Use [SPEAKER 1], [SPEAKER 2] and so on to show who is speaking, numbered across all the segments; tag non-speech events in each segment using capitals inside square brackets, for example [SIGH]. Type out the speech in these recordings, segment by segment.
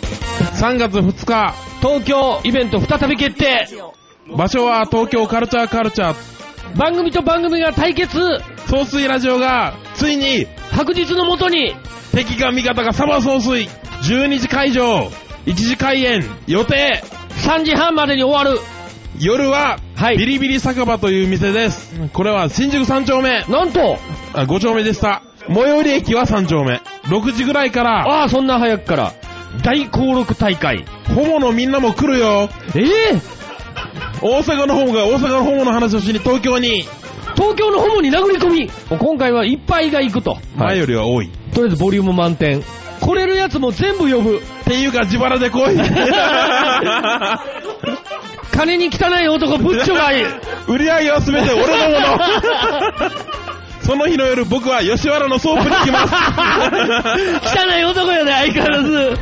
[SPEAKER 1] 3月2日、東京イベント再び決定場所は東京カルチャーカルチャー、
[SPEAKER 2] 番組と番組が対決
[SPEAKER 1] 総水ラジオが、ついに、
[SPEAKER 2] 白日のもとに
[SPEAKER 1] 敵か味方がサマー総水、12時会場、1時開演、予定、
[SPEAKER 2] 3時半までに終わる
[SPEAKER 1] 夜は、ビリビリ酒場という店です。これは新宿3丁目、
[SPEAKER 2] なんと
[SPEAKER 1] あ5丁目でした。最寄り駅は3丁目。6時ぐらいから、
[SPEAKER 2] ああそんな早くから大興録大会
[SPEAKER 1] ホモのみんなも来るよ。
[SPEAKER 2] ええ
[SPEAKER 1] 大阪のホモが大阪のホモの話をしに東京に、
[SPEAKER 2] 東京のホモに殴り込みもう今回はいっぱいが行くと、
[SPEAKER 1] 前よりは多い。
[SPEAKER 2] とりあえずボリューム満点来れるやつも全部呼ぶ
[SPEAKER 1] っていうか自腹で
[SPEAKER 2] [LAUGHS]
[SPEAKER 1] 来い。 [LAUGHS]
[SPEAKER 2] 金に汚い男ブッチョが
[SPEAKER 3] [LAUGHS]
[SPEAKER 2] いい [LAUGHS]
[SPEAKER 1] 売り上げは全て俺のもの。その日の夜僕は吉原のソープに行きます。
[SPEAKER 2] [LAUGHS] 汚い男やで相変わらず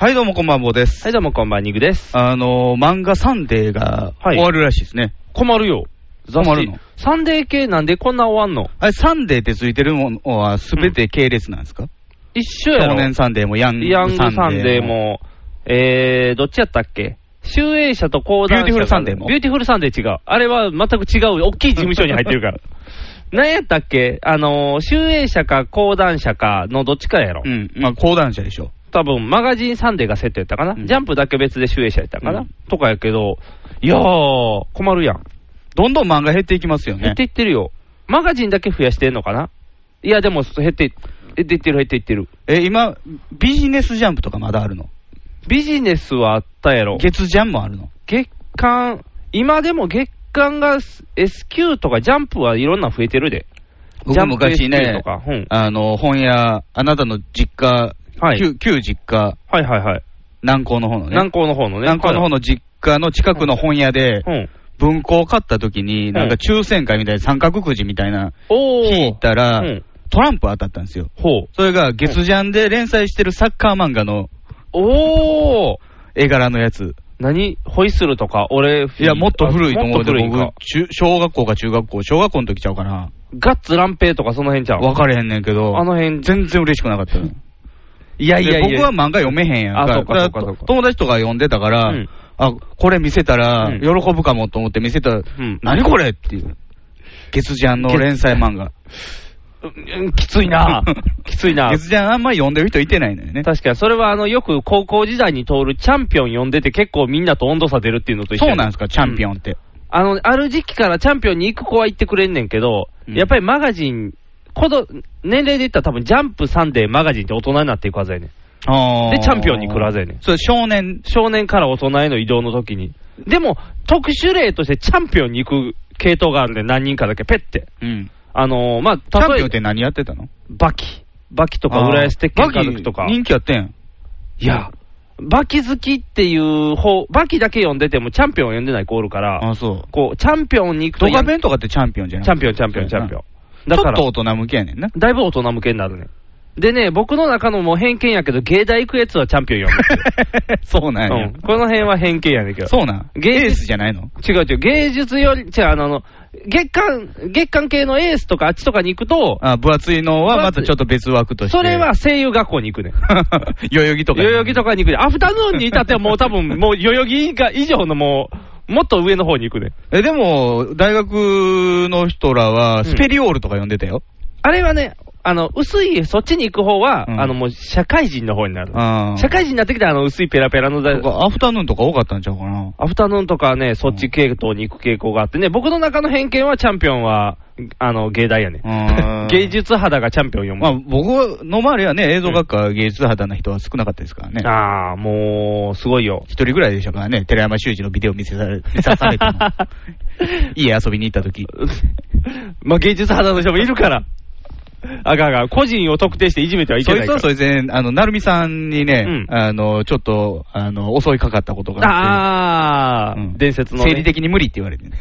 [SPEAKER 4] はい、どうもこんばんぼです。
[SPEAKER 3] はい、どうもこんばんは、ニグです。
[SPEAKER 4] あのー、漫画サンデーが
[SPEAKER 3] はい
[SPEAKER 4] 終わるらしいですね。
[SPEAKER 3] 困るよ。
[SPEAKER 4] 困るの
[SPEAKER 3] サンデー系なんでこんな終わんの
[SPEAKER 4] あれ、サンデーってついてるものはすべて系列なんですか、
[SPEAKER 3] 一緒や
[SPEAKER 4] 少
[SPEAKER 3] ろ。
[SPEAKER 4] 年サンデーもヤング
[SPEAKER 3] ヤングサ
[SPEAKER 4] サ
[SPEAKER 3] ン
[SPEAKER 4] ン
[SPEAKER 3] デ
[SPEAKER 4] デ
[SPEAKER 3] ー
[SPEAKER 4] ーも。
[SPEAKER 3] も、えー、どっちやったっけ集英社と講談社が。
[SPEAKER 4] ビューティフルサンデーも
[SPEAKER 3] ビューティフルサンデー違う。あれは全く違う。大きい事務所に入ってるから。 [LAUGHS] 何やったっけあのー、集英社か講談社かのどっちかやろ。
[SPEAKER 4] うん、まあ、講談社でしょ。
[SPEAKER 3] 多分、マガジンサンデーがセットやったかな。
[SPEAKER 4] うん
[SPEAKER 3] ジャンプだけ別で集英社やったかな、
[SPEAKER 4] うん
[SPEAKER 3] とかやけど、いやー、困るやん。
[SPEAKER 4] どんどん漫画減っていきますよ
[SPEAKER 3] 減っ
[SPEAKER 4] ね
[SPEAKER 3] て。いってるよ。マガジンだけ増やしてんのかないや、でも減って、減っていってる、減っていってる。
[SPEAKER 4] え、今、ビジネスジャンプとかまだあるの
[SPEAKER 3] ビジネスはあったやろ。
[SPEAKER 4] 月ジャンもあるの
[SPEAKER 3] 月間、今でも月間が S q とかジャンプはいろんな増えてるで。ジャ
[SPEAKER 4] 僕
[SPEAKER 3] ンプ
[SPEAKER 4] 昔
[SPEAKER 3] SQ と
[SPEAKER 4] ね
[SPEAKER 3] か、うん
[SPEAKER 4] あの、本屋、あなたの実家、
[SPEAKER 3] はい
[SPEAKER 4] 旧旧実家、
[SPEAKER 3] はいはいはい。
[SPEAKER 4] 南高の方のね。
[SPEAKER 3] 南高の方のね。
[SPEAKER 4] 南高の方の実家の近くの本屋で、
[SPEAKER 3] はい。うん。
[SPEAKER 4] 文庫を買った時に、なんか抽選会みたいな三角くじみたいな、
[SPEAKER 3] おー。
[SPEAKER 4] 引いたら
[SPEAKER 3] うん、
[SPEAKER 4] トランプ当たったんですよ。
[SPEAKER 3] ほう。
[SPEAKER 4] それが月ジャンで連載してるサッカー漫画の
[SPEAKER 3] おー。
[SPEAKER 4] 絵柄のやつ。
[SPEAKER 3] 何ホイッスルとか、俺、
[SPEAKER 4] いや、もっと古いと思
[SPEAKER 3] も
[SPEAKER 4] う
[SPEAKER 3] っと
[SPEAKER 4] で、
[SPEAKER 3] 古いんか
[SPEAKER 4] 僕、中小学校か中学校、小学校の時ちゃうかな。
[SPEAKER 3] ガッツランペイとかその辺ちゃう
[SPEAKER 4] 分かれへんねんけど、
[SPEAKER 3] あの辺
[SPEAKER 4] 全然嬉しくなかったよ。
[SPEAKER 3] いやいやいや。
[SPEAKER 4] で僕は漫画読めへんやん
[SPEAKER 3] あ
[SPEAKER 4] か。
[SPEAKER 3] そうかそうか
[SPEAKER 4] だら
[SPEAKER 3] そうか
[SPEAKER 4] 友達とか読んでたか
[SPEAKER 3] う
[SPEAKER 4] ら
[SPEAKER 3] ん、
[SPEAKER 4] あ、これ見せたら
[SPEAKER 3] うん
[SPEAKER 4] 喜ぶかもと思って見せたら
[SPEAKER 3] ん、
[SPEAKER 4] 何これっていう。月ジャンの連載漫画。
[SPEAKER 3] うんきつい
[SPEAKER 4] [LAUGHS]
[SPEAKER 3] なきついな
[SPEAKER 4] 月ジャンあんま読んでる人いてないのよね。
[SPEAKER 3] 確かに、それはあの、よく高校時代に通るチャンピオン呼んでて結構みんなと温度差出るっていうのと一
[SPEAKER 4] そ
[SPEAKER 3] 緒
[SPEAKER 4] う
[SPEAKER 3] や
[SPEAKER 4] なんですか、チャンピオンって。
[SPEAKER 3] あの、ある時期からチャンピオンに行く子は行ってくれんねんけど、
[SPEAKER 4] うん
[SPEAKER 3] やっぱりマガジン、この年齢で言ったら多分ジャンプサンデーマガジンって大人になっていくはずやねん。
[SPEAKER 4] あー
[SPEAKER 3] でチャンピオンに来るはずやねん
[SPEAKER 4] それ少年、
[SPEAKER 3] 少年から大人への移動の時に。でも、特殊例としてチャンピオンに行く系統があるんで、何人かだけペッて。
[SPEAKER 4] うん。
[SPEAKER 3] あのーま
[SPEAKER 4] チ
[SPEAKER 3] あ、
[SPEAKER 4] ャンピ
[SPEAKER 3] 例
[SPEAKER 4] オン
[SPEAKER 3] え
[SPEAKER 4] って
[SPEAKER 3] ば、
[SPEAKER 4] 何やってたの
[SPEAKER 3] バキ。バキとか、浦安鉄
[SPEAKER 4] バ
[SPEAKER 3] 拳
[SPEAKER 4] キ
[SPEAKER 3] 家族とか。
[SPEAKER 4] 人気やってん。
[SPEAKER 3] いや、バキ好きっていう方、バキだけ読んでても、チャンピオンは読んでない子おるから、
[SPEAKER 4] あ、そう。
[SPEAKER 3] こう、チャンピオンに行くと
[SPEAKER 4] ド
[SPEAKER 3] や
[SPEAKER 4] カ
[SPEAKER 3] ん、チ
[SPEAKER 4] ベンとかってチャンピオンじゃない
[SPEAKER 3] ャンピオン、チャンピオン、チャンピオン。だ
[SPEAKER 4] ちょ
[SPEAKER 3] か
[SPEAKER 4] っと
[SPEAKER 3] ら、
[SPEAKER 4] 大人向けやね
[SPEAKER 3] [LAUGHS]
[SPEAKER 4] んな。
[SPEAKER 3] だいぶ大人向けになるね。でね、僕の中のもう偏見やけど、芸大行くやつはチャンピオン読
[SPEAKER 4] そうなん
[SPEAKER 3] む。
[SPEAKER 4] や
[SPEAKER 3] うん。この辺は偏見やねんけど。
[SPEAKER 4] そうなん。
[SPEAKER 3] 芸術
[SPEAKER 4] エースじゃないの
[SPEAKER 3] 違う違う、芸術より、違う、あの、あの月間、月間系のエースとかあっちとかに行くと、
[SPEAKER 4] あ、分厚いのは
[SPEAKER 3] 分
[SPEAKER 4] ま
[SPEAKER 3] 厚い
[SPEAKER 4] たちょっと別枠として。
[SPEAKER 3] それは、声優学校に行くねん。
[SPEAKER 4] [LAUGHS] 代々木とか。
[SPEAKER 3] 代々木と
[SPEAKER 4] か。
[SPEAKER 3] かに行くねん。アフタヌーンに至ってはもう多分、もう代々木が以上のもう、もっと上の方に行くねん。
[SPEAKER 4] え、でも、大学の人ら
[SPEAKER 3] ん
[SPEAKER 4] は、スペリオールとか呼んでたよ。
[SPEAKER 3] あれはね、あの、薄い、そっちに行く方は、
[SPEAKER 4] うん
[SPEAKER 3] あの、もう社会人の方になる。
[SPEAKER 4] あー
[SPEAKER 3] 社会人になってきたら、あの、薄いペラペラのだ
[SPEAKER 4] なんかアフタヌーンとか多かったんちゃうかな。
[SPEAKER 3] アフタヌーンとかね、そっち系統に行く傾向があってね、僕の中の偏見はチャンピオンは、あの、芸大やね。
[SPEAKER 4] あー
[SPEAKER 3] [LAUGHS] 芸術肌がチャンピオン読む。
[SPEAKER 4] まあ、僕の周りはね、映像学科、芸術肌な人は少なかったですからね。
[SPEAKER 3] ああ、もう、すごいよ。 [LAUGHS]
[SPEAKER 4] 一人ぐらいでしたからね、寺山修司のビデオ見せされ見ささ
[SPEAKER 3] [LAUGHS]
[SPEAKER 4] れても、家遊びに行った時
[SPEAKER 3] まあ、芸術肌の人もいるから。あかんあかん、個人を特定していじめてはいけ
[SPEAKER 4] そ
[SPEAKER 3] ないい
[SPEAKER 4] つ
[SPEAKER 3] か
[SPEAKER 4] は
[SPEAKER 3] ら。
[SPEAKER 4] そいつで、あの、なるみさんにね、
[SPEAKER 3] うん
[SPEAKER 4] あの、ちょっと、あの、襲いかかったことがあって。
[SPEAKER 3] ああ、
[SPEAKER 4] うん
[SPEAKER 3] 伝説の、ね。
[SPEAKER 4] 生理的に無理って言われてね、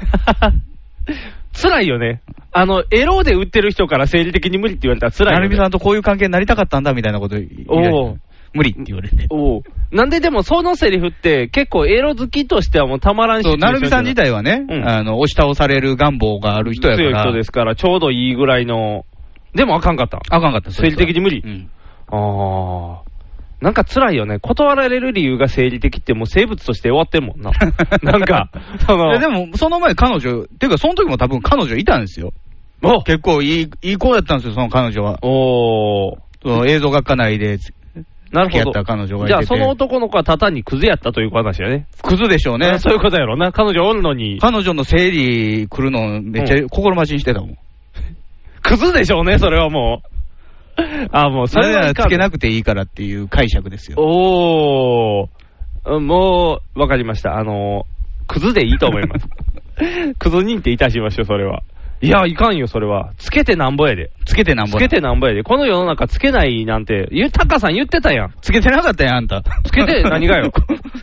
[SPEAKER 3] [LAUGHS] 辛いよね。あの、エローで売ってる人から生理的に [LAUGHS] 無理って言われたら辛い
[SPEAKER 4] な
[SPEAKER 3] よ、ね。
[SPEAKER 4] るみさんとこういう関係になりたかったんだみたいなこと言い
[SPEAKER 3] おう
[SPEAKER 4] 無理って言われて、
[SPEAKER 3] おうなんででも、そのセリフって、結構エロ好きとしてはもうたまらんし、
[SPEAKER 4] そう、なるみさん自体はね、
[SPEAKER 3] うん
[SPEAKER 4] あの、押し倒される願望がある人やから。
[SPEAKER 3] 強い人ですから、ちょうどいいぐらいの、でもあかんかった。
[SPEAKER 4] あかんかった、
[SPEAKER 3] 生理的に無理
[SPEAKER 4] うん
[SPEAKER 3] ああ。なんか辛いよね。断られる理由が生理的って、もう生物として終わってん
[SPEAKER 4] [LAUGHS]
[SPEAKER 3] もんな。 [LAUGHS] なんか、そ
[SPEAKER 4] いや
[SPEAKER 3] の、
[SPEAKER 4] でも、その前彼女、っていうか、その時も多分彼女いたんですよ。
[SPEAKER 3] お
[SPEAKER 4] 結構いい、いい子だったんですよ、その彼女は。
[SPEAKER 3] おー
[SPEAKER 4] その映像学科内で、
[SPEAKER 3] なる
[SPEAKER 4] 付き合
[SPEAKER 3] ほ
[SPEAKER 4] った
[SPEAKER 3] ど。
[SPEAKER 4] 彼女がいてて。
[SPEAKER 3] じゃあ、その男の子はた単にクズやったという話やね。
[SPEAKER 4] クズでしょうね。
[SPEAKER 3] [LAUGHS] そういうことやろな。彼女おるのに。
[SPEAKER 4] 彼女の生理来るの、めっちゃ心待ちにしてたもん。
[SPEAKER 3] クズでしょうね、それはもう。 [LAUGHS] あーもう、そ
[SPEAKER 4] それ
[SPEAKER 3] れは
[SPEAKER 4] はい
[SPEAKER 3] か
[SPEAKER 4] つ
[SPEAKER 3] ん
[SPEAKER 4] けなくていいからっていう解釈ですよ。
[SPEAKER 3] おーうんもう、わかりました。あのー、クズでいいと思います。 [LAUGHS] クズ認定いたしましょう、それは。いや、いかんよ、それは。つけてなんぼやで。
[SPEAKER 4] つけてなん
[SPEAKER 3] つ
[SPEAKER 4] ぼ
[SPEAKER 3] けてなんぼやで。この世の中つけないなんて、ゆたかさん言ってたやん。
[SPEAKER 4] つけてなかったやん、あんた。
[SPEAKER 3] つ
[SPEAKER 4] [LAUGHS]
[SPEAKER 3] けて何がよ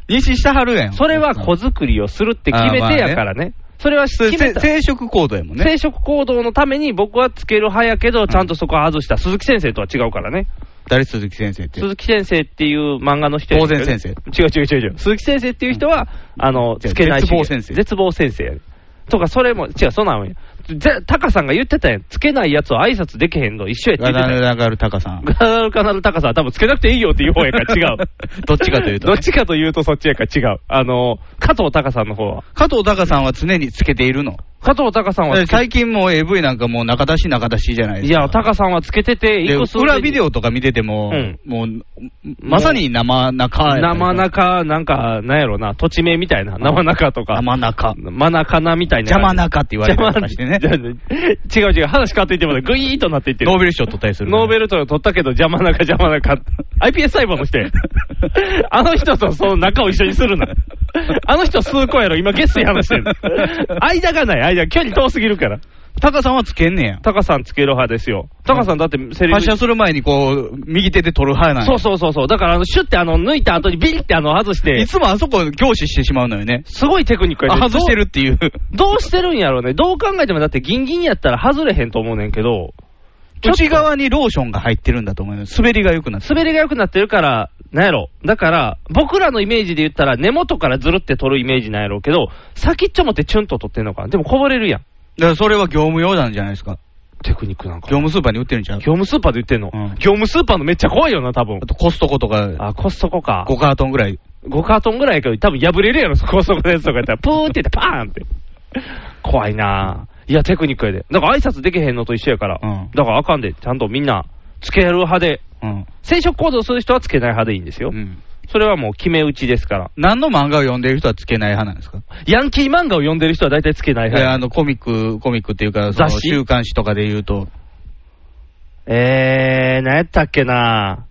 [SPEAKER 4] 妊娠したはるやん。
[SPEAKER 3] それは子作りをするって決めてやからね。それは
[SPEAKER 4] それ
[SPEAKER 3] 決めた。
[SPEAKER 4] せ生殖行動やもんね。
[SPEAKER 3] 生殖行動のために僕はつける派やけど、ちゃんとそこは外した。鈴木先生とは違うからね。
[SPEAKER 4] 誰鈴木先生って。
[SPEAKER 3] 鈴木先生っていう漫画の人や
[SPEAKER 4] 当然先生。
[SPEAKER 3] 違う違う違う違う。鈴木先生っていう人は、あの、
[SPEAKER 4] 違う
[SPEAKER 3] つけない主
[SPEAKER 4] 絶
[SPEAKER 3] 義
[SPEAKER 4] 望先生
[SPEAKER 3] 絶望先生やねとか、それも、違う、そうなのよ。ぜタカさんが言ってたやん。つけないやつを挨拶できへんの一緒やって
[SPEAKER 4] ガ
[SPEAKER 3] 言ってた
[SPEAKER 4] ダ
[SPEAKER 3] や
[SPEAKER 4] ル
[SPEAKER 3] ん
[SPEAKER 4] ダガルタカさん。。
[SPEAKER 3] ガダルカナル高さは多分つけなくていいよっていう方やから違う
[SPEAKER 4] [LAUGHS] どっちかというと
[SPEAKER 3] どっちかというとそっちやから違う。あの、加藤高さんの方は。
[SPEAKER 4] 加藤タカさんは常につけているの。
[SPEAKER 3] 加藤高さんはつけ
[SPEAKER 4] 最近もう AV なんかもう中出し中出しじゃないで
[SPEAKER 3] い
[SPEAKER 4] すか。
[SPEAKER 3] や、高さんはつけて
[SPEAKER 4] で
[SPEAKER 3] て、いくつ
[SPEAKER 4] 裏ビデオとか見てても、
[SPEAKER 3] うん
[SPEAKER 4] もう、まさに生中やったりとか
[SPEAKER 3] 生中、なんか、なんやろな、土地名みたいな、生中とか、
[SPEAKER 4] 生中。
[SPEAKER 3] 真中なみたいな。
[SPEAKER 4] 邪魔中って言われたりとか
[SPEAKER 3] [LAUGHS]
[SPEAKER 4] してね。
[SPEAKER 3] 邪魔違う違う、話変わっていっても、グイーっとなっていってる。
[SPEAKER 4] ノーベル賞取ったりする。
[SPEAKER 3] ノーベル賞取ったけど、邪魔なか邪魔なか。iPS 細胞
[SPEAKER 4] [LAUGHS]
[SPEAKER 3] の人やあの人とその中を一緒にするな。あの人数個やろ、今ゲスや話してる。間がない、間、距離遠すぎるから。
[SPEAKER 4] タカさんはつけんねや。
[SPEAKER 3] タカさんつける派ですよ。タカさんだってセリフ
[SPEAKER 4] 発。射する前にこう、右手で取る派なんや
[SPEAKER 3] そうそうそうそう。だからあの、シュってあの、抜いた後にビリってあの、外して
[SPEAKER 4] い、つもあそこ凝視してしまうのよね。
[SPEAKER 3] すごいテクニックや
[SPEAKER 4] あ
[SPEAKER 3] ね
[SPEAKER 4] 外してるっていう。
[SPEAKER 3] どうどうしてるんやろうね。どう考えてもだってギンギンやったら外れへんと思うねんけど、ちょっと
[SPEAKER 4] 内側にローションが入ってるんだと思うよ。滑りが良くなってる。
[SPEAKER 3] 滑りが良くなってるから、なんやろ。だから、僕らのイメージで言ったら、根元からずるって取るイメージなんやろうけど、先っちょ持ってチュンと取ってんのかな。でもこぼれるやん。
[SPEAKER 4] だからそれは業務用なんじゃないですか。
[SPEAKER 3] テクニックなんか。
[SPEAKER 4] 業務スーパーに売ってるんちゃう
[SPEAKER 3] 業務スーパーで言ってんの、
[SPEAKER 4] うん
[SPEAKER 3] 業務スーパーのめっちゃ怖いよな、多分
[SPEAKER 4] あ。とコストコとか、
[SPEAKER 3] あ、コストコか。
[SPEAKER 4] 5カートンぐらい。
[SPEAKER 3] 5カートンぐらいやけど、多分破れるやろ、高速のやつとかやったら、プーって言って、パーンって。怖いなぁ。いや、テクニックやで。だから挨拶できへんのと一緒やから。
[SPEAKER 4] うん
[SPEAKER 3] だからあかんで、ちゃんとみんな、つける派で、
[SPEAKER 4] うん。
[SPEAKER 3] 生殖行動する人はつけない派でいいんですよ。
[SPEAKER 4] うん
[SPEAKER 3] それはもう決め打ちですから。
[SPEAKER 4] 何の漫画を読んでる人はつけない派なんですか
[SPEAKER 3] ヤンキー漫画を読んでる人は大体つけない
[SPEAKER 4] いや
[SPEAKER 3] 派。
[SPEAKER 4] あの、コミック、コミックっていうか、その
[SPEAKER 3] 雑誌
[SPEAKER 4] 週刊誌とかで言うと、
[SPEAKER 3] えー、何やったっけな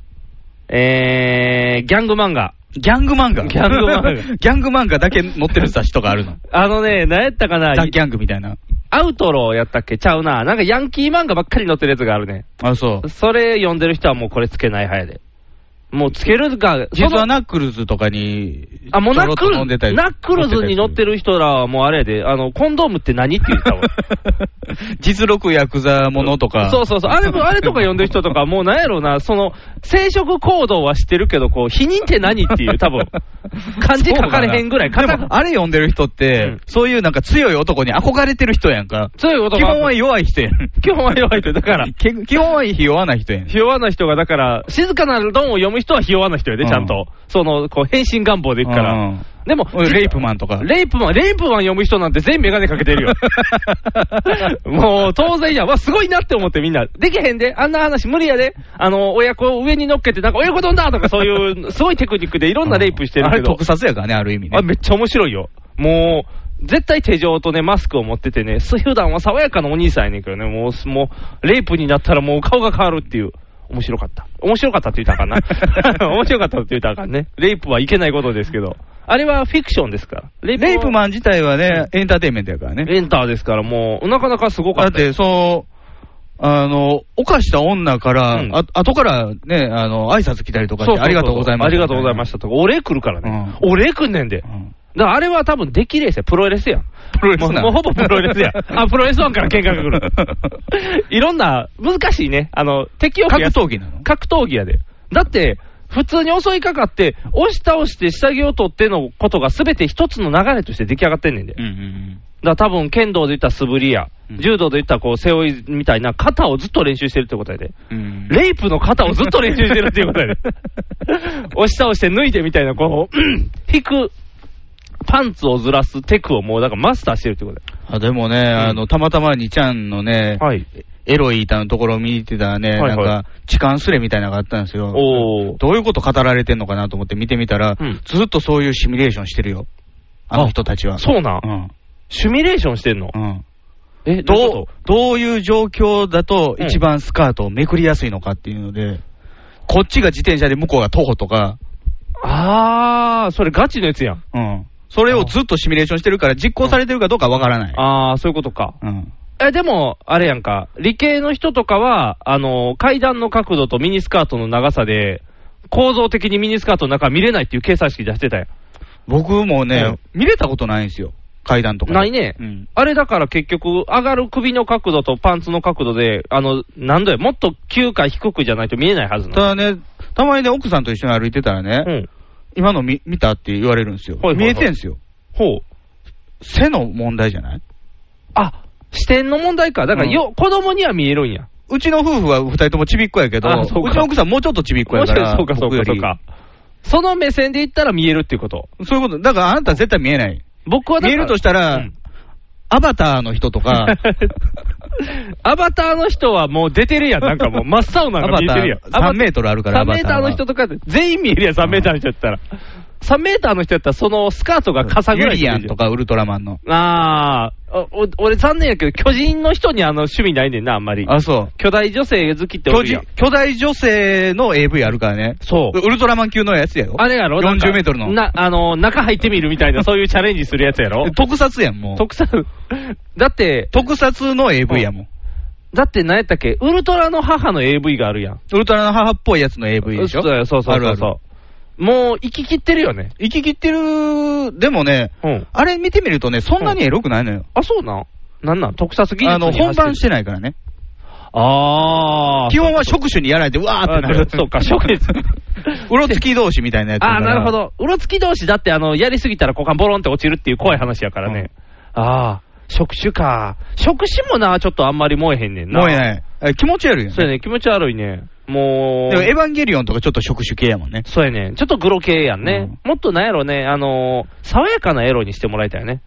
[SPEAKER 3] ぁ。えー、ギャング漫画。
[SPEAKER 4] ギャング漫画。
[SPEAKER 3] ギャング漫
[SPEAKER 4] [LAUGHS]
[SPEAKER 3] 画
[SPEAKER 4] ギャング漫画だけ載ってる雑誌とかあるの。
[SPEAKER 3] あのね、何やったかな
[SPEAKER 4] ダッギャングみたいな。
[SPEAKER 3] アウトローやったっけちゃうななんかヤンキー漫画ばっかり載ってるやつがあるね。
[SPEAKER 4] あ、そう。
[SPEAKER 3] それ読んでる人はもうこれつけない派やで。もうつけるか、
[SPEAKER 4] 実
[SPEAKER 3] そ
[SPEAKER 4] は
[SPEAKER 3] の
[SPEAKER 4] ナックルズとかに、
[SPEAKER 3] あ、もう
[SPEAKER 4] ち
[SPEAKER 3] ナ
[SPEAKER 4] ょろ
[SPEAKER 3] ッ
[SPEAKER 4] っ
[SPEAKER 3] ク
[SPEAKER 4] と飲
[SPEAKER 3] ル
[SPEAKER 4] んでた
[SPEAKER 3] ズ、
[SPEAKER 4] り
[SPEAKER 3] ナックルズに乗って
[SPEAKER 4] る。
[SPEAKER 3] る人らはもうあれやで、あの、コンドームって何って言ったもん。
[SPEAKER 4] [LAUGHS] 実録ヤクザものとか。
[SPEAKER 3] そうそうそう。あれも、あれとか読んでる人
[SPEAKER 4] [LAUGHS]
[SPEAKER 3] とか、もうなんやろうな、その、生殖行動は知ってるけど、こう、否認って何っていう、
[SPEAKER 4] [LAUGHS]
[SPEAKER 3] 多分、漢字書かれへんぐらい。
[SPEAKER 4] で
[SPEAKER 3] 片
[SPEAKER 4] も、あれ読んでる人って、
[SPEAKER 3] うん
[SPEAKER 4] そういうなんか強い男に憧れてる人やんか。
[SPEAKER 3] そういうこと
[SPEAKER 4] 基
[SPEAKER 3] が
[SPEAKER 4] 本は弱い人やん。
[SPEAKER 3] 基本は弱いと。だから、
[SPEAKER 4] 基基本は弱な人やん。
[SPEAKER 3] ひ弱な人が、だから、静かなドンを読む人はひ弱な人やで、
[SPEAKER 4] うん
[SPEAKER 3] ちゃんと。その、こう、変身願望でいくか
[SPEAKER 4] う
[SPEAKER 3] ら
[SPEAKER 4] ん。
[SPEAKER 3] でも、
[SPEAKER 4] 俺レイプマンとか。
[SPEAKER 3] レイプマン、レイプマン読む人なんて全員メガネかけ
[SPEAKER 4] [LAUGHS]
[SPEAKER 3] てるよ。もう当然や。わ、すごいなって思ってみんな。できへんで、あんな話無理やで。あの、親子を上に乗っけて、なんか親子丼だとかそういう、すごいテクニックでいろんなレイプしてる
[SPEAKER 4] あ
[SPEAKER 3] け
[SPEAKER 4] れ
[SPEAKER 3] ど
[SPEAKER 4] 特。撮やからね、ある意味ね
[SPEAKER 3] あ、。めっちゃ面白いよ。もう、絶対手錠とね、マスクを持っててね、す普段は爽やかなお兄さんやねんけどね、もうす、もう、レイプになったらもう顔が変わるっていう。面白かった。面白かったって言ったらあか
[SPEAKER 4] [LAUGHS]
[SPEAKER 3] んな。面白かったって言ったらあかんね。レイプはいけないことですけど。あれはフィクションですから。レ
[SPEAKER 4] レイプ
[SPEAKER 3] は
[SPEAKER 4] マン自体はね、エンターテインメントやからね。
[SPEAKER 3] エンターですから、もう、なかなかすごか
[SPEAKER 4] だ
[SPEAKER 3] っ
[SPEAKER 4] った
[SPEAKER 3] よ。
[SPEAKER 4] て、そう、あの、犯した女から、
[SPEAKER 3] うん
[SPEAKER 4] あ後からね、あの、挨拶来たりとかして、ありがとうございました。
[SPEAKER 3] ありがとうございましたとか、お礼来るからね。お礼来んねんで。だ
[SPEAKER 4] う
[SPEAKER 3] か
[SPEAKER 4] ん
[SPEAKER 3] らあれは多分、出来レースや。プロレスやん。
[SPEAKER 4] プロレスな
[SPEAKER 3] もうもうほぼプ
[SPEAKER 4] [LAUGHS]
[SPEAKER 3] ロレスや。あ、プロレスワンから喧嘩が来る。いろんな、難しいね。あの、敵を増やす
[SPEAKER 4] 格闘技なの
[SPEAKER 3] 格闘技やで。だって、普通に襲いかかって、押し倒して下着を取ってのことがすべて一つの流れとして出来上がってんねんで。
[SPEAKER 4] うんうん
[SPEAKER 3] だから多分剣道で言ったら素振りや、
[SPEAKER 4] うん
[SPEAKER 3] 柔道で言ったらこう背負いみたいな肩をずっと練習してるってことやで。
[SPEAKER 4] うんうん。
[SPEAKER 3] レイプの肩をずっと練習してるっていうことや [LAUGHS] で。押し倒して脱いでみたいな、こう、うん引く、パンツをずらすテクをもうだからマスターしてるってこと
[SPEAKER 4] あでもね、あの、たまたまにちゃんのね、
[SPEAKER 3] や。はい。
[SPEAKER 4] エロい板のところを見に行ってたらね、
[SPEAKER 3] はいはい
[SPEAKER 4] なんか、痴漢スレみたいなのがあったんですよ。
[SPEAKER 3] おー。
[SPEAKER 4] どういうこと語られてんのかなと思って見てみたら、
[SPEAKER 3] うん
[SPEAKER 4] ずっとそういうシミュレーションしてるよ。あの人たちは。
[SPEAKER 3] そうなん
[SPEAKER 4] う。ん。
[SPEAKER 3] シミュレーションしてんの
[SPEAKER 4] うん。
[SPEAKER 3] え、どういう
[SPEAKER 4] どう
[SPEAKER 3] こ、
[SPEAKER 4] どういう状況だと
[SPEAKER 3] うん
[SPEAKER 4] 一番スカートをめくりやすいのかっていうので、こっちが自転車で向こうが徒歩とか、
[SPEAKER 3] とあー、それガチのやつやん。
[SPEAKER 4] うん。それをずっとシミュレーションしてるから実行されてるかどうかわからない。
[SPEAKER 3] あー、そういうことか。
[SPEAKER 4] うん。
[SPEAKER 3] え、でも、あれやんか、理系の人とかは、あの、階段の角度とミニスカートの長さで、構造的にミニスカートの中は見れないっていう計算式出してたやん。
[SPEAKER 4] 僕もね、
[SPEAKER 3] うん
[SPEAKER 4] 見れたことないんですよ。階段とか。
[SPEAKER 3] ないね
[SPEAKER 4] うん。
[SPEAKER 3] あれだから結局、上がる首の角度とパンツの角度で、あの、何度や、もっと9回低くじゃないと見えないはずなの。
[SPEAKER 4] ただね、たまにね、奥さんと一緒に歩いてたらね、
[SPEAKER 3] うん。
[SPEAKER 4] 今の見見たって言われるんですよ。
[SPEAKER 3] はいはいはい
[SPEAKER 4] 見えてんすよ。
[SPEAKER 3] ほう。
[SPEAKER 4] 背の問題じゃない
[SPEAKER 3] あ、視点の問題か。だからよ、子供には見えるんや。
[SPEAKER 4] うちの夫婦は二人ともちびっこやけど、
[SPEAKER 3] あ
[SPEAKER 4] うち
[SPEAKER 3] そうか
[SPEAKER 4] の奥さんもうちょっとちびっこやから、
[SPEAKER 3] そうかそう
[SPEAKER 4] 僕よ
[SPEAKER 3] かそう
[SPEAKER 4] り
[SPEAKER 3] か。その目線で言ったら見えるっていうこと。
[SPEAKER 4] そういうこと。だからあなた絶対見えない。
[SPEAKER 3] 僕はだ
[SPEAKER 4] 見
[SPEAKER 3] か
[SPEAKER 4] え
[SPEAKER 3] ら
[SPEAKER 4] るとしたら、
[SPEAKER 3] うん
[SPEAKER 4] アバターの人と
[SPEAKER 3] [LAUGHS]
[SPEAKER 4] か、
[SPEAKER 3] アバターの人はもう出てるやん、なんか
[SPEAKER 4] [LAUGHS]
[SPEAKER 3] もう真っ青な
[SPEAKER 4] ア
[SPEAKER 3] の
[SPEAKER 4] バ
[SPEAKER 3] が見え
[SPEAKER 4] タ
[SPEAKER 3] てるやん。
[SPEAKER 4] ー3メートルあるから、ア
[SPEAKER 3] 3
[SPEAKER 4] バ
[SPEAKER 3] メー
[SPEAKER 4] タ
[SPEAKER 3] タ
[SPEAKER 4] ー
[SPEAKER 3] ー
[SPEAKER 4] は
[SPEAKER 3] の人とか、全員見えるやん、3メーターの人やったら。3メーターの人やったら、そのスカートがかさぐ
[SPEAKER 4] ユ
[SPEAKER 3] らい
[SPEAKER 4] リアンとかウルトラマンの。
[SPEAKER 3] ああ、おお俺残念やけど、巨人の人にあの趣味ないねんな、あんまり。
[SPEAKER 4] あ、そう。
[SPEAKER 3] 巨大女性好きってお
[SPEAKER 4] 巨
[SPEAKER 3] るやん
[SPEAKER 4] 人巨大女性の AV あるからね。
[SPEAKER 3] そう。
[SPEAKER 4] ウルトラマン級のやつやよ。
[SPEAKER 3] あれやろなんか
[SPEAKER 4] 40メートルの
[SPEAKER 3] な、あの、中入ってみるみ
[SPEAKER 4] [LAUGHS]
[SPEAKER 3] たいな、そういうチャレンジするやつやろ
[SPEAKER 4] 特撮やん、もう。
[SPEAKER 3] 特産。だって、
[SPEAKER 4] 特撮の AV やもん。
[SPEAKER 3] だって何やったっけウルトラの母の AV があるやん。
[SPEAKER 4] ウルトラの母っぽいやつの AV でしょ
[SPEAKER 3] そうそうそうそう
[SPEAKER 4] あるある。
[SPEAKER 3] もう、行き切ってるよね。
[SPEAKER 4] 行き切ってる、でもね、
[SPEAKER 3] うん。
[SPEAKER 4] あれ見てみるとね、そんなにエロくないのよ。
[SPEAKER 3] あ、そうなんなんなん特撮技術
[SPEAKER 4] あの、
[SPEAKER 3] に走ってる
[SPEAKER 4] 本番してないからね。
[SPEAKER 3] あー。
[SPEAKER 4] 基本は触手にやられて、わーってなる。
[SPEAKER 3] そうか、職員。
[SPEAKER 4] [LAUGHS] うろつき同士みたいなやつだか
[SPEAKER 3] あ
[SPEAKER 4] ら。
[SPEAKER 3] ー、なるほど。うろつき同士だって、あの、やりすぎたら股間ボロンって落ちるっていう怖い話やからね。あー、触手か。触手もな、ちょっとあんまり燃えへんねんな。
[SPEAKER 4] もうえ
[SPEAKER 3] い。
[SPEAKER 4] ない。え気持ち悪いよね。
[SPEAKER 3] そうやね、気持ち悪いね。もう。
[SPEAKER 4] でも、エヴァンゲリオンとかちょっと触手系やもんね。
[SPEAKER 3] そうやね。ちょっとグロ系やんね。もっとなんやろね、あのー爽やかなエロにしてもらいたいよね。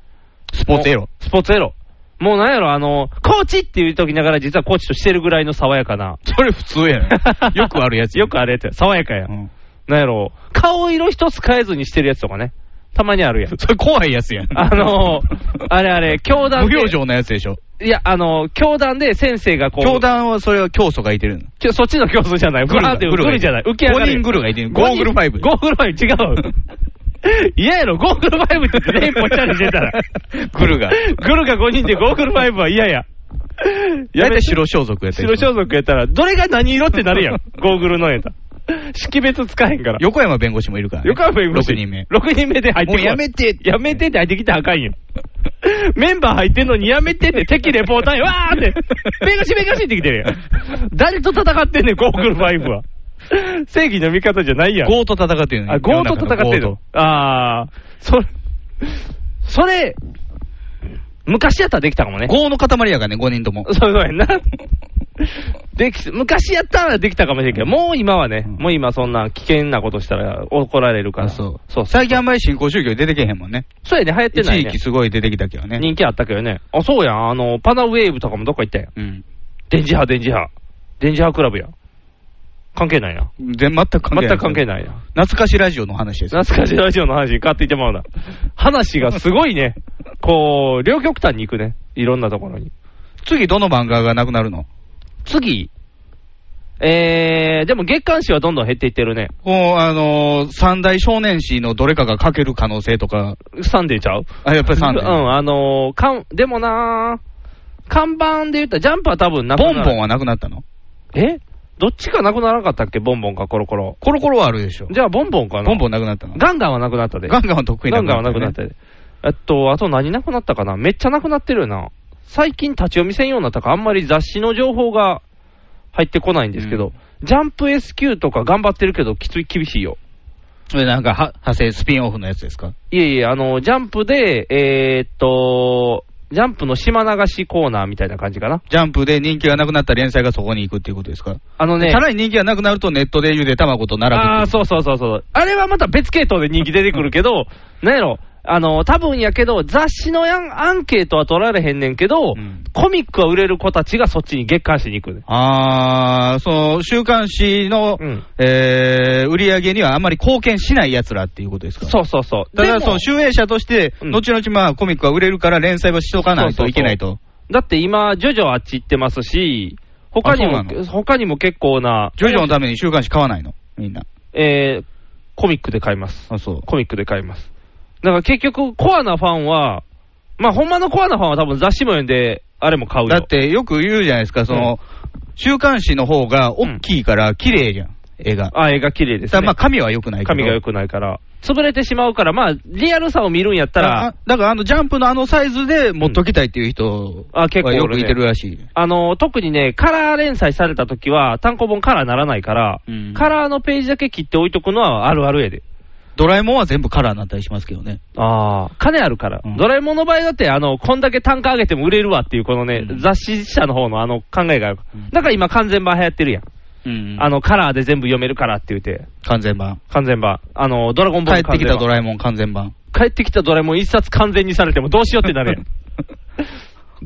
[SPEAKER 4] スポーツエロ
[SPEAKER 3] も。う。スポーツエロ。もうなんやろ、あのーコーチって言うときながら実はコーチとしてるぐらいの爽やかな。
[SPEAKER 4] それ普通
[SPEAKER 3] [LAUGHS]
[SPEAKER 4] やね [LAUGHS] よくあるやつ。
[SPEAKER 3] よくあるやつや。爽やかや。
[SPEAKER 4] うん。
[SPEAKER 3] なんやろ、顔色一つ変えずにしてるやつとかね。たまにあるやん。
[SPEAKER 4] それ怖いやつやん。
[SPEAKER 3] あのーあれあれ、教団
[SPEAKER 4] 無
[SPEAKER 3] で。
[SPEAKER 4] 表情のやつでしょ。
[SPEAKER 3] いや、あのー教団で先生がこう。
[SPEAKER 4] 教団はそれは教祖がいてるの。
[SPEAKER 3] ちょそっちの競争じゃない。グ
[SPEAKER 4] ルが
[SPEAKER 3] ラーってグ
[SPEAKER 4] グルが
[SPEAKER 3] ルじゃない。浮き上がる。
[SPEAKER 4] 五人グルがいてるゴーグルファイブ
[SPEAKER 3] ゴーグルファイブ違う。嫌やろ、ゴーグルファイブって言ってレイポチャリしてたら。
[SPEAKER 4] グルが
[SPEAKER 3] グルが5人でゴーグルファイブは嫌や。
[SPEAKER 4] 大体白装束やっ
[SPEAKER 3] 白
[SPEAKER 4] たりす
[SPEAKER 3] 白
[SPEAKER 4] る
[SPEAKER 3] 装束やったら、どれが何色ってなるやん。
[SPEAKER 4] [LAUGHS]
[SPEAKER 3] ゴーグルのやったら。識別つかへんから。
[SPEAKER 4] 横山弁護士もいるから、ね。
[SPEAKER 3] 横浜弁護士。
[SPEAKER 4] 6人目。
[SPEAKER 3] 6人目で入ってこい
[SPEAKER 4] もうやめて
[SPEAKER 3] やめてって入ってきたらあかん
[SPEAKER 4] [LAUGHS]
[SPEAKER 3] よ。メンバー入ってんのにやめてって敵レポーターにわーって、弁護士弁護士って来てるやん。誰と戦ってんねん、ゴーグル5は。正義の味方じゃないやん。
[SPEAKER 4] 強と戦ってるの
[SPEAKER 3] あ、強盗と戦ってるの。あー、それ、それ、昔やったらできたかもね。
[SPEAKER 4] 強の塊やからね、5人とも。
[SPEAKER 3] そうそうやんな。でき昔やったらできたかもしれんけど、もう今はね、もう今そんな危険なことしたら怒られるから。
[SPEAKER 4] あそう
[SPEAKER 3] そう
[SPEAKER 4] 最近あんまり新興宗教出てけへんもんね。
[SPEAKER 3] そうやね、流行って
[SPEAKER 4] 一
[SPEAKER 3] ない、
[SPEAKER 4] 時
[SPEAKER 3] ね
[SPEAKER 4] 期。すごい出てきたけどね。
[SPEAKER 3] 人気あったけどね。あ、そうやん。あの、パナウェーブとかもどっか行ったやん。
[SPEAKER 4] うん。
[SPEAKER 3] 電磁波、電磁波。電磁波クラブやん。関係ないな。
[SPEAKER 4] 全全く関係ない。
[SPEAKER 3] 全く関係ないな。
[SPEAKER 4] 懐かしラジオの話です。
[SPEAKER 3] 懐かしいラジオの話に買っていってもらうな。話がすごいね。こう、両極端に行くね。いろんなところに。
[SPEAKER 4] 次どの漫画がなくなるの
[SPEAKER 3] 次。えー、でも月刊誌はどんどん減っていってるね。
[SPEAKER 4] もう、あのー三大少年誌のどれかが書ける可能性とか、
[SPEAKER 3] サンデーちゃう
[SPEAKER 4] あ、やっぱり三
[SPEAKER 3] う
[SPEAKER 4] 大。
[SPEAKER 3] ん、あのー、かん、でもなー、看板で言ったらジャンプは多分なく
[SPEAKER 4] ボ
[SPEAKER 3] な
[SPEAKER 4] ンボンはなくなったの
[SPEAKER 3] ボン。えどっちかなくならなかったっけボンボンかコロコロ。
[SPEAKER 4] コロコロはあるでしょ。
[SPEAKER 3] じゃあボンボンかな
[SPEAKER 4] ボンボンなくなったの
[SPEAKER 3] ガンガンはなくなったで。
[SPEAKER 4] ガンガンは得意な
[SPEAKER 3] ガン
[SPEAKER 4] く
[SPEAKER 3] ガン
[SPEAKER 4] な
[SPEAKER 3] は
[SPEAKER 4] った
[SPEAKER 3] なく
[SPEAKER 4] よね、
[SPEAKER 3] なったで。えっと、あと何なくなったかなめっちゃなくなってるよな。最近立ち読みせんようになったか、あんまり雑誌の情報が入ってこないんですけど、ジャンプ SQ とか頑張ってるけど、きつい、厳しいよ。
[SPEAKER 4] それなんか、は派生スピンオフのやつですか
[SPEAKER 3] いえいえ、あの、ジャンプで、えーっと、ジャンプの島流しコーナーみたいな感じかな。
[SPEAKER 4] ジャンプで人気がなくなった連載がそこに行くっていうことですか
[SPEAKER 3] あのね、
[SPEAKER 4] さらに人気がなくなると、ネットでゆで卵と並ぶ。
[SPEAKER 3] ああー、そうそうそうそう。あれはまた別系統で人気出てくるけど、なんやろ、あの、多分やけど、雑誌のやんアンケートは取られへんねんけど、
[SPEAKER 4] うん
[SPEAKER 3] コミックは売れる子たちがそっちに月刊誌に行くね。
[SPEAKER 4] あー、その週刊誌の、
[SPEAKER 3] うん
[SPEAKER 4] えー売り上げにはあんまり貢献しない奴らっていうことですか
[SPEAKER 3] そうそうそう。
[SPEAKER 4] ただ、
[SPEAKER 3] で
[SPEAKER 4] そ
[SPEAKER 3] も
[SPEAKER 4] の集英社として、
[SPEAKER 3] うん
[SPEAKER 4] 後々まあコミックは売れるから連載はしとかないといけないと。
[SPEAKER 3] だって今、ジョジョあっち行ってますし、他に
[SPEAKER 4] あそうな
[SPEAKER 3] も、他にも結構な、
[SPEAKER 4] ジョジョのために週刊誌買わないのみんな。
[SPEAKER 3] えー、コミックで買います。
[SPEAKER 4] あ、そう。
[SPEAKER 3] コミックで買います。だから結局、コアなファンは、まあ、ほんまのコアなファンは多分雑誌も読んで、あれも買うよ。
[SPEAKER 4] だってよく言うじゃないですか、その、週刊誌の方が大きいから綺麗じゃん、絵が。
[SPEAKER 3] あ、絵が綺麗です、
[SPEAKER 4] ただ
[SPEAKER 3] ね。
[SPEAKER 4] まあ紙は良くないけど。
[SPEAKER 3] 髪が良くないから、潰れてしまうから、まあ、リアルさを見るんやったら、
[SPEAKER 4] あだからあのジャンプのあのサイズで持っときたいっていう人
[SPEAKER 3] あ結構
[SPEAKER 4] は
[SPEAKER 3] お
[SPEAKER 4] よ
[SPEAKER 3] るね
[SPEAKER 4] くいてるらしい。
[SPEAKER 3] あの特にね、カラー連載された時は、単行本カラーならないから、
[SPEAKER 4] うん
[SPEAKER 3] カラーのページだけ切って置いとくのはあるあるやで。
[SPEAKER 4] ドラえもんは全部カラーになったりしますけどね。
[SPEAKER 3] ああ、金あるから、
[SPEAKER 4] うん
[SPEAKER 3] ドラえもんの場合だって、あの、こんだけ単価上げても売れるわっていう、このね、
[SPEAKER 4] うん
[SPEAKER 3] 雑誌社の方のあの考えがある
[SPEAKER 4] うん
[SPEAKER 3] だから今、完全版流行ってるやん。
[SPEAKER 4] うん
[SPEAKER 3] あの、カラーで全部読めるからって言うて、
[SPEAKER 4] 完全版。
[SPEAKER 3] 完全版。あの、ドラゴンボー
[SPEAKER 4] 帰っ
[SPEAKER 3] ル
[SPEAKER 4] て
[SPEAKER 3] 完
[SPEAKER 4] き
[SPEAKER 3] 全
[SPEAKER 4] た
[SPEAKER 3] 版
[SPEAKER 4] ドラえもん完全版。
[SPEAKER 3] 帰ってきたドラえもん一冊完全にされてもどうしようって
[SPEAKER 4] [LAUGHS]
[SPEAKER 3] なるやん。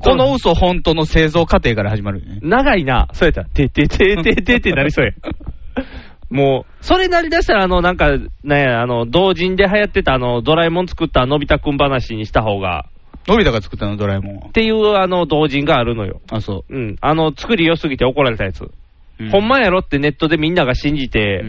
[SPEAKER 4] この嘘本当の製造過程から始まるよね。
[SPEAKER 3] 長いな、そうやったら、ててててててってなりそうや。もう、それなりだしたら、あの、なんか、ね、あの、同人で流行ってた、あの、ドラえもん作ったのび太くん話にした方が、
[SPEAKER 4] のび太が作ったの、ドラえもんは
[SPEAKER 3] っ。ていう、あの、同人があるのよ。
[SPEAKER 4] あ、そ
[SPEAKER 3] うん。あの、作り良すぎて怒られたやつ。
[SPEAKER 4] う。
[SPEAKER 3] ほん
[SPEAKER 4] ま
[SPEAKER 3] まやろってネットでみんなが信じて、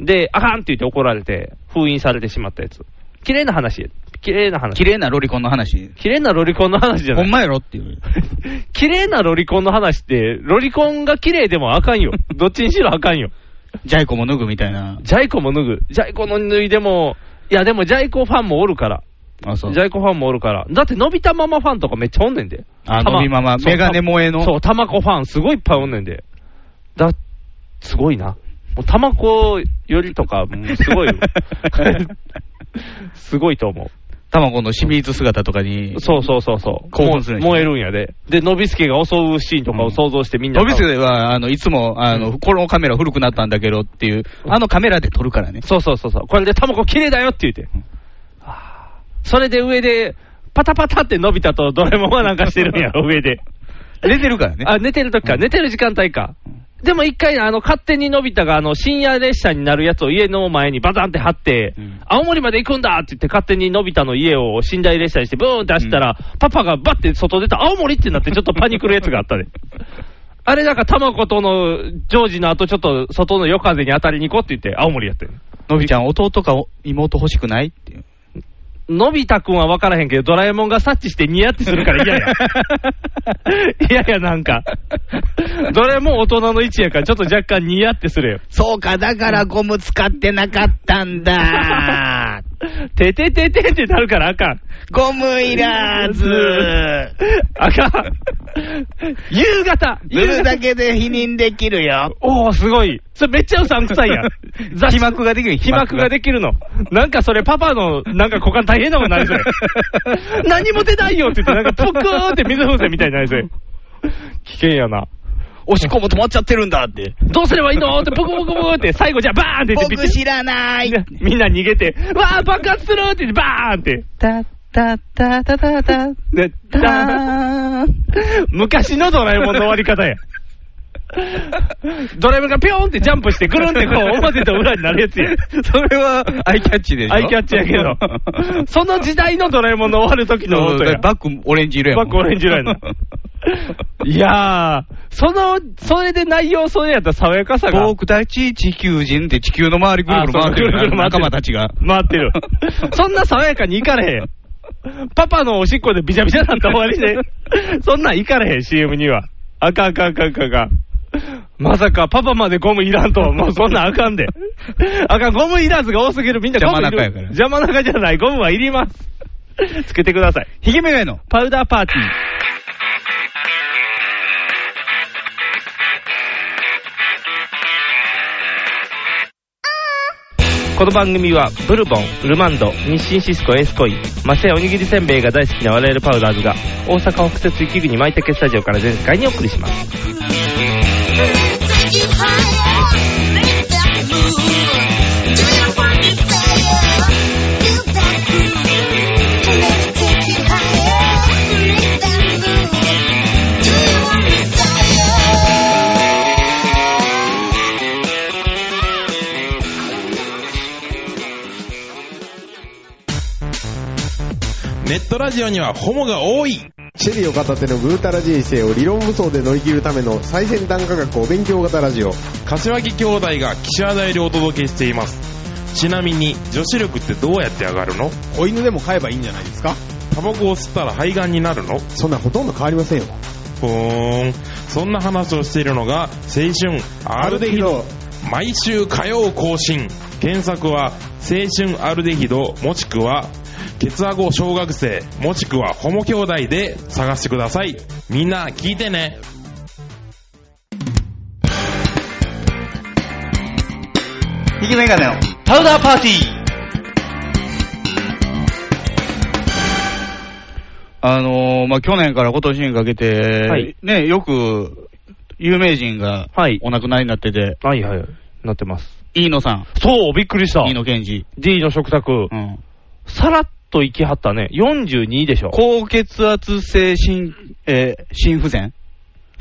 [SPEAKER 3] で、あかんって言って怒られて、封印されてしまったやつ。綺麗な話や。綺麗な話
[SPEAKER 4] 綺。麗なロリコンの話。
[SPEAKER 3] 綺麗なロリコンの話じゃな
[SPEAKER 4] ほ
[SPEAKER 3] い
[SPEAKER 4] ん。まやろっていう。
[SPEAKER 3] [LAUGHS] 綺麗なロリコンの話って、ロリコンが綺麗でもあかんよ。どっちにしろあかんよ。
[SPEAKER 4] ジャイコも脱ぐみたいな。
[SPEAKER 3] ジャイコも脱ぐ。ジャイコの脱いでも、いやでもジャイコファンもおるから。
[SPEAKER 4] あ、
[SPEAKER 3] ジ
[SPEAKER 4] そう。
[SPEAKER 3] ャイコファンもおるから。だってのび太ママファンとかめっちゃおんねんで。
[SPEAKER 4] あ、
[SPEAKER 3] たま
[SPEAKER 4] のびママ、
[SPEAKER 3] そう
[SPEAKER 4] メガネ萌えの。
[SPEAKER 3] そう、タマコファンすごいいっぱいおんねんで。だ、すごいな。もうタマコよりとか、もう
[SPEAKER 4] [LAUGHS]
[SPEAKER 3] すごいよ。すごいと思
[SPEAKER 4] 卵の清水姿とかに
[SPEAKER 3] う。。そうそうそうそう。
[SPEAKER 4] 興奮するんや
[SPEAKER 3] 燃えるんやで。で、のびすけが襲うシーンとかを想像してみんな。
[SPEAKER 4] のび太は、あの、いつも、あの、このカメラ古くなったんだけどっていう、あのカメラで撮るからね。
[SPEAKER 3] そうそうそうそう、これでタマコ綺麗だよって言って
[SPEAKER 4] うん、
[SPEAKER 3] あーそれで上で、パタパタってのび太とドラえもんはなんかしてるんやろ、上で。
[SPEAKER 4] 出てるからね。
[SPEAKER 3] あ、寝てる時か、
[SPEAKER 4] うん
[SPEAKER 3] 寝てる時間帯か。でも一回、あの、勝手にのび太が、あの、深夜列車になるやつを家の前にバタンって貼って、
[SPEAKER 4] うん
[SPEAKER 3] 青森まで行くんだって言って、勝手にのび太の家を寝台列車にして、ブーンって走ったら、パパがバッて外出た、青森ってなって、ちょっとパニクるやつがあっ
[SPEAKER 4] [LAUGHS]
[SPEAKER 3] たで。あれ、なんか、タマコとのジョージの後、ちょっと外の夜風に当たりに行こうって言って、青森やってん
[SPEAKER 4] のびちゃん、弟か妹欲しくないっていう。
[SPEAKER 3] のび太くんは分からへんけど、ドラえもんが察知してニヤってするか
[SPEAKER 4] [LAUGHS]
[SPEAKER 3] ら嫌や。嫌やなんか。ドラえもん大人の位置やから、ちょっと若干ニヤってするよ。
[SPEAKER 4] そうか、だからゴム使ってなかったんだ。
[SPEAKER 3] ててててってなるからあかん。
[SPEAKER 4] ゴムいらず。
[SPEAKER 3] あかん。夕方。
[SPEAKER 4] 塗
[SPEAKER 3] 夕
[SPEAKER 4] る
[SPEAKER 3] 方。
[SPEAKER 4] だけで否認できるよ。
[SPEAKER 3] おお、すごい。それめっちゃうさんくさ
[SPEAKER 4] [LAUGHS]
[SPEAKER 3] いやん。雑誌
[SPEAKER 4] 被膜ができる
[SPEAKER 3] 被膜ができるの。なんかそれパパの、なんか股間大変なことになりそう
[SPEAKER 4] [LAUGHS]
[SPEAKER 3] や何も出ないよって言って、なんかポクーンって水風船みたいになりそうや危険やな。
[SPEAKER 4] おしっこも止まっちゃってるんだって。
[SPEAKER 3] どうすればいいのって、ポクポクポクって、最後じゃあバーンって言って、
[SPEAKER 4] 僕知らない。
[SPEAKER 3] みんな逃げて、わー、爆発するって言って、バーンって。
[SPEAKER 4] たたたたたた
[SPEAKER 3] で
[SPEAKER 4] た
[SPEAKER 3] ダーン
[SPEAKER 4] ーん
[SPEAKER 3] 昔のドラえもんの終わり方や。ドラえもんがピョーンってジャンプして、ぐるんってこう、表と裏になるやつや。
[SPEAKER 4] それはアイキャッチでしょ
[SPEAKER 3] アイキャッチやけ
[SPEAKER 4] [LAUGHS]
[SPEAKER 3] ど。その時代のドラえもんの終わる時の音や。
[SPEAKER 4] バックオレンジ色やもん
[SPEAKER 3] バックオレンジ色
[SPEAKER 4] [LAUGHS]
[SPEAKER 3] やないやー、その、それで内容それやったら爽やかさが。
[SPEAKER 4] 僕たち地球人って地球の周りぐるぐる回ってる
[SPEAKER 3] あそうぐるぐる回って
[SPEAKER 4] 仲
[SPEAKER 3] る
[SPEAKER 4] 間たちが。
[SPEAKER 3] 回って
[SPEAKER 4] [LAUGHS]
[SPEAKER 3] る。そんな爽やかに行かれへん。パパのおしっこでびちゃびちゃになったら終わりで。そんなん行かれへん、CM には。あかんあかんあかんあかんあかん。まさかパパまでゴムいらんとは、もうそんなんあかんで。あかん、ゴムいらずが多すぎる。みんなゴムい
[SPEAKER 4] 邪魔
[SPEAKER 3] る
[SPEAKER 4] 中やから
[SPEAKER 3] 邪魔中じゃない、ゴムはいります。つけてください。
[SPEAKER 4] ヒゲメガネの
[SPEAKER 3] パウダーパーティー。この番組はブルボンルマンド日清シスコエースコインマセイおにぎりせんべいが大好きな我々パウダーズが大阪北節雪国舞茸スタジオから全世界にお送りします
[SPEAKER 5] Yeah.
[SPEAKER 1] ネットラジオにはホモが多い
[SPEAKER 6] シェリーを片手のぐうたら人生を理論武装で乗り切るための最先端科学お勉強型ラジオ
[SPEAKER 1] 柏木兄弟が岸和田よりお届けしていますちなみに女子力ってどうやって上がるの
[SPEAKER 6] 子犬でも飼えばいいんじゃないですか
[SPEAKER 1] タバコを吸ったら肺がんになるの
[SPEAKER 6] そんなほとんど変わりませんよ
[SPEAKER 1] ふーんそんな話をしているのが青春アルデヒド毎週火曜更新検索は青春アルデヒドもしくはケツアゴ小学生もしくはホモ兄弟で探してくださいみんな聞いてね
[SPEAKER 4] 引きメガネのパウダーパーティーあのーまあ、去年から今年にかけて、
[SPEAKER 3] はい
[SPEAKER 4] ね、よく、有名人が
[SPEAKER 3] はい、
[SPEAKER 4] お亡くなりになってて、
[SPEAKER 3] はいはいなってます
[SPEAKER 4] 飯野さ
[SPEAKER 3] そうびっくりした
[SPEAKER 4] ん、飯野健二。
[SPEAKER 3] D の食卓、
[SPEAKER 4] うん。
[SPEAKER 3] さらっと行きはったね42でしょ
[SPEAKER 4] 高血圧性心、えー心不全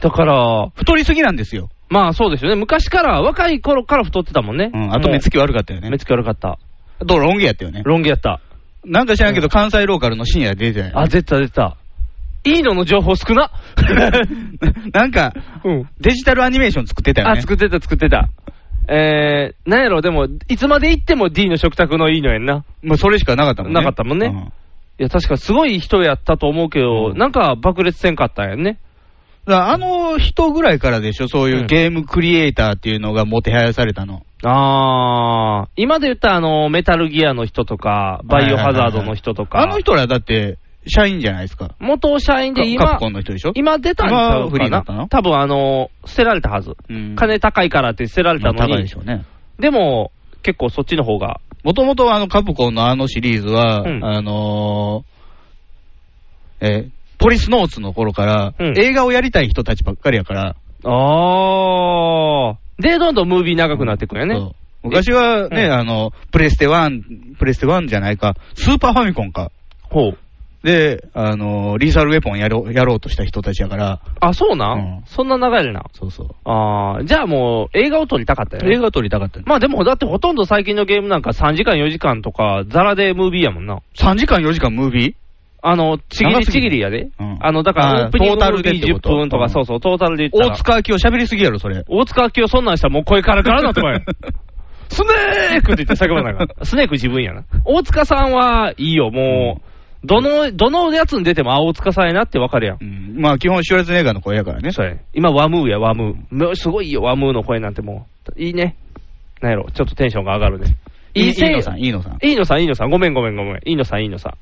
[SPEAKER 3] だから
[SPEAKER 4] 太りすぎなんですよ。
[SPEAKER 3] まあそうですよね昔から若い頃から太ってたもんね、
[SPEAKER 4] うん。あと目つき悪かったよ
[SPEAKER 3] き
[SPEAKER 4] ね
[SPEAKER 3] 目。つき悪かった
[SPEAKER 4] あとロン毛やったよね。
[SPEAKER 3] ロン毛やった
[SPEAKER 4] なんか知らんけど、関西ローカルの深夜で出てたよね
[SPEAKER 3] あ、出た出た。いいのの情報
[SPEAKER 4] [LAUGHS]
[SPEAKER 3] 少な。
[SPEAKER 4] なんか、
[SPEAKER 3] うん
[SPEAKER 4] デジタルアニメーション作ってたよね。
[SPEAKER 3] あ、作ってた作ってた。えー、なんやろ、でも、いつまで行っても D の食卓のいいのやんな。
[SPEAKER 4] もうそれしかなかったもんね。
[SPEAKER 3] なかったもんね
[SPEAKER 4] うん
[SPEAKER 3] いや、確かすごい人やったと思うけど、
[SPEAKER 4] うん
[SPEAKER 3] なんか爆裂せんかったんやんね。
[SPEAKER 4] だからあの人ぐらいからでしょ、そういうゲームクリエイターっていうのがもてはやされたの。
[SPEAKER 3] あー、今で言ったあの、メタルギアの人とか、バイオハザードの人とか、
[SPEAKER 4] あの人らだって、社員じゃないですか。
[SPEAKER 3] 元社員で
[SPEAKER 4] カカ
[SPEAKER 3] 今
[SPEAKER 4] プ、コンの人でしょ
[SPEAKER 3] 今出たんちゃう
[SPEAKER 4] 今フリ
[SPEAKER 3] か
[SPEAKER 4] ーだ
[SPEAKER 3] な
[SPEAKER 4] ったの
[SPEAKER 3] 多分あの、捨てられたはず。
[SPEAKER 4] うん
[SPEAKER 3] 金高いからって捨てられたの
[SPEAKER 4] 高いで
[SPEAKER 3] に
[SPEAKER 4] し、ょうね。
[SPEAKER 3] でも、結構そっちの方が、
[SPEAKER 4] もともとあのカプコンのあのシリーズは、
[SPEAKER 3] うん
[SPEAKER 4] あのーえーポリスノーツの頃から、
[SPEAKER 3] うん
[SPEAKER 4] 映画をやりたい人たちばっかりやから、
[SPEAKER 3] あー。で、どんどんムービー長くなっていくんやね。
[SPEAKER 4] そう昔はね、
[SPEAKER 3] うん
[SPEAKER 4] あの、プレステ1、プレステ1じゃないか、スーパーファミコンか。
[SPEAKER 3] ほう。
[SPEAKER 4] で、あの、リーサルウェポンやろうやろうとした人たちやから、
[SPEAKER 3] あ、そうなん、
[SPEAKER 4] うん
[SPEAKER 3] そんな流れな。
[SPEAKER 4] そうそう。
[SPEAKER 3] あー、じゃあもう映画を撮りたかったよね。
[SPEAKER 4] 映画撮りたかった、ね。
[SPEAKER 3] まあでも、だってほとんど最近のゲームなんか3時間4時間とか、ザラでムービーやもんな。
[SPEAKER 4] 3時間4時間ムービー
[SPEAKER 3] あの、ちぎ
[SPEAKER 4] 長
[SPEAKER 3] り
[SPEAKER 4] すぎる
[SPEAKER 3] ちぎりやで。
[SPEAKER 4] うん
[SPEAKER 3] あの、だから
[SPEAKER 4] あー
[SPEAKER 3] オープニング
[SPEAKER 4] トータ
[SPEAKER 3] ムー
[SPEAKER 4] ルで
[SPEAKER 3] ビ
[SPEAKER 4] って
[SPEAKER 3] ー
[SPEAKER 4] こ
[SPEAKER 3] 10
[SPEAKER 4] と
[SPEAKER 3] 分と
[SPEAKER 4] う
[SPEAKER 3] か、
[SPEAKER 4] ん
[SPEAKER 3] そうそう、トータルで言った
[SPEAKER 4] 大
[SPEAKER 3] ら。
[SPEAKER 4] 塚明夫喋りすぎやろ、それ。
[SPEAKER 3] 大塚明夫そんなんしたらもう声からからなってこい。 [LAUGHS] スネークって言って叫ばなあかん。スネーク自分やな。大塚さんはいいよ、もう、どの、どのやつに出ても、あ、大塚さんやなってわかるやん
[SPEAKER 4] う。ん、まあ、基本、シュワルツェネッガーの声やからね。
[SPEAKER 3] そうやね今、ワムーや、ワムー。もうすごいよ、ワムーの声なんてもう。いいね。なんやろ、ちょっとテンションが上がるね。
[SPEAKER 4] いい
[SPEAKER 3] 声優
[SPEAKER 4] のさん、いいのさん。
[SPEAKER 3] いいのさん、いいのさん。ごめん、ごめん、ごめん。いいのさん、いいのさ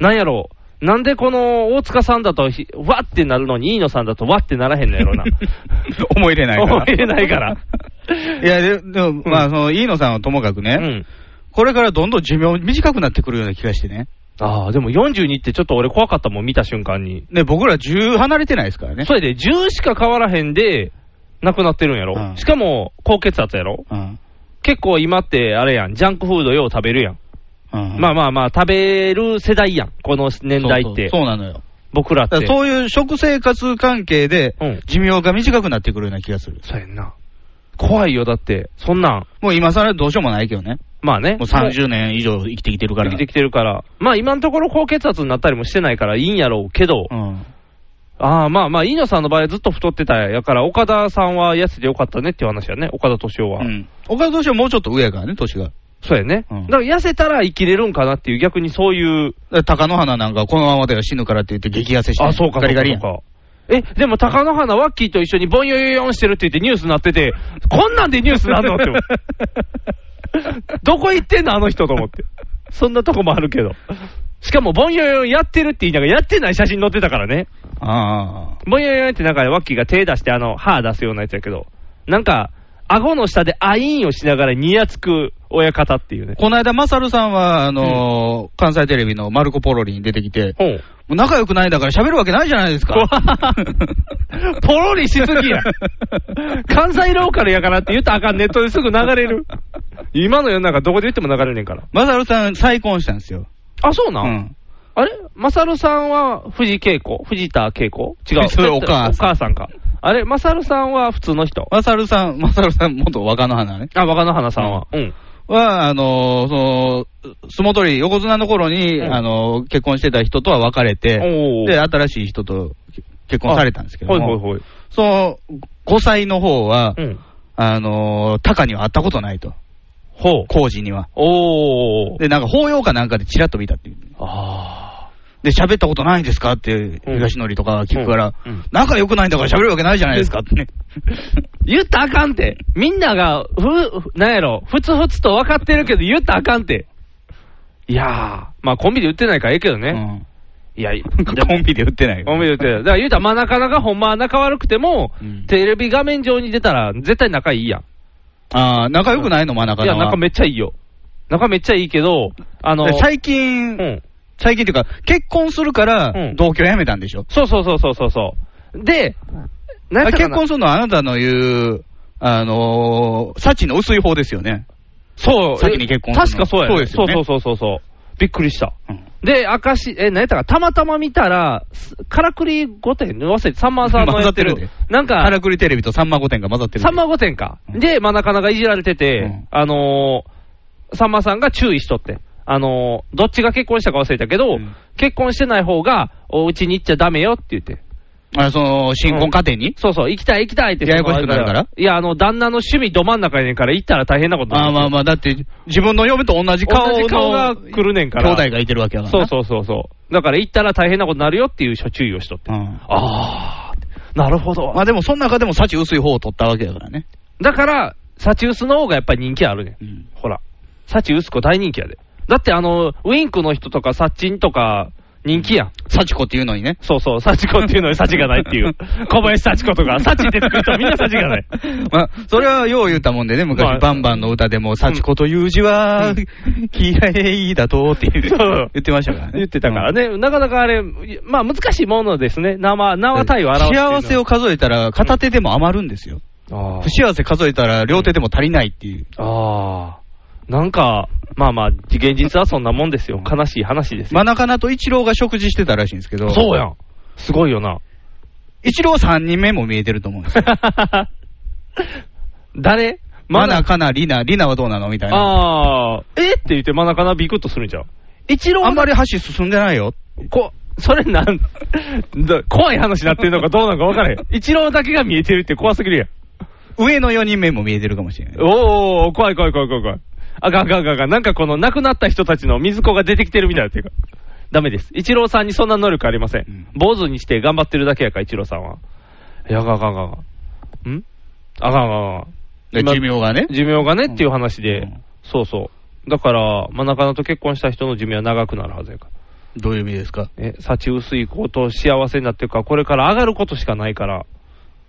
[SPEAKER 3] ん。なんやろう。なんでこの大塚さんだとひ、わってなるのに、いいのさんだとわってならへんのや [LAUGHS] ろな。
[SPEAKER 4] [LAUGHS] 思い入れないから。
[SPEAKER 3] [LAUGHS] 思い入れないから。
[SPEAKER 4] いや、ででも、まあ、その、いいのさんはともかくね、
[SPEAKER 3] うん。
[SPEAKER 4] これからどんどん寿命短くなってくるような気がしてね。
[SPEAKER 3] ああ、でも42ってちょっと俺怖かったもん、見た瞬間に。
[SPEAKER 4] ね、僕ら10離れてないですからね
[SPEAKER 3] そ。れで10しか変わらへんで、亡くなってるんやろ。
[SPEAKER 4] うん
[SPEAKER 3] しかも、高血圧やろ。
[SPEAKER 4] うん。
[SPEAKER 3] 結構今ってあれやん、ジャンクフードよう食べるやん。
[SPEAKER 4] うん。
[SPEAKER 3] まあ
[SPEAKER 4] あ、
[SPEAKER 3] まあまあ、食べる世代やん、この年代って。
[SPEAKER 4] そうそうそうなのよ。
[SPEAKER 3] 僕らっ
[SPEAKER 4] だか
[SPEAKER 3] て。
[SPEAKER 4] らそういう食生活関係で
[SPEAKER 3] うん、
[SPEAKER 4] 寿命が短くなってくるような気がする。
[SPEAKER 3] そうやんな。怖いよ、だって。そんなん。
[SPEAKER 4] もう今更どうしようもないけどね。
[SPEAKER 3] まあね。
[SPEAKER 4] もう30年以上生きてきてるから。
[SPEAKER 3] 生きてきてるから。まあ今のところ高血圧になったりもしてないからいいんやろうけど。
[SPEAKER 4] うん。
[SPEAKER 3] ああ、まあまあ、飯野さんの場合はずっと太ってたやから、岡田さんは痩せてよかったねっていう話やね。岡田敏夫は。
[SPEAKER 4] うん。岡田投手はもうちょっと上やからね、年が。
[SPEAKER 3] そうやね。
[SPEAKER 4] うん
[SPEAKER 3] だから痩せたら生きれるんかなっていう、逆にそういう。
[SPEAKER 4] だから貴乃花なんかはこのままでは死ぬからって言って激痩せして。
[SPEAKER 3] あ、そうか、
[SPEAKER 4] ガリガリ
[SPEAKER 3] そ
[SPEAKER 4] や。
[SPEAKER 3] うんか。え、でも、高野花、ワッキーと一緒にボンヨヨヨンしてるって言ってニュースなってて、こんなんでニュースなんのって
[SPEAKER 4] [LAUGHS]
[SPEAKER 3] 思う。どこ行ってんの、あの人と思って。そんなとこもあるけど。しかも、ボンヨヨヨンやってるって言いながら、やってない写真載ってたからね。
[SPEAKER 4] ああ。
[SPEAKER 3] ボンヨヨヨンってなんか、ワッキーが手出して、あの、歯出すようなやつやけど、なんか、顎の下でアイーンをしながらニヤつく親方っていうね。
[SPEAKER 4] この間、マサルさんは、あのー関西テレビのマルコ・ポロリに出てきて、
[SPEAKER 3] ほう。
[SPEAKER 4] もう仲良くないんだから喋るわけないじゃないですか。 [LAUGHS]
[SPEAKER 3] [LAUGHS] ポロリしすぎや。関西ローカルやからって言ったらあかん、ネットですぐ流れ [LAUGHS] る。今の世の中どこで言っても流れるねんから。
[SPEAKER 4] マサルさん、再婚したんですよ。
[SPEAKER 3] あ、そうな、
[SPEAKER 4] うんん。
[SPEAKER 3] あれマサルさんは藤恵子藤田恵子違 [LAUGHS] う。
[SPEAKER 4] それお母さん
[SPEAKER 3] お母さんか。あれマサルさんは普通の人
[SPEAKER 4] マサルさん、マサルさん、元若野花ね。
[SPEAKER 3] あ、若野花さんは。うん。
[SPEAKER 4] は、あのーその、相撲取り、横綱の頃に、
[SPEAKER 3] うん
[SPEAKER 4] あのー結婚してた人とは別れて、
[SPEAKER 3] おー
[SPEAKER 4] で、新しい人と結婚されたんですけど
[SPEAKER 3] ほい
[SPEAKER 4] も、
[SPEAKER 3] ほいほい。
[SPEAKER 4] その、5歳の方は、
[SPEAKER 3] うん。
[SPEAKER 4] あのータカには会ったことないと。
[SPEAKER 3] ほう。
[SPEAKER 4] 工事には。
[SPEAKER 3] おー。
[SPEAKER 4] で、なんか法要かなんかでチラッと見たっていう。
[SPEAKER 3] あ
[SPEAKER 4] で、喋ったことないんですかって、
[SPEAKER 3] うん
[SPEAKER 4] 東のりとか聞くから、
[SPEAKER 3] うんうん
[SPEAKER 4] 仲良くないんだから喋るわけないじゃないですかってね。
[SPEAKER 3] ー言ったらあかんて。みんなが、ふ、なんやろ、ふつふつと分かってるけど言ったらあかんて。いやー、まあコンビで売ってないからええけど
[SPEAKER 4] [LAUGHS] う
[SPEAKER 3] ね。
[SPEAKER 4] ん
[SPEAKER 3] いや、
[SPEAKER 4] コンビで売ってないよ
[SPEAKER 3] コンビで売ってない。だから言うたら、まあなかなかほんまは仲悪くても、
[SPEAKER 4] うん
[SPEAKER 3] テレビ画面上に出たら絶対仲いいやん。
[SPEAKER 4] ああ、仲良くないの真中
[SPEAKER 3] い
[SPEAKER 4] 野
[SPEAKER 3] や、
[SPEAKER 4] は。
[SPEAKER 3] 仲めっちゃいいよ。仲めっちゃいいけど、あの、
[SPEAKER 4] 最近、
[SPEAKER 3] うん。
[SPEAKER 4] 最近っていうか、結婚するか
[SPEAKER 3] う
[SPEAKER 4] ら
[SPEAKER 3] ん、
[SPEAKER 4] 同居やめたんでしょ。
[SPEAKER 3] そうそうそうそうそうそう。で、なん
[SPEAKER 4] あ
[SPEAKER 3] やったか
[SPEAKER 4] 結
[SPEAKER 3] な
[SPEAKER 4] 婚するのはあなたの言う、あのー、幸の薄い方ですよね。
[SPEAKER 3] そう。
[SPEAKER 4] 先に結婚
[SPEAKER 3] え
[SPEAKER 4] するの
[SPEAKER 3] 確かそうやね
[SPEAKER 4] そうですよね
[SPEAKER 3] そうそうそうそうそう。びっくりした。
[SPEAKER 4] うん
[SPEAKER 3] で、明石、え、何やったか、たまたま見たら、すからくり御殿、忘れて、さんまさんのやってる。
[SPEAKER 4] 混ざってる
[SPEAKER 3] なん
[SPEAKER 4] から
[SPEAKER 3] か、
[SPEAKER 4] くりテレビとさんま御殿が混ざってる。
[SPEAKER 3] さんま御殿か。
[SPEAKER 4] うん
[SPEAKER 3] で、まあ、なかなかいじられてて、
[SPEAKER 4] うん
[SPEAKER 3] あのー、さんまさんが注意しとって。あのー、どっちが結婚したか忘れたけど、
[SPEAKER 4] うん
[SPEAKER 3] 結婚してない方が、お家に行っちゃダメよって言って。
[SPEAKER 4] あその、新婚家庭に、
[SPEAKER 3] そうそう、行きたい行きたいって。
[SPEAKER 4] ややこしくなるから
[SPEAKER 3] いや、あの、旦那の趣味ど真ん中やねんから、行ったら大変なことにな
[SPEAKER 4] あ
[SPEAKER 3] る
[SPEAKER 4] あまあまあ、だって、自分の嫁と同じ顔の
[SPEAKER 3] 同じ顔が来るねんから
[SPEAKER 4] 兄弟がいてるわけやから
[SPEAKER 3] そう
[SPEAKER 4] な。
[SPEAKER 3] そうそうそう。だから行ったら大変なことになるよっていう注意をしとって。
[SPEAKER 4] うん
[SPEAKER 3] あーって、なるほど
[SPEAKER 4] ま。あでも、その中でも幸薄い方を取ったわけだからね。
[SPEAKER 3] だから、サチウスの方がやっぱり人気あるねん。
[SPEAKER 4] うん
[SPEAKER 3] ほら、サチウス子大人気やで。だってあの、ウィンクの人とかサッチンとか人気やん。
[SPEAKER 4] 幸子っていうのにね。
[SPEAKER 3] そうそう、サチコっていうのにサチがないっていう。 [LAUGHS] 小林サチコとか、サチ出てくる人はみんなサチがない。
[SPEAKER 4] [LAUGHS] まあ、それはよう言ったもんでね、昔、
[SPEAKER 3] まあ
[SPEAKER 4] バンバンの歌でも、幸子という字は、 [LAUGHS] 嫌いだとっていう
[SPEAKER 3] そう
[SPEAKER 4] 言ってましたからね。
[SPEAKER 3] 言ってたからね、なかなかあれ、まあ難しいものですね。生、
[SPEAKER 4] うん。
[SPEAKER 3] 生体を表すっていうのは。
[SPEAKER 4] 幸せを数えたら、片手でも余るんですよ。
[SPEAKER 3] あー
[SPEAKER 4] 不幸せ数えたら、両手でも足りないっていう。
[SPEAKER 3] ああ、なんか、まあまあ、現実はそんなもんですよ。悲しい話ですよ。
[SPEAKER 4] 真中菜と一郎が食事してたらしいんですけど、
[SPEAKER 3] そうやん。すごいよ [LAUGHS] な。
[SPEAKER 4] 一郎3人目も見えてると思うんですよ。
[SPEAKER 3] 誰
[SPEAKER 4] 真
[SPEAKER 3] ナ
[SPEAKER 4] 中菜、リナ、リナはどうなのみたいな。
[SPEAKER 3] ああ、えって言って真中なビクッとするんじゃん。一郎
[SPEAKER 4] あんま
[SPEAKER 3] り、
[SPEAKER 4] り箸進んでないよ。
[SPEAKER 3] こ、それなん、だ怖い話になってるのかどうなのか分からへん。一郎だけが見えてるって怖すぎるやん。
[SPEAKER 4] 上の4人目も見えてるかもしれない。
[SPEAKER 3] おー、怖い怖い怖い怖い怖い。あかんあかんあかんあかん。なんかこの亡くなった人たちの水子が出てきてるみたいなっていうか。ダメです。一郎さんにそんな能力ありませ
[SPEAKER 4] うん
[SPEAKER 3] ん。坊主にして頑張ってるだけやから、一郎さんは。いや、あかんあかんあかんあかん。んあかんあかんあかん。
[SPEAKER 4] で
[SPEAKER 3] 今
[SPEAKER 4] 寿命がね。
[SPEAKER 3] 寿命がねっていう話で、
[SPEAKER 4] うん
[SPEAKER 3] そうそう。だから、真中野と結婚した人の寿命は長くなるはずやから。
[SPEAKER 4] どういう意味ですか
[SPEAKER 3] え、幸薄いこと幸せになってるから、これから上がることしかないから。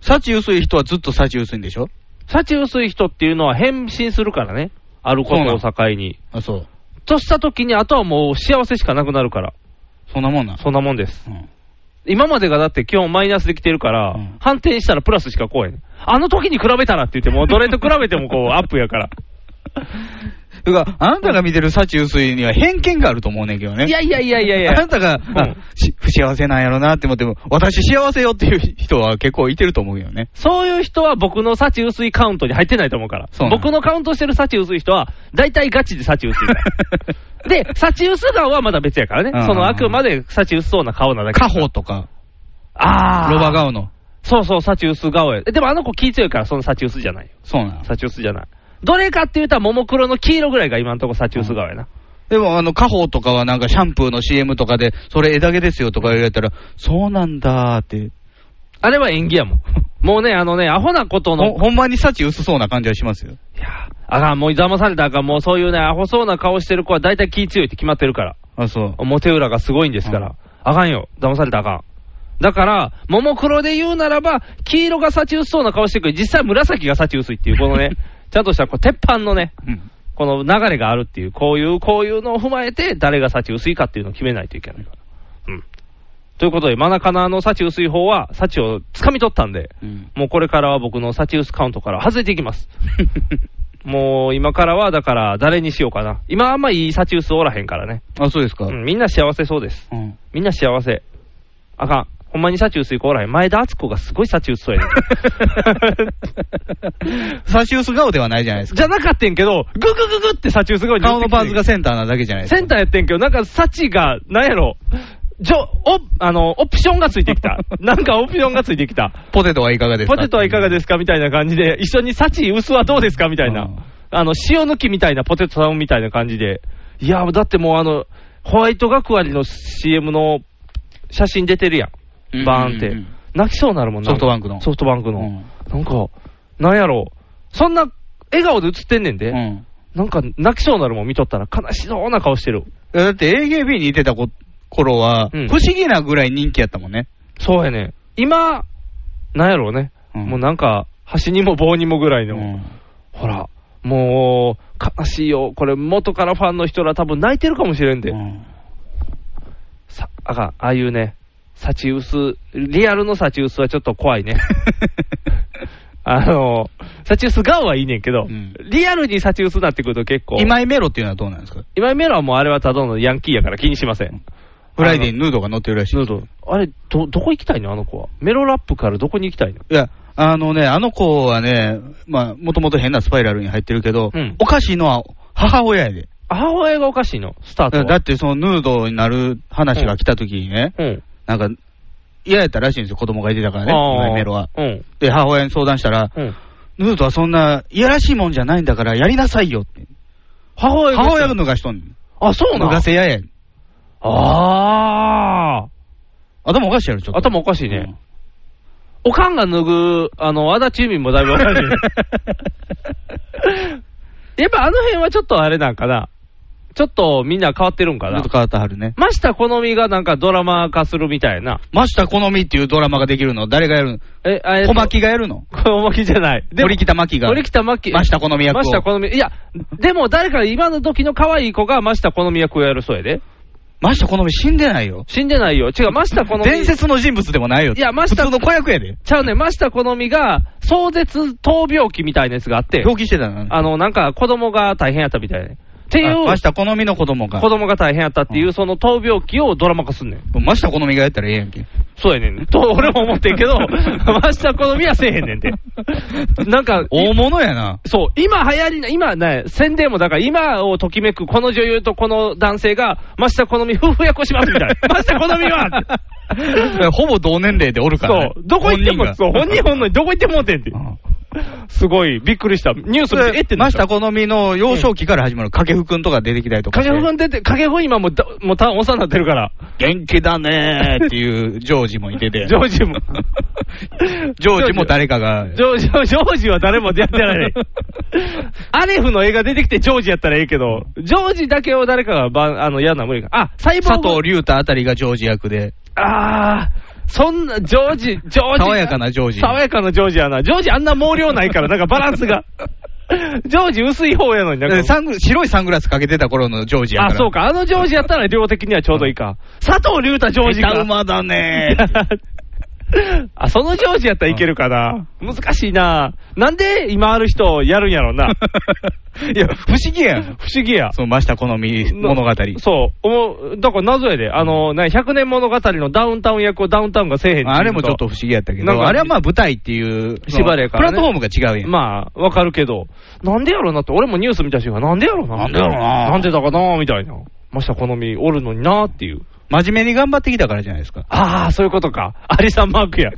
[SPEAKER 4] 幸薄い人はずっと幸薄いんでしょ
[SPEAKER 3] 幸薄い人っていうのは変身するからね。あることを境に。
[SPEAKER 4] あ、そう。
[SPEAKER 3] としたときに、あとはもう幸せしかなくなるから、
[SPEAKER 4] そんなもんなん。
[SPEAKER 3] そんなもんです。
[SPEAKER 4] うん
[SPEAKER 3] 今までがだって基本マイナスできてるから、
[SPEAKER 4] うん
[SPEAKER 3] 反転したらプラスしか来へん。あの時に比べたらって言っても、どれと比べて [LAUGHS] もこう、アップやから。
[SPEAKER 4] てか、あなたが見てる幸薄いには偏見があると思うねんけどね。
[SPEAKER 3] いやいやいやいやい
[SPEAKER 4] あ
[SPEAKER 3] や
[SPEAKER 4] な。たが、
[SPEAKER 3] ん
[SPEAKER 4] あし不幸せなんやろなって思っても、私幸せよっていう人は結構いてると思うよ
[SPEAKER 3] [LAUGHS]
[SPEAKER 4] ね。
[SPEAKER 3] [LAUGHS] そういう人は僕の幸薄いカウントに入ってないと思うから。
[SPEAKER 4] そうなの
[SPEAKER 3] 僕のカウントしてる幸薄い人は、大体ガチで幸薄い [LAUGHS] から。で、幸薄顔はまだ別やからね。
[SPEAKER 4] うん
[SPEAKER 3] そのあくまで幸薄そうな顔なだけ。
[SPEAKER 4] カホとか、
[SPEAKER 3] ああ。
[SPEAKER 4] ロバ。顔の。
[SPEAKER 3] そうそう、幸薄顔や。えでもあの子気強いから、その幸薄じゃない。
[SPEAKER 4] そうなの。
[SPEAKER 3] サチウスじゃない。どれかって言うたら、ももクロの黄色ぐらいが今のとこサチウス側やな。
[SPEAKER 4] でも、あの、カホとかはなんかシャンプーの CM とかで、それ枝毛ですよとか言われたら、そうなんだーって。
[SPEAKER 3] あれは演技やもん。もうね、あのね、アホなことの。い
[SPEAKER 4] ほほんまに幸薄そうな感じはしますよ。
[SPEAKER 3] やあかん、もう騙されたらあかん、もうそういうね、アホそうな顔してる子は大体気強いって決まってるから。
[SPEAKER 4] あ、そう。
[SPEAKER 3] 表裏がすごいんですから。
[SPEAKER 4] うん
[SPEAKER 3] あかんよ、騙されたらあかん。だから、ももクロで言うならば、黄色がサチウスそうな顔してくる。実際紫がサチウスいっていう、このね、ちゃんとしたこう鉄板のね、
[SPEAKER 4] うん。
[SPEAKER 3] この流れがあるっていう、こういう、こういうのを踏まえて、誰が幸薄いかっていうのを決めないといけないから。うん。ということで、マナカナの幸薄い方は、幸を掴み取ったんで、
[SPEAKER 4] うん [LAUGHS]
[SPEAKER 3] もうこれからは僕の幸薄カウントから外れていきます。もう今からは、だから、誰にしようかな。今あんまいい幸薄おらへんからね。
[SPEAKER 4] あ、そうですか。
[SPEAKER 3] うん、みんな幸せそうです。
[SPEAKER 4] うん
[SPEAKER 3] みんな幸せ。あかん。ほんまに幸薄い子おらへん。前田敦子がすごい幸薄そうやね
[SPEAKER 4] [LAUGHS]
[SPEAKER 3] ん
[SPEAKER 4] 差し薄顔ではないじゃないですか。
[SPEAKER 3] じゃなかったんけど、ググググって幸薄顔に寄
[SPEAKER 4] 顔
[SPEAKER 3] っ
[SPEAKER 4] の
[SPEAKER 3] てきて
[SPEAKER 4] パーツがセンターなだけじゃないですか。
[SPEAKER 3] センターやってんけど、なんか幸が、なんやろ。じょ、お、あの、オプションがついてき
[SPEAKER 4] [LAUGHS]
[SPEAKER 3] た。なんかオプションがついてきた。
[SPEAKER 4] ポテトはいかがですか
[SPEAKER 3] ポテトはいかが
[SPEAKER 4] す
[SPEAKER 3] ですかみたいな感じで、一緒に幸薄はどうですかみたいな。あの、塩抜きみたいなポテトさんみたいな感じで。いや、だってもうあの、ホワイト学割の CM の写真出てるやん。バーンって。泣きそうになるもんな
[SPEAKER 4] ソフトバンクの
[SPEAKER 3] ソフトバンクの。
[SPEAKER 4] うん
[SPEAKER 3] なんか、なんやろう。そんな、笑顔で映ってんねんで。
[SPEAKER 4] うん。
[SPEAKER 3] なんか、泣きそうになるもん見とったら、悲しそうな顔してる。
[SPEAKER 4] だって AKB にいてたこ頃は、
[SPEAKER 3] うん
[SPEAKER 4] 不思議なぐらい人気やったもんね。
[SPEAKER 3] そうやねん。今、なんやろうね。
[SPEAKER 4] うん
[SPEAKER 3] もうなんか、端にも棒にもぐらいの。
[SPEAKER 4] うん
[SPEAKER 3] ほら、もう、悲しいよ。これ、元からファンの人ら多分泣いてるかもしれんで。
[SPEAKER 4] うん
[SPEAKER 3] さあかん、ああいうね、幸薄、リアルの幸薄はちょっと怖い [LAUGHS] ね。あの、幸薄顔はいいねんけど、
[SPEAKER 4] うん
[SPEAKER 3] リアルに幸薄になってくると結構、
[SPEAKER 4] 今井メロっていうのはどうなんですか
[SPEAKER 3] 今井メロはもうあれはただのヤンキーやから気にしません。
[SPEAKER 4] フライデーにヌードが載ってるらしい。
[SPEAKER 3] ヌード。あれ、ど、どこ行きたいのあの子は。メロラップからどこに行きたいの
[SPEAKER 4] いや、あのね、あの子はね、まあ、もともと変なスパイラルに入ってるけど、
[SPEAKER 3] うん
[SPEAKER 4] おかしいのは母親やで。
[SPEAKER 3] 母親がおかしいの、スタートは。
[SPEAKER 4] だって、そのヌードになる話が来た時にね、
[SPEAKER 3] うん。
[SPEAKER 4] なんか、嫌やったらしいんですよ、子供がいてたからね、
[SPEAKER 3] あー
[SPEAKER 4] 今井メロは。
[SPEAKER 3] うん。
[SPEAKER 4] で、母親に相談したら、
[SPEAKER 3] うん。
[SPEAKER 4] ヌードはそんな、いやらしいもんじゃないんだから、やりなさいよって。
[SPEAKER 3] 母親
[SPEAKER 4] 母親が脱がしとんねん。
[SPEAKER 3] あ、そう
[SPEAKER 4] 脱
[SPEAKER 3] なん
[SPEAKER 4] がせややん。
[SPEAKER 3] ああ。
[SPEAKER 4] 頭おかしいやろ、ちょっと。
[SPEAKER 3] 頭おかしいね。おかんが脱ぐ、あの、和田チーミンもだいぶおかしい。
[SPEAKER 4] [LAUGHS]
[SPEAKER 3] やっぱあの辺はちょっとあれなんかな。ちょっとみんな変わってるん
[SPEAKER 4] う
[SPEAKER 3] か
[SPEAKER 4] ん。ちょっ
[SPEAKER 3] な
[SPEAKER 4] と。変わったはるね。
[SPEAKER 3] 真下好みがなんかドラマ化するみたいな。
[SPEAKER 4] 真下好みっていうドラマができるの誰がやる
[SPEAKER 3] え、あ
[SPEAKER 4] の
[SPEAKER 3] れ。
[SPEAKER 4] 小牧がやるの
[SPEAKER 3] 小牧じゃない。でも
[SPEAKER 4] 堀北真希が。
[SPEAKER 3] 堀北真希。
[SPEAKER 4] 真下好み役を
[SPEAKER 3] 真下好み。いや、でも誰か今の時の可愛い子が真下好み役をやるそうやで。
[SPEAKER 4] 真下好み死んでないよ。
[SPEAKER 3] 死んでないよ。違う、真下好み。
[SPEAKER 4] 伝説の人物でもないよ。
[SPEAKER 3] いや真下
[SPEAKER 4] 普通の子役やで。
[SPEAKER 3] ちゃうね、真下好みが、壮絶闘病期みたいなやつがあって。
[SPEAKER 4] 表記してたな。
[SPEAKER 3] あの、なんか子供が大変やったみたいな。ってい
[SPEAKER 4] あ
[SPEAKER 3] う
[SPEAKER 4] 真、下好みの子供が。
[SPEAKER 3] 子供が大変やったっていう、その闘病記をドラマ化すんねん。
[SPEAKER 4] 真下好みがやったらええやんけ。
[SPEAKER 3] そうや
[SPEAKER 4] [LAUGHS]
[SPEAKER 3] ねん。と、俺も思ってんけど、真下好みはせえへん
[SPEAKER 4] [LAUGHS]
[SPEAKER 3] ねんて。なんか、
[SPEAKER 4] 大物やな。
[SPEAKER 3] そう、今流行りな、今ね、宣伝もだから、今をときめくこの女優とこの男性が、真下好み夫婦役をし [LAUGHS] ま
[SPEAKER 4] [LAUGHS]
[SPEAKER 3] すみたいな。真下好みは
[SPEAKER 4] ほぼ同年齢でおるからね。
[SPEAKER 3] そう、どこ行っても、そう、本人本能にどこ行ってもうてんって
[SPEAKER 4] う。
[SPEAKER 3] [LAUGHS]
[SPEAKER 4] ん
[SPEAKER 3] すごい、びっくりした。ニュース見て、えってな
[SPEAKER 4] 真
[SPEAKER 3] った
[SPEAKER 4] 下好みの幼少期から始まる掛布くんとか出てきたりとかして。
[SPEAKER 3] 影穂出て、影穂今もうだ、もうたお世話になってるから。
[SPEAKER 4] 元気だねーっていうジョージもいてて。。
[SPEAKER 3] ジョージも
[SPEAKER 4] [LAUGHS] ジョージも誰かが。
[SPEAKER 3] ジョージ、ジョージは誰も出会ってない。アレフの映画出てきてジョージやったらええけど、ジョージだけを誰かがばあの嫌な無理か。あ、サイボ
[SPEAKER 4] 佐
[SPEAKER 3] ーグ。
[SPEAKER 4] 藤隆太あたりがジョージ役で。
[SPEAKER 3] あー、そんな、ジョージ、ジョージ。
[SPEAKER 4] 爽やかなジョージ
[SPEAKER 3] 爽やかなジョージやな。ジョージあんな毛量ないから、なんかバラン
[SPEAKER 4] [LAUGHS]
[SPEAKER 3] スが。ジョージ薄い方やのになんか。
[SPEAKER 4] サング白いサングラスかけてた頃のジョージやから。
[SPEAKER 3] あ、そうか。あのジョージやったら量的にはちょうどいいか。佐藤隆太ジョージ
[SPEAKER 4] 下
[SPEAKER 3] か。
[SPEAKER 4] 手馬だねーって。
[SPEAKER 3] [LAUGHS] あ、そのジョージやったらいけるかな。難しいな。なんで今ある人やるん
[SPEAKER 4] [LAUGHS]
[SPEAKER 3] やろうな。 [LAUGHS]
[SPEAKER 4] いや、不思議やん。
[SPEAKER 3] 不思議や。
[SPEAKER 4] [LAUGHS] その真下好み
[SPEAKER 3] な
[SPEAKER 4] 物語。
[SPEAKER 3] そう。思うだから謎やで。あの、な100年物語のダウンタウン役をダウンタウンがせえへんていうの
[SPEAKER 4] あれもちょっと不思議やったけ
[SPEAKER 3] なん
[SPEAKER 4] ど、
[SPEAKER 3] か
[SPEAKER 4] あれはまあ舞台っていう、
[SPEAKER 3] 縛りやから
[SPEAKER 4] プラ
[SPEAKER 3] ね
[SPEAKER 4] ットフォームが違うやん。
[SPEAKER 3] まあ、わかるけど。なんでやろうなって、俺もニュース見た瞬間、なんでやろうな。
[SPEAKER 4] なんでやろうな
[SPEAKER 3] なんでだかなみたいな。まして好みおるのになっていう。
[SPEAKER 4] 真面目に頑張ってきたからじゃないですか。
[SPEAKER 3] ああ、そういうことか。アリさんマー
[SPEAKER 4] [LAUGHS]
[SPEAKER 3] クや。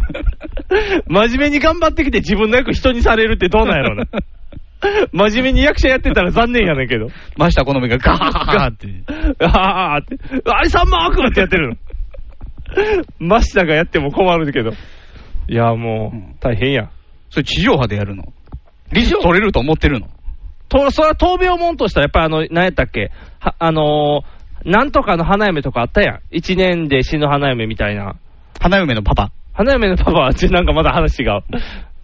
[SPEAKER 3] 真面目に頑張ってきて自分の役人にされるってどうなんやろうな。真面目に役者やってたら残念やねんけど。
[SPEAKER 4] 真下好みがガーって。
[SPEAKER 3] ああって、アリさんマークってやってるの。真下がやっても困るけど。いや、も
[SPEAKER 4] うん
[SPEAKER 3] う、大変や。
[SPEAKER 4] それ地上波でやるのリス取れると思ってるの
[SPEAKER 3] と、それは闘病もんとしたら、やっぱりあの、何やったっけ、はあのーなんとかの花嫁とかあったやん。一年で死ぬ花嫁みたいな。
[SPEAKER 4] 花嫁のパパ。
[SPEAKER 3] 花嫁のパパは、ちなんかま
[SPEAKER 4] [LAUGHS]
[SPEAKER 3] だ話違う。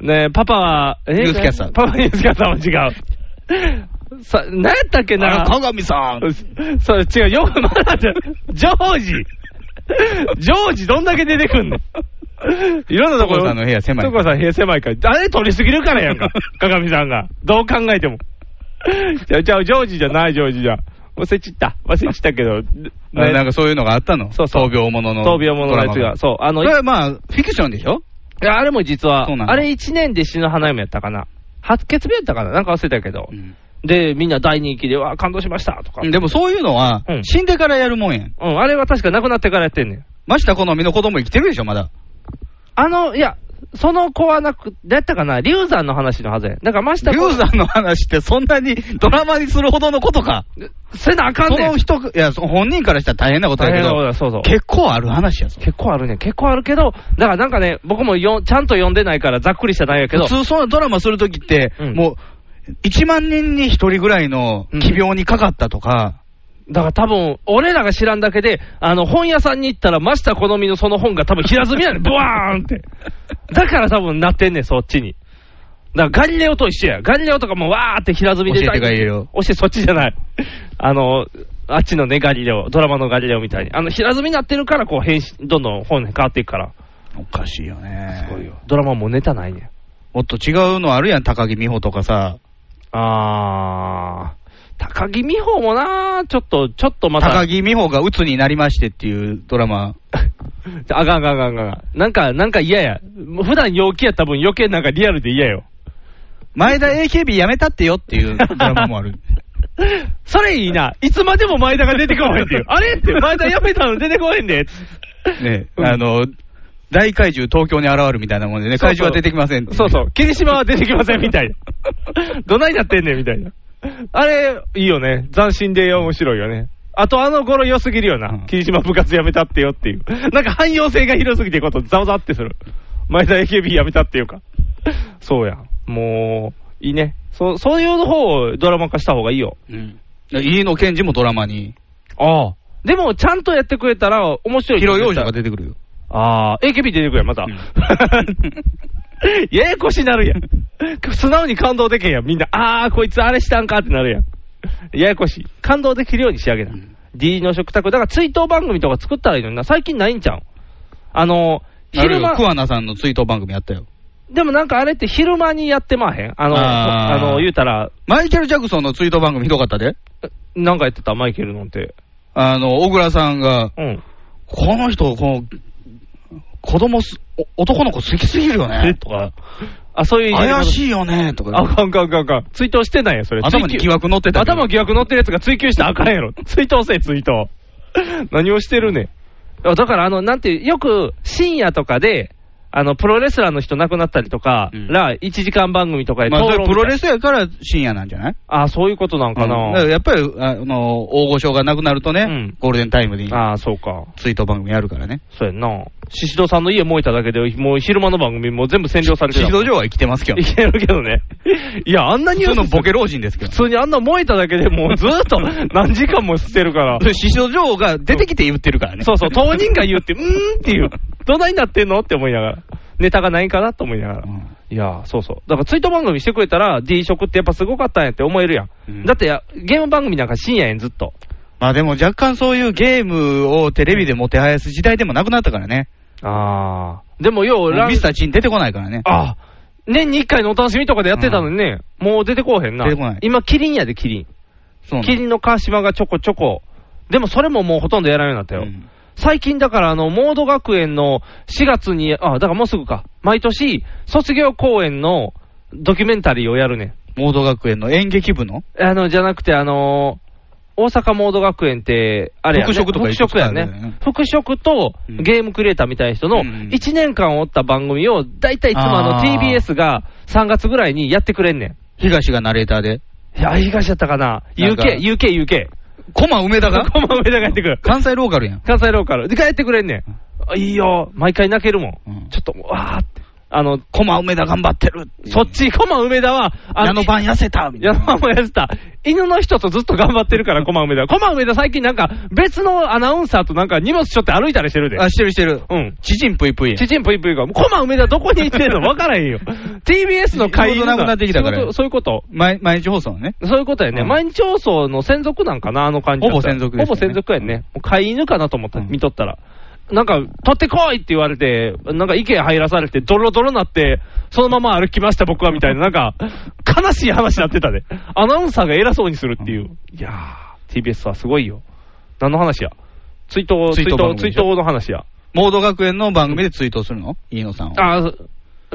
[SPEAKER 3] ねえパパは、え
[SPEAKER 4] ニュースキャスター
[SPEAKER 3] パパニュースキャスターは違う。さ、何やったっ
[SPEAKER 4] あ
[SPEAKER 3] け
[SPEAKER 4] ら、
[SPEAKER 3] な
[SPEAKER 4] 鏡さん。
[SPEAKER 3] それ違う、よくまだじゃ、ジョージ。ジョージどんだけ出てくんのいろんなところ。
[SPEAKER 4] 所さんの部屋狭い
[SPEAKER 3] 所さん部屋狭いから。あれ取りすぎるからやんか。鏡さんが。どう考
[SPEAKER 4] [LAUGHS]
[SPEAKER 3] えても。じゃあ、じゃあジョージじゃない、ジョージじゃ。忘れちった。忘れちったけど。
[SPEAKER 4] あなん
[SPEAKER 3] ね
[SPEAKER 4] かそういうのがあったの
[SPEAKER 3] そうそう
[SPEAKER 4] 闘病者の。
[SPEAKER 3] 闘病者のやつ
[SPEAKER 4] ドラマ
[SPEAKER 3] が。そう。あ
[SPEAKER 4] そ
[SPEAKER 3] の、
[SPEAKER 4] れはまあ、フィクションでしょ
[SPEAKER 3] いやあれも実は
[SPEAKER 4] そうな、の
[SPEAKER 3] あれ1年で死ぬ花嫁やったかな。白血病やったかななんか忘れたけど。で、みんな大人気で、わあ、感動しましたとか。
[SPEAKER 4] でもそういうのは
[SPEAKER 3] う、ん
[SPEAKER 4] 死んでからやるもんやん。
[SPEAKER 3] うん、あれは確か亡くなってからやってんねん。
[SPEAKER 4] 真下好みの子供生きてるでしょ、まだ。
[SPEAKER 3] あの、いや、その子はなく、だったかな、流産の話のはずや。だから、真下
[SPEAKER 4] 龍
[SPEAKER 3] 君、
[SPEAKER 4] さんの話ってそんなにドラマにするほどのことか。
[SPEAKER 3] せなあかん
[SPEAKER 4] そ
[SPEAKER 3] ねん
[SPEAKER 4] の。人、いや、そ本人からしたら大変なこと
[SPEAKER 3] 大
[SPEAKER 4] だ
[SPEAKER 3] 変
[SPEAKER 4] け
[SPEAKER 3] なこと
[SPEAKER 4] ど、
[SPEAKER 3] だ、そうそう。
[SPEAKER 4] 結構ある話やぞ。
[SPEAKER 3] 結構あるねん、結構あるけど、だからなんかね、僕もよちゃんと読んでないから、ざっくりした内容やけど
[SPEAKER 4] 普、通そのドラマするときって、
[SPEAKER 3] うん
[SPEAKER 4] もう、1万人に1人ぐらいの奇病にかかったとか、
[SPEAKER 3] だから多分俺らが知らんだけで、あの本屋さんに行ったら、真下好みのその本が多分平積み
[SPEAKER 4] [LAUGHS]
[SPEAKER 3] やねん、ブワーンって。だから多分なってんねん、そっちに。だからガリレオと一緒や。ガリレオとかもわーって平積みで
[SPEAKER 4] 教えてガリレオ
[SPEAKER 3] 押してそっちじゃない。あの、あっちのね、ガリレオ、ドラマのガリレオみたいに。あの、平積みになってるから、こう、変身、どんどん本に変わっていくから。
[SPEAKER 4] おかしいよね。
[SPEAKER 3] ドラマもネタないねん。
[SPEAKER 4] もっと違うのあるやん、高木美帆とかさ、
[SPEAKER 3] あー。高木美帆もなー、ちょっと、ちょっとまた。
[SPEAKER 4] 高木美帆が鬱になりましてっていうドラマ、
[SPEAKER 3] [LAUGHS] あかんあかんあかんあかん。なんか、なんか嫌や。もう普段陽気やった分余計なんかリアルで嫌よ。
[SPEAKER 4] 前田 AKB やめたってよっていうドラマもあ
[SPEAKER 3] [LAUGHS]
[SPEAKER 4] る。
[SPEAKER 3] それいいな。いつまでも前田が出てこへんっていう。あれって前田やめたの出てこへんで。
[SPEAKER 4] ね、あの、大怪獣東京に現るみたいなもんでね、怪獣は出てきませんってい
[SPEAKER 3] そうそう。霧島は出てきませんみたいな。 [LAUGHS] どないなってんねんみたいな。あれ、いいよね。斬新で面白いよね。あとあの頃良すぎるよな。
[SPEAKER 4] うん
[SPEAKER 3] 霧島部活やめたってよっていう。なんか汎用性が広すぎてことざわざわってする。前田 AKB やめたっていうか。そうや。もう、いいね。そそういう方をドラマ化した方がいいよ。
[SPEAKER 4] うん。飯野健二もドラマに、
[SPEAKER 3] ああ。でも、ちゃんとやってくれたら面白い。
[SPEAKER 4] 広い王者が出てくるよ。
[SPEAKER 3] ああ、AKB 出てくるやん、また。
[SPEAKER 4] うん [LAUGHS]
[SPEAKER 3] [LAUGHS] ややこしになるやん。素直に感動できへんやん。みんな、あー、こいつあれしたんかってなるやん。ややこしい。感動できるように仕上げな。D の食卓、だから追悼番組とか作ったらいいのにな。最近ないんちゃうあの、昼
[SPEAKER 4] 昼間。
[SPEAKER 3] 間、
[SPEAKER 4] 桑名さんの追悼番組やったよ。
[SPEAKER 3] でもなんかあれって昼間にやってまわへんあの、あ
[SPEAKER 4] あー
[SPEAKER 3] の、言うたら、
[SPEAKER 4] マイケル・ジャクソンの追悼番組ひどかったで。
[SPEAKER 3] なんかやってた、マイケルのんて。
[SPEAKER 4] あの、小倉さんが、
[SPEAKER 3] うん。
[SPEAKER 4] この人、この、子供す、お男の子好きすぎるよね、とか、
[SPEAKER 3] あ、そういう。
[SPEAKER 4] 怪
[SPEAKER 3] い。
[SPEAKER 4] しいよね、と
[SPEAKER 3] あ
[SPEAKER 4] か、
[SPEAKER 3] かんあかんあかんあかん。追悼してないやん、それ。
[SPEAKER 4] 頭に疑惑乗ってたけど。
[SPEAKER 3] 頭疑惑乗ってるやつが追求したらあかん [LAUGHS] やろ。追悼せえ、追悼。何をしてるねん。あだから、あの、なんていう、よく深夜とかで、あの、プロレスラーの人亡くなったりとか、
[SPEAKER 4] うん
[SPEAKER 3] ら、1時間番組とかで
[SPEAKER 4] まあ、それ
[SPEAKER 3] 討論みたいな
[SPEAKER 4] プロレスやから深夜なんじゃない
[SPEAKER 3] あ、そういうことなんか
[SPEAKER 4] うんだら
[SPEAKER 3] な。
[SPEAKER 4] やっぱり、あの、大御所がなくなるとね、
[SPEAKER 3] うん
[SPEAKER 4] ゴールデンタイムに
[SPEAKER 3] ああ、そうか。
[SPEAKER 4] 追悼番組やるからね。
[SPEAKER 3] そうやんな。宍戸さんの家燃えただけで、もう昼間の番組もう全部占領されて
[SPEAKER 4] シ
[SPEAKER 3] た
[SPEAKER 4] ー。ド上は生きてますけ
[SPEAKER 3] [LAUGHS]
[SPEAKER 4] ど。
[SPEAKER 3] いけるけどね。いや、あんなニュー
[SPEAKER 4] 普通
[SPEAKER 3] ス
[SPEAKER 4] のボケ老人ですけど
[SPEAKER 3] 普。
[SPEAKER 4] [LAUGHS]
[SPEAKER 3] 通にあんな燃えただけでもうずーっと何時間もしてるから。
[SPEAKER 4] シシド上が出てきて言ってるからね。
[SPEAKER 3] そうそう、当人が言うって、うーんって
[SPEAKER 4] [LAUGHS]
[SPEAKER 3] いう、どないなってんのって思いながら、ネタがないんかなと思いながら、
[SPEAKER 4] うん
[SPEAKER 3] いやー、そうそう、だからツイート番組してくれたら、D 職ってやっぱすごかったんやって思えるやん、
[SPEAKER 4] うん
[SPEAKER 3] だってやゲーム番組なんか深夜やん、ずっと。
[SPEAKER 4] まあでも若干そういうゲームをテレビでもてはやす時代でもなくなったからね。
[SPEAKER 3] あー、でもよう、
[SPEAKER 4] ミスタ
[SPEAKER 3] ー
[SPEAKER 4] ーチン出てこないからね。
[SPEAKER 3] あー年に1回のお楽しみとかでやってたのにね、もう出てこうへんな、
[SPEAKER 4] 出てこない
[SPEAKER 3] 今、キリンやで、キリン、
[SPEAKER 4] そうな
[SPEAKER 3] キリンの川島がちょこちょこ、でもそれももうほとんどやらんようになったよ。
[SPEAKER 4] うん
[SPEAKER 3] 最近だから、あの、モード学園の4月に、あ、だからもうすぐか。毎年、卒業公演のドキュメンタリーをやるね
[SPEAKER 4] モード学園の演劇部の
[SPEAKER 3] ん。あの、じゃなくて、あのー大阪モード学園って、あれや、ね、
[SPEAKER 4] 服飾とか
[SPEAKER 3] 服飾や
[SPEAKER 4] いくつかあるよ
[SPEAKER 3] ね
[SPEAKER 4] ね。
[SPEAKER 3] 服飾と
[SPEAKER 4] うん
[SPEAKER 3] ゲームクリエイターみたいな人の
[SPEAKER 4] うん
[SPEAKER 3] 1年間おった番組を、だいたいいつもあの
[SPEAKER 4] あー
[SPEAKER 3] TBS が3月ぐらいにやってくれんね
[SPEAKER 4] 東がナレーターで。
[SPEAKER 3] ん。いや、東だったかな。
[SPEAKER 4] なんか
[SPEAKER 3] UK、UK、UK。
[SPEAKER 4] コマ梅田
[SPEAKER 3] [LAUGHS]
[SPEAKER 4] が
[SPEAKER 3] こま上田がやってくる。
[SPEAKER 4] 関西ローカルやん。
[SPEAKER 3] 関西ローカル。で、帰ってくれんねん。あいいよ。毎回泣けるもん。
[SPEAKER 4] うん
[SPEAKER 3] ちょっと、わーって。あの、
[SPEAKER 4] 駒梅田頑張ってる。
[SPEAKER 3] そっち、コマ梅田は、
[SPEAKER 4] あの
[SPEAKER 3] の
[SPEAKER 4] 晩痩せたみたい
[SPEAKER 3] 矢
[SPEAKER 4] な。
[SPEAKER 3] 野もやってた。犬の人とずっと頑張ってるから、コマ梅田。コマ梅田最近なんか、別のアナウンサーとなんか荷物背負って歩いたりしてるで。
[SPEAKER 4] あ、してるしてる。
[SPEAKER 3] うん。
[SPEAKER 4] ちちんぷいぷい。
[SPEAKER 3] ちちんぷいぷいが、コマ梅田どこに行ってんの分から
[SPEAKER 4] [LAUGHS]
[SPEAKER 3] へんよ。TBS の会員
[SPEAKER 4] 仕
[SPEAKER 3] が
[SPEAKER 4] 事なくなってきたから
[SPEAKER 3] 仕事そういうこと。
[SPEAKER 4] 毎毎日放送のね。
[SPEAKER 3] そういうことやね。
[SPEAKER 4] うん
[SPEAKER 3] 毎日放送の専属なんかな、あの感じだったら。
[SPEAKER 4] ほぼ専属ですよね
[SPEAKER 3] ほぼ専属やね。もう飼い犬かなと思った、
[SPEAKER 4] うん
[SPEAKER 3] 見とったら。なんか、取ってこいって言われて、なんか池入らされて、ドロドロなって、そのまま歩きました、僕は、みたいな、なんか、悲しい話になってたで。アナウンサーが偉そうにするっていう。いやー、TBS はすごいよ。何の話や追悼、
[SPEAKER 4] 追
[SPEAKER 3] 追
[SPEAKER 4] 悼番
[SPEAKER 3] 悼、
[SPEAKER 4] 組で
[SPEAKER 3] 追
[SPEAKER 4] しょ
[SPEAKER 3] 悼の話や。
[SPEAKER 4] モード学園の番組で追悼するの飯野さんを。
[SPEAKER 3] あー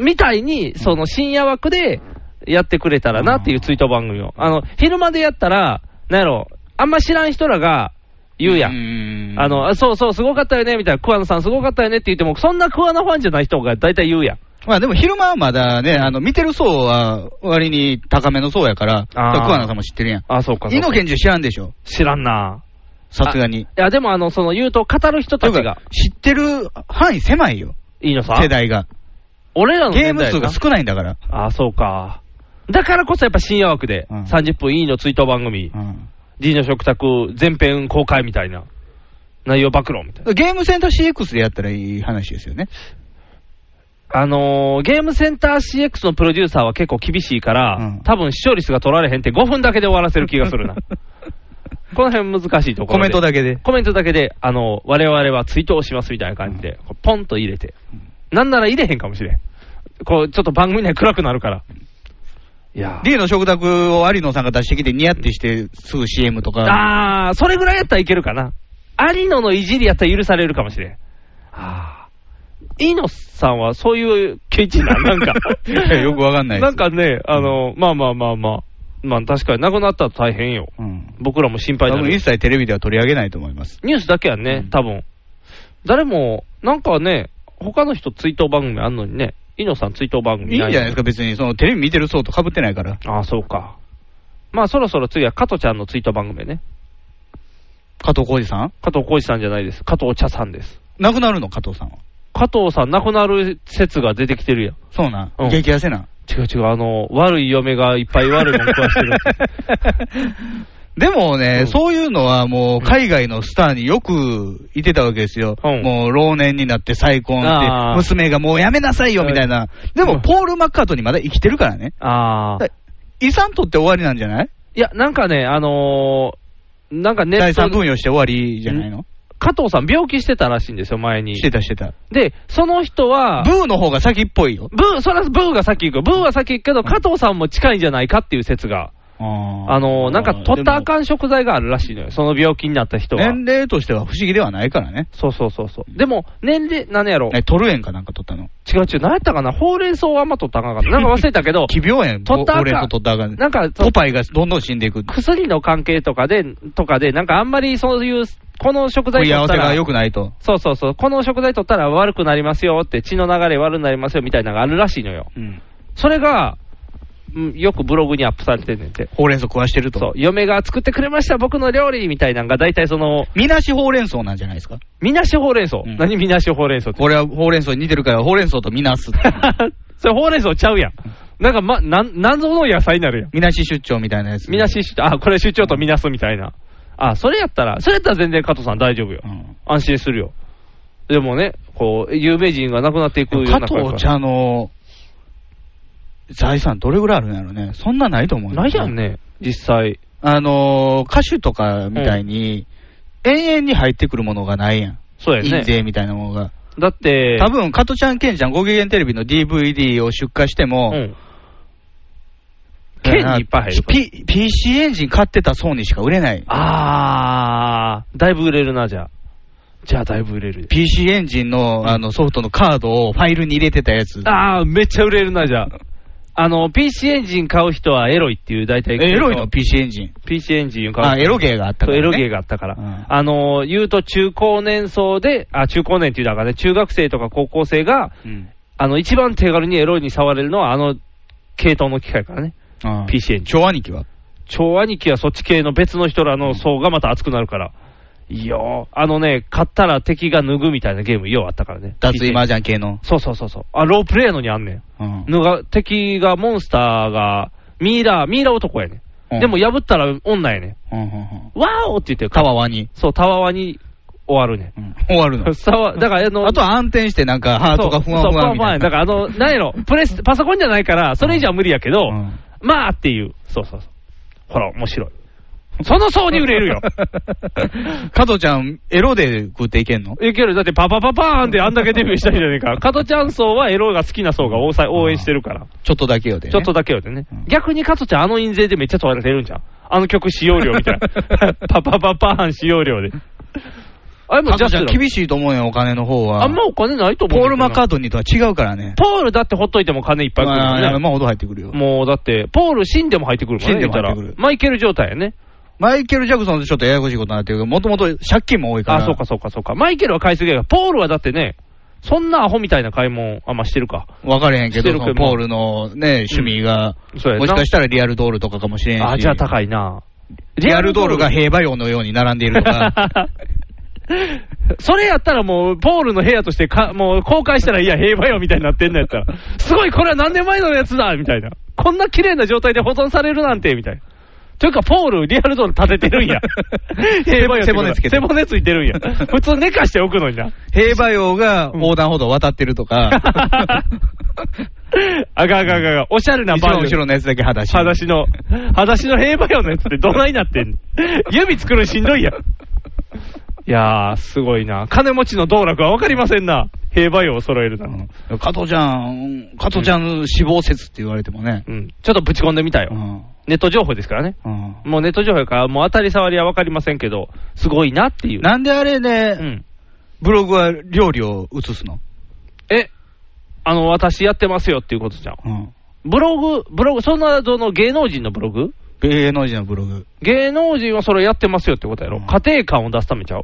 [SPEAKER 3] みたいに、その深夜枠でやってくれたらなっていうツイート番組を、あの昼間でやったら、なんやろ、あんま知らん人らが言うや
[SPEAKER 4] ー
[SPEAKER 3] ん。
[SPEAKER 4] ん
[SPEAKER 3] あ、のあそうそう、すごかったよねみたいな、桑名さん、すごかったよねって言っても、そんな桑名ファンじゃない人が大体言うやん。
[SPEAKER 4] まあでも昼間はまだね、あの、見てる層は割に高めの層やから、
[SPEAKER 3] あー
[SPEAKER 4] 桑名さんも知ってるやん。
[SPEAKER 3] あ、そうかそうか
[SPEAKER 4] 猪研中知らんでしょ
[SPEAKER 3] 知らんな。
[SPEAKER 4] さすがに
[SPEAKER 3] い。や、でも、あの、その、言うと、語る人
[SPEAKER 4] とい
[SPEAKER 3] た
[SPEAKER 4] う
[SPEAKER 3] ちが
[SPEAKER 4] か、、知ってる範囲狭いよ、
[SPEAKER 3] いいのさ、
[SPEAKER 4] 世代が。
[SPEAKER 3] 俺らの
[SPEAKER 4] ゲー
[SPEAKER 3] 年代
[SPEAKER 4] ム数が少ないんだから。
[SPEAKER 3] あ、そうか。だからこそやっぱ深夜枠で、
[SPEAKER 4] うん
[SPEAKER 3] 30分いいの追悼番組
[SPEAKER 4] う、ん
[SPEAKER 3] D の食卓全編公開みたいな、内容暴露みたいな。
[SPEAKER 4] ゲームセンター CX でやったらいい話ですよね。
[SPEAKER 3] あのーゲームセンター CX のプロデューサーは結構厳しいから、
[SPEAKER 4] うん
[SPEAKER 3] 多分視聴率が取られへんって5分だけで終わらせる気がす
[SPEAKER 4] [LAUGHS]
[SPEAKER 3] るな。この辺難しいとこ
[SPEAKER 4] コ
[SPEAKER 3] ろで。
[SPEAKER 4] メントだけで。
[SPEAKER 3] コメントだけで、あのー我々は追悼しますみたいな感じで、こうポンと入れて。なんなら入れへんかもしれん。こう、ちょっと番組内暗くなるから。いやー
[SPEAKER 4] D の食卓を有野さんが出してきてニヤってしてすぐ CM とか。。
[SPEAKER 3] あー、それぐらいやったらいけるかな。有野のいじりやったら許されるかもしれん。あー。イノさんはそういうケチな、なんか
[SPEAKER 4] [LAUGHS] いやよくわかんないです
[SPEAKER 3] なんかね、あの、まあまあまあまあ。まあ確かになくなったら大変よ。
[SPEAKER 4] うん。
[SPEAKER 3] 僕らも心
[SPEAKER 4] 多
[SPEAKER 3] 配にな
[SPEAKER 4] 分
[SPEAKER 3] る
[SPEAKER 4] 一。切テレビでは取り上げないと思います。
[SPEAKER 3] ニュースだけやね
[SPEAKER 4] う、ん
[SPEAKER 3] 多分。誰も、なんかね、他の人追悼番組あんのにね、イノさん追悼番
[SPEAKER 4] いい
[SPEAKER 3] 組
[SPEAKER 4] んじゃないです
[SPEAKER 3] か。
[SPEAKER 4] か、別に。そのテレビ見てる層と被ってないから。
[SPEAKER 3] ああ、そうか。まあそろそろ次は加藤ちゃんの追悼番組ね。
[SPEAKER 4] 加藤浩二さん
[SPEAKER 3] 加藤浩次さんじゃないです。加藤茶さんです。
[SPEAKER 4] 亡くなるの、加藤さんは。
[SPEAKER 3] 加藤さん亡くなる説が出てきてるやん。
[SPEAKER 4] そうなん
[SPEAKER 3] うん。
[SPEAKER 4] 激痩せ
[SPEAKER 3] [LAUGHS]
[SPEAKER 4] なん。
[SPEAKER 3] 違う違う、あの、悪い嫁がいっぱい悪いもん食わしてる。
[SPEAKER 4] [LAUGHS] でもね、
[SPEAKER 3] うん
[SPEAKER 4] そういうのはもう海外のスターによくいてたわけですよ。
[SPEAKER 3] うん
[SPEAKER 4] もう老年になって再婚し
[SPEAKER 3] あー
[SPEAKER 4] て、娘がもうやめなさいよみたいな。で
[SPEAKER 3] う
[SPEAKER 4] も、
[SPEAKER 3] ん
[SPEAKER 4] ポール・マッカートにまだ生きてるからね。
[SPEAKER 3] ああ。
[SPEAKER 4] 遺産取って終わりなんじゃない
[SPEAKER 3] いや、なんかね、あのーなんかネ
[SPEAKER 4] 財
[SPEAKER 3] ット
[SPEAKER 4] 産分与して終わりじゃないの
[SPEAKER 3] 加藤さん、病気してたらしいんですよ、前に
[SPEAKER 4] し。てたしてた。
[SPEAKER 3] で、その人は、
[SPEAKER 4] ブーの方が先っぽいよ。
[SPEAKER 3] ブー、そらブーが先行く、ブーは先行くけど、加藤さんも近いんじゃないかっていう説が、あ
[SPEAKER 4] あ
[SPEAKER 3] のーなんか取ったらあ
[SPEAKER 4] ん
[SPEAKER 3] かん食材があるらしいのよ、その病気になった人は。
[SPEAKER 4] 年齢としては不思議ではないからね。
[SPEAKER 3] そうそうそうそう。でも、年齢、何やろ、
[SPEAKER 4] えトルエンかなんか取ったの。
[SPEAKER 3] 違う違う、何やったかな、ほうれん草はあんま取ったらあかんかった。なんか忘れたけ
[SPEAKER 4] [LAUGHS]
[SPEAKER 3] ど、
[SPEAKER 4] 奇病炎、
[SPEAKER 3] 取ったらあかん
[SPEAKER 4] 俺と取ったらあかん。
[SPEAKER 3] なんか、
[SPEAKER 4] ポパイがどんどん死んでいく。
[SPEAKER 3] 薬の関係とかで、とかで、なんかあんまりそういう、この食材
[SPEAKER 4] 食い合
[SPEAKER 3] 取
[SPEAKER 4] わ
[SPEAKER 3] っ
[SPEAKER 4] せ
[SPEAKER 3] たら
[SPEAKER 4] が良くないと。
[SPEAKER 3] そうそうそう、この食材取ったら悪くなりますよって、血の流れ悪くなりますよみたいなのがあるらしいのよ。それが、うんよくブログにアップされてんねんて。
[SPEAKER 4] ほうれん草食わしてる
[SPEAKER 3] そう
[SPEAKER 4] と。、
[SPEAKER 3] 嫁が作ってくれました、僕の料理みたいなのが、大体その、
[SPEAKER 4] みなしほうれん草なんじゃないですか。
[SPEAKER 3] みなしほうれん草。
[SPEAKER 4] ん
[SPEAKER 3] 何みなしほうれん草って。 [LAUGHS]
[SPEAKER 4] これはほうれん草に似てるから、ほうれん草とみなすって。
[SPEAKER 3] それほうれん草ちゃうやん。なんか、ま、なん、なんぞの野菜になるやん。
[SPEAKER 4] みなし出張みたいなやつ。
[SPEAKER 3] みなしし、あ、これ出張とみなすみたいな。あ、それやったら、それやったら全然加藤さん大丈夫よ。
[SPEAKER 4] うん。
[SPEAKER 3] 安心するよ。でもね、こう、有名人が亡くなっていくような
[SPEAKER 4] 加藤茶の財産どれぐらいあるんやろね。そんなないと思う。
[SPEAKER 3] ないやん。ね、実際。
[SPEAKER 4] あのー、歌手とかみたいに、永遠に入ってくるものがないやん。
[SPEAKER 3] そうや
[SPEAKER 4] 印
[SPEAKER 3] ね。
[SPEAKER 4] 税みたいなものが。
[SPEAKER 3] だって、
[SPEAKER 4] 多分、加トちゃん、ケンちゃん、ご機嫌テレビの DVD を出荷しても、
[SPEAKER 3] うん。県にいっぱい入るから。
[SPEAKER 4] P- PC エンジン買ってた層にしか売れない。
[SPEAKER 3] あー、だいぶ売れるな、じゃあ。じゃあ、だいぶ売れる。
[SPEAKER 4] PC エンジンのあのソフトのカードをファイルに入れてたやつ。
[SPEAKER 3] あー、めっちゃ売れるな、じゃあ。あの、PC エンジン買う人はエロいっていう、大
[SPEAKER 4] え
[SPEAKER 3] 体。
[SPEAKER 4] エロいの ?PC エンジン。
[SPEAKER 3] ?PC エンジンを買う人
[SPEAKER 4] あ、エロゲーがあった
[SPEAKER 3] そ
[SPEAKER 4] か
[SPEAKER 3] う
[SPEAKER 4] ら、ね。
[SPEAKER 3] エロゲーがあったから、
[SPEAKER 4] うん
[SPEAKER 3] あの言うと中高年層で、あ中高年っていうだからね、中学生とか高校生が、
[SPEAKER 4] うん。
[SPEAKER 3] あの一番手軽にエロいに触れるのは、あの系統の機械からね、
[SPEAKER 4] ああ
[SPEAKER 3] PC エンジン。
[SPEAKER 4] 超兄貴は
[SPEAKER 3] 超兄貴はそっち系の別の人らの層がまた熱くなるから、いいよ。あのね、買ったら敵が脱ぐみたいなゲーム、ようあったからね。
[SPEAKER 4] 脱衣麻雀系の。
[SPEAKER 3] そうそうそうそう。あ、ロープレイのにあんねん。
[SPEAKER 4] うん
[SPEAKER 3] のが、敵が、モンスターが、ミイラー、ミイラ男やね
[SPEAKER 4] うん
[SPEAKER 3] ん。でも破ったら女やね
[SPEAKER 4] うんうんうん
[SPEAKER 3] ん。わーおって言っ
[SPEAKER 4] た
[SPEAKER 3] てか
[SPEAKER 4] わわに。
[SPEAKER 3] そう、たわわに終わるね
[SPEAKER 4] うん終わるの
[SPEAKER 3] ん。。さわだから、あの、
[SPEAKER 4] あとは暗転してなんか、ハートがふわふわみたいな。
[SPEAKER 3] そうそうふわふわだから、あの、なんやろ、プレス、パソコンじゃないから、それ以上は無理やけど、
[SPEAKER 4] うん
[SPEAKER 3] まあっていう。そうそうそう。ほら、面白い。その層に売れるよ。
[SPEAKER 4] [LAUGHS] 加藤ちゃん、エロで食っていけんの
[SPEAKER 3] いける。だって、パパパパーンってあんだけデビューしたんじゃねえか。加トちゃん層はエロが好きな層が大さ応援してるから。
[SPEAKER 4] ちょっとだけよで、ね。
[SPEAKER 3] ちょっとだけよでね
[SPEAKER 4] うん。
[SPEAKER 3] 逆に加トちゃん、あの印税でめっちゃ問われてるんじゃん。あの曲使用料みた
[SPEAKER 4] [LAUGHS]
[SPEAKER 3] いな。パパパパーン使用料で。あれも
[SPEAKER 4] 加
[SPEAKER 3] ジャ
[SPEAKER 4] 藤ち
[SPEAKER 3] ス
[SPEAKER 4] ゃん
[SPEAKER 3] ラ
[SPEAKER 4] 厳しいと思うよ、お金の方は。
[SPEAKER 3] あんまお金ないと思
[SPEAKER 4] ポ
[SPEAKER 3] う
[SPEAKER 4] ー
[SPEAKER 3] んだけど
[SPEAKER 4] ル・
[SPEAKER 3] な。
[SPEAKER 4] マッカートニーとは違うからね。
[SPEAKER 3] ポールだってほっといても金いっぱい来る
[SPEAKER 4] ま
[SPEAKER 3] も
[SPEAKER 4] あ、
[SPEAKER 3] んね
[SPEAKER 4] 山ほど入ってくるよ。
[SPEAKER 3] もうだって、ポール、死んでも入ってくるからね、
[SPEAKER 4] 死んでも入ってくる
[SPEAKER 3] 言ったらマイケル状態やね。
[SPEAKER 4] マイケル・ジャクソンとちょっとややこしいことになってるけど、もともと借金も多いから。
[SPEAKER 3] あ、そうか、そうか、そうか。マイケルは買いすぎやが、ポールはだってね、そんなアホみたいな買い物、あ、まあ、してるか。
[SPEAKER 4] 分かれへんけ
[SPEAKER 3] して
[SPEAKER 4] ど、
[SPEAKER 3] る
[SPEAKER 4] そ
[SPEAKER 3] けど
[SPEAKER 4] のポールのね、趣味が、
[SPEAKER 3] そうやな
[SPEAKER 4] もしかしたらリアルドールとかかもしれんし。
[SPEAKER 3] あ、じゃあ高いな。
[SPEAKER 4] リアルドールが兵馬俑のように並んでいると
[SPEAKER 3] [LAUGHS]
[SPEAKER 4] か。。
[SPEAKER 3] それやったらもう、ポールの部屋としてか、もう公開したら、いや、平和よみたいになってんのやったら、すごい、これは何年前のやつだみたいな、こんな綺麗な状態で保存されるなんて、みたいな。というか、ポール、リアルドール立ててるんや
[SPEAKER 4] [LAUGHS]
[SPEAKER 3] 平和よって
[SPEAKER 4] 背
[SPEAKER 3] こと
[SPEAKER 4] 骨つけてる
[SPEAKER 3] 背骨ついてるんや。普通寝かしておくのにな。
[SPEAKER 4] 兵馬俑が横断歩道を渡ってると
[SPEAKER 3] [LAUGHS]
[SPEAKER 4] か。
[SPEAKER 3] あがあがあがあが、おしゃれな
[SPEAKER 4] 一
[SPEAKER 3] バ
[SPEAKER 4] 番
[SPEAKER 3] ージ
[SPEAKER 4] 後
[SPEAKER 3] ョ
[SPEAKER 4] ろ
[SPEAKER 3] ン。
[SPEAKER 4] のやつだけ裸足。
[SPEAKER 3] 裸足の、裸足の平和よのやつってどないなってんの指作るのしんどいやん。いやー、すごいな。金持ちの道楽はわかりませんな。平和よを揃えるな。うん。
[SPEAKER 4] うん加藤ちゃん、加藤ちゃん死亡説って言われてもね。
[SPEAKER 3] ちょっとぶち込んでみたよ。
[SPEAKER 4] うん
[SPEAKER 3] ネット情報ですからね。
[SPEAKER 4] うん
[SPEAKER 3] もうネット情報やから、もう当たり障りはわかりませんけど、すごいなっていう。
[SPEAKER 4] なんであれ
[SPEAKER 3] う
[SPEAKER 4] ね、
[SPEAKER 3] ん。
[SPEAKER 4] ブログは料理を映すの
[SPEAKER 3] え、あの、私やってますよっていうことじゃん。
[SPEAKER 4] うん
[SPEAKER 3] ブログ、ブログ、そんな、その芸能人のブログ
[SPEAKER 4] 芸能人のブログ。
[SPEAKER 3] 芸能人はそれやってますよってことやろ、
[SPEAKER 4] うん
[SPEAKER 3] 家庭感を出すためちゃう、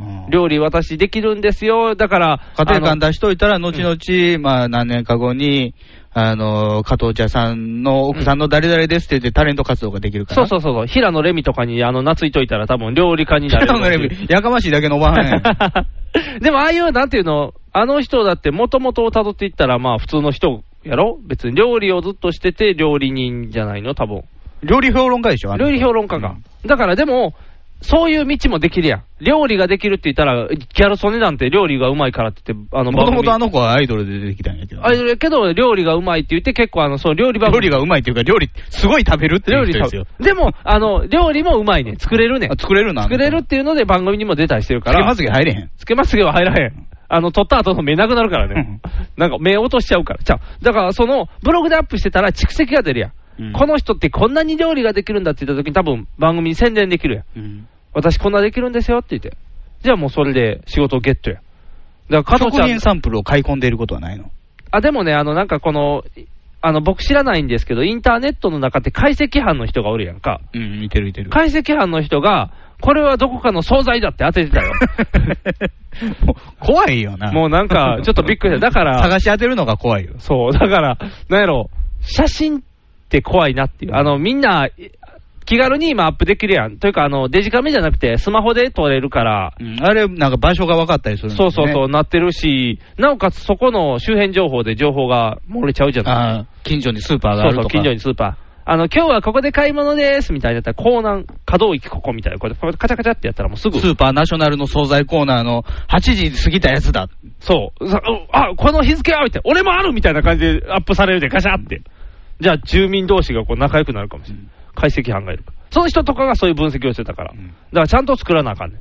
[SPEAKER 4] うん
[SPEAKER 3] 料理私できるんですよ、だから、
[SPEAKER 4] 家庭
[SPEAKER 3] あ
[SPEAKER 4] 感
[SPEAKER 3] の
[SPEAKER 4] 出しといたら、後々、まあ何年か後に、あの、加藤茶さんの奥さんの誰々ですって言ってタレント活動ができるから。
[SPEAKER 3] そうそうそうそう、平野レミとかにあの懐いといたら、多分料理家になれる
[SPEAKER 4] 平野レミ、 [LAUGHS] やかましいだけのおばはんやん
[SPEAKER 3] [LAUGHS] でもああいう、なんていうの、あの人だって、もともとをたどっていったら、まあ普通の人やろ、別に料理をずっとしてて、料理人じゃないの、多分
[SPEAKER 4] [LAUGHS] 料理評論家でしょあの
[SPEAKER 3] 料
[SPEAKER 4] 人
[SPEAKER 3] 理評論家が、だからでも、そういう道もできるやん、料理ができるって言ったら、ギャル曽根なんて料理がうまいからって言って、あの
[SPEAKER 4] もともとあ
[SPEAKER 3] の
[SPEAKER 4] の子はアイドルで出てきたんやけどね。
[SPEAKER 3] あれやけど、料理がうまいって言って、結構あの、そう、料理番
[SPEAKER 4] 料
[SPEAKER 3] 組。
[SPEAKER 4] 理がうまいっていうか、料理、すごい食べるってい
[SPEAKER 3] 料
[SPEAKER 4] う
[SPEAKER 3] 理
[SPEAKER 4] 人
[SPEAKER 3] さ
[SPEAKER 4] ですよ。
[SPEAKER 3] でも、あの、料理もうまいね。作れるね
[SPEAKER 4] あ。作れるな。
[SPEAKER 3] 作れるっていうので番組にも出たりしてる
[SPEAKER 4] つ
[SPEAKER 3] か
[SPEAKER 4] け
[SPEAKER 3] ら。
[SPEAKER 4] まつげ入れへん。
[SPEAKER 3] つけまつげは入らへん。あの、取った後の目なくなるからね。なんか目落としちゃうから。ちゃうだから、その、ブログでアップしてたら蓄積が出るやん。
[SPEAKER 4] うん
[SPEAKER 3] この人ってこんなに料理ができるんだって言った時に多分番組に宣伝できるやん。
[SPEAKER 4] うん
[SPEAKER 3] 私こんなできるんですよって言って。じゃあもうそれで仕事をゲットや。だから、加
[SPEAKER 4] 食
[SPEAKER 3] 藤ちゃん
[SPEAKER 4] 品サンプルを買い込んでいることはないの
[SPEAKER 3] あ、でもね、あの、なんかこの、いあの、僕知らないんですけど、インターネットの中って解析班の人がおるやんか。
[SPEAKER 4] うん、見てる見てる。
[SPEAKER 3] 解析班の人が、これはどこかの惣菜だって当て
[SPEAKER 4] [LAUGHS]
[SPEAKER 3] てたよ。
[SPEAKER 4] もう怖いよな。
[SPEAKER 3] もうなんか、ちょっとびっくりした。だから、
[SPEAKER 4] 探し当てるのが怖いよ。
[SPEAKER 3] そう、だから、なんやろ、写真って怖いなっていう。あの、みんな、い気軽に今アップできるやん。というか、あの、デジカメじゃなくて、スマホで撮れるから、
[SPEAKER 4] うんあれ、なんか場所が分かったりするんだ
[SPEAKER 3] そ
[SPEAKER 4] よ
[SPEAKER 3] う
[SPEAKER 4] ね
[SPEAKER 3] そうそう、なってるし、なおかつそこの周辺情報で情報が漏れちゃうじゃない
[SPEAKER 4] あー近所にスーパーがあ
[SPEAKER 3] そう
[SPEAKER 4] ると
[SPEAKER 3] そう、
[SPEAKER 4] か。
[SPEAKER 3] 近所にスーパー。あの、今日はここで買い物ですみたいになったら、港南、可動域ここみたいな、こうやってカチャカチャってやったらもうすぐ。
[SPEAKER 4] スーパーナショナルの惣菜コーナーの8時過ぎたやつだ。
[SPEAKER 3] そう。さうあ、この日付はみたいな。俺もあるみたいな感じでアップされるで、ガシャって。じゃあ、住民同士がこう仲良くなるかもしれない。解析班がいるから。その人とかがそういう分析をしてたから。だから、ちゃんと作らなあかんね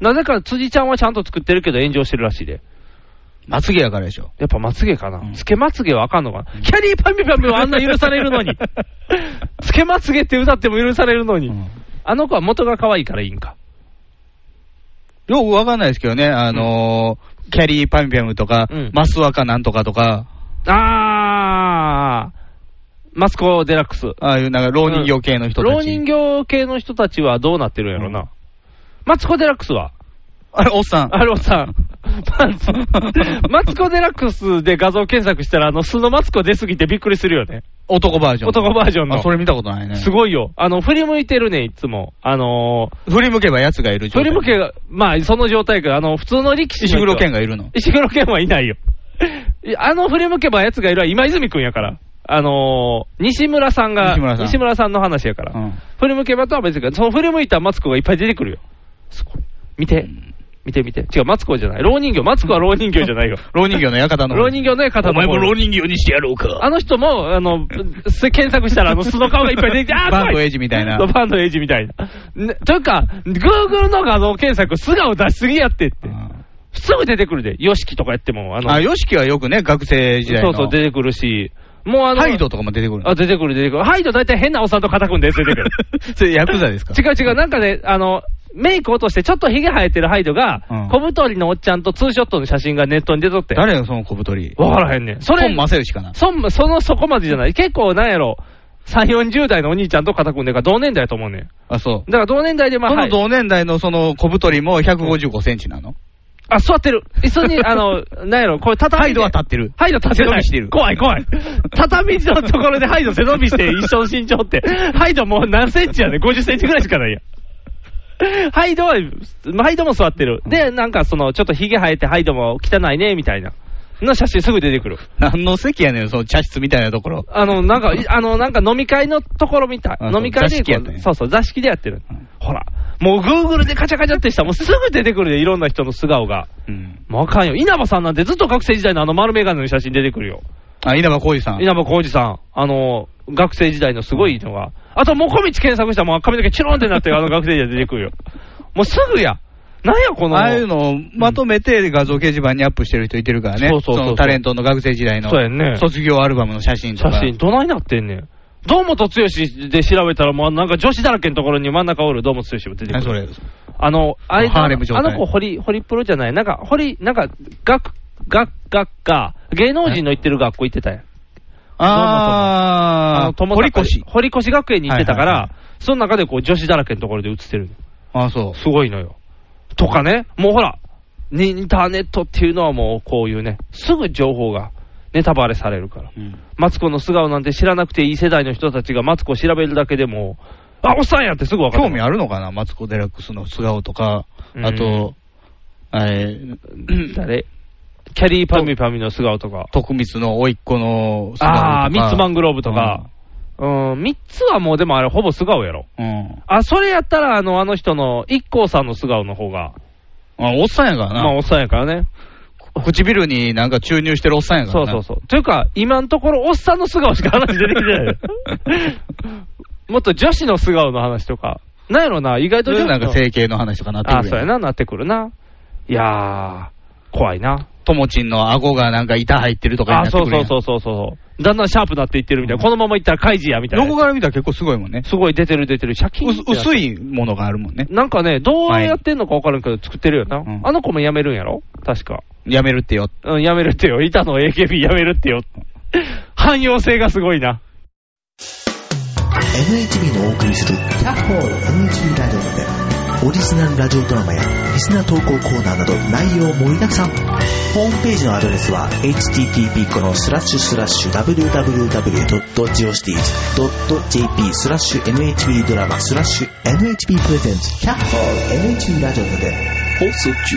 [SPEAKER 3] んなぜか辻ちゃんはちゃんと作ってるけど炎上してるらしいで。
[SPEAKER 4] まつげやからでしょ。
[SPEAKER 3] やっぱまつげかな、
[SPEAKER 4] うん
[SPEAKER 3] つけまつげはあかんのかな、キャリーパンピパンピはあんな許されるのに。つけまつげって歌っても許されるのに。
[SPEAKER 4] うん
[SPEAKER 3] あの子は元が可愛いからいいんか。
[SPEAKER 4] よくわかんないですけどね、あのーキャリーパミュパムとか、
[SPEAKER 3] うん
[SPEAKER 4] マスワカなんとかとか、
[SPEAKER 3] あー、マスコ・デラックス。
[SPEAKER 4] ああいうなんか、老人形系の人たち。
[SPEAKER 3] 老人形系の人たちはどうなってるんやろな。マツコ・デラックスは
[SPEAKER 4] あれ、おっさん。
[SPEAKER 3] あれおっさん。マツ、 [LAUGHS] マツコデラックスで画像検索したら、あの、素のマツコ出すぎてびっくりするよね。
[SPEAKER 4] 男バージョン。
[SPEAKER 3] 男バージョンの
[SPEAKER 4] あ、それ見たことないね。
[SPEAKER 3] すごいよ。あの、振り向いてるね、いつも。あの
[SPEAKER 4] 振り向けば奴がいる
[SPEAKER 3] ー、振り向け
[SPEAKER 4] ば。
[SPEAKER 3] が、まあ、その状態が、あの、普通の力士の
[SPEAKER 4] 石
[SPEAKER 3] 人
[SPEAKER 4] 黒剣がいるの。
[SPEAKER 3] 石黒剣はいないよ。いあの振り向けば奴がいるは今泉くんやから。あのー、西村さんが、
[SPEAKER 4] 西村さん
[SPEAKER 3] さんの話やから。
[SPEAKER 4] うん
[SPEAKER 3] 振り向けばとは別に、その振り向いたマツコがいっぱい出てくるよ。すごい。見て、見て見て。違う、マツコじゃない。老人形。マツコは老人形じゃないよ。
[SPEAKER 4] 老人形の館の。
[SPEAKER 3] 老人形の方の方
[SPEAKER 4] 人形にしてやろうか。
[SPEAKER 3] あの人も、あの、す検索したら、
[SPEAKER 4] [LAUGHS]
[SPEAKER 3] あの、素の顔がいっぱい出てきて、あー、
[SPEAKER 4] バンド
[SPEAKER 3] 怖
[SPEAKER 4] エイジみたいな
[SPEAKER 3] そうバンドエイジみたいな。ねというか、Google の画像検索、素顔出しすぎやってって。すぐ出てくるで。ヨシキとかやっても、あの、
[SPEAKER 4] あ、ヨシキはよくね、学生時代
[SPEAKER 3] そ
[SPEAKER 4] の。
[SPEAKER 3] うそう、出てくるし、もうあの、
[SPEAKER 4] ハイドとかも出てくる。
[SPEAKER 3] あ、出てくる、出てくる。ハイド大体変なおっさんと肩組んで出てく
[SPEAKER 4] [LAUGHS]
[SPEAKER 3] る。
[SPEAKER 4] それヤクザですか
[SPEAKER 3] 違う違う、なんかね、あの、メイク落としてちょっとヒゲ生えてるハイドが、
[SPEAKER 4] うん
[SPEAKER 3] 小太りのおっちゃんとツーショットの写真がネットに出とって。
[SPEAKER 4] 誰よ、その小太り。
[SPEAKER 3] わからへんねん。それ
[SPEAKER 4] 本、正義かな。
[SPEAKER 3] そんそのそこまでじゃない。結構なんやろ、3、40代のお兄ちゃんと肩組んでるから同年代やと思うねん。だ
[SPEAKER 4] あ、そう。
[SPEAKER 3] から同年代でまあ、
[SPEAKER 4] そ
[SPEAKER 3] は
[SPEAKER 4] の
[SPEAKER 3] い
[SPEAKER 4] 同年代のその小太りも155センチなの
[SPEAKER 3] あ、座ってる。椅子
[SPEAKER 4] [LAUGHS]
[SPEAKER 3] に、あの、なんやろ、これ畳んで
[SPEAKER 4] ハイドは立ってる
[SPEAKER 3] ハイド立って
[SPEAKER 4] 背伸
[SPEAKER 3] な
[SPEAKER 4] び
[SPEAKER 3] い。
[SPEAKER 4] してる
[SPEAKER 3] 怖い
[SPEAKER 4] [LAUGHS]
[SPEAKER 3] 怖い。畳のところでハイド背伸びして一緒の身長って。ハイドもう何センチやねん ?50 センチぐらいしかないやん。ハイドは、ハイドも座ってる。で、なんかその、ちょっとヒゲ生えてハイドも汚いね、みたいな。の写真すぐ出てくる。
[SPEAKER 4] [LAUGHS] 何の席やねん、その茶室みたいなところ。
[SPEAKER 3] あの、なんか、いあの、なんか飲み会のところみたい。
[SPEAKER 4] あそう
[SPEAKER 3] 飲み会で
[SPEAKER 4] 座敷やったんや
[SPEAKER 3] そうそう、座敷でやってる
[SPEAKER 4] うん。
[SPEAKER 3] ほら、もうグーグルでカチャカチャってしたらもうすぐ出てくるで、いろんな人の素顔が。
[SPEAKER 4] うん。
[SPEAKER 3] もうあかんよ。稲葉さんなんてずっと学生時代のあの丸メガネの写真出てくるよ。
[SPEAKER 4] あ、稲葉浩二さん。
[SPEAKER 3] 稲葉浩二さん。あの、学生時代のすごいのが。あと、もこみち検索したらもう髪の毛チュロンってなっ
[SPEAKER 4] [LAUGHS]
[SPEAKER 3] てるあの学生時代出てくるよ。もうすぐや。なんや、この。
[SPEAKER 4] ああいうのをまとめて画像掲示板にアップしてる人いてるからね。
[SPEAKER 3] そうそうそうそう
[SPEAKER 4] のタレントの学生時代の
[SPEAKER 3] そうやんね
[SPEAKER 4] 卒業アルバムの写真と
[SPEAKER 3] 写
[SPEAKER 4] か。
[SPEAKER 3] 真、どないなってんねん。堂本剛で調べたら、もうなんか女子だらけのところに真ん中おる堂本剛も出てく
[SPEAKER 4] 何そ
[SPEAKER 3] る。
[SPEAKER 4] れ。
[SPEAKER 3] あの、あいつ
[SPEAKER 4] ハーレム状態
[SPEAKER 3] あの子、ホリ、ホリプロじゃない。なんか、ホリ、なんか、学、学、学科、芸能人の行ってる学校行ってたやん。あ
[SPEAKER 4] あ
[SPEAKER 3] の
[SPEAKER 4] あ、
[SPEAKER 3] 友
[SPEAKER 4] 堀
[SPEAKER 3] 坂
[SPEAKER 4] 越。
[SPEAKER 3] 堀越学園に行ってたから、
[SPEAKER 4] はいはいは
[SPEAKER 3] その中でこう女子だらけのところで映ってる。
[SPEAKER 4] あそ
[SPEAKER 3] すごいのよ。とかね、もうほら、ねインターネットっていうのはもうこういうね、すぐ情報がネタバレされるから。
[SPEAKER 4] う。うん
[SPEAKER 3] マツコの素顔なんて知らなくていい世代の人たちがマツコを調べるだけでも、あ、おっさんやってすぐ分かる。
[SPEAKER 4] 興味あるのかなマツコ・デラックスの素顔とか
[SPEAKER 3] う、ん
[SPEAKER 4] あと、えー
[SPEAKER 3] 誰キャリーパミュパミュの素顔とか。
[SPEAKER 4] 徳光の甥っ子の素顔とか。
[SPEAKER 3] ああー、ミッツマングローブとか。うん、3つはもうでもあれほぼ素顔やろ。
[SPEAKER 4] うん。うん。
[SPEAKER 3] あ、それやったらあの、あの人の IKKO さんの素顔の方が
[SPEAKER 4] あおっさんやからな。
[SPEAKER 3] まあ、おっさんやからね。
[SPEAKER 4] 唇になんか注入してるおっさんやか
[SPEAKER 3] そ
[SPEAKER 4] ら
[SPEAKER 3] う
[SPEAKER 4] な。
[SPEAKER 3] そうそう。というか、今のところ、おっさんの素顔しか話出てきてない。
[SPEAKER 4] [LAUGHS]
[SPEAKER 3] もっと女子の素顔の話とか。なんやろな、意外
[SPEAKER 4] そ
[SPEAKER 3] と
[SPEAKER 4] れ
[SPEAKER 3] 女
[SPEAKER 4] で
[SPEAKER 3] 子
[SPEAKER 4] な
[SPEAKER 3] の
[SPEAKER 4] んか整形の話とかなってくる
[SPEAKER 3] あ、そうやな、なってくるな。いやー、怖いな。
[SPEAKER 4] ともちんの顎がなんか板入ってるとかにな、
[SPEAKER 3] あ
[SPEAKER 4] って
[SPEAKER 3] そ
[SPEAKER 4] く
[SPEAKER 3] う
[SPEAKER 4] るや
[SPEAKER 3] そ
[SPEAKER 4] ん
[SPEAKER 3] うそうそうそう。だんだんシャープなっていってるみたいな。
[SPEAKER 4] うん
[SPEAKER 3] このままいったらカイジやみたい
[SPEAKER 4] 横
[SPEAKER 3] な。
[SPEAKER 4] から見たら結構すごいもんね。
[SPEAKER 3] すごい出てる出てる。シャキ
[SPEAKER 4] 薄
[SPEAKER 3] ンってなって
[SPEAKER 4] 薄いものがあるもんね。
[SPEAKER 3] なんかね、どうやってんのか分からんけど、作ってるよな。
[SPEAKER 4] うん
[SPEAKER 3] あの子も辞めるんやろ確か。
[SPEAKER 4] やめるってよ。
[SPEAKER 3] うん、やめるってよ。板の AKB やめるってよ。汎用性がすごいな。
[SPEAKER 5] NHB のお送りする「キャッホール NHB ラジオ」でオリジナルラジオドラマやリスナー投稿コーナーなど内容盛りだくさんホームページのアドレスは http このスラッシュスラッシュ www.geocities.jp スラッシュ NHB ドラマスラッシュ NHB プレゼンツキャッホール NHB ラジオで放送中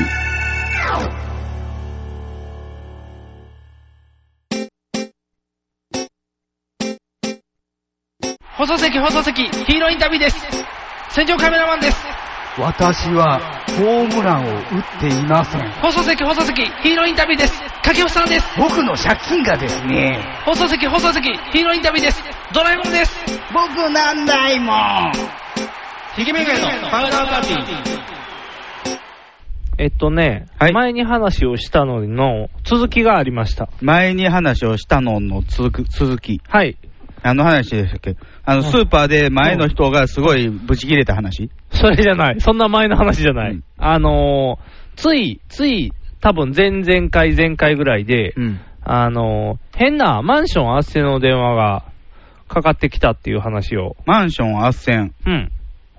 [SPEAKER 2] 放送席、放送席、ヒーローインタビューです。戦場カメラマンです。
[SPEAKER 7] 私はホームランを打っていません。
[SPEAKER 2] 放送席、放送席、ヒーローインタビューです。掛布さんです。
[SPEAKER 7] 僕の借金がですね、
[SPEAKER 2] 放送席、放送席、ヒーローインタビューです。ドラえもんです。
[SPEAKER 7] 僕なんないもん。
[SPEAKER 2] ヒゲメガネのパウダーパーティー。
[SPEAKER 3] えっとね、
[SPEAKER 4] はい
[SPEAKER 3] 前に話をしたのの続きがありました。
[SPEAKER 4] 前に話をしたのの続く続き。
[SPEAKER 3] はい。
[SPEAKER 4] 何の話でしたっけあの、スーパーで前の人がすごいブチ切れた話。
[SPEAKER 3] それじゃない。そんな前の話じゃな
[SPEAKER 4] う
[SPEAKER 3] い。
[SPEAKER 4] ん
[SPEAKER 3] あのー、つい、つい、多分前々回、前回ぐらいで、
[SPEAKER 4] うん。
[SPEAKER 3] あのー、変なマンションあっせの電話がかかってきたっていう話を、
[SPEAKER 4] マンション斡旋。
[SPEAKER 3] うん。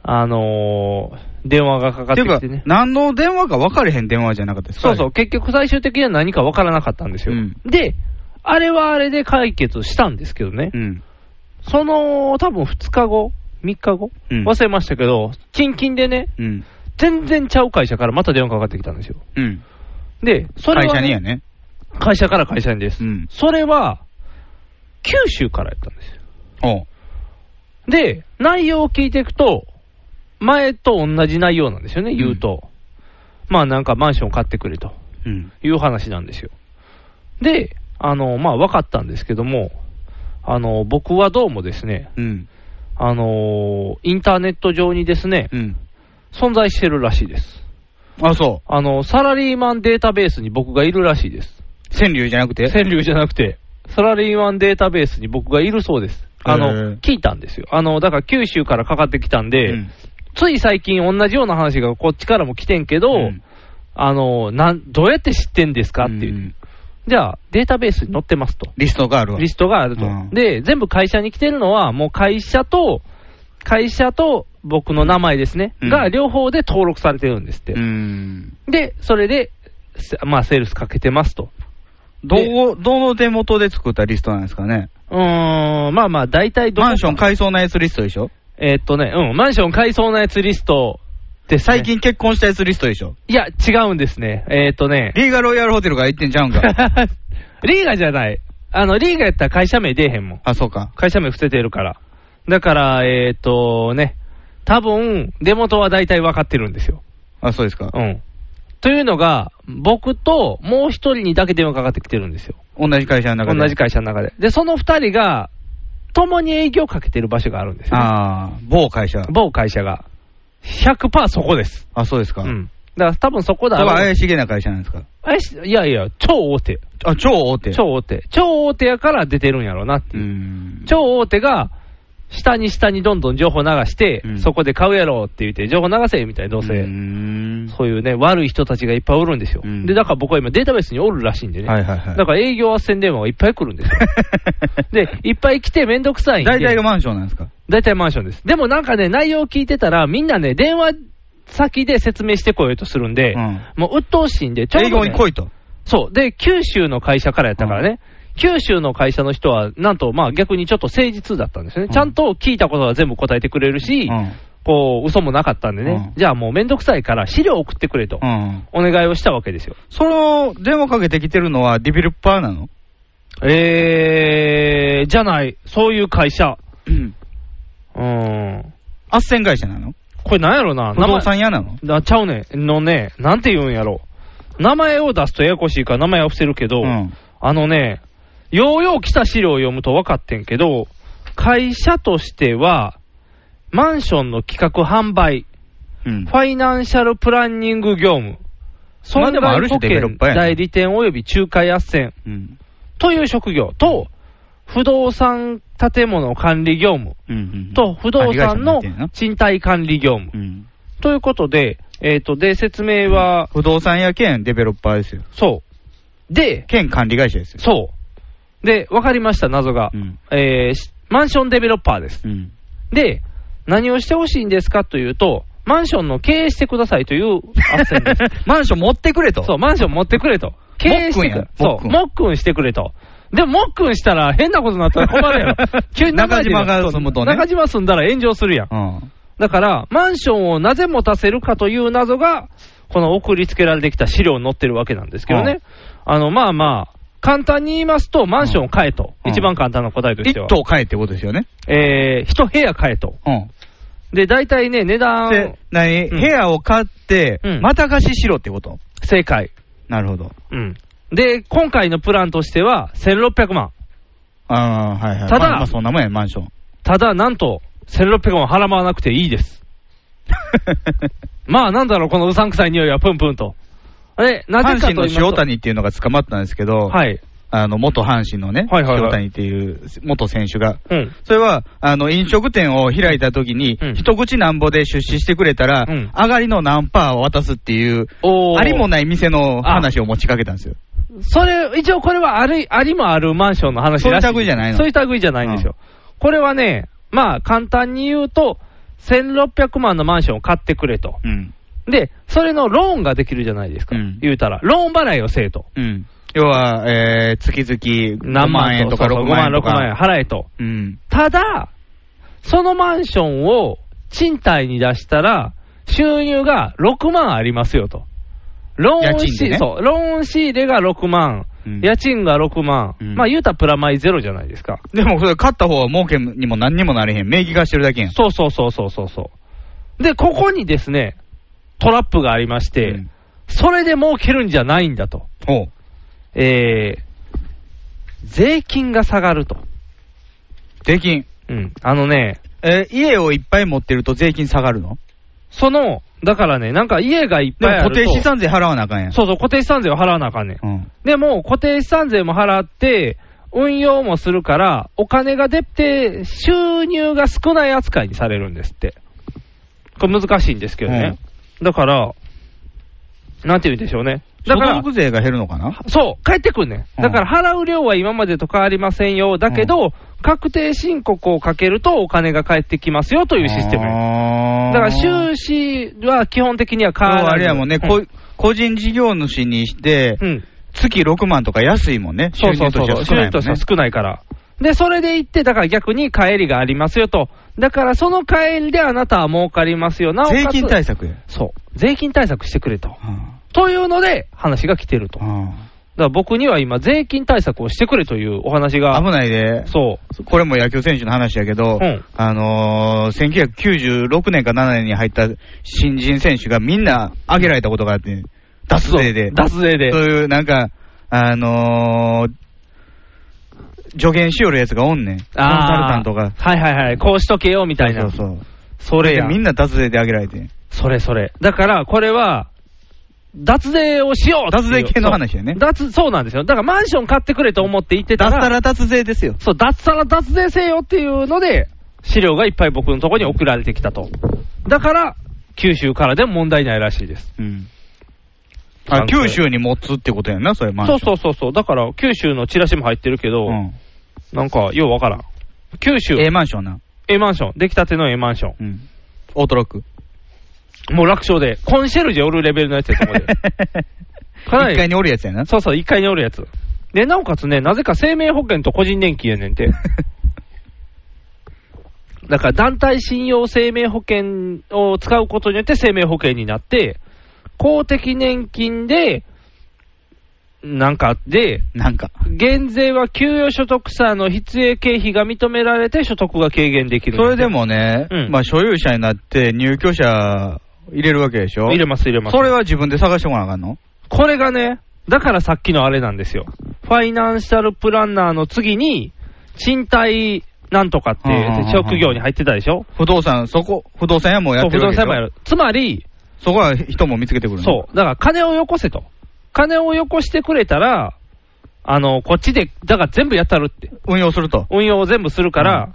[SPEAKER 3] あのー電話がかかってき
[SPEAKER 4] ってていう
[SPEAKER 3] ね
[SPEAKER 4] か、。何の電話か分かれへん電話じゃなかったですか
[SPEAKER 3] そうそう、結局最終的には何かわからなかったんですよ。
[SPEAKER 4] うん
[SPEAKER 3] で、あれはあれで解決したんですけどね、
[SPEAKER 4] う。うん。
[SPEAKER 3] その多分2日後、3日後、
[SPEAKER 4] うん
[SPEAKER 3] 忘れましたけど、キンキンでね、
[SPEAKER 4] うん。
[SPEAKER 3] 全然ちゃう会社からまた電話かかってきたんですよ。
[SPEAKER 4] うん。
[SPEAKER 3] で、それ
[SPEAKER 4] 会
[SPEAKER 3] は、
[SPEAKER 4] 社にやね。
[SPEAKER 3] 会社から会社にです。
[SPEAKER 4] うん
[SPEAKER 3] それは、九州からやったんですよ。
[SPEAKER 4] おう
[SPEAKER 3] で、内容を聞いていくと、前と同じ内容なんですよね、言うと。まあなんかマンション買ってくれと。
[SPEAKER 4] うん。
[SPEAKER 3] いう話なんですよ。で、あの、まあ、分かったんですけども、あの、僕はどうもですね、
[SPEAKER 4] うん。
[SPEAKER 3] あの、インターネット上にですね、
[SPEAKER 4] うん。
[SPEAKER 3] 存在してるらしいです。
[SPEAKER 4] あ、そ
[SPEAKER 3] あの、サラリーマンデータベースに僕がいるらしいです。
[SPEAKER 4] う。川柳じゃなくて
[SPEAKER 3] 川柳じゃなくて、サラリーマンデータベースに僕がいるそうです。あ
[SPEAKER 4] へ
[SPEAKER 3] の、
[SPEAKER 4] ー
[SPEAKER 3] 聞いたんですよ。あの、だから九州からかかってきたんで、
[SPEAKER 4] うん
[SPEAKER 3] つい最近同じような話がこっちからも来てんけど、
[SPEAKER 4] うん
[SPEAKER 3] あの、なん、どうやって知ってんですかっていう。
[SPEAKER 4] ん
[SPEAKER 3] じゃあ、データベースに載ってますと。
[SPEAKER 4] リストがあるわ。
[SPEAKER 3] リストがあると。
[SPEAKER 4] うん
[SPEAKER 3] で、全部会社に来てるのは、もう会社と、会社と僕の名前ですね。
[SPEAKER 4] うん
[SPEAKER 3] が、両方で登録されてるんですって。
[SPEAKER 4] うん。
[SPEAKER 3] で、それで、せまあ、セールスかけてますと。
[SPEAKER 4] ど
[SPEAKER 3] で
[SPEAKER 4] う、どの手元で作ったリストなんですかね。
[SPEAKER 3] うーん、まあまあ、大体どこ
[SPEAKER 4] マンション買いそうなやつリストでしょ
[SPEAKER 3] えーっとね、うん、マンション買いそうなやつリストで
[SPEAKER 4] です
[SPEAKER 3] ね
[SPEAKER 4] 最。近結婚したやつリストでしょ
[SPEAKER 3] いや、違うんですね。えーっとね。
[SPEAKER 4] リーガロイヤルホテルが行ってんちゃうん
[SPEAKER 3] [LAUGHS]
[SPEAKER 4] か。
[SPEAKER 3] リーガじゃない。あの、リーガやったら会社名出えへんもん。
[SPEAKER 4] あ、そうか。
[SPEAKER 3] 会社名伏せてるから。だから、えっ、とね、多分、出元は大体分かってるんですよ。
[SPEAKER 4] あ、そうですか
[SPEAKER 3] う。ん。というのが、僕ともう一人にだけ電話かかってきてるんですよ。
[SPEAKER 4] 同じ会社の中で。
[SPEAKER 3] 同じ会社の中で。で、その二人が、共に営業をかけてる場所があるんですよ、ね。
[SPEAKER 4] ああ、某会社。
[SPEAKER 3] 某会社が。100%そこです。
[SPEAKER 4] あ、そうですか。
[SPEAKER 3] う
[SPEAKER 4] うん。
[SPEAKER 3] ん。だから多分そこだ
[SPEAKER 4] だから
[SPEAKER 3] ろう。
[SPEAKER 4] 怪しげな会社なんですか。
[SPEAKER 3] 怪しいやいや、超大手。
[SPEAKER 4] あ、超大手。
[SPEAKER 3] 超。大手。超大手やから出てるんやろうなっていう
[SPEAKER 4] う。ん。
[SPEAKER 3] 超大手が、下に下にどんどん情報流して、
[SPEAKER 4] うん
[SPEAKER 3] そこで買うやろって言って、情報流せみたいな、どうせ、
[SPEAKER 4] うん。
[SPEAKER 3] そういうね、悪い人たちがいっぱいおるんですよ、
[SPEAKER 4] うん
[SPEAKER 3] でだから僕は今、データベースにおるらしいんでね、
[SPEAKER 4] はいはいはい
[SPEAKER 3] だから営業斡旋電話がいっぱい来るんですよ、で、いっぱい来てめんどくさいんで、
[SPEAKER 4] 大体がマンションなんですか。
[SPEAKER 3] 大体マンションです、でもなんかね、内容聞いてたら、みんなね、電話先で説明してこようとするんで、
[SPEAKER 4] うん
[SPEAKER 3] もう鬱陶しいんで、ちょう
[SPEAKER 4] 営
[SPEAKER 3] ど
[SPEAKER 4] 業
[SPEAKER 3] ね
[SPEAKER 4] に来いと。
[SPEAKER 3] そう。で、九州の会社からやったからね。九州の会社の人は、なんと、まあ逆にちょっと誠実だったんですよね。
[SPEAKER 4] うん
[SPEAKER 3] ちゃんと聞いたことは全部答えてくれるし、
[SPEAKER 4] うん
[SPEAKER 3] こう、嘘もなかったんでね。
[SPEAKER 4] うん
[SPEAKER 3] じゃあもうめんどくさいから資料送ってくれと
[SPEAKER 4] う、ん。
[SPEAKER 3] お願いをしたわけですよ。
[SPEAKER 4] その電話かけてきてるのはディベロッパーなの
[SPEAKER 3] えー、じゃない、そういう会社。
[SPEAKER 4] うん。
[SPEAKER 3] うーん。
[SPEAKER 4] 斡旋会社なの
[SPEAKER 3] これなんやろな、
[SPEAKER 4] 不動
[SPEAKER 3] 名
[SPEAKER 4] 産屋なの
[SPEAKER 3] 前あちゃうねん、のね、なんて言うんやろ。名前を出すとややこしいから名前は伏せるけど、
[SPEAKER 4] うん。
[SPEAKER 3] あのね、ようよう来た資料を読むと分かってんけど、会社としては、マンションの企画販売、
[SPEAKER 4] うん
[SPEAKER 3] フ。ァイナンシャルプランニング業務、損
[SPEAKER 4] まあでもあ
[SPEAKER 3] 害
[SPEAKER 4] る
[SPEAKER 3] 保
[SPEAKER 4] 種デベロ
[SPEAKER 3] 険
[SPEAKER 4] ッパーやね
[SPEAKER 3] 代理店及び仲介斡旋
[SPEAKER 4] うん。
[SPEAKER 3] という職業と、不動産建物管理業務
[SPEAKER 4] うん。
[SPEAKER 3] と、不動産
[SPEAKER 4] 管
[SPEAKER 3] の
[SPEAKER 4] 理会社になってんな
[SPEAKER 3] 賃貸管理業務
[SPEAKER 4] う。ん。
[SPEAKER 3] ということで、えっ、と、で、説明は、
[SPEAKER 4] 不動産屋兼デベロッパーですよ。
[SPEAKER 3] そう。で、
[SPEAKER 4] 兼管理会社ですよ。
[SPEAKER 3] そう。で、分かりました、謎が。
[SPEAKER 4] うん。
[SPEAKER 3] えーしマンションデベロッパーです。
[SPEAKER 4] うん。
[SPEAKER 3] で、何をしてほしいんですかというと、マンションの経営してくださいという斡旋です。
[SPEAKER 4] [LAUGHS] マンション持ってくれと。
[SPEAKER 3] そう、マンション持ってくれと。経営し
[SPEAKER 4] もっくん
[SPEAKER 3] てく
[SPEAKER 4] や
[SPEAKER 3] れ。そう、
[SPEAKER 4] も。
[SPEAKER 3] もっくんしてくれと。でも、もっくんしたら変なことになったら困るやろ
[SPEAKER 4] [LAUGHS]
[SPEAKER 3] 急に名前出る
[SPEAKER 4] 中島が住むとね
[SPEAKER 3] 中島住んだら炎上するやん。
[SPEAKER 4] うん。
[SPEAKER 3] だから、マンションをなぜ持たせるかという謎が、この送りつけられてきた資料に載ってるわけなんですけどね。あの、まあまあ、簡単に言いますと、マンションを買えと。
[SPEAKER 4] うん
[SPEAKER 3] 一番簡単な答えとし
[SPEAKER 4] 一
[SPEAKER 3] ては。
[SPEAKER 4] 棟買えってことですよね。
[SPEAKER 3] えー、一部屋買えと。
[SPEAKER 4] うん。
[SPEAKER 3] で、大体ね、値段
[SPEAKER 4] で、、何、
[SPEAKER 3] うん
[SPEAKER 4] 部屋を買って、
[SPEAKER 3] うん
[SPEAKER 4] また貸ししろってこと
[SPEAKER 3] 正解。
[SPEAKER 4] なるほど。
[SPEAKER 3] うん。で、今回のプランとしては、1600万。
[SPEAKER 4] ああ、はいはい。
[SPEAKER 3] た
[SPEAKER 4] ま
[SPEAKER 3] だ
[SPEAKER 4] あまあ、そんなもんや、マンション。
[SPEAKER 3] ただ、なんと、1600万払わなくていいです。まあ、なんだろう、このうさんくさい匂いはプンプンと。で、 [LAUGHS] なぜ
[SPEAKER 4] 阪神
[SPEAKER 3] かと
[SPEAKER 4] の
[SPEAKER 3] 言いま
[SPEAKER 4] 塩
[SPEAKER 3] すと。
[SPEAKER 4] 谷っていうのが捕まったんですけど、
[SPEAKER 3] はい。
[SPEAKER 4] あの、元阪神のね、
[SPEAKER 3] はいはいはい
[SPEAKER 4] 塩谷っていう元選手が、
[SPEAKER 3] うん。
[SPEAKER 4] それは、あの、飲食店を開いた時に、
[SPEAKER 3] うん
[SPEAKER 4] 一口なんぼで出資してくれたら、
[SPEAKER 3] うん
[SPEAKER 4] 上がりの何パーを渡すっていう、
[SPEAKER 3] おー
[SPEAKER 4] ありもない店の話を持ちかけたんですよ。
[SPEAKER 3] それ、一応これはあり、ありもあるマンションの話らしい。
[SPEAKER 4] そういう類じゃないの
[SPEAKER 3] そういう類じゃないんですよ。これはね、まあ、簡単に言うと、 1600万のマンションを買ってくれと。
[SPEAKER 4] うん。
[SPEAKER 3] で、それのローンができるじゃないですか。
[SPEAKER 4] うん
[SPEAKER 3] 言うたら、ローン払いをせえと。
[SPEAKER 4] うん。要は、えー、月々
[SPEAKER 3] 何
[SPEAKER 4] 何万
[SPEAKER 3] 万
[SPEAKER 4] 円
[SPEAKER 3] 円
[SPEAKER 4] と
[SPEAKER 3] と
[SPEAKER 4] か
[SPEAKER 3] か
[SPEAKER 4] 6
[SPEAKER 3] 6
[SPEAKER 4] 万
[SPEAKER 3] 万
[SPEAKER 4] 円
[SPEAKER 3] 円、
[SPEAKER 4] と
[SPEAKER 3] 6万円
[SPEAKER 4] か。
[SPEAKER 3] 払えと。
[SPEAKER 4] うん。
[SPEAKER 3] ただ、そのマンションを賃貸に出したら、収入が6万ありますよと。ローン
[SPEAKER 4] 家賃
[SPEAKER 3] 仕
[SPEAKER 4] でね
[SPEAKER 3] 入れ、そう、ローン仕入れが6万、
[SPEAKER 4] うん
[SPEAKER 3] 家賃が6万、
[SPEAKER 4] うん
[SPEAKER 3] まあ言うたらプラマイゼロじゃないですか。
[SPEAKER 4] でも、それ、勝った方は儲けにも何にもなれへん。名義貸してるだけやん。
[SPEAKER 3] そうそうそうそうそうそう。で、ここにですね、トラップがありまして、
[SPEAKER 4] うん
[SPEAKER 3] それで儲けるんじゃないんだと。
[SPEAKER 4] ほう。
[SPEAKER 3] えー、税金が下がると。
[SPEAKER 4] 税金。
[SPEAKER 3] うん。あのね、
[SPEAKER 4] えー家をいっぱい持ってると税金下がるの
[SPEAKER 3] その、だからね、なんか家がいっ
[SPEAKER 4] で
[SPEAKER 3] ぱ
[SPEAKER 4] も
[SPEAKER 3] いある
[SPEAKER 4] 固
[SPEAKER 3] と
[SPEAKER 4] 定資産税払わなあかんやん。
[SPEAKER 3] そうそう、固定資産税を払わなあかんねん。
[SPEAKER 4] うん。
[SPEAKER 3] でも、固定資産税も払って、運用もするから、お金が出て、収入が少ない扱いにされるんですって。これ難しいんですけどね。だから、なんて言うんでしょうね。だ
[SPEAKER 4] 所
[SPEAKER 3] から、
[SPEAKER 4] 得税が減るのかな
[SPEAKER 3] そう、返ってくんね
[SPEAKER 4] うん
[SPEAKER 3] ん。だから払う量は今までと変わりませんよ。だけど、確定申告をかけるとお金が返ってきますよというシステムや。
[SPEAKER 4] あー
[SPEAKER 3] だから収支は基本的には変わ
[SPEAKER 4] 要
[SPEAKER 3] らない。
[SPEAKER 4] はあれやもんね、こ個人事業主にして、
[SPEAKER 3] うん。
[SPEAKER 4] 月6万とか安いもんね。
[SPEAKER 3] そうそうそうそう、収
[SPEAKER 4] 収入
[SPEAKER 3] 入
[SPEAKER 4] と
[SPEAKER 3] と
[SPEAKER 4] し
[SPEAKER 3] してて
[SPEAKER 4] は
[SPEAKER 3] は
[SPEAKER 4] 少
[SPEAKER 3] 少ないから。で、それで行って、だから逆に帰りがありますよと。だからその帰りであなたは儲かりますよ。なお
[SPEAKER 4] な
[SPEAKER 3] か
[SPEAKER 4] い
[SPEAKER 3] つ。
[SPEAKER 4] もんね。税金対策や。
[SPEAKER 3] そう。税金対策してくれと。
[SPEAKER 4] は
[SPEAKER 3] というので、話が来てると。
[SPEAKER 4] あ
[SPEAKER 3] だか
[SPEAKER 4] は
[SPEAKER 3] ら僕には今、税金対策をしてくれというお話
[SPEAKER 4] あ
[SPEAKER 3] が。
[SPEAKER 4] 危ないで。
[SPEAKER 3] そ
[SPEAKER 4] これも野球選手の話やけど、
[SPEAKER 3] うん
[SPEAKER 4] あのー、1996年か7年に入った新人選手がみんな挙げられたことがあって、
[SPEAKER 3] う。
[SPEAKER 4] 脱税で。
[SPEAKER 3] 脱税で
[SPEAKER 4] そ。ういう、なんか、あのー、助言しよるやつがおんねん。コンサルタントが。
[SPEAKER 3] あーはいはいはい。こうしとけよ、みたいな。
[SPEAKER 4] そ
[SPEAKER 3] そう
[SPEAKER 4] そう。
[SPEAKER 3] れや。
[SPEAKER 4] みんな脱税で挙げられてん。
[SPEAKER 3] それそれ。だから、これは、脱税をしようっていう
[SPEAKER 4] 脱税系の話やね
[SPEAKER 3] そう脱、そうなんですよ。だからマンション買ってくれと思って言ってた
[SPEAKER 4] 脱
[SPEAKER 3] ら、
[SPEAKER 4] サラ脱税ですよ。
[SPEAKER 3] そう、脱サラ脱税せよっていうので、資料がいっぱい僕のところに送られてきたと。だから、九州からでも問題ないらしいです。
[SPEAKER 4] うん。
[SPEAKER 3] あ
[SPEAKER 4] あ、
[SPEAKER 3] の
[SPEAKER 4] 九州に持つってことやんな、それ、マンシ
[SPEAKER 3] そ
[SPEAKER 4] ョ
[SPEAKER 3] う
[SPEAKER 4] ン
[SPEAKER 3] そうそうそう。だから、九州のチラシも入ってるけど、
[SPEAKER 4] うん。
[SPEAKER 3] なんか、ようわからん。九州、
[SPEAKER 4] ええマンションな。
[SPEAKER 3] A マンション、出来たての A マンショ
[SPEAKER 4] うん。オートロック。
[SPEAKER 3] ン。もう楽勝で、コンシェルジェおるレベルのやつやと
[SPEAKER 4] [LAUGHS]
[SPEAKER 3] 思うでかなり
[SPEAKER 4] 一階におるやつやな。
[SPEAKER 3] そうそう、1階におるやつ。で、なおかつね、なぜか生命保険と個人年金やねんて。 [LAUGHS] だから団体信用生命保険を使うことによって生命保険になって、公的年金で、なんかあって、
[SPEAKER 4] なんか。
[SPEAKER 3] 減税は給与所得者の必要経費が認められて所得が軽減できる。
[SPEAKER 4] それで、もね、
[SPEAKER 3] うん
[SPEAKER 4] まあ所有者になって入居者入れるわけでしょ
[SPEAKER 3] 入れます入れます。
[SPEAKER 4] それは自分で探してもらわなあかんの
[SPEAKER 3] これがね、だからさっきのあれなんですよ。ファイナンシャルプランナーの次に、賃貸なんとかって
[SPEAKER 4] はあはあはあ
[SPEAKER 3] 職業に入ってたでしょ
[SPEAKER 4] 不動産、そこ、不動産屋もやってるわけでしょ
[SPEAKER 3] そう不動産もやる。つまり、
[SPEAKER 4] そこは人も見つけてくるの
[SPEAKER 3] そう。だから金をよこせと。金をよこしてくれたら、あの、こっちで、だから全部やったるって。
[SPEAKER 4] 運用すると。
[SPEAKER 3] 運用を全部するから、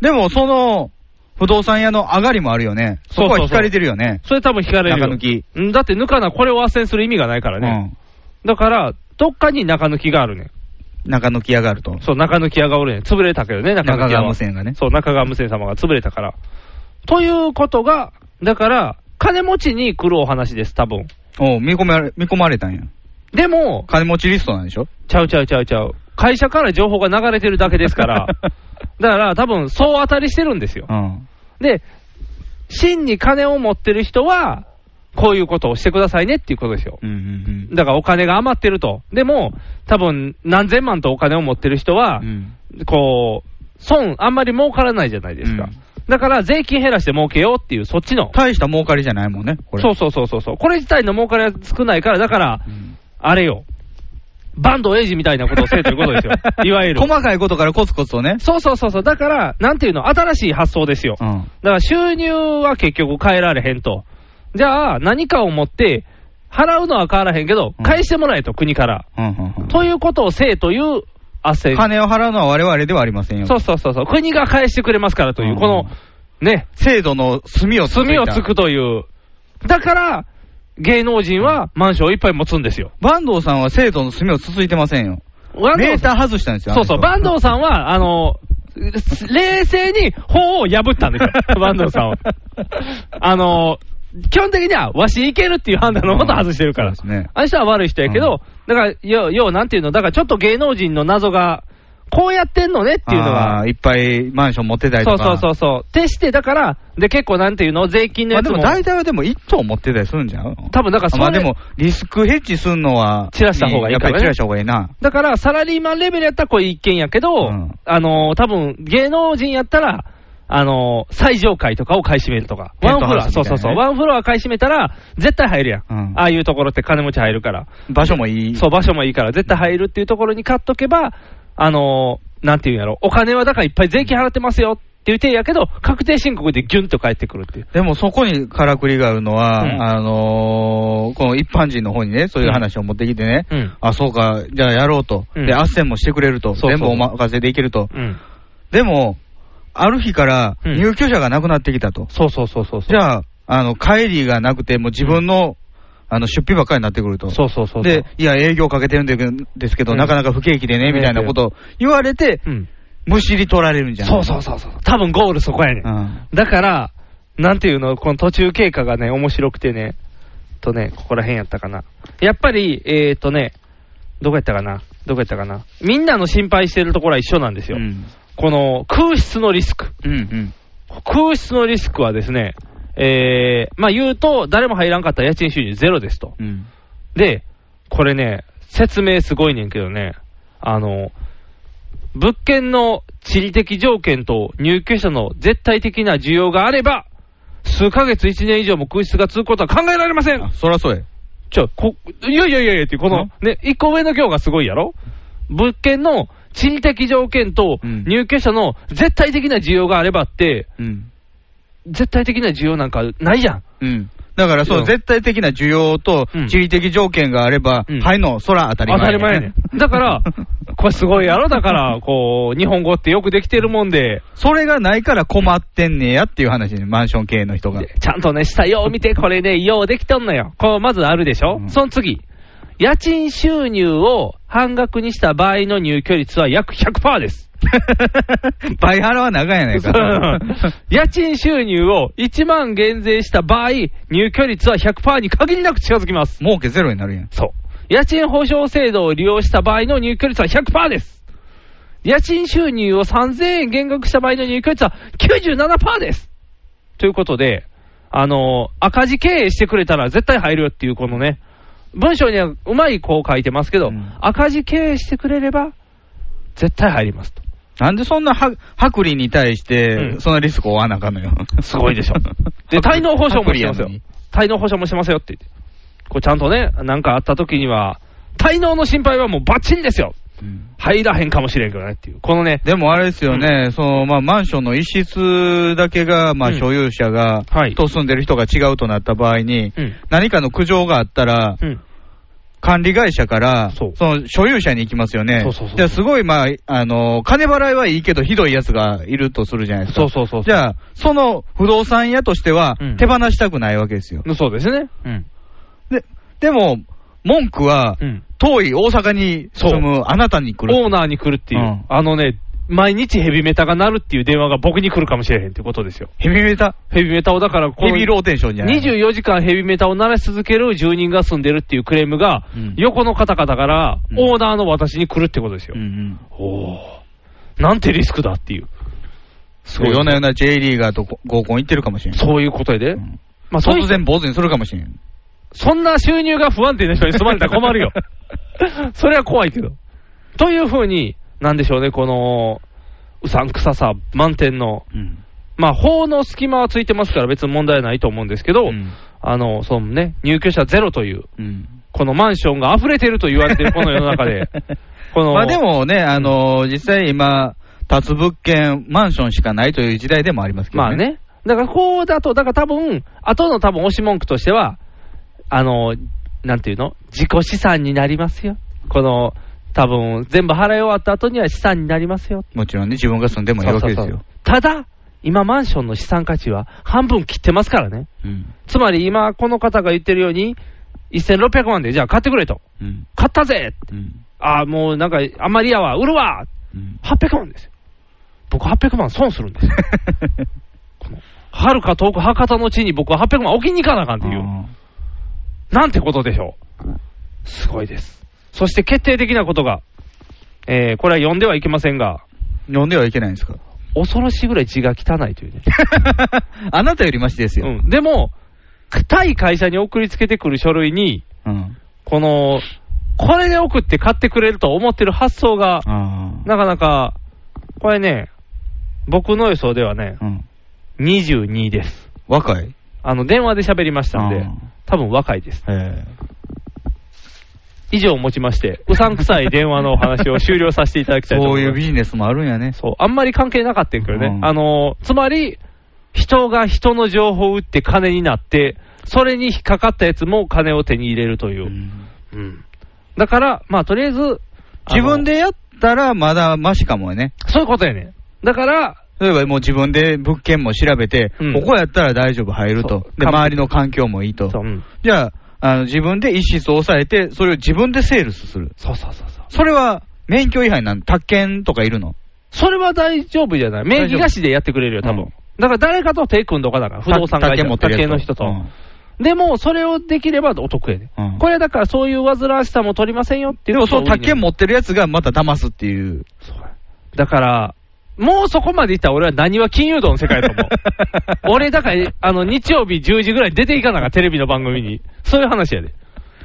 [SPEAKER 4] でもその、不動産屋の上がりもあるよね。そこは
[SPEAKER 3] そうそうそう
[SPEAKER 4] 引かれてるよね。
[SPEAKER 3] それ多分引かれるよ。
[SPEAKER 4] 中抜き
[SPEAKER 3] うんだって抜かな、これを斡旋する意味がないからね。だから、どっかに中抜きがあるね。
[SPEAKER 4] うん。中抜きやがると。
[SPEAKER 3] そう、中抜き屋がおるねん。潰れたけどね、中抜き
[SPEAKER 4] 中
[SPEAKER 3] 屋は
[SPEAKER 4] 川無線がね
[SPEAKER 3] そう、中川無線様が潰れたから。ということが、だから、金持ちに来るお話です、多分。
[SPEAKER 4] おう見込まれ、見込まれたんや。
[SPEAKER 3] でも、
[SPEAKER 4] 金持ちリストなんでしょ
[SPEAKER 3] ちゃうちゃうちゃうちゃう。会社から情報が流れてるだけです
[SPEAKER 4] [LAUGHS]
[SPEAKER 3] から。だから、多分、そう当たりしてるんですよ
[SPEAKER 4] う。ん。
[SPEAKER 3] で、真に金を持ってる人は、こういうことをしてくださいねっていうことですよ。
[SPEAKER 4] うんうんうん。
[SPEAKER 3] だからお金が余ってると。でも、多分、何千万とお金を持ってる人は
[SPEAKER 4] う、ん
[SPEAKER 3] こう、損、あんまり儲からないじゃないですか。
[SPEAKER 4] うん
[SPEAKER 3] だから、税金減らして儲けようっていう、そっちの。
[SPEAKER 4] 大した儲かりじゃないもんね、これ。
[SPEAKER 3] そうそうそうそうそう。これ自体の儲かりは少ないから、だから、
[SPEAKER 4] うん。
[SPEAKER 3] あれよ。バンドエイジみたいなことをせえということですよ
[SPEAKER 4] [LAUGHS]
[SPEAKER 3] いわゆる。
[SPEAKER 4] 細かいことからコツコツとね。
[SPEAKER 3] そうそうそうそう。だから、なんていうの、新しい発想ですよ。
[SPEAKER 4] うん。
[SPEAKER 3] だから収入は結局変えられへんと。じゃあ、何かを持って、払うのは変わらへんけど
[SPEAKER 4] うん、
[SPEAKER 3] 返してもらえと、国から。
[SPEAKER 4] うんうんうん
[SPEAKER 3] ということをせえという斡旋。
[SPEAKER 4] 金を払うのは我々ではありませんよ。
[SPEAKER 3] そうそうそうそう。国が返してくれますからという、
[SPEAKER 4] うん
[SPEAKER 3] この、ね、
[SPEAKER 4] 制度の墨をつ
[SPEAKER 3] 罪を
[SPEAKER 4] た
[SPEAKER 3] つくという。だから、芸能人はマンションをいっぱい持つんですよ。
[SPEAKER 4] 坂東さんは制度の墨をつついてませんよ。
[SPEAKER 3] 坂
[SPEAKER 4] メー
[SPEAKER 3] 東
[SPEAKER 4] タ
[SPEAKER 3] さん
[SPEAKER 4] ー外したんですよ。
[SPEAKER 3] そうそう、
[SPEAKER 4] あの人
[SPEAKER 3] 坂東さんは、あの、冷静に法を破った
[SPEAKER 4] [LAUGHS]
[SPEAKER 3] んですよ、バンドさんを。あの基本的には、わしいけるっていう判断のことを外してるから。
[SPEAKER 4] うんそうですね
[SPEAKER 3] あの人は悪い人やけど、だから、要は、要はなんていうの、だからちょっと芸能人の謎が、こうやってんのねっていうのが
[SPEAKER 4] あーいっぱいマンション持ってたり
[SPEAKER 3] そ
[SPEAKER 4] と
[SPEAKER 3] う
[SPEAKER 4] か。
[SPEAKER 3] そうそうそう。てして、だから、で、結構なんていうの、税金の
[SPEAKER 4] まあ
[SPEAKER 3] やつ
[SPEAKER 4] で
[SPEAKER 3] も。
[SPEAKER 4] も大体はでも1棟持ってたりするんじゃん
[SPEAKER 3] 多分だからそれ
[SPEAKER 4] まあでもリスクヘッジすんのは、
[SPEAKER 3] 散らした方がいい
[SPEAKER 4] やっ
[SPEAKER 3] か
[SPEAKER 4] ぱ
[SPEAKER 3] らね
[SPEAKER 4] り散らした方がいいな。
[SPEAKER 3] だから、サラリーマンレベルやったらこれ一件やけど、
[SPEAKER 4] うん
[SPEAKER 3] あのー、多分芸能人やったら、あのー、最上階とかを買い占めるとか。
[SPEAKER 4] ペ
[SPEAKER 3] ワ
[SPEAKER 4] ン
[SPEAKER 3] ン
[SPEAKER 4] ト
[SPEAKER 3] フ
[SPEAKER 4] ハ
[SPEAKER 3] ロ
[SPEAKER 4] ウス
[SPEAKER 3] ア、
[SPEAKER 4] みた
[SPEAKER 3] そ
[SPEAKER 4] いうなね
[SPEAKER 3] そうそう。ワンフロア買い占めたら、絶対入るやん。
[SPEAKER 4] うん
[SPEAKER 3] ああいうところって金持ち入るから。
[SPEAKER 4] 場所もいい。
[SPEAKER 3] そう、場所もいいから、絶対入るっていうところに買っとけば、あのー、なんていうんやろ、お金はだからいっぱい税金払ってますよっていう体やけど、確定申告でギュンと返ってくるっていう。
[SPEAKER 4] でもそこにからくりがあるのは、
[SPEAKER 3] うん
[SPEAKER 4] あのーこの一般人の方にね、そういう話を持ってきてね、
[SPEAKER 3] うん
[SPEAKER 4] あ、そうか、じゃあやろうと。
[SPEAKER 3] うん
[SPEAKER 4] で、斡旋もしてくれると。
[SPEAKER 3] そうそ
[SPEAKER 4] 全
[SPEAKER 3] う
[SPEAKER 4] 部お任せでいけると。
[SPEAKER 3] うん。
[SPEAKER 4] でも、ある日から
[SPEAKER 3] うん
[SPEAKER 4] 入居者がなくなってきたと。
[SPEAKER 3] そうそうそうそうそう。
[SPEAKER 4] じゃあ、あの、帰りがなくて、もう自分の、あの、出費ばっかりになってくると。
[SPEAKER 3] そうそうそうそう。
[SPEAKER 4] で、いや、営業かけてるんでけどですけど、
[SPEAKER 3] うん
[SPEAKER 4] なかなか不景気でね、みたいなことを言われて、
[SPEAKER 3] うん。
[SPEAKER 4] むしり取られるんじゃん。
[SPEAKER 3] そうそうそうそう。多分ゴールそこやね、。
[SPEAKER 4] うんん。
[SPEAKER 3] だから、なんていうの、この途中経過がね、面白くてね、とね、ここら辺やったかな。やっぱり、えーとね、どこやったかなどこやったかなみんなの心配してるところは一緒なんです
[SPEAKER 4] う
[SPEAKER 3] よ。
[SPEAKER 4] ん。
[SPEAKER 3] この空室のリスク。
[SPEAKER 4] うんうん。
[SPEAKER 3] 空室のリスクはですね、えー、まあ言うと、誰も入らんかったら家賃収入ゼロですと。
[SPEAKER 4] うん。
[SPEAKER 3] で、これね、説明すごいねんけどね、あの、物件の地理的条件と入居者の絶対的な需要があれば、数ヶ月、1年以上も空室が続くことは考えられません
[SPEAKER 4] あ、そらそうや。
[SPEAKER 3] ちょ、こ、いやいやいやいやっていう、この
[SPEAKER 4] ん、
[SPEAKER 3] ね、一個上の行がすごいやろ物件の地理的条件と
[SPEAKER 4] うん
[SPEAKER 3] 入居者の絶対的な需要があればって、
[SPEAKER 4] うん。
[SPEAKER 3] 絶対的な需要なんかないやん。
[SPEAKER 4] うん。だから、
[SPEAKER 3] う
[SPEAKER 4] そ
[SPEAKER 3] ん
[SPEAKER 4] う、絶対的な需要と
[SPEAKER 3] うん
[SPEAKER 4] 地理的条件があれば、
[SPEAKER 3] うん
[SPEAKER 4] はいの、そら当たり前。
[SPEAKER 3] 当たり前やね [LAUGHS] ん。だから、これすごいやろ、だから、こう、日本語ってよくできてるもんで、
[SPEAKER 4] [LAUGHS] それがないから困ってんねやっていう話ね、マンション経営の人
[SPEAKER 3] [LAUGHS]
[SPEAKER 4] が。
[SPEAKER 3] ちゃんとね、下よう見て、これね、ようできとんのよ。こう、まずあるでしょ、
[SPEAKER 4] うん
[SPEAKER 3] その次。家賃収入を半額にした場合の入居率は約100%です。
[SPEAKER 4] 倍払わなあかんや
[SPEAKER 3] [LAUGHS]
[SPEAKER 4] ないか。
[SPEAKER 3] 家賃収入を1万減税した場合、入居率は100%に限りなく近づきます。
[SPEAKER 4] 儲けゼロになるやん。
[SPEAKER 3] そう。家賃保証制度を利用した場合の入居率は100%です。家賃収入を3000円減額した場合の入居率は97%です。ということで、あの赤字経営してくれたら絶対入るよっていう、このね、文章にはうまいこう書いてますけど、
[SPEAKER 4] うん
[SPEAKER 3] 赤字経営してくれれば、絶対入りますと。
[SPEAKER 4] なんでそんなは薄利に対し
[SPEAKER 3] う
[SPEAKER 4] て
[SPEAKER 3] ん、
[SPEAKER 4] そんなリスクを負わなあかんのよ。
[SPEAKER 3] すごいでしょ。で、滞納保証もしてます
[SPEAKER 4] 薄利やの
[SPEAKER 3] よ
[SPEAKER 4] に。
[SPEAKER 3] 滞納保証もしてますよって言って。こうちゃんとね、なんかあった時には、滞納の心配はもうバッチリですよ。
[SPEAKER 4] うん
[SPEAKER 3] 入らへんかもしれんけどねっていう、このね、
[SPEAKER 4] でもあれですよね、そのまあ、マンションの一室だけが、まあ、
[SPEAKER 3] うん
[SPEAKER 4] 所有者が、
[SPEAKER 3] はい
[SPEAKER 4] と住んでる人が違うとなった場合に、
[SPEAKER 3] うん
[SPEAKER 4] 何かの苦情があったら、
[SPEAKER 3] うん、
[SPEAKER 4] 管理会社から
[SPEAKER 3] そう
[SPEAKER 4] その所有者に行きますよね
[SPEAKER 3] そうそうそう、
[SPEAKER 4] じゃあすごい、まああの、金払いはいいけど、ひどいやつがいるとするじゃないですか、
[SPEAKER 3] そうそうそうそう、
[SPEAKER 4] じゃあ、その不動産屋としては
[SPEAKER 3] うん、
[SPEAKER 4] 手放したくないわけですよ。
[SPEAKER 3] そうですね、うん、
[SPEAKER 4] ででも、文句は、
[SPEAKER 3] うん、
[SPEAKER 4] 遠い大阪に住むあなたに来る。
[SPEAKER 3] オーナーに来るっていう、
[SPEAKER 4] うん
[SPEAKER 3] あのね、毎日ヘビメタが鳴るっていう電話が僕に来るかもしれへんってことですよ、
[SPEAKER 4] ヘビメタ、
[SPEAKER 3] ヘビメタをだからこ
[SPEAKER 4] ヘ
[SPEAKER 3] の、
[SPEAKER 4] ビーローテーションじゃない。
[SPEAKER 3] 24時間ヘビメタを鳴らし続ける住人が住んでるっていうクレームが、
[SPEAKER 4] うん
[SPEAKER 3] 横の方々から、
[SPEAKER 4] うん
[SPEAKER 3] オーナーの私に来るってことですよ、
[SPEAKER 4] うんうん
[SPEAKER 3] おおなんてリスクだっていう、すごい
[SPEAKER 4] 夜な夜な J リーガーと合コン行ってるかもしれん。
[SPEAKER 3] そういうことやで、
[SPEAKER 4] うん
[SPEAKER 3] まあ、そうい
[SPEAKER 4] 突
[SPEAKER 3] う
[SPEAKER 4] 然坊主にするかもしれん。
[SPEAKER 3] そんな収入が不安定な人に住まれたら困るよ。 [LAUGHS] それは怖いけど。というふうに、なんでしょうね、この、うさんくささ満点の、まあ、法の隙間はついてますから別に問題ないと思うんですけど、
[SPEAKER 4] うん
[SPEAKER 3] あの、そのね、入居者ゼロという、
[SPEAKER 4] うん
[SPEAKER 3] このマンションが溢れてると言われてるこの世の中 [LAUGHS] で、
[SPEAKER 4] [LAUGHS]
[SPEAKER 3] この、
[SPEAKER 4] まあでもね、あのー実際今、立つ物件、マンションしかないという時代でもありますけどね。
[SPEAKER 3] まあ。ね。だからこうだと、だから多分、後の多分押し文句としては、あの、なんていうの自己資産になりますよ。この、多分、全部払い終わった後には資産になりますよ。
[SPEAKER 4] もちろんね、自分が住んでもいいわけですよ。
[SPEAKER 3] ただ、今マンションの資産価値は半分切ってますからね。
[SPEAKER 4] うん
[SPEAKER 3] つまり今、この方が言ってるように、1600万でじゃあ買ってくれと。
[SPEAKER 4] うん
[SPEAKER 3] 買ったぜ
[SPEAKER 4] うん
[SPEAKER 3] ああ、もうなんか、あんまりやわ、売るわ
[SPEAKER 4] うん
[SPEAKER 3] !800 万ですよ。僕800万損するん
[SPEAKER 4] [LAUGHS]
[SPEAKER 3] ですよ。はるか遠く博多の地に僕は800万置きに行かなあかんっていう。なんてことでしょう。すごいです。そして決定的なことが、えー、これは読んではいけませんが、
[SPEAKER 4] 飲んではいけないんです
[SPEAKER 3] [LAUGHS]
[SPEAKER 4] か
[SPEAKER 3] 恐ろしいぐらい字が汚い
[SPEAKER 4] [LAUGHS]
[SPEAKER 3] というね。
[SPEAKER 4] あなたよりマシですよ。
[SPEAKER 3] うん。でも、対会社に送りつけてくる書類に、
[SPEAKER 4] うん。
[SPEAKER 3] この、これで送って買ってくれると思ってる発想が、
[SPEAKER 4] あ
[SPEAKER 3] なかなか、これね、僕の予想ではね
[SPEAKER 4] あ。、うん。
[SPEAKER 3] 22です。
[SPEAKER 4] 若い
[SPEAKER 3] あの、電話で喋りましたん
[SPEAKER 4] う
[SPEAKER 3] で
[SPEAKER 4] ん、
[SPEAKER 3] 多分若いです。
[SPEAKER 4] へえ。
[SPEAKER 3] 以上をもちまして、うさんくさい電話のお話を終了させていただきたいと
[SPEAKER 4] そ
[SPEAKER 3] 思
[SPEAKER 4] う
[SPEAKER 3] い
[SPEAKER 4] い
[SPEAKER 3] ま
[SPEAKER 4] う
[SPEAKER 3] す。
[SPEAKER 4] ビジネスもあるんやね。
[SPEAKER 3] そう、あんまり関係なかったんやけどね。
[SPEAKER 4] うん
[SPEAKER 3] あのー、つまり、人が人の情報を売って金になって、それに引っかかったやつも金を手に入れるというう。
[SPEAKER 4] ん
[SPEAKER 3] うん。だから、まあ、とりあえず、あの
[SPEAKER 4] 自分でやったらまだマシかもね。
[SPEAKER 3] そういうことやねん。だから、
[SPEAKER 4] 例えばもう自分で物件も調べて、
[SPEAKER 3] うん
[SPEAKER 4] ここやったら大丈夫入ると
[SPEAKER 3] そう。
[SPEAKER 4] で、周りの環境もいいと。
[SPEAKER 3] そう、うん
[SPEAKER 4] じゃあ、あの自分で一室を抑えて、それを自分でセールスする。
[SPEAKER 3] そうそうそうそう。
[SPEAKER 4] それは免許違反なん宅建とかいるの
[SPEAKER 3] それは大丈夫じゃない。名義貸しでやってくれるよ、多分。
[SPEAKER 4] うん
[SPEAKER 3] だから誰かと手組んどかだから、不動産会社、
[SPEAKER 4] 持ってる
[SPEAKER 3] 宅
[SPEAKER 4] やつ
[SPEAKER 3] 建の人と。
[SPEAKER 4] うん
[SPEAKER 3] でも、それをできればお得やね、
[SPEAKER 4] うん
[SPEAKER 3] これだから、そういう煩わしさも取りませんよって
[SPEAKER 4] で
[SPEAKER 3] いう
[SPEAKER 4] も
[SPEAKER 3] こと
[SPEAKER 4] そ
[SPEAKER 3] を
[SPEAKER 4] の宅建持ってるやつがまた騙すっていう。
[SPEAKER 3] そうやだから、もうそこまでいったら俺は何は金融道の世界
[SPEAKER 4] [LAUGHS]
[SPEAKER 3] だと思う。俺、だから、あの、日曜日10時ぐらいに出ていかなあかん、テレビの番組に。そういう話やで。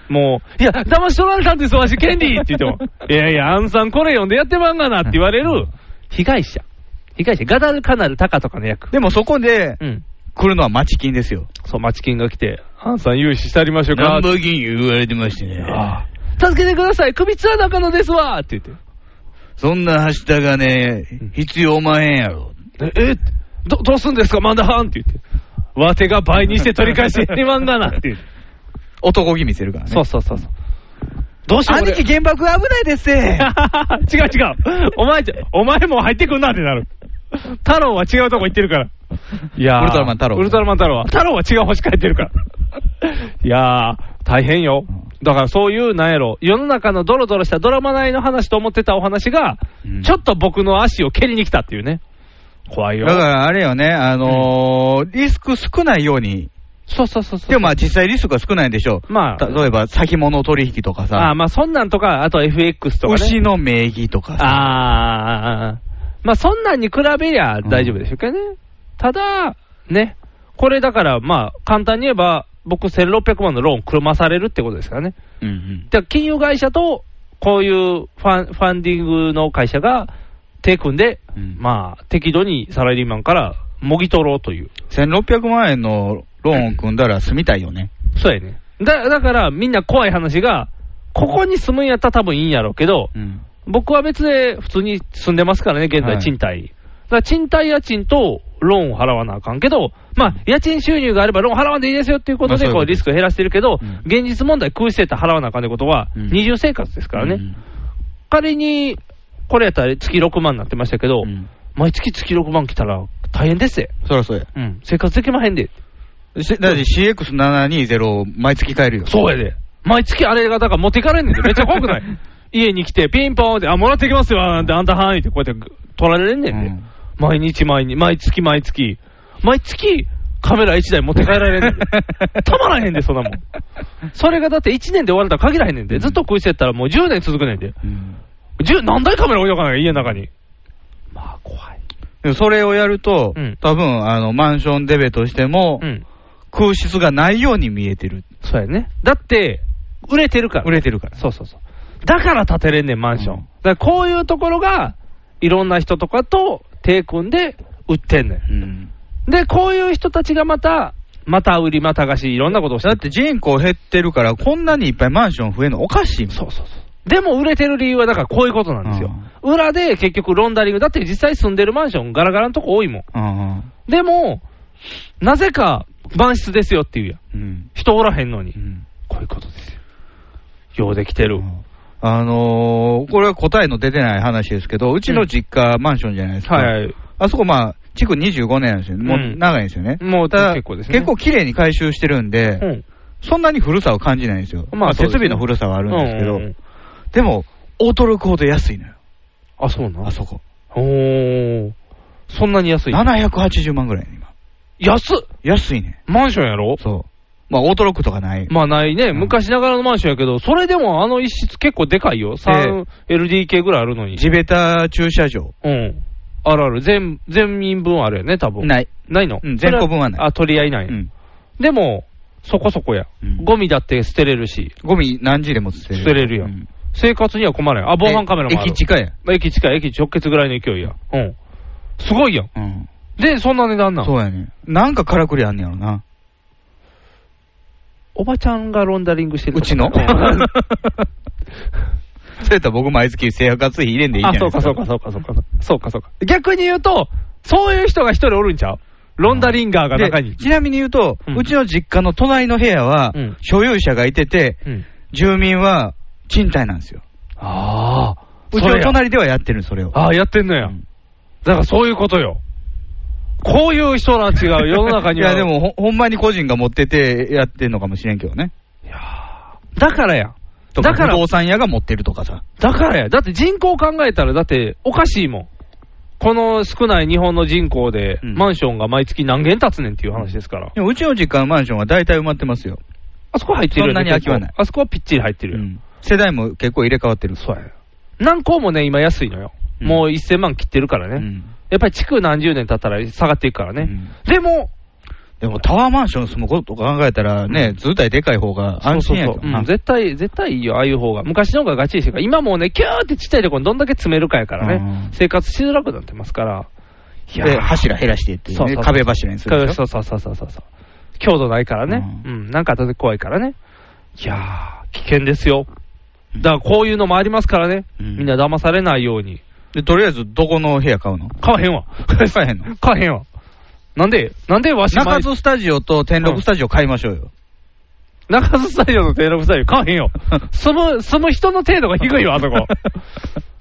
[SPEAKER 3] もう、いや、騙し取られたんです、わし、権利って言っても、いやいや、アンさんこれ読んでやってまんがなって言われる、被害者。被害者。ガダルカナルタカとかの役。
[SPEAKER 4] でもそこで
[SPEAKER 3] うん。
[SPEAKER 4] 来るのは町金ですよ。
[SPEAKER 3] そう、町金が来て、アンさん融資してありましょうか
[SPEAKER 4] 何。倍金融言われてましてね。
[SPEAKER 3] ああ助けてください、首つらなあかんのですわって言って。
[SPEAKER 4] そんなはしたがね、必要まへんやろ。
[SPEAKER 3] え、えど、どうすんですか、マンダハンって言って。わてが倍にして取り返してやりまんがなっていう。
[SPEAKER 4] 男気見せるからね。
[SPEAKER 3] そうそうそうそう。どうしよう
[SPEAKER 4] 兄貴原爆危ない
[SPEAKER 3] [LAUGHS]
[SPEAKER 4] ですって。
[SPEAKER 3] 違う違う。お前じゃ、お前も入ってくんなってなる。太郎は違うとこ行ってるから。いやー
[SPEAKER 4] ウルトラマン太郎
[SPEAKER 3] ウルトラマン太郎は。太郎は違う星帰ってるから。いやー、大変よ。だからそういう、なんやろ、世の中のドロドロしたドラマ内の話と思ってたお話が、
[SPEAKER 4] うん
[SPEAKER 3] ちょっと僕の足を蹴りに来たっていうね。怖いよ。
[SPEAKER 4] だからあれよね、あのーリスク少ないように。
[SPEAKER 3] そうそうそうそう。
[SPEAKER 4] でもまあ実際リスクが少ないんでしょう。
[SPEAKER 3] まあ
[SPEAKER 4] 例えば先物取引とかさ。
[SPEAKER 3] ああまあそんなんとか、あと FX とかね。
[SPEAKER 4] 牛の名義とかさ。
[SPEAKER 3] ああ、まあそんなんに比べりゃ大丈夫でしょうけどね。ただ、ね、これだからまあ簡単に言えば、僕1600万のローンくるまされるってことですからね。
[SPEAKER 4] うんうん。
[SPEAKER 3] だから金融会社と、こういうファンファンディングの会社が手組んで、
[SPEAKER 4] うん
[SPEAKER 3] まあ適度にサラリーマンからもぎ取ろうという。
[SPEAKER 4] 1600万円のローンを組んだら住みたいよね。
[SPEAKER 3] そうやね。だだからみんな怖い話が、ここに住むんやったら多分いいんやろうけど、
[SPEAKER 4] うん。
[SPEAKER 3] 僕は別で普通に住んでますからね、現
[SPEAKER 4] は
[SPEAKER 3] 在、
[SPEAKER 4] い
[SPEAKER 3] 賃貸。だから賃貸家賃とローンを払わなあかんけど、まあ、家賃収入があればローン払わんでいいですよっていうことで、
[SPEAKER 4] まあそうい
[SPEAKER 3] こ
[SPEAKER 4] うこと
[SPEAKER 3] うリスクを減らしてるけど、
[SPEAKER 4] うん
[SPEAKER 3] 現実問題、空してたら払わなあかんってことは、
[SPEAKER 4] うん
[SPEAKER 3] 二重生活ですからね、
[SPEAKER 4] うん
[SPEAKER 3] 仮にこれやったら月6万になってましたけど、
[SPEAKER 4] うん
[SPEAKER 3] 毎月月6万来たら大変ですよ、
[SPEAKER 4] そりゃそうや。
[SPEAKER 3] うん、生活できまへんで、
[SPEAKER 4] しだって CX720 を毎月買えるよ。
[SPEAKER 3] そうやで、毎月あれがだから持っていかれんねんで、めっちゃ怖
[SPEAKER 4] [LAUGHS]
[SPEAKER 3] くない家に来て、ピンポンって、あ、もらってきますよ、なんて、あんたはいって、こうやって取られんねんで。
[SPEAKER 4] うん
[SPEAKER 3] 毎日毎日、毎月毎月、毎月カメラ1台持って帰られ
[SPEAKER 4] [LAUGHS]
[SPEAKER 3] んねんでたまらへんで、そんなもん。それがだって1年で終われたら限らへんねんで、ずっと食いしてったらもう10年続くねんで。
[SPEAKER 4] うん
[SPEAKER 3] 10何台カメラ置いとかない家の中に。まあ、怖い。
[SPEAKER 4] でもそれをやると、
[SPEAKER 3] うん
[SPEAKER 4] 多分あのマンションデベとしても、
[SPEAKER 3] うん。
[SPEAKER 4] 空室がないように見えてる。
[SPEAKER 3] そうやね。だって、売れてるから。
[SPEAKER 4] 売れてるから。
[SPEAKER 3] そうそうそう。だから建てれんねん、マンション。
[SPEAKER 4] うん
[SPEAKER 3] だからこういうところが、いろんな人とかと手組んで売ってんね
[SPEAKER 4] うん
[SPEAKER 3] ん。で、こういう人たちがまた、また売り、また貸し、いろんなことをして
[SPEAKER 4] だって人口減ってるから、こんなにいっぱいマンション増えるのおかしいもん。
[SPEAKER 3] そうそうそう。でも売れてる理由は、だからこういうことなんですよ。裏で結局ロンダリング、だって実際住んでるマンション、ガラガラのとこ多いも
[SPEAKER 4] うん
[SPEAKER 3] ん。でも、なぜか満室ですよっていうやん。
[SPEAKER 4] うん
[SPEAKER 3] 人おらへんのに
[SPEAKER 4] う。ん
[SPEAKER 3] こういうことですよ。ようできてる。
[SPEAKER 4] あのーこれは答えの出てない話ですけど、うちの実家、マンションじゃないですか。
[SPEAKER 3] はい。
[SPEAKER 4] あそこ、まあ、築25年なんですよね。も
[SPEAKER 3] う
[SPEAKER 4] うん長いんですよね。
[SPEAKER 3] もう
[SPEAKER 4] ただ
[SPEAKER 3] 結構ですね。
[SPEAKER 4] 結構綺麗に改修してるんで、
[SPEAKER 3] うん。
[SPEAKER 4] そんなに古さを感じないんですよ。
[SPEAKER 3] ま
[SPEAKER 4] ま
[SPEAKER 3] あ
[SPEAKER 4] あ、
[SPEAKER 3] そうで
[SPEAKER 4] 設
[SPEAKER 3] す
[SPEAKER 4] 備
[SPEAKER 3] ね
[SPEAKER 4] の古さはあるんですけど、
[SPEAKER 3] うんうんうん
[SPEAKER 4] でも、驚くほど安いのよ、
[SPEAKER 3] あ、そうな
[SPEAKER 4] あそこ。
[SPEAKER 3] おー。そんなに安い。
[SPEAKER 4] 780万ぐらいね、今。
[SPEAKER 3] 安っ
[SPEAKER 4] 安いね。
[SPEAKER 3] マンションやろ
[SPEAKER 4] そう。まあ、オートロックとかない。
[SPEAKER 3] まあないね。
[SPEAKER 4] ん
[SPEAKER 3] 昔ながらのマンションやけど、それでもあの一室結構でかいよ。3LDK ぐらいあるのに。
[SPEAKER 4] 地べた駐車場。
[SPEAKER 3] うん。あるある。全、全民分あるよね、多分。い。
[SPEAKER 4] ない。
[SPEAKER 3] ないの
[SPEAKER 4] うん全個分はない
[SPEAKER 3] それあ、取り合いな
[SPEAKER 4] う
[SPEAKER 3] い、
[SPEAKER 4] ん。
[SPEAKER 3] でも、そこそこや、
[SPEAKER 4] うん
[SPEAKER 3] ゴミだって捨てれるし、
[SPEAKER 4] ゴミ何時でも捨てれる。
[SPEAKER 3] 捨てれるやん
[SPEAKER 4] うん
[SPEAKER 3] 生活には困らん。あ、防犯カメラもあ
[SPEAKER 4] え
[SPEAKER 3] る。
[SPEAKER 4] 駅近や。
[SPEAKER 3] まあ駅近い、駅直結ぐらいの勢いや。うん。すごいやん。
[SPEAKER 4] うん。
[SPEAKER 3] で、そんな値段なん [LAUGHS]
[SPEAKER 4] そうやね。なんかからくりあんねやろな。
[SPEAKER 3] おばちゃんがロンダリングしてる。
[SPEAKER 4] う [LAUGHS] ちのそうやったら僕毎月生活費入れんでいいじゃ
[SPEAKER 3] あ、
[SPEAKER 4] ないで
[SPEAKER 3] そう
[SPEAKER 4] すか。
[SPEAKER 3] かそうか
[SPEAKER 4] う
[SPEAKER 3] そうかそうか。そうかそうか。逆に言うと、そういう人が一人おるんちゃうロンダリンガーが中に。
[SPEAKER 4] ちなみに言うと、
[SPEAKER 3] うん
[SPEAKER 4] うちの実家の隣の部屋は、
[SPEAKER 3] うん
[SPEAKER 4] 所有者がいてて、
[SPEAKER 3] うん。
[SPEAKER 4] 住民は賃貸なんですよ。
[SPEAKER 3] ああ。
[SPEAKER 4] うち
[SPEAKER 3] そ
[SPEAKER 4] の
[SPEAKER 3] れや
[SPEAKER 4] 隣ではやってるそれを。
[SPEAKER 3] ああ、やってんのや。
[SPEAKER 4] うん
[SPEAKER 3] だからそういうことよ。こういう人ら違う、世の中に
[SPEAKER 4] [LAUGHS]
[SPEAKER 3] は。 [LAUGHS]
[SPEAKER 4] いや、でもほ、ほんまに個人が持っててやってんのかもしれんけどね。
[SPEAKER 3] いやー。だからや。
[SPEAKER 4] とか
[SPEAKER 3] だから
[SPEAKER 4] 不動産屋が持ってるとかさ。
[SPEAKER 3] だからや。だって人口考えたら、だっておかしいもん。この少ない日本の人口で、
[SPEAKER 4] うん
[SPEAKER 3] マンションが毎月何軒建つねんっていう話ですから。
[SPEAKER 4] でもうちの実家のマンションは大体埋まってますよ。
[SPEAKER 3] あそこ入ってるよ
[SPEAKER 4] そ
[SPEAKER 3] ね
[SPEAKER 4] んなに空きはない
[SPEAKER 3] 結構あそこはぴっちり入ってるよ。
[SPEAKER 4] うん世代も結構入れ替わってる。
[SPEAKER 3] そうや。何校もね、今安いのよ。
[SPEAKER 4] うん
[SPEAKER 3] もう1000万切ってるからね。
[SPEAKER 4] うん
[SPEAKER 3] やっぱり地区何十年経ったら下がっていくからね。
[SPEAKER 4] うん
[SPEAKER 3] でも、
[SPEAKER 4] でもタワーマンション住むこと考えたらね、図体でかい方が安心やけ
[SPEAKER 3] そう
[SPEAKER 4] ど
[SPEAKER 3] そうそうう
[SPEAKER 4] なん
[SPEAKER 3] 絶対、絶対いいよ、ああいう方が。昔の方がガチでしたから、今もうね、キューってちっちゃいとこにどんだけ詰めるかやから
[SPEAKER 4] う
[SPEAKER 3] ね
[SPEAKER 4] ん、
[SPEAKER 3] 生活しづらくなってますから。い
[SPEAKER 4] で、柱減らしてっていう
[SPEAKER 3] そうそ
[SPEAKER 4] ね、
[SPEAKER 3] うそう
[SPEAKER 4] 壁柱にするでし
[SPEAKER 3] そ
[SPEAKER 4] ょ。
[SPEAKER 3] うそうそうそうそうそう。強度ないからね。う、
[SPEAKER 4] うん
[SPEAKER 3] なんかあった時怖いからね。いやー、危険ですよ。だからこういうのもありますからね。
[SPEAKER 4] うん
[SPEAKER 3] みんな騙されないように。
[SPEAKER 4] で、とりあえずどこの部屋買うの
[SPEAKER 3] 買わへんわ。
[SPEAKER 4] [LAUGHS] 買えへんの
[SPEAKER 3] 買わへんわ。なんで、なんでわし
[SPEAKER 4] 中
[SPEAKER 3] 毎
[SPEAKER 4] 津スタジオと天
[SPEAKER 3] うん
[SPEAKER 4] 禄スタジオ買いましょうよ。
[SPEAKER 3] 中津スタジオの定録スタジオ買わへ
[SPEAKER 4] [LAUGHS]
[SPEAKER 3] んよ。住む、住む人の程度が低いよ、あそこ。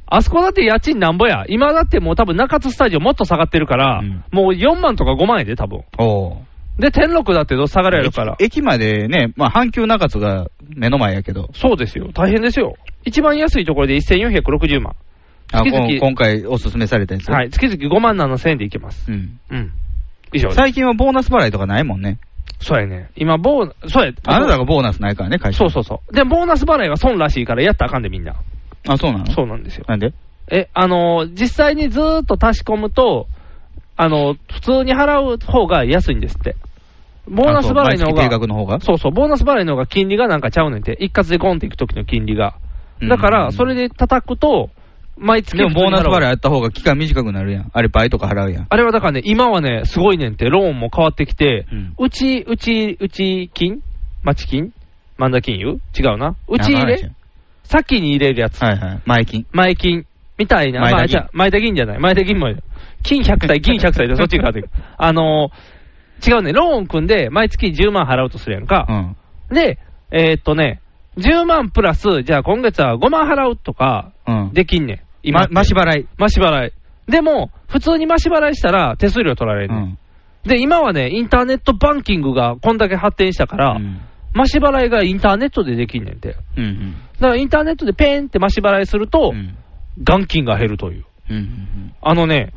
[SPEAKER 3] あそこだって家賃なんぼや。今だってもう多分中津スタジオもっと下がってるから、
[SPEAKER 4] うん
[SPEAKER 3] もう4万とか5万円で多分。
[SPEAKER 4] お
[SPEAKER 3] で、天禄だってどう下がれるから。
[SPEAKER 4] 駅までね、まあ、阪急中津が目の前やけど、
[SPEAKER 3] そうですよ。大変ですよ。一番安いところで1460万。
[SPEAKER 4] あ
[SPEAKER 3] 月々
[SPEAKER 4] こん今回おすすめされたやつ。
[SPEAKER 3] はい。月々5万7千円でいけます。
[SPEAKER 4] うん
[SPEAKER 3] うん。以上です。
[SPEAKER 4] 最近はボーナス払いとかないもんね。
[SPEAKER 3] そうやね。今、ボーナ、そうや。
[SPEAKER 4] あなたがボーナスないからね、会社。
[SPEAKER 3] そうそうそう。で、ボーナス払いは損らしいからやったらあかんでみんな。
[SPEAKER 4] あ、そうなの
[SPEAKER 3] そうなんですよ。
[SPEAKER 4] なんで
[SPEAKER 3] え、あのー実際にずーっと足し込むと、あのー普通に払う方が安いんですって。ボーナス払いの
[SPEAKER 4] あそう毎
[SPEAKER 3] 方
[SPEAKER 4] 月定
[SPEAKER 3] が、
[SPEAKER 4] 額の方が
[SPEAKER 3] そうそう、ボーナス払いの方が金利がなんかちゃうねんて、一括でゴンっていく時の金利が。だか
[SPEAKER 4] う
[SPEAKER 3] ら、
[SPEAKER 4] ん
[SPEAKER 3] それで叩くと、毎月
[SPEAKER 4] でもボーナス払い
[SPEAKER 3] い。
[SPEAKER 4] あった方が期間短くなるやん。あれ倍とか払うやん。
[SPEAKER 3] あれはだからね、今はね、すごいねんって、ローンも変わってきて、
[SPEAKER 4] うん
[SPEAKER 3] うち、うち、うち金町金漫田金融違うな。うち入れ先に入れるやつ。
[SPEAKER 4] はいはい。前金。
[SPEAKER 3] 前金みたいな、
[SPEAKER 4] 前田
[SPEAKER 3] ま
[SPEAKER 4] 銀
[SPEAKER 3] あ、じゃあ前田銀じゃない、前田銀も、金100歳、銀100
[SPEAKER 4] [LAUGHS]
[SPEAKER 3] 歳で、そっちに変わっていく。あのー違うね、ローン組んで、毎月10万払うとするやん
[SPEAKER 4] う
[SPEAKER 3] か。
[SPEAKER 4] ん。
[SPEAKER 3] で、えーっとね、10万プラス、じゃあ今月は5万払うとか、
[SPEAKER 4] うん。
[SPEAKER 3] できんねん。今
[SPEAKER 4] ま、、増し払い。
[SPEAKER 3] 増し払い。でも、普通に増し払いしたら手数料取られる、
[SPEAKER 4] う
[SPEAKER 3] ねん
[SPEAKER 4] ん。
[SPEAKER 3] で、今はね、インターネットバンキングがこんだけ発展したから、
[SPEAKER 4] うん
[SPEAKER 3] 増し払いがインターネットでできんねんて。だ
[SPEAKER 4] うんうん。
[SPEAKER 3] からインターネットでペーンって増し払いすると、
[SPEAKER 4] うん
[SPEAKER 3] 元金が減るという。
[SPEAKER 4] うんうん
[SPEAKER 3] あのね、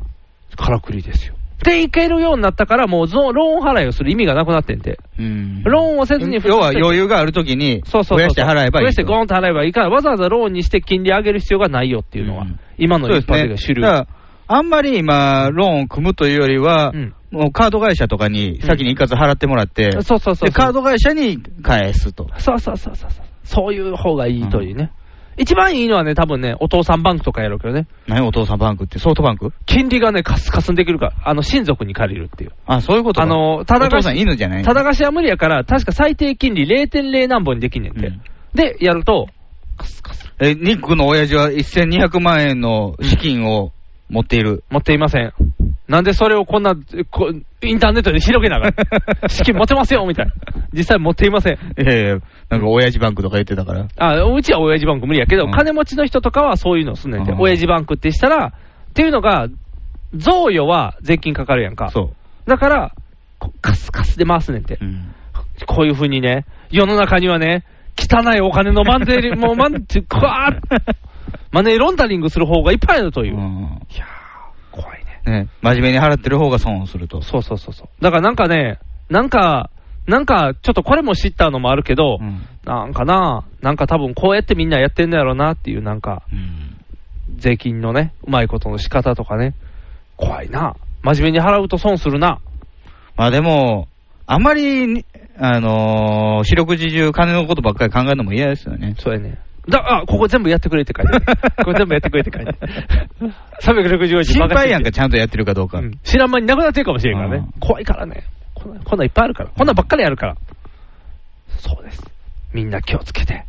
[SPEAKER 3] からくりですよ。で、いけるようになったから、もうゾローン払いをする意味がなくなってんて。
[SPEAKER 4] うん。
[SPEAKER 3] ローンをせずに
[SPEAKER 4] 要は余裕があるときに、
[SPEAKER 3] そうそうそうそう
[SPEAKER 4] 増やして払えばいいと。
[SPEAKER 3] 増やしてゴーンと払えばいいから、わざわざローンにして金利上げる必要がないよっていうのは、
[SPEAKER 4] うん
[SPEAKER 3] 今
[SPEAKER 4] そ
[SPEAKER 3] の
[SPEAKER 4] うで
[SPEAKER 3] 一
[SPEAKER 4] す
[SPEAKER 3] 般的
[SPEAKER 4] ね
[SPEAKER 3] な主。流。
[SPEAKER 4] だからあんまり今、ローンを組むというよりは、
[SPEAKER 3] うん
[SPEAKER 4] もうカード会社とかに先に一括払ってもらって、
[SPEAKER 3] そうそうそうそう
[SPEAKER 4] でカード会社に返すと。
[SPEAKER 3] そうそうそうそうそう。そういう方がいいというね。一番いいのはね、多分ね、お父さんバンクとかやろうけどね、
[SPEAKER 4] 何お父さんバンクって、ソフトバンク
[SPEAKER 3] 金利がね、カスカスにできるから、あの、親族に借りるっていう。
[SPEAKER 4] あ、そういうことか
[SPEAKER 3] あのただ
[SPEAKER 4] お
[SPEAKER 3] が
[SPEAKER 4] 父さん犬じゃない
[SPEAKER 3] ただ貸しは無理やから、確か最低金利0.0何本にできんねんて。
[SPEAKER 4] うん
[SPEAKER 3] で、やると、カスカス。
[SPEAKER 4] え、ニックの親父は1200万円の資金を持っている。
[SPEAKER 3] 持っていません。なんでそれをこんな、こインターネットで広げなが
[SPEAKER 4] [LAUGHS]
[SPEAKER 3] ら、資金持てますよみたいな。実際持っていません。
[SPEAKER 4] ええなんか親父バンクとか言ってたから。
[SPEAKER 3] あ、うちは親父バンク無理やけど、
[SPEAKER 4] うん
[SPEAKER 3] 金持ちの人とかはそういうのすんねんて。
[SPEAKER 4] うん
[SPEAKER 3] 親父バンクってしたら、っていうのが、贈与は税金かかるやんか。
[SPEAKER 4] そ
[SPEAKER 3] だから、こカスカスで回すねんて。
[SPEAKER 4] う。うん。
[SPEAKER 3] こういうふうにね、世の中にはね、汚いお金のマン
[SPEAKER 4] [LAUGHS]
[SPEAKER 3] デリ、もうマンチ、こわーマネーロンダリングする方がいっぱいあるという。
[SPEAKER 4] うん
[SPEAKER 3] いやー、怖いね。
[SPEAKER 4] ね、真面目に払ってる方が損をすると。
[SPEAKER 3] そうそうそうそう。だからなんかね、なんか、なんか、ちょっとこれも知ったのもあるけど、
[SPEAKER 4] うん
[SPEAKER 3] なんかな、なんか多分こうやってみんなやってんだろうなっていう、なんか、
[SPEAKER 4] うん
[SPEAKER 3] 税金のね、うまいことの仕方とかね、怖いな。真面目に払うと損するな。
[SPEAKER 4] まあでも、あまりに、あのー四六時中金のことばっかり考えるのも嫌ですよね。
[SPEAKER 3] そうやね。だ、あ、ここ全部やってくれって書いてある。これ全部やってくれって書いてある。365
[SPEAKER 4] 心
[SPEAKER 3] 日任せて
[SPEAKER 4] 配やんか、ちゃんとやってるかどうか。
[SPEAKER 3] うん知らん間になくなってるかもしれんからね
[SPEAKER 4] う。ん
[SPEAKER 3] 怖いからね。こんなこんなんいっぱいあるから。こんなんばっかりあるから。そうです。みんな気をつけて。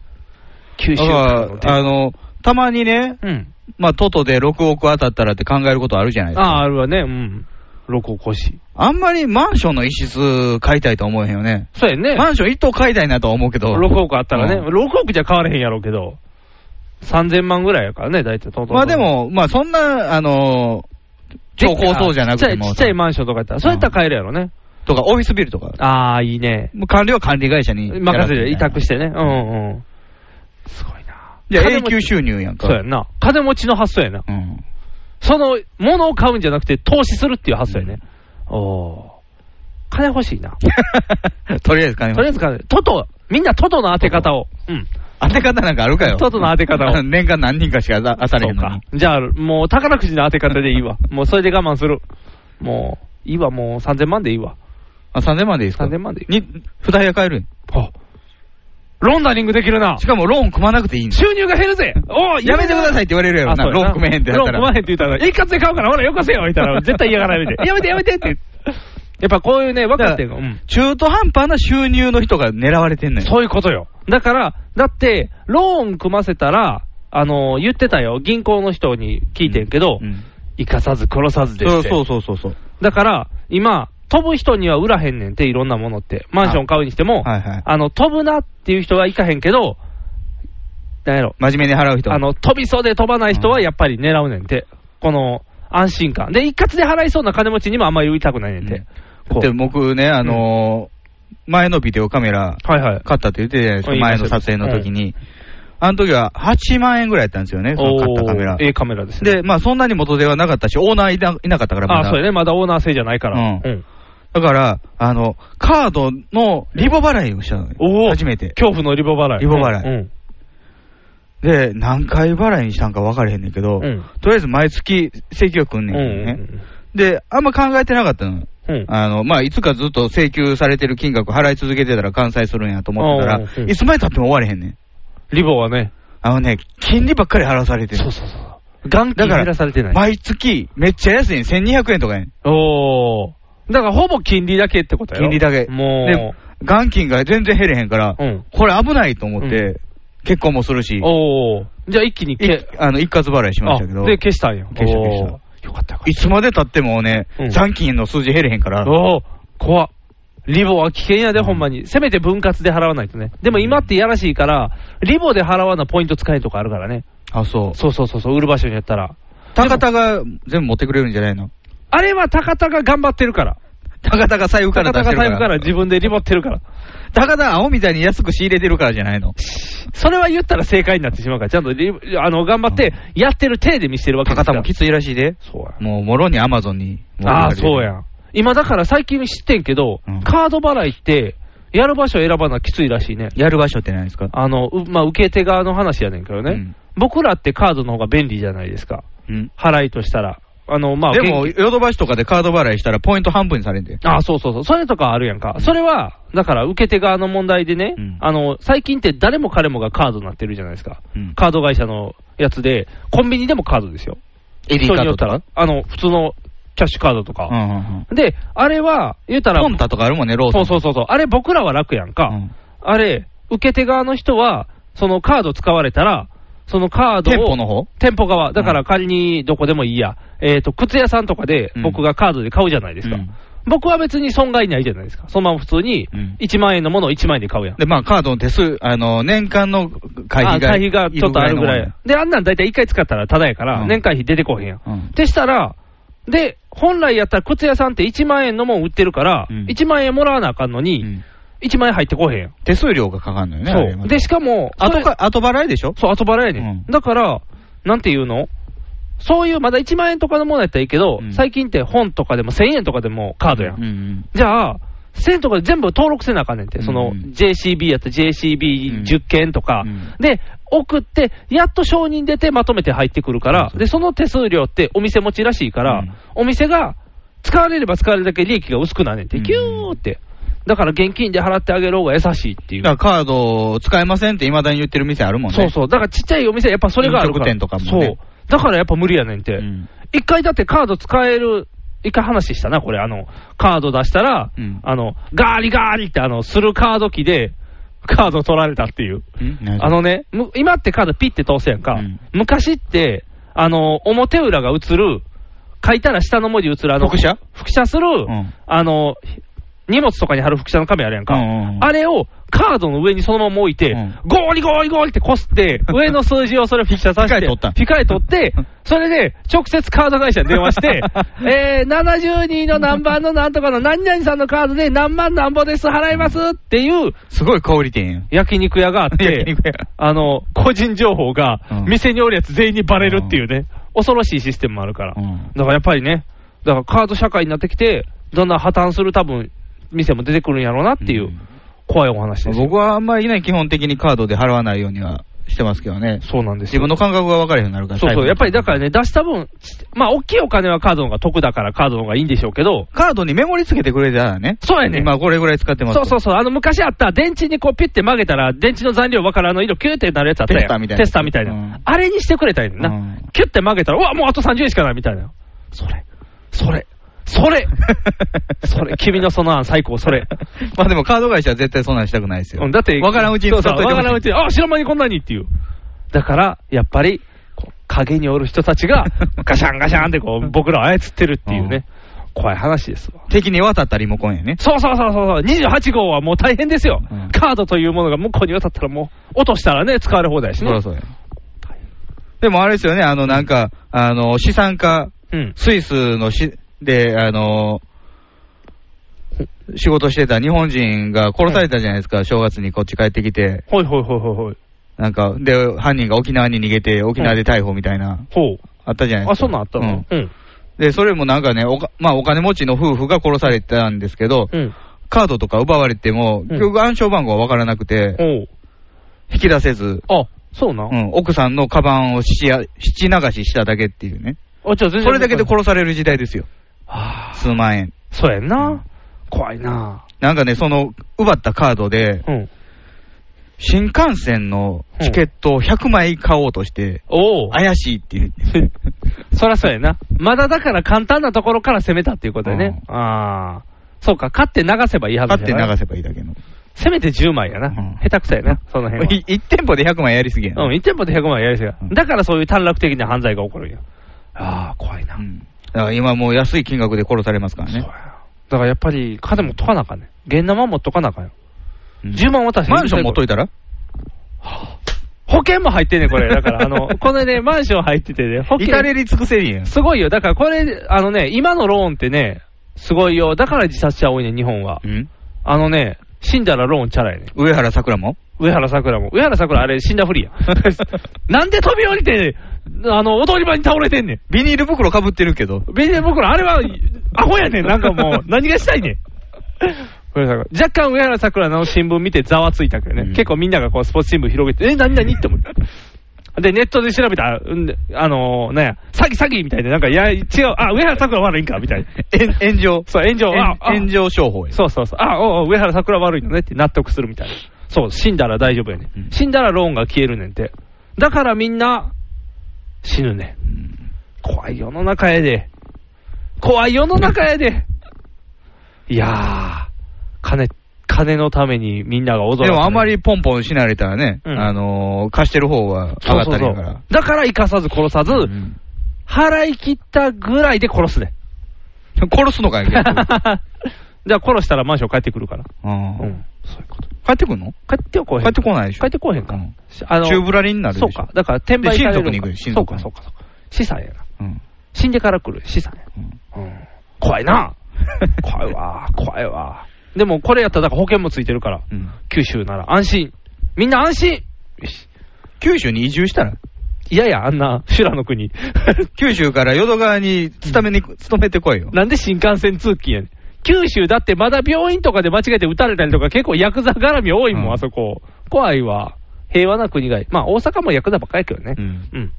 [SPEAKER 3] 九
[SPEAKER 4] だ
[SPEAKER 3] 州からの
[SPEAKER 4] か
[SPEAKER 3] 電
[SPEAKER 4] ら、あ
[SPEAKER 3] 話
[SPEAKER 4] の、たまにね、
[SPEAKER 3] うん。
[SPEAKER 4] まあ、トトで6億当たったらって考えることあるじゃないです
[SPEAKER 3] ああ、
[SPEAKER 4] か。
[SPEAKER 3] あるわね。うん。六甲市。
[SPEAKER 4] あんまりマンションの一室買いたいと思えへんよね。
[SPEAKER 3] そうや [LAUGHS] ね。
[SPEAKER 4] マンション一棟買いたいなとは思うけど。
[SPEAKER 3] 6億あったらね。
[SPEAKER 4] うん
[SPEAKER 3] 6億じゃ変われへんやろうけど。3000万ぐらいやからね、大体。トントントン
[SPEAKER 4] まあで、も、まあそんな、あのー超高層じゃなくても。
[SPEAKER 3] ちっちゃいちっちゃいマンションとかやったら、そうやったら買えるやろね。
[SPEAKER 4] とか、オフィスビルとか。
[SPEAKER 3] ああ、いいね。
[SPEAKER 4] もう管理は管理会社に。。
[SPEAKER 3] 任せる。委託しててね。うんうん。すごいな。
[SPEAKER 4] じゃあ
[SPEAKER 3] 金
[SPEAKER 4] 永
[SPEAKER 3] 持ち
[SPEAKER 4] 久収入やんか。
[SPEAKER 3] そうやんな。金持ちの発想やな。
[SPEAKER 4] うん。
[SPEAKER 3] その、物を買うんじゃなくて、投資するっていう発想やね。おー。金欲しいな。
[SPEAKER 4] [LAUGHS] とりあえず金
[SPEAKER 3] とりあえ
[SPEAKER 4] 持ち。
[SPEAKER 3] ず金、トト、みんなトトの当て方を。うん。
[SPEAKER 4] 当て方なんかあるかよ。
[SPEAKER 3] トトの当て方
[SPEAKER 4] [LAUGHS]
[SPEAKER 3] を
[SPEAKER 4] 年間何人かしか当た当たれへんのに。。
[SPEAKER 3] じゃあ、もう宝くじの当て方でいいわ。もうそれで我慢する。もう、いいわ、もう3000万でいいわ。
[SPEAKER 4] あ、3000万でいいですか
[SPEAKER 3] 3000万でいい。
[SPEAKER 4] に、二部屋買えるん
[SPEAKER 3] あロンダリングできるな
[SPEAKER 4] し。かもローン組まなくていいんだ
[SPEAKER 3] 収入が減るぜおー
[SPEAKER 4] やめてくださいって言われるやろな。
[SPEAKER 3] あそうや
[SPEAKER 4] ローン組めへんってな
[SPEAKER 3] ロ
[SPEAKER 4] っ
[SPEAKER 3] ーン
[SPEAKER 4] た
[SPEAKER 3] 組ま
[SPEAKER 4] ら。
[SPEAKER 3] へんって言ったら、一括で買うから、ほら、よこせよみたいな、絶対嫌がら
[SPEAKER 4] [LAUGHS]
[SPEAKER 3] れて。やめて、やめてって。やっぱこういうね、分かってんの。うん
[SPEAKER 4] 中途半端な収入の人が狙われてんのよ。
[SPEAKER 3] そういうことよ。だから、だって、ローン組ませたら、あのー言ってたよ、銀行の人に聞いてんけど、
[SPEAKER 4] うん
[SPEAKER 3] 生かさず殺さずです
[SPEAKER 4] そう
[SPEAKER 3] って
[SPEAKER 4] そうそうそうそう。
[SPEAKER 3] だから、今、飛ぶ人には売らへんねんって、いろんなものって。マンション買うにしても、
[SPEAKER 4] はいはい
[SPEAKER 3] あの、飛ぶなっていう人は行かへんけど、なんやろ、
[SPEAKER 4] 真面目に払う人。
[SPEAKER 3] あの、飛びそうで飛ばない人はやっぱり狙うねんて。この、安心感。で、一括で払いそうな金持ちにもあんまり売りたくないねんて。こう
[SPEAKER 4] で、僕ね、あのー前のビデオカメラ
[SPEAKER 3] はいはい。
[SPEAKER 4] 買ったって言ってたじゃないですか、
[SPEAKER 3] うん
[SPEAKER 4] 前の撮影の時に。あの時は8万円ぐらいやったんですよね、その買ったカメラ
[SPEAKER 3] おー。ええカメラですね。
[SPEAKER 4] で、まあそんなに元手はなかったし、オーナーいないなかったから、ま
[SPEAKER 3] あ、
[SPEAKER 4] だ
[SPEAKER 3] そうやね。まだオーナー制じゃないから。
[SPEAKER 4] う
[SPEAKER 3] うん
[SPEAKER 4] だから、あの、カードのリボ払いをしたの
[SPEAKER 3] お
[SPEAKER 4] よ。
[SPEAKER 3] お
[SPEAKER 4] 初めて。
[SPEAKER 3] 恐怖のリボ払い。
[SPEAKER 4] リボ払い
[SPEAKER 3] うん
[SPEAKER 4] で、何回払いにしたんか分からへんねんけど、
[SPEAKER 3] うん
[SPEAKER 4] とりあえず毎月請求が来んね
[SPEAKER 3] うんん
[SPEAKER 4] けどね。で、あんま考えてなかったのよ。
[SPEAKER 3] うんうん。
[SPEAKER 4] あの、まあ、いつかずっと請求されてる金額払い続けてたら完済するんやと思ってた
[SPEAKER 3] お
[SPEAKER 4] ら
[SPEAKER 3] うおうお、う
[SPEAKER 4] いつまで経っても終われへんねん。
[SPEAKER 3] リボはね、
[SPEAKER 4] あのね、金利ばっかり払わされてる。
[SPEAKER 3] そうそうそう。元
[SPEAKER 4] だ
[SPEAKER 3] 金
[SPEAKER 4] から
[SPEAKER 3] 減らされてない。
[SPEAKER 4] 毎月、めっちゃ安いね1200円とかやねん。
[SPEAKER 3] おお。だからほぼ金利だけってことや
[SPEAKER 4] 金利だけ。
[SPEAKER 3] も
[SPEAKER 4] で、元金が全然減れへんから、
[SPEAKER 3] うん
[SPEAKER 4] これ危ないと思って、
[SPEAKER 3] う
[SPEAKER 4] 結婚もするし
[SPEAKER 3] う。、おお。じゃあ一気に
[SPEAKER 4] い
[SPEAKER 3] け、
[SPEAKER 4] あの、一括払いしましたけど
[SPEAKER 3] あ、で、消したんや。
[SPEAKER 4] 消した消した
[SPEAKER 3] おーよかったよか
[SPEAKER 4] いつまで経ってもね、
[SPEAKER 3] うん
[SPEAKER 4] 残金の数字減れへんから、
[SPEAKER 3] おお怖っリボは危険やで、ほんまに。せめて分割で払わないとね。でも今ってやらしいから、リボで払わなポイント使えるとかあるからね。
[SPEAKER 4] あ、そう。
[SPEAKER 3] そうそうそうそう、売る場所にやったら。
[SPEAKER 4] 高田が全部持ってくれるんじゃないの
[SPEAKER 3] あれは高田が頑張ってるから。
[SPEAKER 4] 高田が財布か
[SPEAKER 3] 高
[SPEAKER 4] ら出
[SPEAKER 3] 田
[SPEAKER 4] して
[SPEAKER 3] が
[SPEAKER 4] るか
[SPEAKER 3] 財
[SPEAKER 4] ら。
[SPEAKER 3] 布から自分でリボってるから。
[SPEAKER 4] 高田青みたいに安く仕入れてるからじゃないの。
[SPEAKER 3] それは言ったら正解になってしまうから、ちゃんとリボあの、頑張って、やってる体で見せてるわけです
[SPEAKER 4] 高
[SPEAKER 3] か
[SPEAKER 4] 田
[SPEAKER 3] ら。
[SPEAKER 4] もきついらしいで。
[SPEAKER 3] そうや。
[SPEAKER 4] もう、もろにアマゾンに。
[SPEAKER 3] ああ、そうや
[SPEAKER 4] ん。
[SPEAKER 3] ん。今だから最近知ってんけど、
[SPEAKER 4] うん
[SPEAKER 3] カード払いって、やる場所選ばなきついらしいね。
[SPEAKER 4] やる場所ってないですか
[SPEAKER 3] あの、うまあ、受け手側の話やねんけどね、
[SPEAKER 4] うん
[SPEAKER 3] 僕らってカードの方が便利じゃないですか。
[SPEAKER 4] うん。
[SPEAKER 3] 払いとしたら。あの、まあ、
[SPEAKER 4] でも、
[SPEAKER 3] 現
[SPEAKER 4] ヨドバシとかでカード払いしたらポイント半分にされんで。
[SPEAKER 3] 金、あ、そうそうそう。それとかあるやんか。それは、だから受け手側の問題でね、
[SPEAKER 4] うん
[SPEAKER 3] あの、最近って誰も彼もがカードになってるじゃないですか。
[SPEAKER 4] うん
[SPEAKER 3] カード会社のやつで、コンビニでもカードですよ。
[SPEAKER 4] エディ
[SPEAKER 3] 人
[SPEAKER 4] カ
[SPEAKER 3] に
[SPEAKER 4] ード
[SPEAKER 3] よっ
[SPEAKER 4] と
[SPEAKER 3] たら
[SPEAKER 4] か。、
[SPEAKER 3] あの、普通のキャッシュカードと
[SPEAKER 4] うんう
[SPEAKER 3] か。
[SPEAKER 4] んうん。
[SPEAKER 3] で、あれは、言うたら、
[SPEAKER 4] ポンタとかあるもんね、ローソ
[SPEAKER 3] そう
[SPEAKER 4] ン。
[SPEAKER 3] そうそうそう。あれ僕らは楽やんか。
[SPEAKER 4] うん
[SPEAKER 3] あれ、受け手側の人は、そのカード使われたら、そのカードを。
[SPEAKER 4] 店舗の方
[SPEAKER 3] 店舗側。だから仮にどこでもいいや。えっ、と、靴屋さんとかで
[SPEAKER 4] うん
[SPEAKER 3] 僕がカードで買うじゃないですか。
[SPEAKER 4] うん
[SPEAKER 3] 僕は別に損害ないじゃないですか。そのまま普通に
[SPEAKER 4] うん
[SPEAKER 3] 1万円のものを1万円で買うやん。
[SPEAKER 4] で、まあ、カードの手数、あの、年間の会
[SPEAKER 3] あ
[SPEAKER 4] 費が。
[SPEAKER 3] 会費がちょっとあるぐらい。で、あんなん大体1回使ったらただやから、
[SPEAKER 4] うん
[SPEAKER 3] 年会費出てこへんやん。
[SPEAKER 4] うん
[SPEAKER 3] でしたら、で、本来やったら靴屋さんって1万円のもん売ってるから、
[SPEAKER 4] うん
[SPEAKER 3] 1万円もらわなあかんの
[SPEAKER 4] う
[SPEAKER 3] に、
[SPEAKER 4] ん
[SPEAKER 3] 1万円入ってこへんやん。
[SPEAKER 4] 手数料がかかるのよね、あれ
[SPEAKER 3] そ
[SPEAKER 4] ま
[SPEAKER 3] う。
[SPEAKER 4] た
[SPEAKER 3] で、しかも、
[SPEAKER 4] 後
[SPEAKER 3] それ
[SPEAKER 4] か、後払いでしょ
[SPEAKER 3] そう、後払いやね、ん。
[SPEAKER 4] うん
[SPEAKER 3] だから、なんていうのそういうまだ1万円とかのものやったらいいけど、
[SPEAKER 4] うん
[SPEAKER 3] 最近って本とかでも1000円とかでもカードやん。
[SPEAKER 4] うん
[SPEAKER 3] じゃあ、1000円とかで全部登録せなあかんねんって、その
[SPEAKER 4] うん
[SPEAKER 3] JCB やったら JCB10 件とか、
[SPEAKER 4] うん
[SPEAKER 3] で、送って、やっと承認出てまとめて入ってくるから、で、その手数料ってお店持ちらしいから、
[SPEAKER 4] うん
[SPEAKER 3] お店が使われれば使われるだけ利益が薄くなんねんって、
[SPEAKER 4] うん
[SPEAKER 3] ギューって。だから現金で払ってあげる方が優しいっていう。
[SPEAKER 4] だからカードを使えませんって未だに言ってる店あるもんね。
[SPEAKER 3] そうそう。だからちっちゃいお店はやっぱそれがあるから。
[SPEAKER 4] 飲食店とかもね
[SPEAKER 3] そう。だからやっぱ無理やねんって。
[SPEAKER 4] うん
[SPEAKER 3] 一回だってカード使える、一回話したな、これ、あの、カード出したら、
[SPEAKER 4] うん
[SPEAKER 3] あの、ガーリガーリって、あの、するカード機で、カード取られたっていう。
[SPEAKER 4] ん
[SPEAKER 3] あのね、む今ってカードピッて通すやんか。
[SPEAKER 4] うん
[SPEAKER 3] 昔って、あの、表裏が映る、書いたら下の文字映る、あの、
[SPEAKER 4] 複写
[SPEAKER 3] 複写する、
[SPEAKER 4] ん
[SPEAKER 3] あの、荷物とかに貼る複写の紙あるやんか。
[SPEAKER 4] うんうんうん
[SPEAKER 3] あれをカードの上にそのまま置いて、
[SPEAKER 4] うん
[SPEAKER 3] ゴーリゴーリゴーリってこす
[SPEAKER 4] [LAUGHS]
[SPEAKER 3] って、上の数字をそれを複写させ
[SPEAKER 4] ピカイ
[SPEAKER 3] て、
[SPEAKER 4] 取った
[SPEAKER 3] ピカイ取って、それで直接カード会社に電話
[SPEAKER 4] [LAUGHS]
[SPEAKER 3] して、えー、72の何番のなんとかの何々さんのカードで何万なんぼです、払いますっていう
[SPEAKER 4] すごい小売店やん。
[SPEAKER 3] 焼肉屋があって
[SPEAKER 4] [LAUGHS] 焼肉屋、
[SPEAKER 3] あの、個人情報が
[SPEAKER 4] うん
[SPEAKER 3] 店におるやつ全員にバレるっていうね、恐ろしいシステムもあるから。
[SPEAKER 4] うん、
[SPEAKER 3] だからやっぱりね、だからカード社会になってきて、だんだん破綻する多分、店も出てくるんやろうなっていううん怖いお話ですよ。
[SPEAKER 4] 僕はあんまりね、基本的にカードで払わないようにはしてますけどね。
[SPEAKER 3] そうなんです
[SPEAKER 4] 自
[SPEAKER 3] よ
[SPEAKER 4] 分の感覚が分かれへんようになるから。。
[SPEAKER 3] そうそう、やっぱりだかららね、出した分、ちまあ、大きいお金はカードの方が得だから、カードの方がいいんでしょうけど、
[SPEAKER 4] カードにメモリつけてくれたらね。
[SPEAKER 3] そうやね
[SPEAKER 4] 今これぐらい使ってます。
[SPEAKER 3] そうそうそう、あの昔あった、電池にこうピュって曲げたら、電池の残量分かるあの色、キューってなるやつあったやん
[SPEAKER 4] テスターみたいな
[SPEAKER 3] テスターみたいな。
[SPEAKER 4] うん
[SPEAKER 3] あれにしてくれたらいいねんな、
[SPEAKER 4] うん
[SPEAKER 3] キュって曲げたら、うわ、もうあと30円しかないみたいな。それ、それ、そ
[SPEAKER 4] [LAUGHS]
[SPEAKER 3] れ、それ、君のその案、最高、それ。
[SPEAKER 4] まあでもカード会社は絶対そんなんしたくないですよ。
[SPEAKER 3] うんだって、
[SPEAKER 4] 分からんうちに
[SPEAKER 3] そ
[SPEAKER 4] 使
[SPEAKER 3] う
[SPEAKER 4] っ
[SPEAKER 3] そ
[SPEAKER 4] と
[SPEAKER 3] う
[SPEAKER 4] いてほしい
[SPEAKER 3] わからんうちに、あ知らん間にこんなにっていう。だから、やっぱり、こう陰におる人たち
[SPEAKER 4] [LAUGHS]
[SPEAKER 3] が、ガシャンガシャンってこう、僕らを操ってるっていうね、怖い話ですわ。
[SPEAKER 4] 敵に渡ったリモコンやね。
[SPEAKER 3] そうそうそうそう、28号はもう大変ですよ、
[SPEAKER 4] うん
[SPEAKER 3] カードというものが向こうに渡ったら、もう落としたらね、使われ放題し
[SPEAKER 4] そ
[SPEAKER 3] ね
[SPEAKER 4] ら、そうや。でもあれですよね、あのなんか、あの、資産家、
[SPEAKER 3] うん、
[SPEAKER 4] スイスのし、で、あの、仕事してた日本人が殺されたじゃないですか、正月にこっち帰ってきて、
[SPEAKER 3] ほいほいほいほいほい、
[SPEAKER 4] なんか、で、犯人が沖縄に逃げて、沖縄で逮捕みたいな、
[SPEAKER 3] ほう、
[SPEAKER 4] あったじゃないで
[SPEAKER 3] あ
[SPEAKER 4] すか。
[SPEAKER 3] そんなんあったの、
[SPEAKER 4] う
[SPEAKER 3] うんん、
[SPEAKER 4] で、それもなんかね、おかまあ、お金持ちの夫婦が殺されたんですけど、
[SPEAKER 3] うん、
[SPEAKER 4] カードとか奪われても、
[SPEAKER 3] うん
[SPEAKER 4] 結局暗証番号は分からなくて、
[SPEAKER 3] ほ
[SPEAKER 4] 引き出せず、
[SPEAKER 3] う、あそうな、
[SPEAKER 4] うん、奥さんのカバンをしや七流ししただけっていうね。
[SPEAKER 3] あじゃあ全然
[SPEAKER 4] それだけで殺される時代ですよ。
[SPEAKER 3] はあ
[SPEAKER 4] 数万円。
[SPEAKER 3] そうやんな、怖いな、
[SPEAKER 4] なんかね、その、奪ったカードで、
[SPEAKER 3] うん、
[SPEAKER 4] 新幹線のチケットを100枚買おうとして、
[SPEAKER 3] おお、
[SPEAKER 4] 怪しいっていう。
[SPEAKER 3] そりゃそうやな、まだだから簡単なところから攻めたっていうことやね、ああ、そうか、勝って流せばいいはず
[SPEAKER 4] 買っ
[SPEAKER 3] じゃ
[SPEAKER 4] て
[SPEAKER 3] ない
[SPEAKER 4] 流せばいいだけの。
[SPEAKER 3] せめて10枚やな、
[SPEAKER 4] うん
[SPEAKER 3] 下手くそやな、その辺は。
[SPEAKER 4] 1店舗で100枚やりすぎやな
[SPEAKER 3] うん、1店舗で100万円やりすぎや
[SPEAKER 4] うん
[SPEAKER 3] だからそういう短絡的な犯罪が起こるんや。ああ、怖いな。
[SPEAKER 4] うん。だから今もう安い金額で殺されますから
[SPEAKER 3] そうや
[SPEAKER 4] ね。
[SPEAKER 3] だからやっぱり、金も取かなあかんね。現生も取かなあかんよ。
[SPEAKER 4] うん
[SPEAKER 3] 10万渡して
[SPEAKER 4] マンション持っといたら
[SPEAKER 3] 保険も入ってんねんこれ。だから、あの、
[SPEAKER 4] [LAUGHS]
[SPEAKER 3] これね、マンション入っててね、保険。
[SPEAKER 4] 至れり尽くせりやん。
[SPEAKER 3] すごいよ。だからこれ、あのね、今のローンってね、すごいよ。だから自殺者多いね、日本は
[SPEAKER 4] う。ん
[SPEAKER 3] あのね、死んだらローンチャラやね。
[SPEAKER 4] 上原さくらも
[SPEAKER 3] 上原さくらも。上原さくらあれ死んだ
[SPEAKER 4] [LAUGHS]
[SPEAKER 3] ふりや。なんで飛び降りて、あの、踊り場に倒れてんねん。
[SPEAKER 4] ビニール袋かぶってるけど。
[SPEAKER 3] ビニール袋、あれは、アホやねん、なんか
[SPEAKER 4] [LAUGHS]
[SPEAKER 3] もう、何がしたいねん。上原さくら若干上原さくらの新聞見てざわついたけどね、
[SPEAKER 4] うん
[SPEAKER 3] 結構みんながこうスポーツ新聞広げて、え、何何って思った。で、ネットで調べたら、うんあのー、なんや、詐欺詐欺みたいな、なんか、いや、違う、あ、上原さくら悪いんか、みたいな。 [LAUGHS]
[SPEAKER 4] えん炎上。
[SPEAKER 3] そう、炎上、ああ
[SPEAKER 4] 炎上商法や。
[SPEAKER 3] そうそうそう、あ、おうおう、上原さくら悪いのねって納得するみたいな。そう、死んだら大丈夫やね
[SPEAKER 4] うん
[SPEAKER 3] ん。死んだらローンが消えるねんて。だからみんな、死ぬねん。
[SPEAKER 4] うん
[SPEAKER 3] 怖い世の中やで。怖い世の中やで。 [LAUGHS] いやー、金、金のためにみんなが
[SPEAKER 4] で
[SPEAKER 3] 踊らされる
[SPEAKER 4] もあんまりポンポンしなれたらね、
[SPEAKER 3] うん
[SPEAKER 4] あのー貸してる方は上
[SPEAKER 3] そ
[SPEAKER 4] が
[SPEAKER 3] う
[SPEAKER 4] っ
[SPEAKER 3] そう
[SPEAKER 4] たり
[SPEAKER 3] そ
[SPEAKER 4] や
[SPEAKER 3] う
[SPEAKER 4] から。
[SPEAKER 3] だから生かさず殺さず、
[SPEAKER 4] うん
[SPEAKER 3] 払い切ったぐらいで殺すね。
[SPEAKER 4] 殺すのかい、
[SPEAKER 3] じゃ
[SPEAKER 4] 結
[SPEAKER 3] [LAUGHS]
[SPEAKER 4] 局
[SPEAKER 3] あ殺したらマンション帰ってくるから。
[SPEAKER 4] うん
[SPEAKER 3] うん、そういうこと。
[SPEAKER 4] 帰ってくんの
[SPEAKER 3] 帰ってこうへん。
[SPEAKER 4] 帰ってこないでしょ
[SPEAKER 3] 帰ってこうへんか。
[SPEAKER 4] うん
[SPEAKER 3] あの
[SPEAKER 4] 宙ぶらりんになるでし
[SPEAKER 3] そ
[SPEAKER 4] ょ
[SPEAKER 3] うか。だから転売される
[SPEAKER 4] で親族
[SPEAKER 3] のか
[SPEAKER 4] に行くよ親族に
[SPEAKER 3] そうか、そうか、そうか。資産やな。
[SPEAKER 4] うん
[SPEAKER 3] 死んでから来る資産や。
[SPEAKER 4] うん
[SPEAKER 3] うん怖い [LAUGHS] な。
[SPEAKER 4] [LAUGHS]
[SPEAKER 3] 怖いわ、怖いわ。でもこれやったら、だから保険もついてるから、
[SPEAKER 4] うん
[SPEAKER 3] 九州なら安心。みんな安心よし
[SPEAKER 4] 九州に移住したら
[SPEAKER 3] 嫌や、あんな、修羅の国。 [LAUGHS]
[SPEAKER 4] 九州から淀川に勤めに、勤めてこいよ。
[SPEAKER 3] なんで新幹線通勤やねん。九州だってまだ病院とかで間違えて撃たれたりとか、結構ヤクザ絡み多いもん、
[SPEAKER 4] うん
[SPEAKER 3] あそこ。怖いわ。平和な国がいい。まあ、大阪もヤクザばっかりやけどね。
[SPEAKER 4] うん
[SPEAKER 3] うん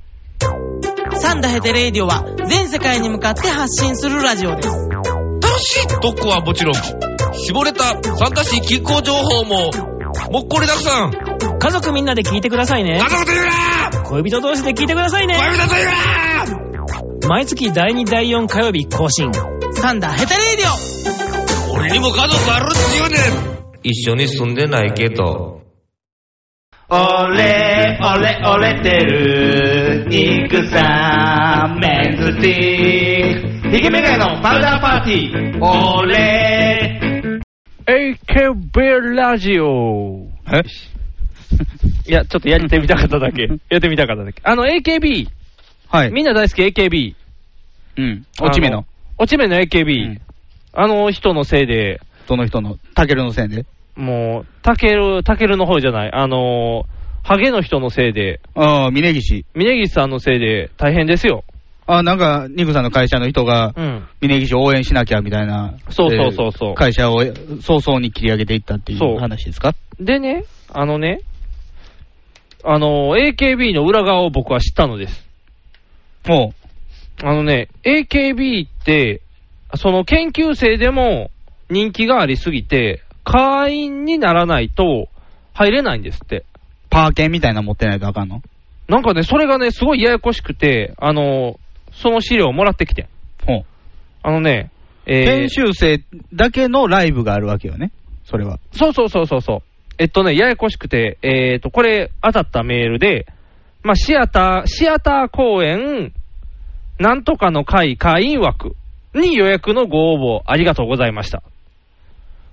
[SPEAKER 8] サンダヘテレイディオは全世界に向かって発信するラジオです。
[SPEAKER 9] 楽しい特攻はもちろん、絞れた参加し気候情報も、もっこりたくさん。
[SPEAKER 8] 家族みんなで聞いてくださいね
[SPEAKER 9] 家。族と言うな
[SPEAKER 8] 恋人同士で聞いてくださいね。
[SPEAKER 9] 恋人と言うな
[SPEAKER 8] 毎月第2第4火曜日更新。サンダヘテレイディオ
[SPEAKER 9] 俺にも家族あるって言うねん一緒に住んでないけど。
[SPEAKER 10] 俺、俺、俺てる、肉さん、メンズティー。ヒゲメガネのパウダーパーティー。俺、
[SPEAKER 3] AKB ラジオ。
[SPEAKER 4] え
[SPEAKER 3] いや、ちょっとやってみたかっただけ。やってみたかっただけ。あの、AKB、
[SPEAKER 4] [LAUGHS] はい。
[SPEAKER 3] みんな大好き AKB。
[SPEAKER 4] うん。落ち目の。。
[SPEAKER 3] 落ち目の AKB、
[SPEAKER 4] うん
[SPEAKER 3] あの人のせいで、
[SPEAKER 4] どの人の、タケルのせいで。
[SPEAKER 3] もう、タケル、タケルの方じゃない、あのー、ハゲの人のせいで、
[SPEAKER 4] ああ、峯岸。
[SPEAKER 3] 峯岸さんのせいで大変ですよ。
[SPEAKER 4] ああ、なんか、ニクさんの会社の人が、
[SPEAKER 3] うん。
[SPEAKER 4] 峯岸を応援しなきゃみたいな。
[SPEAKER 3] そうそうそうそう
[SPEAKER 4] えー会社を早々に切り上げていったってい
[SPEAKER 3] そう
[SPEAKER 4] う話ですか
[SPEAKER 3] でね、あのね、あのー、AKB の裏側を僕は知ったのです。
[SPEAKER 4] も
[SPEAKER 3] あのね、AKB って、その研究生でも人気がありすぎて、会員にならないと入れないんですって。
[SPEAKER 4] う、パー券みたいなの持ってないとあかんの
[SPEAKER 3] なんかね、それがね、すごいややこしくて、あのー、その資料をもらってきてん。
[SPEAKER 4] ほう。
[SPEAKER 3] あのね、えー
[SPEAKER 4] 研修生だけのライブがあるわけよね。それは。
[SPEAKER 3] そうそうそうそうそう。えっとね、ややこしくて、えっ、と、これ、当たったメールで、まあ、シアター、シアター公演、なんとかの会会員枠に予約のご応募ありがとうございました。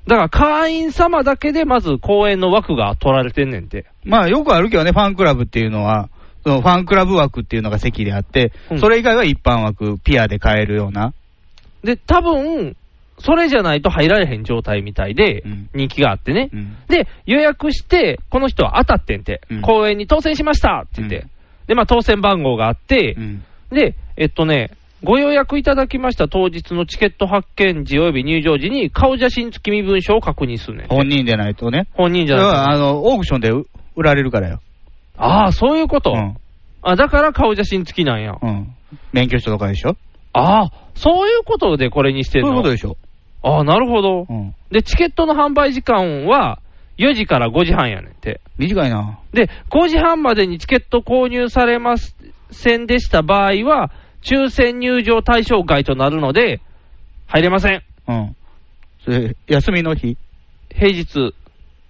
[SPEAKER 3] だから、会員様だけでまず公演の枠が取られてんねんて。
[SPEAKER 4] まあよくあるけどね、ファンクラブっていうのは、そのファンクラブ枠っていうのが席であって、
[SPEAKER 3] うん
[SPEAKER 4] それ以外は一般枠、ピアで買えるような。
[SPEAKER 3] で、多分、それじゃないと入られへん状態みたいで
[SPEAKER 4] うん、
[SPEAKER 3] 人気があってね。
[SPEAKER 4] うん
[SPEAKER 3] で、予約して、この人は当たってんて、
[SPEAKER 4] うん
[SPEAKER 3] 公演に当選しましたって言って、
[SPEAKER 4] うん
[SPEAKER 3] で、まあ当選番号があって、
[SPEAKER 4] うん
[SPEAKER 3] で、えっとね、ご予約いただきました当日のチケット発見時及び入場時に顔写真付き身分証を確認するねん。
[SPEAKER 4] 本人でないとね。
[SPEAKER 3] 本人
[SPEAKER 4] そ
[SPEAKER 3] じ
[SPEAKER 4] れ
[SPEAKER 3] ゃなくて。
[SPEAKER 4] はあのオークションで売売られるからよ。
[SPEAKER 3] ああ、そういうこと、
[SPEAKER 4] うん
[SPEAKER 3] あ。だから顔写真付きなんや。
[SPEAKER 4] うん、免許証とかでしょ
[SPEAKER 3] ああ、そういうことでこれにして
[SPEAKER 4] そうい
[SPEAKER 3] る
[SPEAKER 4] う
[SPEAKER 3] の
[SPEAKER 4] ことでしょ。
[SPEAKER 3] ああ、なるほど、
[SPEAKER 4] うん、
[SPEAKER 3] で、チケットの販売時間は4時から5時半やねんて。
[SPEAKER 4] 短いな。
[SPEAKER 3] で、5時半までにチケット購入されませんでした場合は、抽選入場対象外となるので、入れません。
[SPEAKER 4] うん、それ休みの日
[SPEAKER 3] 平日。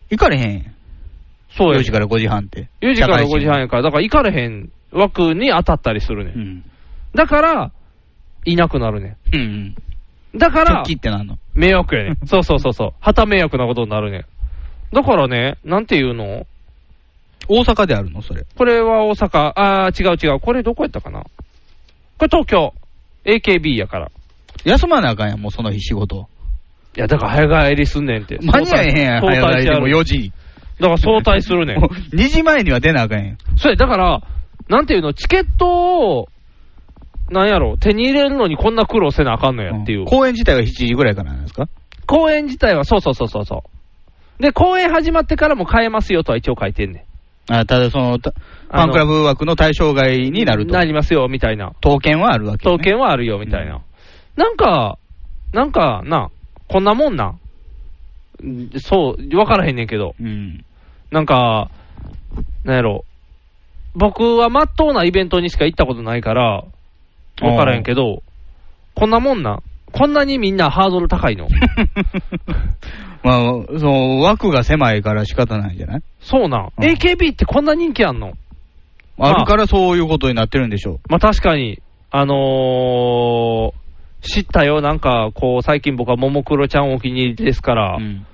[SPEAKER 4] 行かれへんやん。
[SPEAKER 3] そうや、
[SPEAKER 4] 4時から5時半って。
[SPEAKER 3] 4時から
[SPEAKER 4] 社会人
[SPEAKER 3] 5時半やから、だから行かれへん枠に当たったりするね、。
[SPEAKER 4] うんん。
[SPEAKER 3] だから、いなくなるね
[SPEAKER 4] うんうん。
[SPEAKER 3] ん。だか
[SPEAKER 4] 直
[SPEAKER 3] ら、
[SPEAKER 4] 帰ってなんの
[SPEAKER 3] 迷惑やねん。そうそうそうそう。旗迷惑なことになるねん。だからね、なんていうの
[SPEAKER 4] 大阪であるのそれ。
[SPEAKER 3] これは大阪、あー、違う違う。これどこやったかなこれ東京。AKB やから。
[SPEAKER 4] 休まなあかんやん、もうその日仕事。
[SPEAKER 3] いや、だから早帰りすんねんって。
[SPEAKER 4] 間に合えへんやん、
[SPEAKER 3] 早
[SPEAKER 4] 早帰
[SPEAKER 3] 帰
[SPEAKER 4] り
[SPEAKER 3] り
[SPEAKER 4] で
[SPEAKER 3] で
[SPEAKER 4] も
[SPEAKER 3] も
[SPEAKER 4] 4時に。
[SPEAKER 3] だから早退す
[SPEAKER 4] [LAUGHS]
[SPEAKER 3] るねん
[SPEAKER 4] も。う2時前には出なあかんやん。
[SPEAKER 3] それ、だから、なんていうの、チケットを、なんやろ、手に入れるのにこんな苦労せなあかんのやっていう。
[SPEAKER 4] ん公演自体は7時ぐらいからなんですか
[SPEAKER 3] 公演自体は、そうそうそうそうそう。で、公演始まってからも変えますよとは一応書いてんねん。
[SPEAKER 4] あただその、たフ
[SPEAKER 3] あ
[SPEAKER 4] ァ
[SPEAKER 3] の
[SPEAKER 4] ンクラブ枠の対象外になると。
[SPEAKER 3] なりますよ、みたいな。
[SPEAKER 4] 当券はあるわけ、ね。
[SPEAKER 3] 統計はあるよ、みたいな。なんか、なんかな、こんなもんな。んそう、わからへんねんけど。
[SPEAKER 4] うん。
[SPEAKER 3] なんか、なんやろ。僕は真っ当なイベントにしか行ったことないから、わからへんけど、こんなもんな。こんなにみんなハードル高
[SPEAKER 4] [LAUGHS]
[SPEAKER 3] いの。
[SPEAKER 4] [LAUGHS] まあ、その枠が狭いから仕方ないんじゃない
[SPEAKER 3] そうなん。
[SPEAKER 4] うん
[SPEAKER 3] AKB ってこんな人気あんのま
[SPEAKER 4] あ
[SPEAKER 3] あ
[SPEAKER 4] るからそういうことになってるんでしょ
[SPEAKER 3] まあ確かに、あのー、知ったよ、なんか、こう、最近僕はももクロちゃんお気に入りですか
[SPEAKER 4] う。
[SPEAKER 3] ら、
[SPEAKER 4] うん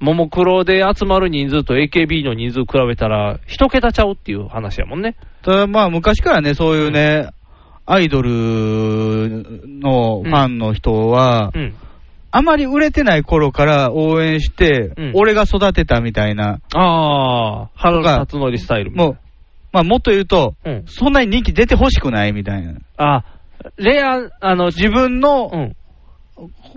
[SPEAKER 3] ももクロで集まる人数と AKB の人数比べたら、一桁ちゃうっていう話やもんね。
[SPEAKER 4] ただまあ、昔からね、そういうね、アイドルのファンの人は、
[SPEAKER 3] うん。
[SPEAKER 4] あまり売れてない頃から応援して、
[SPEAKER 3] うん
[SPEAKER 4] 俺が育てたみたいな、
[SPEAKER 3] ああ、原田達則スタイルみたいな。
[SPEAKER 4] もう、まあ、もっと言うと、
[SPEAKER 3] うん
[SPEAKER 4] そんなに人気出てほしくないみたいな。
[SPEAKER 3] あ、レア、あの、
[SPEAKER 4] 自分の、
[SPEAKER 3] うん。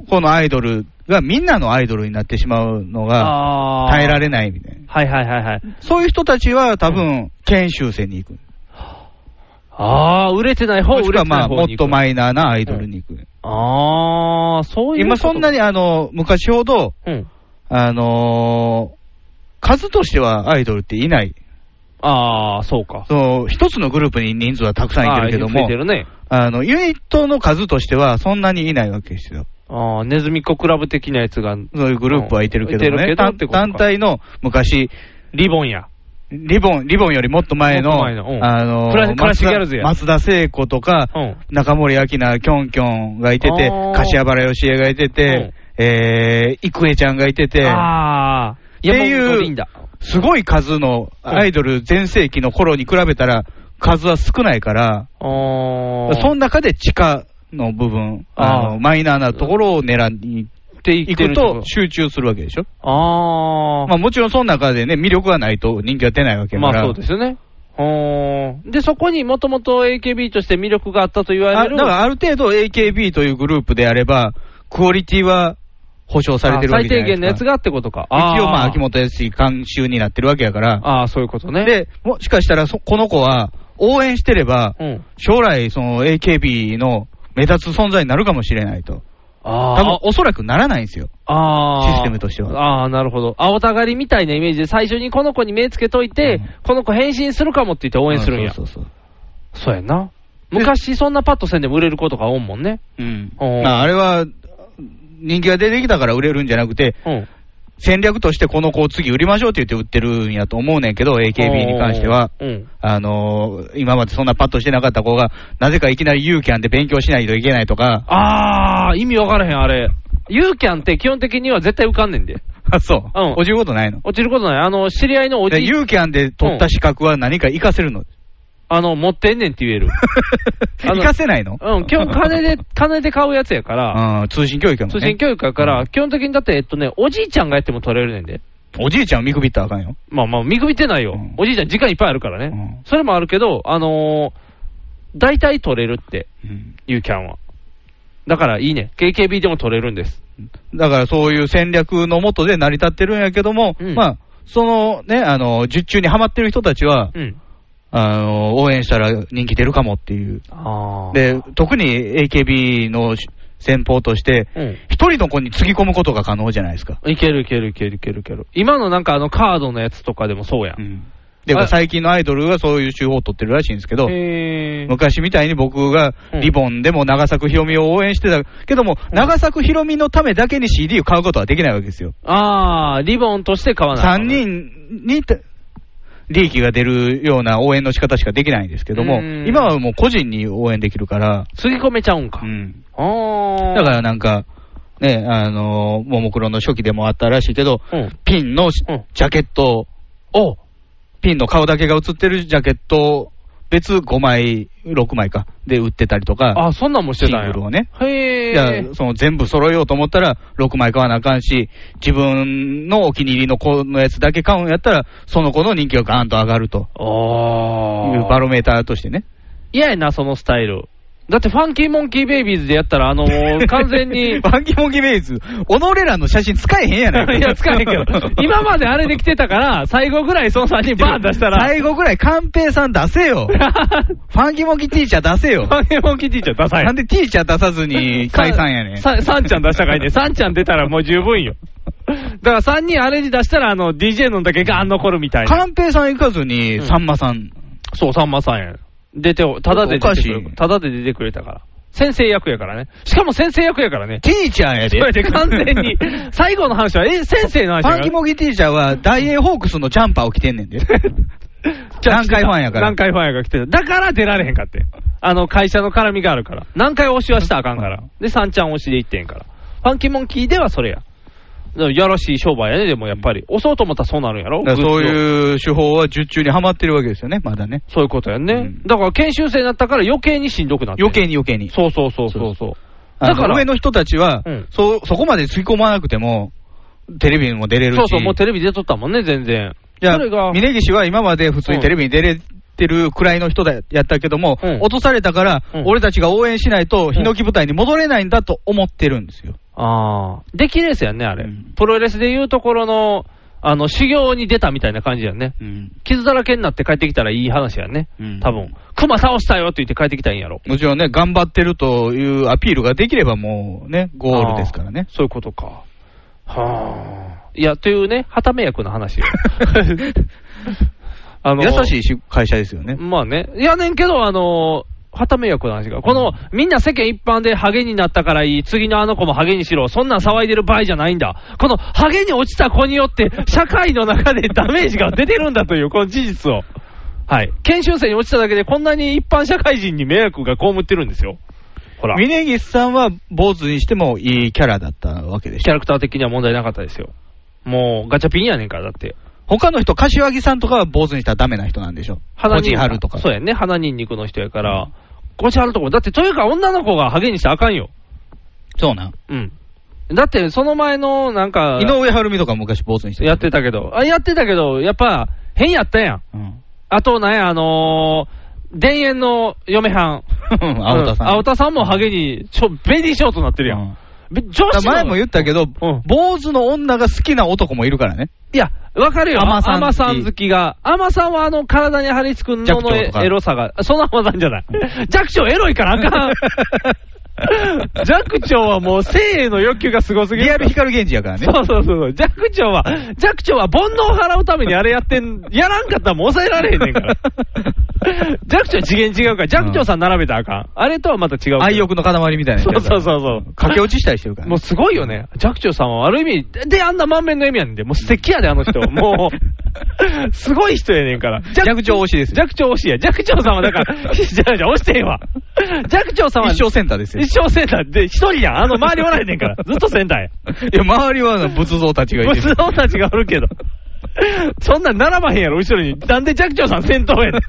[SPEAKER 4] このアイドルがみんなのアイドルになってしまうのが
[SPEAKER 3] あ
[SPEAKER 4] 耐えら
[SPEAKER 3] れ
[SPEAKER 4] れないみたいな。
[SPEAKER 3] はいはいはいはい。
[SPEAKER 4] そういう人たちは多分、研修生に行く。
[SPEAKER 3] ああ、売れてない方、
[SPEAKER 4] もし
[SPEAKER 3] 売
[SPEAKER 4] く
[SPEAKER 3] れ
[SPEAKER 4] は
[SPEAKER 3] てな
[SPEAKER 4] ま
[SPEAKER 3] い
[SPEAKER 4] あ、
[SPEAKER 3] 方
[SPEAKER 4] もっ
[SPEAKER 3] に行く
[SPEAKER 4] とマイナーなアイドルに行く。
[SPEAKER 3] ああ、そういう
[SPEAKER 4] 今そんな
[SPEAKER 3] に、
[SPEAKER 4] にあの、昔ほど、
[SPEAKER 3] うん。
[SPEAKER 4] あのー数としてはアイドルっていない。
[SPEAKER 3] ああ、そうか。
[SPEAKER 4] その、一つのグループに人数はたくさんいてるけど
[SPEAKER 3] あー
[SPEAKER 4] も
[SPEAKER 3] いて、るね。
[SPEAKER 4] あの、ユニットの数としてはそんなにいないわけですよ。
[SPEAKER 3] ああ、ネズミっ子クラブ的なやつが、
[SPEAKER 4] そういうグループはいてるけども
[SPEAKER 3] うんい
[SPEAKER 4] ね、
[SPEAKER 3] てるけど
[SPEAKER 4] 単
[SPEAKER 3] ってことか
[SPEAKER 4] 単体の昔、
[SPEAKER 3] リボンや。
[SPEAKER 4] リボン、リボンよりもっと前
[SPEAKER 3] もっ
[SPEAKER 4] の、
[SPEAKER 3] と前のうん
[SPEAKER 4] あの
[SPEAKER 3] クラクラシックギャルズや
[SPEAKER 4] 松田松田聖子とか、
[SPEAKER 3] うん。
[SPEAKER 4] 中森明菜、きょんきょんがいてて
[SPEAKER 3] あー、
[SPEAKER 4] 柏原芳恵がいてて、えー、郁恵ちゃんがいてて、
[SPEAKER 3] ああ、
[SPEAKER 4] ていう
[SPEAKER 3] 山本リンダ。
[SPEAKER 4] すごい数のアイドル全盛期の頃に比べたら、数は少ないから、
[SPEAKER 3] あー
[SPEAKER 4] その中で地下の部分、あ
[SPEAKER 3] あー
[SPEAKER 4] のマイナーなところを狙いに
[SPEAKER 3] って言
[SPEAKER 4] 行
[SPEAKER 3] って
[SPEAKER 4] く
[SPEAKER 3] る
[SPEAKER 4] と集中するわけでしょ。
[SPEAKER 3] ああ、
[SPEAKER 4] まあもちろんその中でね、魅力がないと人気が出ないわけだ
[SPEAKER 3] ま
[SPEAKER 4] か
[SPEAKER 3] あ
[SPEAKER 4] ら。
[SPEAKER 3] そうですよね。ほーで、そこにもともと AKB として魅力があったと言わ
[SPEAKER 4] あ
[SPEAKER 3] れる。
[SPEAKER 4] だからある程度 AKB というグループであれば、クオリティは保証されてるわけ
[SPEAKER 3] 最
[SPEAKER 4] じゃ
[SPEAKER 3] 低
[SPEAKER 4] ないで
[SPEAKER 3] 限
[SPEAKER 4] すか。
[SPEAKER 3] のやつがってことか。
[SPEAKER 4] 一応まあ
[SPEAKER 3] ー
[SPEAKER 4] 秋元康監修になってるわけやから。
[SPEAKER 3] ああ、そういうことね。、
[SPEAKER 4] で、もしかしたらそこの子は応援してれば、
[SPEAKER 3] うん。
[SPEAKER 4] 将来その AKB の目立つ存在になるかもしれないと。多分
[SPEAKER 3] あ
[SPEAKER 4] おそらくならないんですよ。
[SPEAKER 3] あ、ああ。
[SPEAKER 4] システムとしては
[SPEAKER 3] ああ、なるほど。青たがりみたいなイメージで、最初にこの子に目つけといて、
[SPEAKER 4] うん
[SPEAKER 3] この子変身するかもって言って応援するんや。
[SPEAKER 4] うそう
[SPEAKER 3] そ
[SPEAKER 4] うそうそう。
[SPEAKER 3] やな。昔そんなパッとせんでも売れることが多いもんね。
[SPEAKER 4] うん。
[SPEAKER 3] おー
[SPEAKER 4] まああれは、人気が出てきたから売れるんじゃなくて、
[SPEAKER 3] うん。
[SPEAKER 4] 戦略としてこの子を次売りましょうって言って売ってるんやと思うねんけど、AKB に関しては。
[SPEAKER 3] うん。
[SPEAKER 4] あのー今までそんなパッとしてなかった子が、なぜかいきなりユーキャンで勉強しないといけないとか、 [LAUGHS]
[SPEAKER 3] ああ、意味わからへん、あれ。ユーキャンって基本的には絶対受かんねんで。
[SPEAKER 4] あ、そう。
[SPEAKER 3] うん
[SPEAKER 4] 落ちることないの。
[SPEAKER 3] 落ちることない。あの、知り合いのおじ
[SPEAKER 4] で
[SPEAKER 3] い
[SPEAKER 4] ユーキャンで取った資格は何か活かせるの、 [LAUGHS]
[SPEAKER 3] あの、持ってんねんって言える。あの
[SPEAKER 4] 活かせないの
[SPEAKER 3] うん、今日
[SPEAKER 4] [LAUGHS]
[SPEAKER 3] 金で、金で買うやつやから、
[SPEAKER 4] うん、通信教育やもん
[SPEAKER 3] 通
[SPEAKER 4] ね。
[SPEAKER 3] 信教育やから、基本的にだって、えっとね、おじいちゃんがやっても取れるねんで。
[SPEAKER 4] おじいちゃんを見くびったらあかんよ。
[SPEAKER 3] まあまあ、見くびてないよ。
[SPEAKER 4] うん
[SPEAKER 3] おじいちゃん時間いっぱいあるからね。
[SPEAKER 4] うん
[SPEAKER 3] それもあるけど、あのー、大体取れるって、
[SPEAKER 4] うん
[SPEAKER 3] ユーキャンは。だからいいね。KKB でも取れるんです。
[SPEAKER 4] だからそういう戦略のもとで成り立ってるんやけども、
[SPEAKER 3] うん
[SPEAKER 4] まあ、そのね、あの、術中にはまってる人たちは、
[SPEAKER 3] うん。
[SPEAKER 4] あの、応援したら人気出るかもっていう。
[SPEAKER 3] あで、
[SPEAKER 4] で、特に AKB の戦法として、
[SPEAKER 3] うん。
[SPEAKER 4] 一人の子につぎ込むことが可能じゃないですか。
[SPEAKER 3] いけるいけるいけるいけるいける。今のなんかあのカードのやつとかでもそうやん。
[SPEAKER 4] で
[SPEAKER 3] あ、
[SPEAKER 4] 最近のアイドルがそういう手法を取ってるらしいんですけど、
[SPEAKER 3] へー
[SPEAKER 4] 昔みたいに僕が
[SPEAKER 3] うん
[SPEAKER 4] リボンでも長作ひろみを応援してたけども、長作ひろみのためだけに CD を買うことはできないわけですよ。
[SPEAKER 3] あー、リボンとして買わない。
[SPEAKER 4] 3人にた利益が出るような応援の仕方しかできないんですけど
[SPEAKER 3] う
[SPEAKER 4] も、
[SPEAKER 3] ん
[SPEAKER 4] 今はもう個人に応援できるから、
[SPEAKER 3] つぎ込めちゃうんか。
[SPEAKER 4] うん
[SPEAKER 3] あー。
[SPEAKER 4] だからなんか、ね、あのももクロの初期でもあったらしいけど、
[SPEAKER 3] うん。
[SPEAKER 4] ピンのし
[SPEAKER 3] うん
[SPEAKER 4] ジャケットを、ピンの顔だけが映ってるジャケットを、別5枚、6枚か、で売ってたりとか、
[SPEAKER 3] あ、そんなんもして
[SPEAKER 4] シン
[SPEAKER 3] たんや
[SPEAKER 4] グ。ルをね。
[SPEAKER 3] へ
[SPEAKER 4] じゃ
[SPEAKER 3] ー
[SPEAKER 4] あ、。その全部揃えようと思ったら、6枚買わなあかんし、自分のお気に入りの子のやつだけ買うんやったら、その子の人気がガーンと上がると
[SPEAKER 3] あ
[SPEAKER 4] いう
[SPEAKER 3] ー。
[SPEAKER 4] バロメーターとしてね。
[SPEAKER 3] 嫌やな、そのスタイル。だって、ファンキーモンキーベイビーズでやったら、あ
[SPEAKER 4] [LAUGHS]
[SPEAKER 3] のー完全に。い
[SPEAKER 4] バンキモンキベイズ、己らの写真使えへんやないか
[SPEAKER 3] や、使えへんけ
[SPEAKER 4] [LAUGHS]
[SPEAKER 3] ど。今まであれで来てたから、最後ぐらいその3人バーン出したら。
[SPEAKER 4] 最後ぐらい、カンペイさん出せ
[SPEAKER 3] [LAUGHS]
[SPEAKER 4] よ。ファンキモキティーチャー出せよ。
[SPEAKER 3] ファンキーモンキーティーチャーダサい
[SPEAKER 4] なん。でティーチャー出さずに解散やねん。
[SPEAKER 3] ささんちゃん出した
[SPEAKER 4] [LAUGHS]
[SPEAKER 3] からいいね。さんちゃん出たらもう十分よ。だから3人アレンジ出したら、あの、DJ のだけガーン残るみたいな。
[SPEAKER 4] カンペイさん行かずに、
[SPEAKER 3] うん
[SPEAKER 4] さんまさん。
[SPEAKER 3] そう、さんまさんやん。出てお、ただで
[SPEAKER 4] おか
[SPEAKER 3] 出て
[SPEAKER 4] し
[SPEAKER 3] く
[SPEAKER 4] い
[SPEAKER 3] れただで出てくれたから。先生役やからね。しかも先生役やから
[SPEAKER 4] [LAUGHS]
[SPEAKER 3] ね。
[SPEAKER 4] ティーチャーや
[SPEAKER 3] そ
[SPEAKER 4] で。
[SPEAKER 3] れで [LAUGHS] 完全
[SPEAKER 4] [LAUGHS]
[SPEAKER 3] に、最後の話は、え、先生の話
[SPEAKER 4] ファンキ
[SPEAKER 3] も
[SPEAKER 4] モギティーチャーは、ダイエーホークスのジャンパーを着てんね
[SPEAKER 3] [LAUGHS]
[SPEAKER 4] んで。 [LAUGHS] 南海ファンやから
[SPEAKER 3] 南。海ファンやから来てた。だから出られへんかって。あの、会社の絡みがあるから。南海推しはしたらあかんから。で、三ちゃん推しで行ってんから。ファンキーモンキーではそれや。だからやらしい商売やね、でもやっぱり。押そうと思ったらそうなるんやろ
[SPEAKER 4] だからそう
[SPEAKER 3] う。
[SPEAKER 4] いう手法は術中にはまってるわけですよね、まだね。
[SPEAKER 3] そういうことやんね。
[SPEAKER 4] うん
[SPEAKER 3] だから研修生になったから余計にしんどくなって。
[SPEAKER 4] 余計に余計に。
[SPEAKER 3] そうそうそうそうそう。
[SPEAKER 4] だ
[SPEAKER 3] だか
[SPEAKER 4] からら上の人たちは、
[SPEAKER 3] うん
[SPEAKER 4] そうそこまでつぎ込まなくても、テレビにも出れるし。
[SPEAKER 3] そうそう、もうテレビ出とったもんね、全然。
[SPEAKER 4] じゃ
[SPEAKER 3] それが
[SPEAKER 4] あ、峯岸は今まで普通にテレビに出れってるくらいの人だやったけども、落とされたから、俺たちが応援しないと、ヒノキ舞台に戻れないんだと思ってるんですよ。
[SPEAKER 3] ああ。出来レースやんね、あれ。プロレスでいうところの、あの、修行に出たみたいな感じやんね。傷だらけになって帰ってきたらいい話やんね。多分。熊倒したよって言って帰ってきたんやろ。
[SPEAKER 4] もちろんね、頑張ってるというアピールができればもうね、ゴールですからね。
[SPEAKER 3] そういうことか。はあ。いや、というね、旗目役の
[SPEAKER 4] [LAUGHS]
[SPEAKER 3] 話よ。あ
[SPEAKER 4] 優しいし会社ですよね。
[SPEAKER 3] まあね。いやねんけど、あのー、旗迷惑の話が。この、みんな世間一般でハゲになったからいい、次のあの子もハゲにしろ、そんなん騒いでる場合じゃないんだ。この、ハゲに落ちた子によって、社会の中でダメージが出てるんだという、この事実を。はい。研修生に落ちただけで、こんなに一般社会人に迷惑が被ってるんですよ。ほら。
[SPEAKER 4] 峯岸さんは坊主にしてもいいキャラだったわけでしょ。
[SPEAKER 3] キャラクター的には問題なかったですよ。もう、ガチャピンやねんから、だって。
[SPEAKER 4] 他の人、柏木さんとかは坊主にしたらダメな人なんでしょ。
[SPEAKER 3] 花
[SPEAKER 4] こじはるとか。
[SPEAKER 3] そうやね、花ニンニクの人やから、こじはるとかも、だってというか女の子がハゲにしたらあかんよ。
[SPEAKER 4] そうなん。
[SPEAKER 3] うん。だってその前のなんか、
[SPEAKER 4] 井上晴美とか昔坊主にしてた
[SPEAKER 3] やってたけど、あやってたけど、やっぱ変やったやん。
[SPEAKER 4] うん [LAUGHS]
[SPEAKER 3] あとなんや、あのー、田園の嫁はん。
[SPEAKER 4] 青田さん
[SPEAKER 3] う青田さんもハゲに、ちょ、ベリーショートになってるやん。べ女
[SPEAKER 4] だか
[SPEAKER 3] 子
[SPEAKER 4] ら
[SPEAKER 3] の
[SPEAKER 4] 前も言ったけど、坊主の女が好きな男もいるからね。
[SPEAKER 3] いや、わかるよ。
[SPEAKER 4] アマさん
[SPEAKER 3] アマさん好きが。アマさんはあの体に張り付くの
[SPEAKER 4] 弱
[SPEAKER 3] の
[SPEAKER 4] 小とか
[SPEAKER 3] エロさが。そのアマさんじゃない。弱小エロいからあかん。
[SPEAKER 4] [LAUGHS]
[SPEAKER 3] 弱小はもう性への欲求がすごすぎる。
[SPEAKER 4] リアル光源氏やからね。
[SPEAKER 3] そうそうそうそう。弱長は、弱長は煩悩を払うためにあれやっ
[SPEAKER 4] [LAUGHS]
[SPEAKER 3] てん、やらんかったらもう抑えられへんねんから。弱長は次元違うから、弱長さん並べたらあかん。あれとはまた違う。
[SPEAKER 4] 愛欲の塊みたいな
[SPEAKER 3] そ
[SPEAKER 4] 人
[SPEAKER 3] う
[SPEAKER 4] やか
[SPEAKER 3] そう
[SPEAKER 4] ら。
[SPEAKER 3] そうそう。
[SPEAKER 4] 駆け落ちしたりしてるからね。
[SPEAKER 3] もうすごいよね。寂聴さんはある意味、で、あんな満面の笑みやねんで、もう素敵やで、あの人。も
[SPEAKER 4] [LAUGHS]
[SPEAKER 3] う、すごい人やねんから。
[SPEAKER 4] 弱長推しですよ。
[SPEAKER 3] 寂聴推しや。寂聴さんはだ
[SPEAKER 4] [LAUGHS]
[SPEAKER 3] から、じゃあじゃあ押してへんわ。寂聴さんは、
[SPEAKER 4] 一生センターですよ。
[SPEAKER 3] 一生センターで、一人やん。あの、周りおらへんねんから。ずっとセンターや。
[SPEAKER 4] いや、周りはあの仏像たちがいて
[SPEAKER 3] [LAUGHS] 仏
[SPEAKER 4] る。
[SPEAKER 3] 像たちがおるけど。そんなん並ばへんやろ、後ろに。なんで寂聴さん先頭やねん。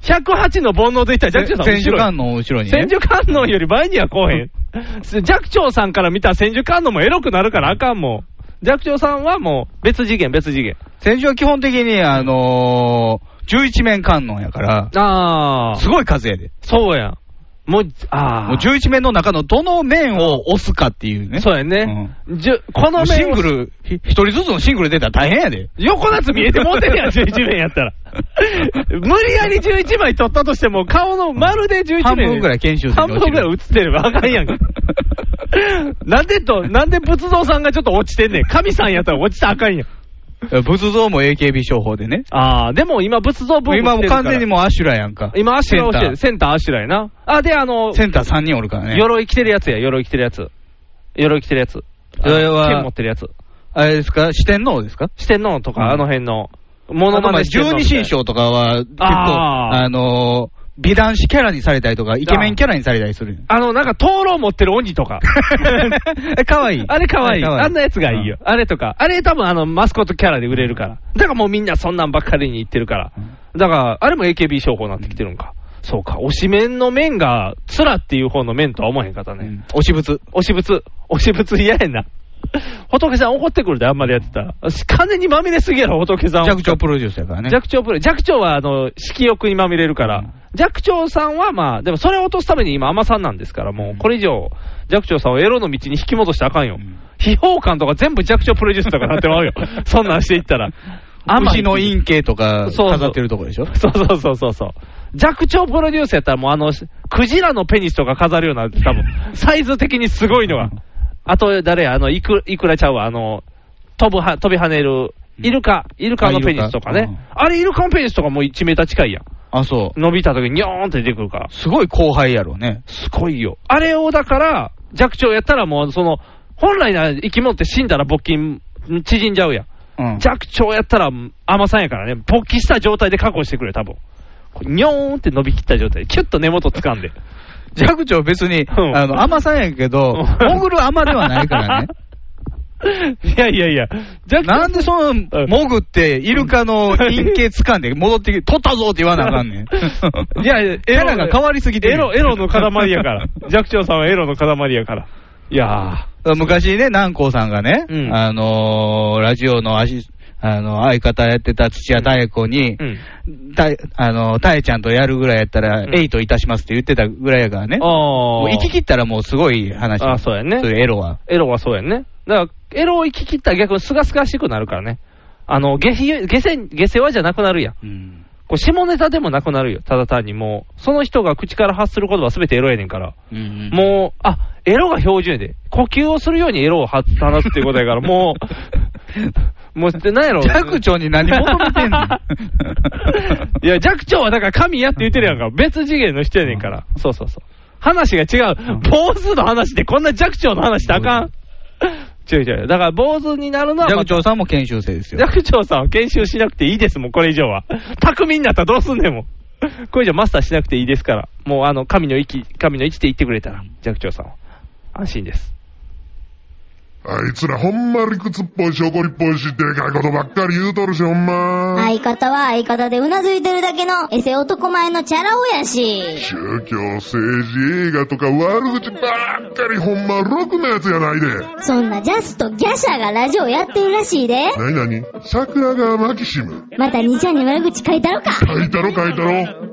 [SPEAKER 3] 108の煩悩でいったら寂聴さん後ろ
[SPEAKER 4] 千手
[SPEAKER 3] や
[SPEAKER 4] 観音の後ろに、ね。
[SPEAKER 3] 千手観音より前には来おへん。寂聴さんから見た千手観音もエロくなるからあかんもん。寂聴さんはもう別次元、別次元。
[SPEAKER 4] 千手は基本的に、あのー、11面観音やから、
[SPEAKER 3] ああ
[SPEAKER 4] すごい数やで。
[SPEAKER 3] そうやん。もう、ああ。
[SPEAKER 4] もう11面の中のどの面を押すかっていうね。
[SPEAKER 3] そうやね。じゅ
[SPEAKER 4] も
[SPEAKER 3] この
[SPEAKER 4] うシ
[SPEAKER 3] 面
[SPEAKER 4] ン
[SPEAKER 3] を
[SPEAKER 4] グル、ひ一人ずつのシングル出たら大変やで。
[SPEAKER 3] 横のやつ見えてもうてるやん、11面やったら。 [LAUGHS] 無理やり11枚取ったとしても、顔のまるで11面。
[SPEAKER 4] 半分ぐらい研修生に
[SPEAKER 3] 半
[SPEAKER 4] 落ちる
[SPEAKER 3] 分ぐらい映ってればあかんや [LAUGHS] んか。なんでと、なんで仏像さんがちょっと落ちてんねん。神さんやったら落ちたらあかんやん。
[SPEAKER 4] 仏像も AKB 商法でね。
[SPEAKER 3] ああ、でも今仏像ブーム来てるから
[SPEAKER 4] 今もう完全にもうアシュラやんか。
[SPEAKER 3] 今、アシュラ落ちてる。
[SPEAKER 4] セ
[SPEAKER 3] センターアシュラやな。あ、で、あの、
[SPEAKER 4] ンターセンター3人おるからね。
[SPEAKER 3] 鎧着てるやつや、鎧着てるやつ。鎧着てるやつ。あ
[SPEAKER 4] 鎧は
[SPEAKER 3] 剣持ってるやつ。
[SPEAKER 4] あれですか四天王ですか
[SPEAKER 3] 四天王と
[SPEAKER 4] うん
[SPEAKER 3] か、あの辺の。モノ
[SPEAKER 4] あと
[SPEAKER 3] マ
[SPEAKER 4] まあ
[SPEAKER 3] ネしてんの
[SPEAKER 4] 十二神将とかは結構、
[SPEAKER 3] あー
[SPEAKER 4] あのー、美男子キャラにされたりとか、イケメンキャラにされたりする。
[SPEAKER 3] あの、なんか、灯籠持ってる鬼 [LAUGHS] とか。
[SPEAKER 4] え、かわいい。
[SPEAKER 3] あれ可愛い。あんなやつがいいよ。。
[SPEAKER 4] 可
[SPEAKER 3] あれとか。あれ多分あの、マスコットキャラで売れるから。だからもうみんなそんなんばっかりに言ってるから。だから、あれも AKB 商法になってきてるんか。そうか。推し面の面が、つらっていう方の面とは思えへんかった
[SPEAKER 4] うん
[SPEAKER 3] ね。
[SPEAKER 4] 推し物。
[SPEAKER 3] 推し物。推し物嫌やな。仏さん怒ってくるで、あんまりやってたら。金にまみれすぎやろ、仏さんは。
[SPEAKER 4] 弱長プロデュースやからね。
[SPEAKER 3] 弱聴プレイ。弱聴は、あの、色欲にまみれるから。弱聴さんは、まあ、でもそれを落とすために今、甘さんなんですから、もう、これ以上、弱聴さんをエロの道に引き戻したらあかんよ。秘宝感とか全部弱聴プロデュースとかなってまうよ。そんなんしていったら。
[SPEAKER 4] 牛の陰茎とか
[SPEAKER 3] そうそう
[SPEAKER 4] 飾ってるとこでしょ
[SPEAKER 3] [LAUGHS] そうそうそうそうそう。弱聴プロデュースやったらもうあの、クジラのペニスとか飾るような、多 [LAUGHS] 分。サイズ的にすごいのが。あと、誰や、あの、いく、いくらちゃうわ、あの、飛ぶは、飛び跳ねる、イルカ、イルカのペニスとか
[SPEAKER 4] あイ
[SPEAKER 3] ね
[SPEAKER 4] ルカ。
[SPEAKER 3] あれ、イルカのペニスとかもう1メーター近いやん。
[SPEAKER 4] あ、そう。
[SPEAKER 3] 伸びた時にニョーンって出てくるから。
[SPEAKER 4] すごい後輩やろうね。
[SPEAKER 3] すごいよ。あれを、だから、弱聴やったらもう、その、本来なら生き物って死んだら募金縮んじゃうやん。
[SPEAKER 4] うん。
[SPEAKER 3] 弱聴やったら甘さんやからね、勃起した状態で確保してくれ、多分こうにょーんって伸びきった状態、キュッと根元掴んで。
[SPEAKER 4] 弱長別に、
[SPEAKER 3] ん
[SPEAKER 4] あの、甘さんやけど、
[SPEAKER 3] うん
[SPEAKER 4] モグル甘ではないからね。
[SPEAKER 3] [LAUGHS] いやいやいや、弱
[SPEAKER 4] なんでその、潜って、イルカの陰茎掴んで戻ってきて、取ったぞって言わなあかんねん。
[SPEAKER 3] [LAUGHS] いやいや、
[SPEAKER 4] キャラが変わりすぎてる
[SPEAKER 3] エロ、エロの塊
[SPEAKER 4] [LAUGHS]
[SPEAKER 3] やから。弱聴さんはエロの塊やから。いや
[SPEAKER 4] 昔ね、南光さんがね、
[SPEAKER 3] うん
[SPEAKER 4] あのーラジオのアシ、あの、相方やってた土屋太子に、たあの、たえちゃんとやるぐらいやったら、エイトいたしますって言ってたぐらいやからね。もう行き切ったらもうすごい話。
[SPEAKER 3] あそうやね。
[SPEAKER 4] そういうエロは。
[SPEAKER 3] エロはそうやね。だから、エロを行き切ったら逆にすがすがしくなるからね。あの、下品、下世、下世話じゃなくなるやん。これ下ネタでもなくなるよ。ただ単にもう、その人が口から発する言葉は全てエロやねんから。もう、あ、エロが標準やで。呼吸をするようにエロを発放すっていうことやから、も
[SPEAKER 4] [LAUGHS]
[SPEAKER 3] う、もう、でなんやろ。
[SPEAKER 4] 弱長に何求めてんの
[SPEAKER 3] [LAUGHS] いや、弱長はだから神やって言ってるやんか。別次元の人やねんから。そうそうそう。話が違う。坊主の話でこんな弱長の話してあかん。違う違う。だから坊主になるのは、
[SPEAKER 4] 弱長さんも研修生ですよ。
[SPEAKER 3] 寂聴さんは研修しなくていいですもん、これ以上
[SPEAKER 4] [LAUGHS]
[SPEAKER 3] は。匠になったらどうすんねんもん。これ以上マスターしなくていいですから。もうあの、神の域、神の位置で言ってくれたら、寂聴さんは。安心です。
[SPEAKER 11] あいつらほんま理屈っぽいし怒りっぽいしでかいことばっかり言うとるしほんま
[SPEAKER 12] 相方は相方でうなずいてるだけのエセ男前のチャラ男やし。
[SPEAKER 11] 宗教政治映画とか悪口ばっかりほんまろくなやつやないで
[SPEAKER 12] そんなジャスとギャシャがラジオやってるらしいで。
[SPEAKER 11] なになに桜川マキシム
[SPEAKER 12] また兄ちゃんに悪口書いたろか。
[SPEAKER 11] 書いたろ書いたろ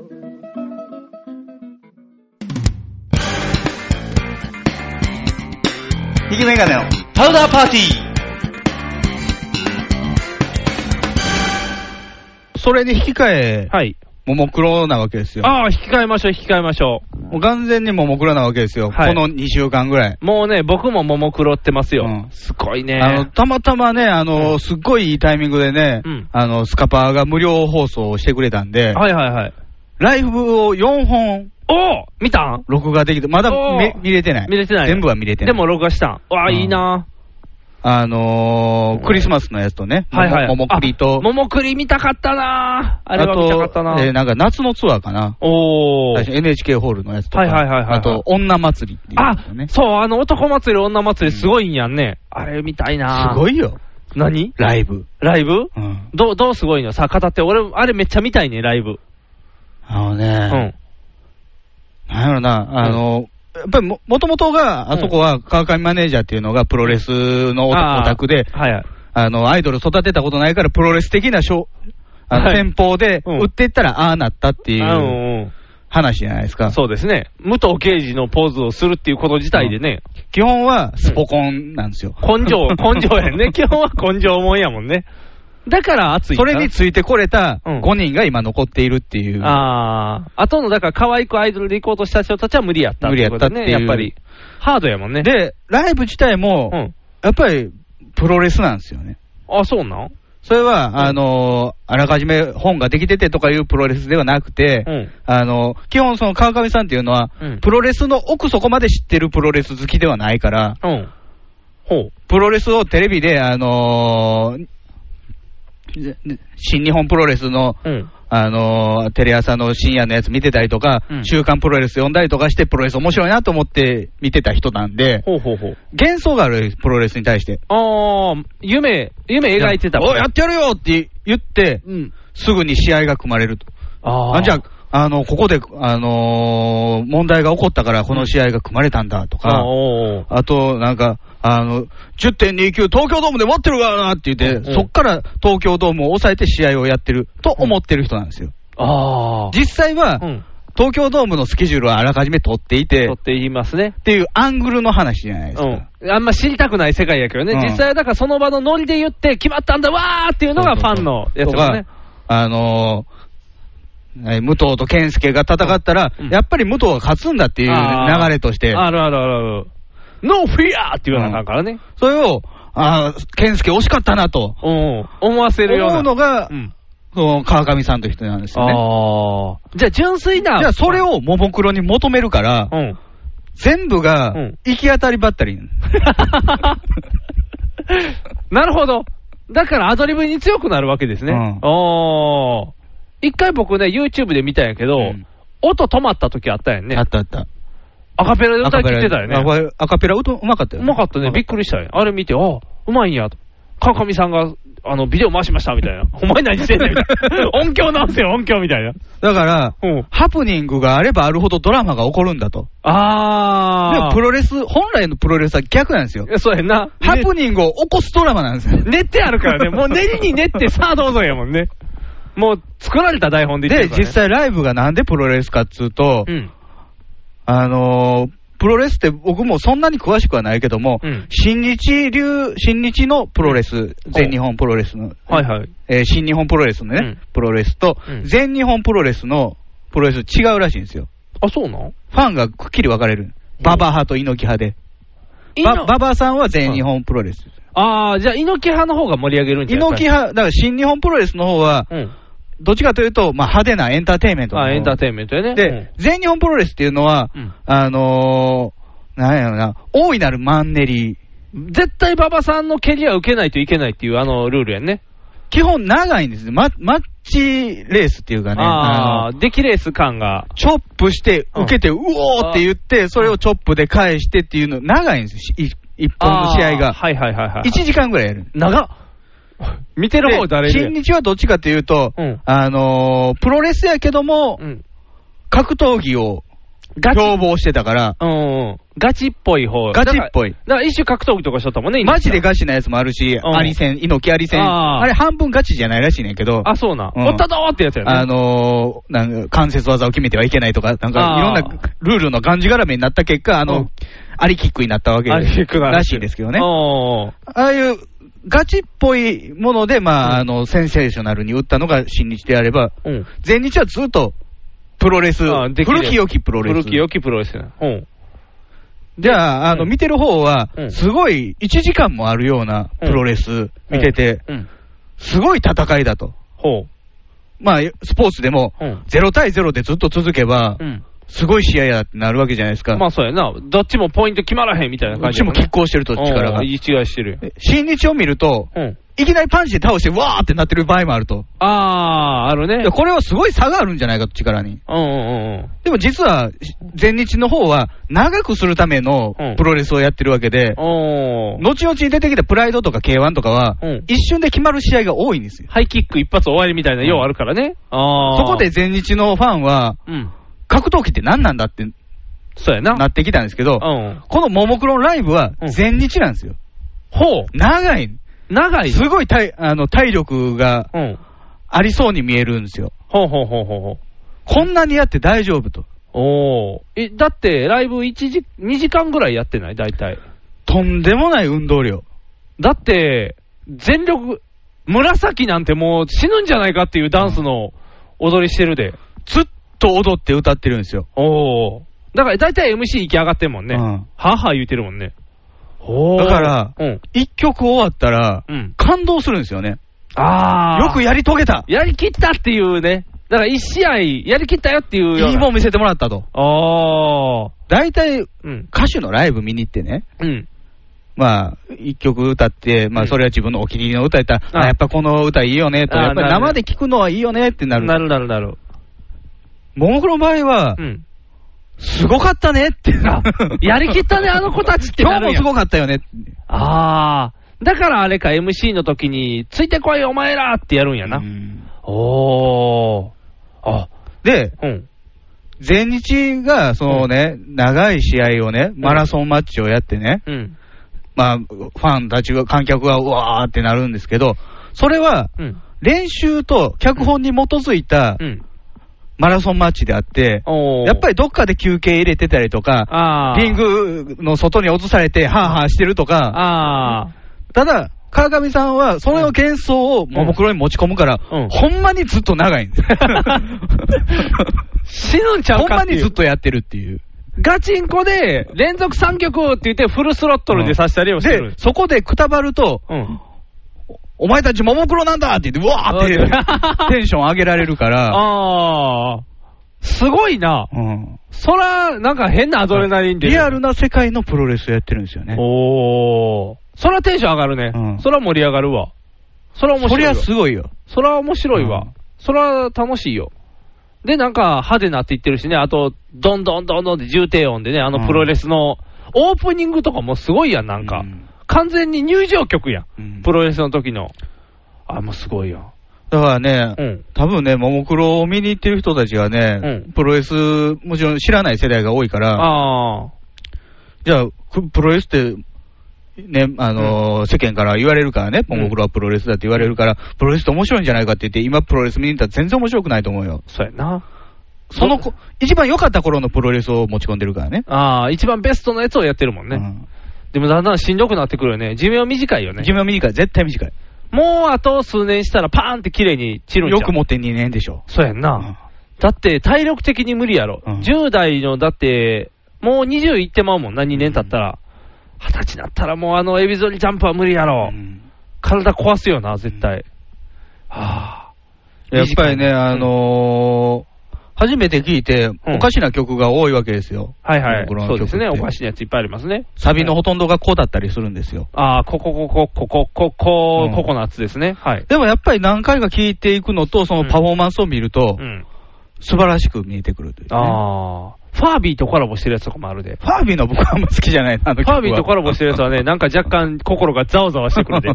[SPEAKER 10] ひげメガネのパウダーパーティー
[SPEAKER 4] それに引き換え、
[SPEAKER 3] はい。
[SPEAKER 4] ももクロなわけですよ。
[SPEAKER 3] ああ、引き換えましょう、引き換えましょ
[SPEAKER 4] もう完全にももクロなわけですよ。
[SPEAKER 3] は
[SPEAKER 4] こ
[SPEAKER 3] い
[SPEAKER 4] の2週間ぐらい。
[SPEAKER 3] う。もうね、僕も桃黒ってますよ。すごいね。
[SPEAKER 4] あの、たまたまね、あの、すっごいいいタイミングでね、あの、スカパーが無料放送をしてくれたんで、
[SPEAKER 3] はいはいはい。
[SPEAKER 4] ライブを4本、
[SPEAKER 3] お見たん
[SPEAKER 4] 録画できて、まだ
[SPEAKER 3] おー
[SPEAKER 4] め見れてない。
[SPEAKER 3] 見れてない
[SPEAKER 4] 全部は見れてない。
[SPEAKER 3] でも録画したん。わあ、いいな
[SPEAKER 4] あのー、クリスマスのやつとね、
[SPEAKER 3] はいはい
[SPEAKER 4] ももももクリと、
[SPEAKER 3] 桃栗見たかったなあれは見たかったな
[SPEAKER 4] あと、えーなんか夏のツアーかな。
[SPEAKER 3] お
[SPEAKER 4] ー。NHK ホールのやつとか。
[SPEAKER 3] はいはいはいはいはい
[SPEAKER 4] あと、女祭りっていう。
[SPEAKER 3] あ、そう、あの男祭り、女祭りすごいんやんね。あれ見たいな
[SPEAKER 4] すごいよ。
[SPEAKER 3] 何
[SPEAKER 4] ライブ。
[SPEAKER 3] ライブどう、どうすごいのさ、語って。俺、あれめっちゃ見たいね、ライブ。
[SPEAKER 4] あのね、なんやろな、あの、やっぱりも、もともとが、あそこは川上マネージャーっていうのがプロレスのオ
[SPEAKER 3] あー
[SPEAKER 4] タクで、あの、アイドル育てたことないからプロレス的なショー、あの、
[SPEAKER 3] はい
[SPEAKER 4] 戦法で売っていったらああなったってい
[SPEAKER 3] あう
[SPEAKER 4] う話じゃないですか。
[SPEAKER 3] そうですね。武藤刑事のポーズをするっていうこと自体でね。
[SPEAKER 4] 基本はスポコンなんですよ。
[SPEAKER 3] 根
[SPEAKER 4] [LAUGHS]
[SPEAKER 3] 性、根性やんね。基本は根性もんやもんね。だから熱いん
[SPEAKER 4] そ
[SPEAKER 3] だな
[SPEAKER 4] れについてこれた5人が今残っているっていう。
[SPEAKER 3] ああ。後の、だから可愛くアイドルで行こうとした人たちは無理やった
[SPEAKER 4] 無理やったっていう
[SPEAKER 3] こ。とね、やっぱり。ハードやもんね。
[SPEAKER 4] で、ライブ自体も、やっぱりプロレスなんですよね。
[SPEAKER 3] あ、そうなん
[SPEAKER 4] それは、あのあらかじめ本ができててとかいうプロレスではなくて、あの基本、その川上さんっていうのは、
[SPEAKER 3] うん
[SPEAKER 4] プロレスの奥底まで知ってるプロレス好きではないから、
[SPEAKER 3] うん。ほう。
[SPEAKER 4] プロレスをテレビで、あのー新日本プロレスの、
[SPEAKER 3] うん。
[SPEAKER 4] あのーテレ朝の深夜のやつ見てたりとか、
[SPEAKER 3] うん
[SPEAKER 4] 週刊プロレス読んだりとかして、プロレス面白いなと思って見てた人なんで、
[SPEAKER 3] ほうほうほう。
[SPEAKER 4] 幻想があるプロレスに対して。
[SPEAKER 3] ああ、夢、夢描いてた
[SPEAKER 4] おやってやるよって言って、すぐに試合が組まれると。
[SPEAKER 3] あ
[SPEAKER 4] じゃあ、あの、ここで、あのー問題が起こったから、この試合が組まれたんだとか、あと、なんか、あの、10.29東京ドームで待ってるからなって言って、そっから東京ドームを抑えて試合をやってると思ってる人なんですよ。
[SPEAKER 3] あ
[SPEAKER 4] 実際は、東京ドームのスケジュールはあらかじめ取っていて、取
[SPEAKER 3] っていますね。
[SPEAKER 4] っていうアングルの話じゃないですか。
[SPEAKER 3] うん。あんま知りたくない世界やけどね。
[SPEAKER 4] うん
[SPEAKER 3] 実際はだからその場のノリで言って、決まったんだ、わーっていうのがファンのやつ
[SPEAKER 4] と
[SPEAKER 3] だ
[SPEAKER 4] か
[SPEAKER 3] ね。、
[SPEAKER 4] あのーえー武藤と健介が戦ったら、やっぱり武藤が勝つんだっていう
[SPEAKER 3] あー
[SPEAKER 4] 流れとして、
[SPEAKER 3] あるあるあるある。ノーフィアーって言わなあかんからね。
[SPEAKER 4] それを、あー健介惜しかったなと
[SPEAKER 3] 思わせるよう
[SPEAKER 4] 思
[SPEAKER 3] な
[SPEAKER 4] うのが、
[SPEAKER 3] ん
[SPEAKER 4] その川上さんという人なんですよね。
[SPEAKER 3] じゃあ、純粋な。
[SPEAKER 4] じゃあ、それをももクロに求めるから、全部が行き当たりば
[SPEAKER 3] [LAUGHS]
[SPEAKER 4] ったり、
[SPEAKER 3] なるほど。だからアドリブに強くなるわけですね。
[SPEAKER 4] うん
[SPEAKER 3] おー。一回僕ね、YouTube で見たんやけど、音止まった時あったんやんね。あ
[SPEAKER 4] ったあった。
[SPEAKER 3] アカペラで歌い切ってたよね。
[SPEAKER 4] アカペラアカペラうとうまかったよ
[SPEAKER 3] うまかったね。びっくりしたよ。あれ見て、あうまいんやと。川上さんが、あの、ビデオ回しました、みた
[SPEAKER 4] [LAUGHS]
[SPEAKER 3] いな。お前何してんねん、みたいな。音響なんすよ、音響みたいな。
[SPEAKER 4] だから、ハプニングがあればあるほどドラマが起こるんだと。
[SPEAKER 3] あ
[SPEAKER 4] でもプロレス、本来のプロレスは逆なんですよ。
[SPEAKER 3] そうやな。
[SPEAKER 4] ハプニングを起こすドラマなんですよ。
[SPEAKER 3] 練ってあるから
[SPEAKER 4] [LAUGHS]
[SPEAKER 3] ね、もう練りに練って、さあどうぞやもんね。もう作られた台本で言って
[SPEAKER 4] で、
[SPEAKER 3] るからね
[SPEAKER 4] 実際ライブがなんでプロレスかっつうと、あのープロレスって僕もそんなに詳しくはないけども、新日流、新日のプロレス、全日本プロレスの、
[SPEAKER 3] はいはい。
[SPEAKER 4] えー新日本プロレスのね、プロレスと、全日本プロレスのプロレス違うらしいんですよ。
[SPEAKER 3] あ、そうなん
[SPEAKER 4] ファンがくっきり分かれる。ババ派と猪木派で。
[SPEAKER 3] 猪
[SPEAKER 4] ばババさんは全日本プロレス。
[SPEAKER 3] ああ、じゃあ、猪木派の方が盛り上げるんじゃない
[SPEAKER 4] 猪木派、だから新日本プロレスの方は、どっちかというと、まあ、派手なエンターテインメントの方
[SPEAKER 3] あエンターテインメントやね。
[SPEAKER 4] で、
[SPEAKER 3] うん
[SPEAKER 4] 全日本プロレスっていうのは、あのー、なんやろな、大いなるマンネリ、
[SPEAKER 3] 絶対馬場さんの蹴りは受けないといけないっていう、あのルールやんね。
[SPEAKER 4] 基本長いんですね、ママッチレースっていうかね、
[SPEAKER 3] あ
[SPEAKER 4] あ
[SPEAKER 3] あ、デキレース感が。
[SPEAKER 4] のチョップして、受けて、うおーって言って、それをチョップで返してっていうの、長いんですしい一本の試合
[SPEAKER 3] あー
[SPEAKER 4] が。
[SPEAKER 3] はいはいはいはい。
[SPEAKER 4] 1時間ぐらいやる。
[SPEAKER 3] 長っ見てる方
[SPEAKER 4] で
[SPEAKER 3] 誰
[SPEAKER 4] 新日はどっちかというと、あのープロレスやけども、格闘技を標榜してたから、
[SPEAKER 3] ガチっぽい方。
[SPEAKER 4] ガチっぽい
[SPEAKER 3] だから。だから一種格闘技とかしとったもんね、
[SPEAKER 4] マジで
[SPEAKER 3] チ。
[SPEAKER 4] ガチなやつもあるし、
[SPEAKER 3] うん
[SPEAKER 4] アリ戦、猪木アリ戦、
[SPEAKER 3] あー
[SPEAKER 4] あれ半分ガチじゃないらしいねんけど、
[SPEAKER 3] あ、そうなん。
[SPEAKER 4] うん
[SPEAKER 3] おったぞーってやつやね。
[SPEAKER 4] あのーなんか関節技を決めてはいけないとか、なんか
[SPEAKER 3] あー
[SPEAKER 4] いろんなルールのがんじがらめになった結果、あの、アリキックになったわけ
[SPEAKER 3] アリキックなん
[SPEAKER 4] らしいですけどね。
[SPEAKER 3] おー
[SPEAKER 4] ああいうガチっぽいもので、まあ、あの、センセーショナルに打ったのが新日であれば、前日はずっとプロレス、
[SPEAKER 3] あーできる
[SPEAKER 4] 古き良きプロレス。
[SPEAKER 3] 古き良きプロレスやな。うん。
[SPEAKER 4] じゃあ、あの、見てる方は、すごい1時間もあるようなプロレス見てて、すごい戦いだと。まあ、スポーツでも、0対0でずっと続けば、すごい試合やってなるわけじゃないですか。
[SPEAKER 3] まあそうやな。どっちもポイント決まらへんみたいな
[SPEAKER 4] こ
[SPEAKER 3] 感
[SPEAKER 4] っ
[SPEAKER 3] じ
[SPEAKER 4] ち
[SPEAKER 3] や
[SPEAKER 4] も
[SPEAKER 3] んね。
[SPEAKER 4] 拮抗してると力が
[SPEAKER 3] うん。いい違いしてるよ。
[SPEAKER 4] 新日を見ると、いきなりパンチで倒して、わーってなってる場合もあると。
[SPEAKER 3] ああ、あるね。
[SPEAKER 4] これはすごい差があるんじゃないかと、力に。
[SPEAKER 3] うんうんうん。
[SPEAKER 4] でも実は、前日の方は、長くするためのプロレスをやってるわけで、
[SPEAKER 3] 後
[SPEAKER 4] 々に出てきたプライドとか K1 とかは、一瞬で決まる試合が多いんですよ。
[SPEAKER 3] ハイキック一発終わりみたいな、ようあるからね。ああ。
[SPEAKER 4] そこで、前日のファンは、格闘技って何なんだって、
[SPEAKER 3] そうやな。
[SPEAKER 4] なってきたんですけど、このももクロのライブは前日なんですよ。
[SPEAKER 3] ほう。
[SPEAKER 4] 長い。
[SPEAKER 3] 長い。
[SPEAKER 4] すごい体あの体力がありそうに見えるんですよ。
[SPEAKER 3] ほうほうほうほうほう。
[SPEAKER 4] こんなにやって大丈夫と。
[SPEAKER 3] おお。え、だって、ライブ1時、2時間ぐらいやってない大体。
[SPEAKER 4] とんでもない運動量。
[SPEAKER 3] だって、全力、紫なんてもう死ぬんじゃないかっていうダンスの踊りしてるで。
[SPEAKER 4] ずっと踊って歌ってるんですよ。
[SPEAKER 3] おお。だから大体 MC 行き上がってるもんね。はあはあ言うてるもんね。おー
[SPEAKER 4] だから
[SPEAKER 3] うん、
[SPEAKER 4] 一曲終わったら、感動するんですよね。
[SPEAKER 3] ああ。
[SPEAKER 4] よくやり遂げた
[SPEAKER 3] やりきったっていうね。だから一試合、やりきったよっていうような。
[SPEAKER 4] いいもん見せてもらったと。
[SPEAKER 3] ああ。
[SPEAKER 4] 大体、
[SPEAKER 3] うん
[SPEAKER 4] 歌手のライブ見に行ってね、
[SPEAKER 3] うん。
[SPEAKER 4] まあ、一曲歌って、まあ、それは自分のお気に入りの歌やったら、あやっぱこの歌いいよねと、
[SPEAKER 3] あー
[SPEAKER 4] やっぱり
[SPEAKER 3] なるね
[SPEAKER 4] 生で聴くのはいいよねってなる。な
[SPEAKER 3] るなるなる。
[SPEAKER 4] ももクロの場合は、すごかったねってな。
[SPEAKER 3] [LAUGHS] やりきったね、あの子たちって
[SPEAKER 4] 今
[SPEAKER 3] な
[SPEAKER 4] 日も
[SPEAKER 3] るんや
[SPEAKER 4] すごかったよね。
[SPEAKER 3] ああ。だからあれか、MC の時に、ついてこいお前らってやるんやな。おー。あ、
[SPEAKER 4] で、
[SPEAKER 3] うん。
[SPEAKER 4] 前日が、そのね、長い試合をね、マラソンマッチをやってね、
[SPEAKER 3] うん。
[SPEAKER 4] まあ、ファンたちが、観客がうわーってなるんですけど、それは、
[SPEAKER 3] うん。
[SPEAKER 4] 練習と脚本に基づいた
[SPEAKER 3] うん。
[SPEAKER 4] マラソンマッチであって、やっぱりどっかで休憩入れてたりと
[SPEAKER 3] あ
[SPEAKER 4] か、
[SPEAKER 3] ー
[SPEAKER 4] リングの外に落とされて、ハーハーしてると
[SPEAKER 3] か、
[SPEAKER 4] ただ、川上さんは、それの幻想をももクロに持ち込むから、ほんまにずっと長いん
[SPEAKER 3] [LAUGHS]
[SPEAKER 4] です
[SPEAKER 3] [LAUGHS] 死ぬんちゃ
[SPEAKER 4] ほ
[SPEAKER 3] うかっ
[SPEAKER 4] ん
[SPEAKER 3] て
[SPEAKER 4] ま
[SPEAKER 3] いう
[SPEAKER 4] にずっとやってるっていう。
[SPEAKER 3] ガチンコで、連続3曲って言って、フルスロットルでさしたりをしてる。
[SPEAKER 4] で、そこでくたばると、お前たちももクロなんだって言って、うわーって、 [LAUGHS] テンション上げられるから、
[SPEAKER 3] [LAUGHS] ああ。すごいな。
[SPEAKER 4] うん
[SPEAKER 3] そら、なんか変なアドレナリンで。
[SPEAKER 4] リアルな世界のプロレスをやってるんですよね。
[SPEAKER 3] おー。そらテンション上がるね。そら盛り上がるわ。そら面白い
[SPEAKER 4] そ
[SPEAKER 3] わ。
[SPEAKER 4] りゃすごいよ。
[SPEAKER 3] そら面白いわ。そら楽しいよ。で、なんか派手なって言ってるしね、あと、どんどんどんどんって重低音でね、あのプロレスの、オープニングとかもすごいやん、なんか。完全に入場曲やん、プロレスの時の。あ、もうすごいよ。
[SPEAKER 4] だからね、多分ね、ももクロを見に行ってる人たちがね、プロレス、もちろん知らない世代が多いから、じゃあ、くプロレスって、ね、あのー世間から言われるからね、ももクロはプロレスだって言われるから、プロレスって面白いんじゃないかって言って、今プロレス見に行ったら全然面白くないと思うよ。
[SPEAKER 3] そうやな。
[SPEAKER 4] その子、一番良かった頃のプロレスを持ち込んでるからね。
[SPEAKER 3] ああ、一番ベストのやつをやってるもんね。でもだんだんしんどくなってくるよね。寿命短いよね。寿
[SPEAKER 4] 命短い、絶対短い。
[SPEAKER 3] もうあと数年したらパーンって綺麗に散るんちゃう
[SPEAKER 4] よく持って2年でしょ。
[SPEAKER 3] そうやんな。だって体力的に無理やろ。10代の、だって、もう20いってまうもんな、2年経ったら。二十歳になったらもうあのエビゾリジャンプは無理やろ。体壊すよな、絶対。
[SPEAKER 4] やっぱりね、あのー初めて聞いて、おかしな曲が多いわけですよ。
[SPEAKER 3] はいはい
[SPEAKER 4] 僕ら。の
[SPEAKER 3] そう
[SPEAKER 4] 曲
[SPEAKER 3] で
[SPEAKER 4] って
[SPEAKER 3] すね、おかしいやついっぱいありますね。
[SPEAKER 4] サビのほとんどがこうだったりするんですよ。
[SPEAKER 3] ああ、ここ、ここ、ここ、ここ、ココナッツですね。はい。
[SPEAKER 4] でもやっぱり何回か聞いていくのと、そのパフォーマンスを見ると、
[SPEAKER 3] うん。
[SPEAKER 4] 素晴らしく見えてくるという、ね。
[SPEAKER 3] ああ。ファービーとコラボしてるやつとかもあるで。
[SPEAKER 4] ファービーの僕はあんま好きじゃないな、あの
[SPEAKER 3] フ
[SPEAKER 4] 曲は
[SPEAKER 3] ァービーとコラボしてるやつは [LAUGHS] ね、なんか若干心がざわざわしてくる [LAUGHS] で。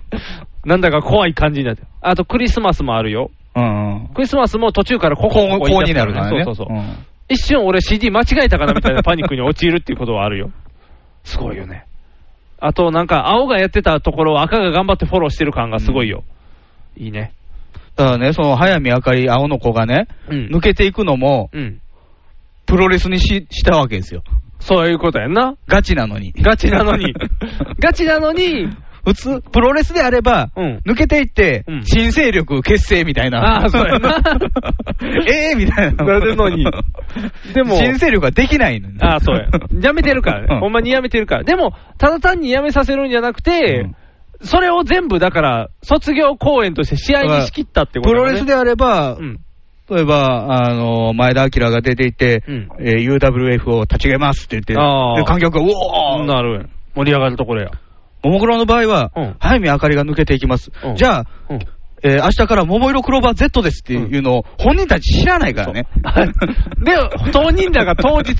[SPEAKER 3] なんだか怖い感じになって。あとクリスマスもあるよ。
[SPEAKER 4] うんうん。
[SPEAKER 3] クリスマスも途中からここ、
[SPEAKER 4] こ
[SPEAKER 3] こ
[SPEAKER 4] う、
[SPEAKER 3] こ
[SPEAKER 4] こう
[SPEAKER 3] 言い
[SPEAKER 4] に
[SPEAKER 3] 出
[SPEAKER 4] な
[SPEAKER 3] す
[SPEAKER 4] る
[SPEAKER 3] か
[SPEAKER 4] かららね。
[SPEAKER 3] そうそうそう。
[SPEAKER 4] ん
[SPEAKER 3] 一瞬俺 CD 間違えたかなみたいなパニックに陥るっていうことはあるよ。すごいよね。あとなんか青がやってたところを赤が頑張ってフォローしてる感がすごいよ。いいね。
[SPEAKER 4] だからね、その、早見あかり、青の子がね、抜けていくのも、
[SPEAKER 3] うん
[SPEAKER 4] プロレスにししたわけですよ。
[SPEAKER 3] そういうことやんな。
[SPEAKER 4] ガチなのに。
[SPEAKER 3] ガチなの [LAUGHS] に。ガチなのに、
[SPEAKER 4] 普通、プロレスであれば、抜けていって、新勢力結成みたいな。
[SPEAKER 3] ああ、そうやな。
[SPEAKER 4] [LAUGHS] ええみたいな。
[SPEAKER 3] なるのに。でも、
[SPEAKER 4] 新勢力はできないのに。
[SPEAKER 3] ああ、そう
[SPEAKER 4] [LAUGHS]
[SPEAKER 3] [LAUGHS] や。やめてるからね。ほんまにやめてるから。でも、ただ単にやめさせるんじゃなくて、それを全部、だから、卒業公演として試合に仕切ったってこと
[SPEAKER 4] プ
[SPEAKER 3] だよ
[SPEAKER 4] ロ
[SPEAKER 3] ね
[SPEAKER 4] レスであれば、例えば、あの、前田明が出ていって、えー UWF を立ち上げますって言って、で
[SPEAKER 3] ああ
[SPEAKER 4] 観客が、うおー
[SPEAKER 3] なる盛り上がるところや。
[SPEAKER 4] ももクロの場合は、早見あかりが抜けていきます。じゃあ、えー明日から桃色クローバー Z ですっていうのを本人たち知らないからね。
[SPEAKER 3] [LAUGHS] で、当人らが当日、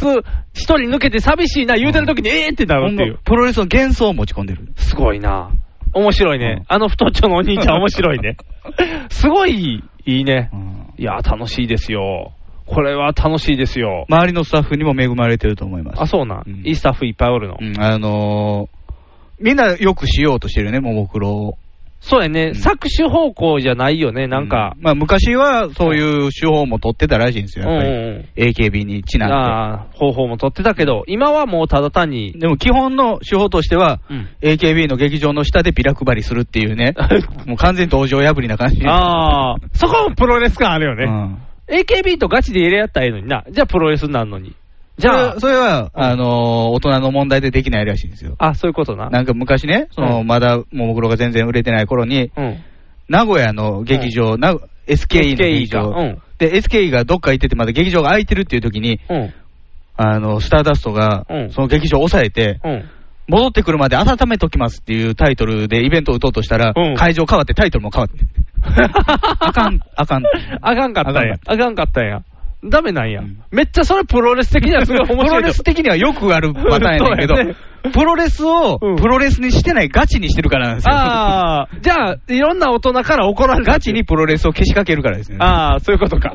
[SPEAKER 3] 一人抜けて寂しいな、言うてる時に、ええってなるっていう。
[SPEAKER 4] プロレスの幻想を持ち込んでる。
[SPEAKER 3] すごいな。面白いね。あの太っちょのお兄ちゃん面白い [LAUGHS] ね。すごい、いいね。いや、楽しいですよ。これは楽しいですよ。
[SPEAKER 4] 周りのスタッフにも恵まれてると思います。
[SPEAKER 3] あ、そうなん。いいスタッフいっぱいおるの。
[SPEAKER 4] うんあのーみんなよくしようとしてるね、ももクロを。
[SPEAKER 3] そうやね。搾取方向じゃないよね、なんか。
[SPEAKER 4] まあ、昔はそういう手法も取ってたらしいんですよ、やっぱり
[SPEAKER 3] うん
[SPEAKER 4] AKB にちなん
[SPEAKER 3] ああ、方法も取ってたけど、今はもうただ単に
[SPEAKER 4] で。。でも基本の手法としては、
[SPEAKER 3] うん。
[SPEAKER 4] AKB の劇場の下でビラ配りするっていう
[SPEAKER 3] [LAUGHS]
[SPEAKER 4] ね、もう完全同情破りな感じ。
[SPEAKER 3] ああ、そこもプロレス感あるよね。AKB とガチで入れ合ったらええのにな。じゃあプロレスになるのに。じゃあ
[SPEAKER 4] それそれは、あのー大人の問題でできないらしいんですよ。
[SPEAKER 3] あ、そういうことな。
[SPEAKER 4] なんか昔ね、その、
[SPEAKER 3] うん
[SPEAKER 4] まだ、ももクロが全然売れてない頃に、
[SPEAKER 3] うん。
[SPEAKER 4] 名古屋の劇場、な SKE の劇場、
[SPEAKER 3] SKE かうん
[SPEAKER 4] で、SKE がどっか行ってて、まだ劇場が空いてるっていう時に、
[SPEAKER 3] うん。
[SPEAKER 4] あの、スターダストが、その劇場を抑えて、
[SPEAKER 3] うん。
[SPEAKER 4] 戻ってくるまで温めときますっていうタイトルでイベントを打とうとしたら、会場変わってタイトルも変わっ
[SPEAKER 3] [LAUGHS]
[SPEAKER 4] て。 [LAUGHS] あかん、あかん。
[SPEAKER 3] あかんかったんや。あかんかったんや。ダメなんや。めっちゃそれプロレス的にはすごい面白いと。
[SPEAKER 4] プロレス的にはよくあるパターンやねんけど
[SPEAKER 3] [LAUGHS] そうやね、
[SPEAKER 4] プロレスをプロレスにしてないガチにしてるからなんですよ。
[SPEAKER 3] ああ、じゃあ、いろんな大人から怒られる。
[SPEAKER 4] ガチにプロレスをけしかけるからですね。
[SPEAKER 3] ああ、そういうことか。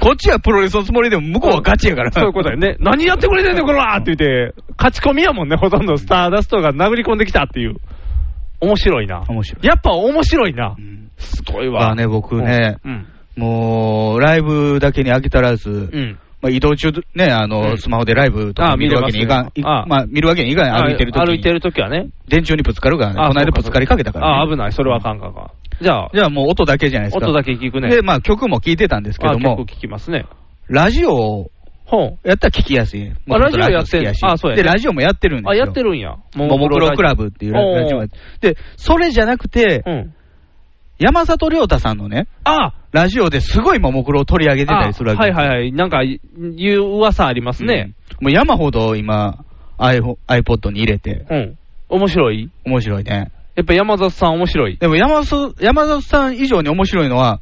[SPEAKER 4] こっちはプロレスのつもりでも [LAUGHS] 向こうはガチやから。
[SPEAKER 3] そういうことやね。何やってくれてんねん、これはって言って、勝ち込みやもんね、ほとんどスターダストが殴り込んできたっていう。面白いな。
[SPEAKER 4] 面白い。
[SPEAKER 3] やっぱ面白いな。すごい
[SPEAKER 4] まあ
[SPEAKER 3] わ。
[SPEAKER 4] ね、僕ね、
[SPEAKER 3] うん。
[SPEAKER 4] もう、ライブだけに飽き足らず、
[SPEAKER 3] うん。
[SPEAKER 4] まあ、移動中、ね、あの、スマホでライブと
[SPEAKER 3] あ
[SPEAKER 4] か
[SPEAKER 3] あ
[SPEAKER 4] 見るわけにいかん、
[SPEAKER 3] 見
[SPEAKER 4] い
[SPEAKER 3] れますねああ
[SPEAKER 4] まあ、見るわけにいかん、歩いてるとき
[SPEAKER 3] 歩い
[SPEAKER 4] に。
[SPEAKER 3] てる時はね。
[SPEAKER 4] 電柱にぶつかるからね。
[SPEAKER 3] あ
[SPEAKER 4] この間
[SPEAKER 3] そうか
[SPEAKER 4] ぶつかりかけたから、ね。
[SPEAKER 3] ああ、危ない。それはあかんかんか。じゃあ、
[SPEAKER 4] じゃあもう音だけじゃないですか。
[SPEAKER 3] 音だけ聞くね。
[SPEAKER 4] で、まあ曲も聞いてたんですけど
[SPEAKER 3] あ
[SPEAKER 4] も
[SPEAKER 3] 結、構聞きますね。
[SPEAKER 4] ラジオを
[SPEAKER 3] ほ
[SPEAKER 4] やったら聞きやすい。
[SPEAKER 3] あラジオやってん
[SPEAKER 4] る
[SPEAKER 3] あそうやね
[SPEAKER 4] で、ラジオもやってるんですよ。
[SPEAKER 3] あ、やってるんや。
[SPEAKER 4] ももクロクラブっていうラジオ
[SPEAKER 3] お
[SPEAKER 4] が
[SPEAKER 3] ー
[SPEAKER 4] で、それじゃなくて、山里亮太さんのね、
[SPEAKER 3] あ
[SPEAKER 4] ラジオですごいももクロを取り上げてたりするわけ
[SPEAKER 3] あはいはいはい。なんか、いう噂ありますね。
[SPEAKER 4] もう山ほど今、iPhone iPod に入れて。
[SPEAKER 3] うん。面白い
[SPEAKER 4] 面白いね。
[SPEAKER 3] やっぱ山里さん面白い。
[SPEAKER 4] でも山里山里さん以上に面白いのは、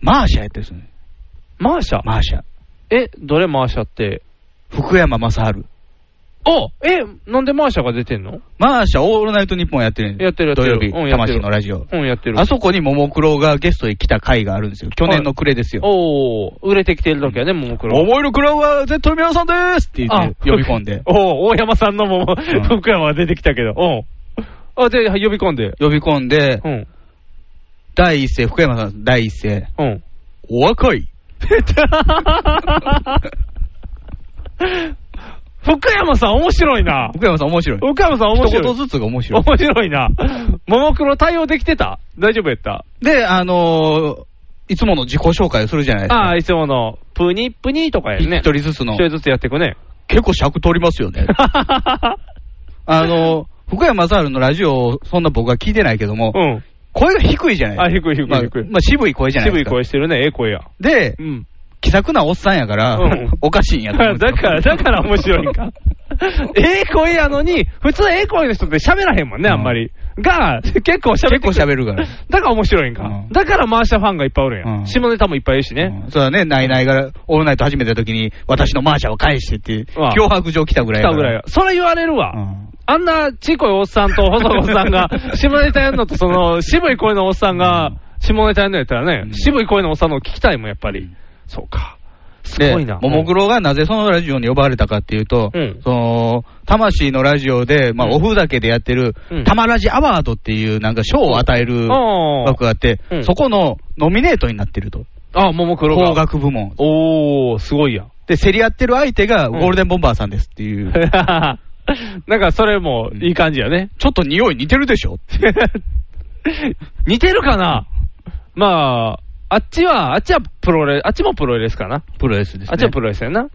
[SPEAKER 4] マーシャやってるんですよね。
[SPEAKER 3] マーシャ
[SPEAKER 4] マーシャ。
[SPEAKER 3] え、どれマーシャって。
[SPEAKER 4] 福山雅治。
[SPEAKER 3] おえ、なんでマーシャが出てんの
[SPEAKER 4] マーシャ、オールナイトニッポンやってるんで
[SPEAKER 3] やってるやってる。
[SPEAKER 4] 土曜日
[SPEAKER 3] うんやって
[SPEAKER 4] 魂
[SPEAKER 3] る
[SPEAKER 4] のラジオ
[SPEAKER 3] うん、やってる。
[SPEAKER 4] あそこにももクロがゲストに来た回があるんですよ。去年の暮れですよ。
[SPEAKER 3] おお売れてきてる時はね、ももクロ。
[SPEAKER 4] 桃色クラブは絶対皆さんですって言って呼び込んで。
[SPEAKER 3] [LAUGHS] おお大山さんのもも、福山が出てきたけど。おうあ、で、呼び込んで。
[SPEAKER 4] 呼び込んで、
[SPEAKER 3] うん。
[SPEAKER 4] 第一声、福山さん第一声、
[SPEAKER 3] うん。
[SPEAKER 4] お若い。
[SPEAKER 3] [LAUGHS] 福山さん面白いな。
[SPEAKER 4] [LAUGHS] 福山さん面白い。
[SPEAKER 3] 福山さん面白い。
[SPEAKER 4] 一言ずつが面白い。
[SPEAKER 3] 面白いな。ももクロ対応できてた大丈夫やった
[SPEAKER 4] で、あのーいつもの自己紹介をするじゃないですか。
[SPEAKER 3] ああ、いつもの、プニプニとかやね。
[SPEAKER 4] 一人ずつの
[SPEAKER 3] 一人ずつやっていくね。
[SPEAKER 4] 結構尺取りますよね。 [LAUGHS] あのー福山雅治のラジオをそんな僕は聞いてないけども、
[SPEAKER 3] [LAUGHS] うん。
[SPEAKER 4] 声が低いじゃな
[SPEAKER 3] あ、
[SPEAKER 4] い
[SPEAKER 3] 低い低い
[SPEAKER 4] まあ
[SPEAKER 3] 低い。
[SPEAKER 4] まあ渋い声じゃない
[SPEAKER 3] 渋
[SPEAKER 4] です
[SPEAKER 3] い
[SPEAKER 4] か。
[SPEAKER 3] 声してるね、ええ声や。
[SPEAKER 4] で、
[SPEAKER 3] うん。
[SPEAKER 4] 気さくなおっさんやから、
[SPEAKER 3] うん
[SPEAKER 4] [LAUGHS] おかしいんや
[SPEAKER 3] だ
[SPEAKER 4] と
[SPEAKER 3] か
[SPEAKER 4] 思
[SPEAKER 3] ら、
[SPEAKER 4] って [LAUGHS]
[SPEAKER 3] だから、だから面白いんか。ええ声やのに、普通ええ声の人って喋らへんもんね、あんまり。が、結構喋ってく
[SPEAKER 4] 結構喋るから。
[SPEAKER 3] だから面白いんか。だからマーシャファンがいっぱいおるや
[SPEAKER 4] うん
[SPEAKER 3] ん。下ネタもいっぱいいるしね。
[SPEAKER 4] そうだね、ないないから、オールナイト始めた時に、私のマーシャを返してっていう、
[SPEAKER 3] うん
[SPEAKER 4] 脅迫状来たぐらい
[SPEAKER 3] 来
[SPEAKER 4] や
[SPEAKER 3] た
[SPEAKER 4] から
[SPEAKER 3] ぐらいや。それ言われるわ。あんなちいこいおっさんと細子さん [LAUGHS] が、下ネタやんのと、その、渋い声のおっさんが、下ネタやんのやったらね、渋い声のおっさんの聞きたいもん、やっぱり。そうか。す
[SPEAKER 4] で、
[SPEAKER 3] ごいな。
[SPEAKER 4] ももクロがなぜそのラジオに呼ばれたかっていうと、その、魂のラジオで、まあ、お風だけでやってる、たまラジアワードっていう、なんか賞を与える
[SPEAKER 3] あー
[SPEAKER 4] 枠があって、
[SPEAKER 3] うん
[SPEAKER 4] そこのノミネートになってると。
[SPEAKER 3] あ、ももクロが。
[SPEAKER 4] 工学部門。
[SPEAKER 3] おー、すごいやん。 [LAUGHS]
[SPEAKER 4] で、競り合ってる相手がゴールデンボンバーさんですっていう。
[SPEAKER 3] なんかそれもいい感じやね。 [LAUGHS]
[SPEAKER 4] ちょっと匂い似てるでしょ
[SPEAKER 3] 似てるかなまあ、あっちは、あっちはプロレあっちもプロレスかな。
[SPEAKER 4] プロレスですね。
[SPEAKER 3] あっちはプロレスやな。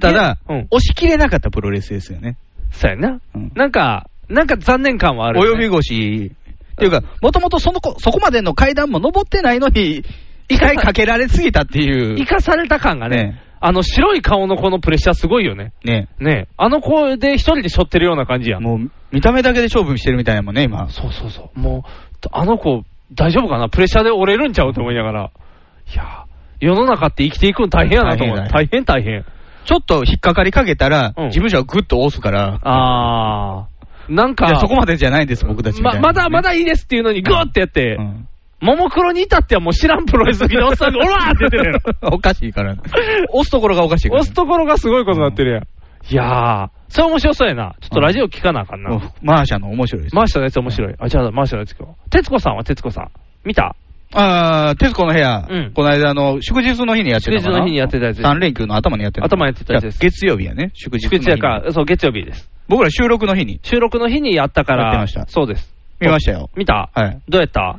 [SPEAKER 4] ただ、
[SPEAKER 3] うん
[SPEAKER 4] 押し切れなかったプロレスですよね。
[SPEAKER 3] そうやな。なんか、なんか残念感はある、ね。
[SPEAKER 4] 及び腰っていうか、もともとそのこそこまでの階段も登ってないの
[SPEAKER 3] [LAUGHS]
[SPEAKER 4] に、一回かけられすぎたっていう。
[SPEAKER 3] 生かされた感がね、
[SPEAKER 4] ね
[SPEAKER 3] あの白い顔の子のプレッシャーすごいよね。
[SPEAKER 4] ね
[SPEAKER 3] ねあの子で一人で背負ってるような感じやん。
[SPEAKER 4] もう、見た目だけで勝負してるみたいなもんね、今。
[SPEAKER 3] そうそうそう。もう、あの子、大丈夫かなプレッシャーで折れるんちゃうと思いながら。いやー世の中って生きていくの大変やなと思う。
[SPEAKER 4] 大
[SPEAKER 3] 大変大変。
[SPEAKER 4] ちょっと引っかかりかけたら、事務所はグッと押すから、
[SPEAKER 3] あー。な
[SPEAKER 4] い
[SPEAKER 3] ん
[SPEAKER 4] や
[SPEAKER 3] か、
[SPEAKER 4] そこまでじゃないんです、僕たちみたいな。
[SPEAKER 3] ままだまだいいですっていうのにグーってやって、ももクロに至ってはもう知らんプロレス好きのおっさ
[SPEAKER 4] [LAUGHS]
[SPEAKER 3] んが、おらーって言ってるやろ。
[SPEAKER 4] おかしいから。押すところがおかしいから。
[SPEAKER 3] 押すところがすごいことになってるやん。いやー、それ面白そうやな。ちょっとラジオ聞かなあかんな。
[SPEAKER 4] マーシャの面白いです。
[SPEAKER 3] マーシャのやつ面白い。あ、じゃあマーシャのやつ今日。徹子さんは徹子さん。見た
[SPEAKER 4] あー、徹子の部屋、
[SPEAKER 3] うん
[SPEAKER 4] この間の、祝日の日にやってたのかな
[SPEAKER 3] 祝日の日にやってたやつ
[SPEAKER 4] 3連休の頭にやってた
[SPEAKER 3] 頭やってたやつです
[SPEAKER 4] じゃあ月曜日やね、祝日の
[SPEAKER 3] 祝
[SPEAKER 4] 日に。
[SPEAKER 3] 日やから、そう、月曜日です。
[SPEAKER 4] 僕ら収録の日に
[SPEAKER 3] 収録の日にやったから。
[SPEAKER 4] やってました
[SPEAKER 3] そうです。
[SPEAKER 4] 見ましたよ。
[SPEAKER 3] 見た
[SPEAKER 4] はい。
[SPEAKER 3] どうやった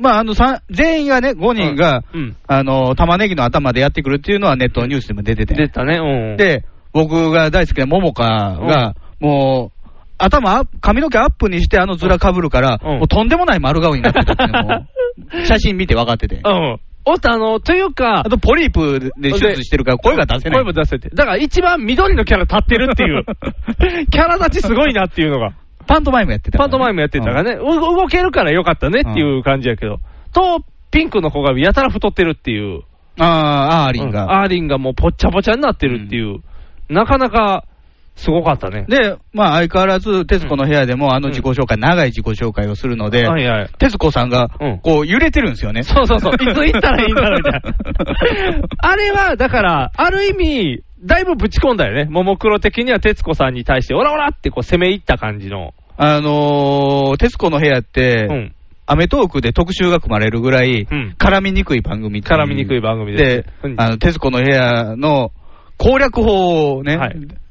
[SPEAKER 4] まあ、あの、さん全員がね、5人が、
[SPEAKER 3] うん。
[SPEAKER 4] あの、玉ねぎの頭でやってくるっていうのはネットニュースでも出てて。
[SPEAKER 3] 出たね、うん。、
[SPEAKER 4] で、僕が大好きな桃香が、もう、頭、髪の毛アップにしてあのズラ被るから、もうとんでもない丸顔になってたっていうのも [LAUGHS] 写真見て分かってて。
[SPEAKER 3] うん。おっと、あの、というか
[SPEAKER 4] あ、と、ポリープで手術してるから声が出せない
[SPEAKER 3] 声。も出せて。だから一番緑のキャラ立ってるっ
[SPEAKER 4] [LAUGHS]
[SPEAKER 3] ていう。キャラ立ちすごいなっていうのが。
[SPEAKER 4] パントマイムやってたから
[SPEAKER 3] パン
[SPEAKER 4] ね、
[SPEAKER 3] トマイムやってたからね、う動けるからよかったねっていう感じやけど、と、ピンクの子がやたら太ってるっていう、
[SPEAKER 4] うん。ああ、アーリンが。
[SPEAKER 3] アーリンがもうぽっちゃぽちゃになってるっていう、なかなかすごかったね。
[SPEAKER 4] で、まあ、相変わらず、徹子の部屋でも、あの自己紹介、長い自己紹介をするので、
[SPEAKER 3] はいはい。
[SPEAKER 4] 徹子さんが、こう、揺れてるんですよね。
[SPEAKER 3] そうそ
[SPEAKER 4] [LAUGHS]
[SPEAKER 3] うそう、いつ行ったらいいんだろうみたいな。あれは、だから、ある意味、だいぶぶち込んだよね、ももクロ的には徹子さんに対して、オラオラってこう攻め入った感じの。
[SPEAKER 4] あのー、徹子の部屋って、アメトークで特集が組まれるぐらい、絡みにくい番組ってう
[SPEAKER 3] 絡みにくい番組です
[SPEAKER 4] で、あの、徹子の部屋の攻略法をね、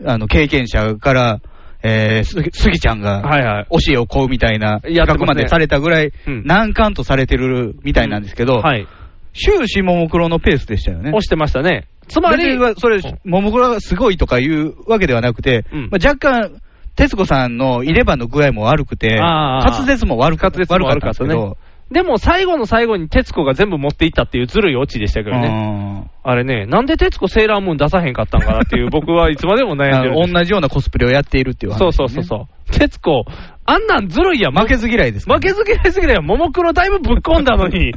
[SPEAKER 4] あの、経験者から、えー、すすぎちゃんが、
[SPEAKER 3] はいはい。
[SPEAKER 4] 教えを請うみたいな、
[SPEAKER 3] やってますね
[SPEAKER 4] 学までされたぐらい
[SPEAKER 3] うん、
[SPEAKER 4] 難関とされてるみたいなんですけど、
[SPEAKER 3] はい。
[SPEAKER 4] 終始、ももクロのペースでしたよね。
[SPEAKER 3] 押してましたね。つまり
[SPEAKER 4] 別にはそれ、ももクロがすごいとかいうわけではなくて、
[SPEAKER 3] うん
[SPEAKER 4] まあ、若干、徹子さんの入れ歯の具合も悪くて、
[SPEAKER 3] あー
[SPEAKER 4] 滑舌も悪かった
[SPEAKER 3] 悪
[SPEAKER 4] 悪
[SPEAKER 3] か
[SPEAKER 4] か
[SPEAKER 3] っ
[SPEAKER 4] ったた
[SPEAKER 3] ん
[SPEAKER 4] んですすけ
[SPEAKER 3] でけど
[SPEAKER 4] ど、
[SPEAKER 3] でも最後の最後に徹子が全部持っていったっていうずるいオチでしたけどね。あれね、なんで徹子セーラームーン出さへんかったんかな
[SPEAKER 4] [LAUGHS]
[SPEAKER 3] っていう僕はいつまでも
[SPEAKER 4] うん
[SPEAKER 3] 悩ん
[SPEAKER 4] あ
[SPEAKER 3] でるん
[SPEAKER 4] の
[SPEAKER 3] です。
[SPEAKER 4] 同じようなコスプレをやっているっていう話、
[SPEAKER 3] そうそうそうそう。徹子、あんなんずるいやん
[SPEAKER 4] 負けず嫌いです、 [LAUGHS]
[SPEAKER 3] 負けず嫌いすぎだよ。ももクロだいぶぶっ込んだのに。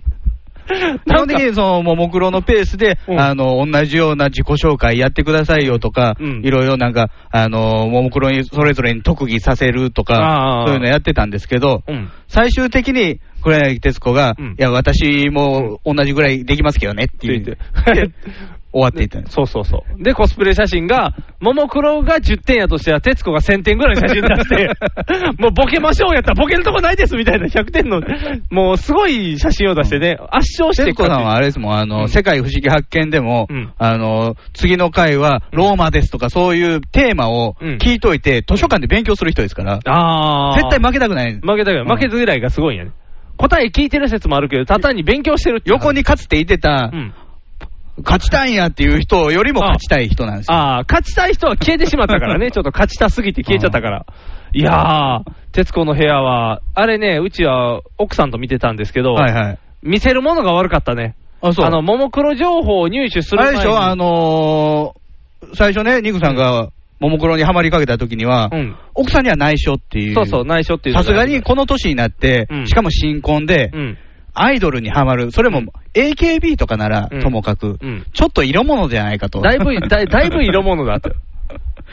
[SPEAKER 4] 基本的にその、ももクロのペースで、あの、同じような自己紹介やってくださいよとか、いろいろなんか、あの、ももクロにそれぞれに特技させると
[SPEAKER 3] あ
[SPEAKER 4] か
[SPEAKER 3] あ、
[SPEAKER 4] そういうのやってたんですけど
[SPEAKER 3] ん、
[SPEAKER 4] 最終的に、黒柳徹子が、いや、私も同じぐらいできますけどねって言って、 [LAUGHS] 終わっていったんです。
[SPEAKER 3] [LAUGHS] そうそうそう。で、コスプレ写真が、ももクロが10点やとしたら、徹子が1000点ぐらいの写真出
[SPEAKER 4] [LAUGHS]
[SPEAKER 3] して、もうボケましょうやったら、ボケるとこないですみたいな100点の、もうすごい写真を出してね、圧勝して
[SPEAKER 4] 徹子さんはあれですもん、あの、世界不思議発見でも、あの、次の回はローマですとかそういうテーマを聞いといて、図書館で勉強する人ですから、
[SPEAKER 3] あー
[SPEAKER 4] 絶対負けたくない。
[SPEAKER 3] 負けたくない。負けず嫌いがすごいんやね。答え聞いてる説もあるけど、ただに勉強してる
[SPEAKER 4] 横にかつていてた、勝ちたいんやっていう人よりも勝ちたい人なんですよ。
[SPEAKER 3] ああ、勝ちたい人は消えてしまったか
[SPEAKER 4] [LAUGHS]
[SPEAKER 3] らね、ちょっと勝ちたすぎて消えちゃったから。いやー、徹子の部屋は、あれね、うちは奥さんと見てたんですけど、
[SPEAKER 4] はいはい
[SPEAKER 3] 見せるものが悪かったね。
[SPEAKER 4] あそう
[SPEAKER 3] の、ももクロ情報を入手する
[SPEAKER 4] あ
[SPEAKER 3] 前
[SPEAKER 4] れ
[SPEAKER 3] に
[SPEAKER 4] でしょ、あのー最初ね、ニグさんが、ももクロにはまりかけた時には、奥さんには内緒っていう。
[SPEAKER 3] そうそう内緒っていうの
[SPEAKER 4] さ
[SPEAKER 3] が
[SPEAKER 4] すがにこの年になって、しかも新婚で、アイドルにはまる。それも、AKB とかなら、ともかく、ちょっと色物じゃないかと。
[SPEAKER 3] だいぶ、だ
[SPEAKER 4] [LAUGHS]
[SPEAKER 3] いだいぶ色物だと。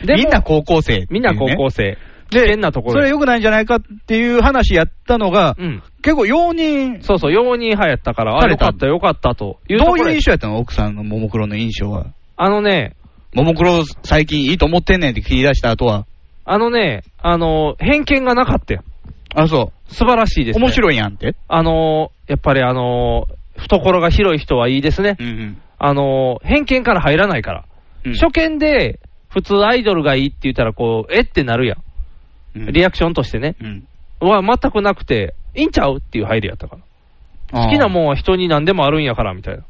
[SPEAKER 3] でも
[SPEAKER 4] みんな高校生、
[SPEAKER 3] みんな高校生。
[SPEAKER 4] 危
[SPEAKER 3] 険なところ。
[SPEAKER 4] それ良くないんじゃないかっていう話やったのが、結構容認。
[SPEAKER 3] そうそう、容認派やったから、あ、
[SPEAKER 4] さ
[SPEAKER 3] よ
[SPEAKER 4] れた
[SPEAKER 3] かったよかったというと
[SPEAKER 4] ど
[SPEAKER 3] こ
[SPEAKER 4] う
[SPEAKER 3] ろ
[SPEAKER 4] いう
[SPEAKER 3] で
[SPEAKER 4] 印象やったの奥さんのももクロの印象は。
[SPEAKER 3] あのね、
[SPEAKER 4] ももクロ最近いいと思ってんねんって切り出した後は。
[SPEAKER 3] あのね、あの、偏見がなかったよ。
[SPEAKER 4] あ、そう。
[SPEAKER 3] 素晴らしいです、ね。
[SPEAKER 4] 面白いやんって。
[SPEAKER 3] あのーやっぱりあのー懐が広い人はいいですね。あのー偏見から入らないから。初見で、普通アイドルがいいって言ったら、こう、えってなるやん。リアクションとしてね。は、全くなくて、いいんちゃうっていう入りやったから。好きなもんは人に何でもあるんやから、みたいな。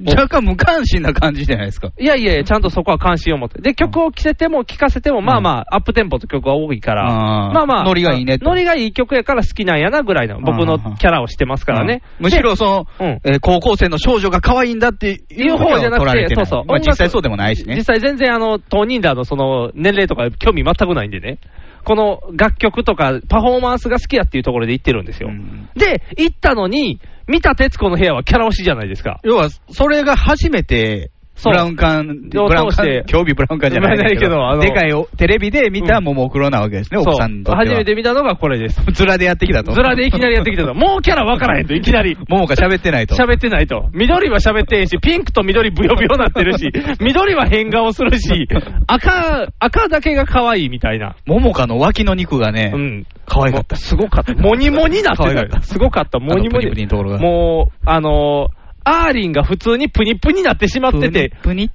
[SPEAKER 4] 若干無関心な感じじゃないですか。
[SPEAKER 3] いやいやいや、ちゃんとそこは関心を持って。で、曲を着せても聴かせても、まあまあ、アップテンポと曲が多いから、
[SPEAKER 4] あー
[SPEAKER 3] まあまあ、
[SPEAKER 4] ノリがいいねと
[SPEAKER 3] ノリがいい曲やから好きなんやなぐらいの、僕のキャラをしてますからね。
[SPEAKER 4] むしろその、えー高校生の少女が可愛いんだって
[SPEAKER 3] い
[SPEAKER 4] いうう
[SPEAKER 3] 方
[SPEAKER 4] 方
[SPEAKER 3] じ
[SPEAKER 4] じ
[SPEAKER 3] ゃ
[SPEAKER 4] ゃ
[SPEAKER 3] な
[SPEAKER 4] な
[SPEAKER 3] く
[SPEAKER 4] く
[SPEAKER 3] て
[SPEAKER 4] て、
[SPEAKER 3] そうそう
[SPEAKER 4] まあ、
[SPEAKER 3] 音楽
[SPEAKER 4] 実際そうでもないしね
[SPEAKER 3] 実。際全然あの、当人らのその、年齢とか興味全くないんでね。この楽曲とかパフォーマンスが好きやっていうところで行ってるんですよ。で、行ったのに、見た徹子の部屋はキャラ推しじゃないですか。
[SPEAKER 4] 要は、それが初めて、
[SPEAKER 3] そ
[SPEAKER 4] ブ
[SPEAKER 3] う
[SPEAKER 4] ラウン管、ブ
[SPEAKER 3] を
[SPEAKER 4] ラウン
[SPEAKER 3] 通して
[SPEAKER 4] 管、興味ブラウン管じゃないですけ
[SPEAKER 3] まあ
[SPEAKER 4] ど、
[SPEAKER 3] [LAUGHS] ない
[SPEAKER 4] で
[SPEAKER 3] けどあの
[SPEAKER 4] かいおテレビで見たももクロなわけですね、
[SPEAKER 3] そ
[SPEAKER 4] 奥
[SPEAKER 3] う
[SPEAKER 4] さんにとっては。
[SPEAKER 3] 初めて見たのがこれです。
[SPEAKER 4] ズラでやってきたと。
[SPEAKER 3] ズラでいきなりやってき
[SPEAKER 4] [LAUGHS]
[SPEAKER 3] たと。もうキャラ分からへんと、いきなり。
[SPEAKER 4] ももが喋ってないと。
[SPEAKER 3] 喋ってないと。緑は喋ってへんし、ピンクと緑ブヨブヨなっ
[SPEAKER 4] [LAUGHS]
[SPEAKER 3] てるし、緑は変顔するし、赤、赤だけが可愛いみたいな。
[SPEAKER 4] ももかの脇の肉がね、可愛かった。
[SPEAKER 3] すごかった。モニモニなって
[SPEAKER 4] 可愛か
[SPEAKER 3] た
[SPEAKER 4] った。
[SPEAKER 3] すごかった。モニモ
[SPEAKER 4] あのプニプニ
[SPEAKER 3] ニ
[SPEAKER 4] のところが。
[SPEAKER 3] もう、あのー、アーリンが普通にプニプニなってしまってて、
[SPEAKER 4] プニ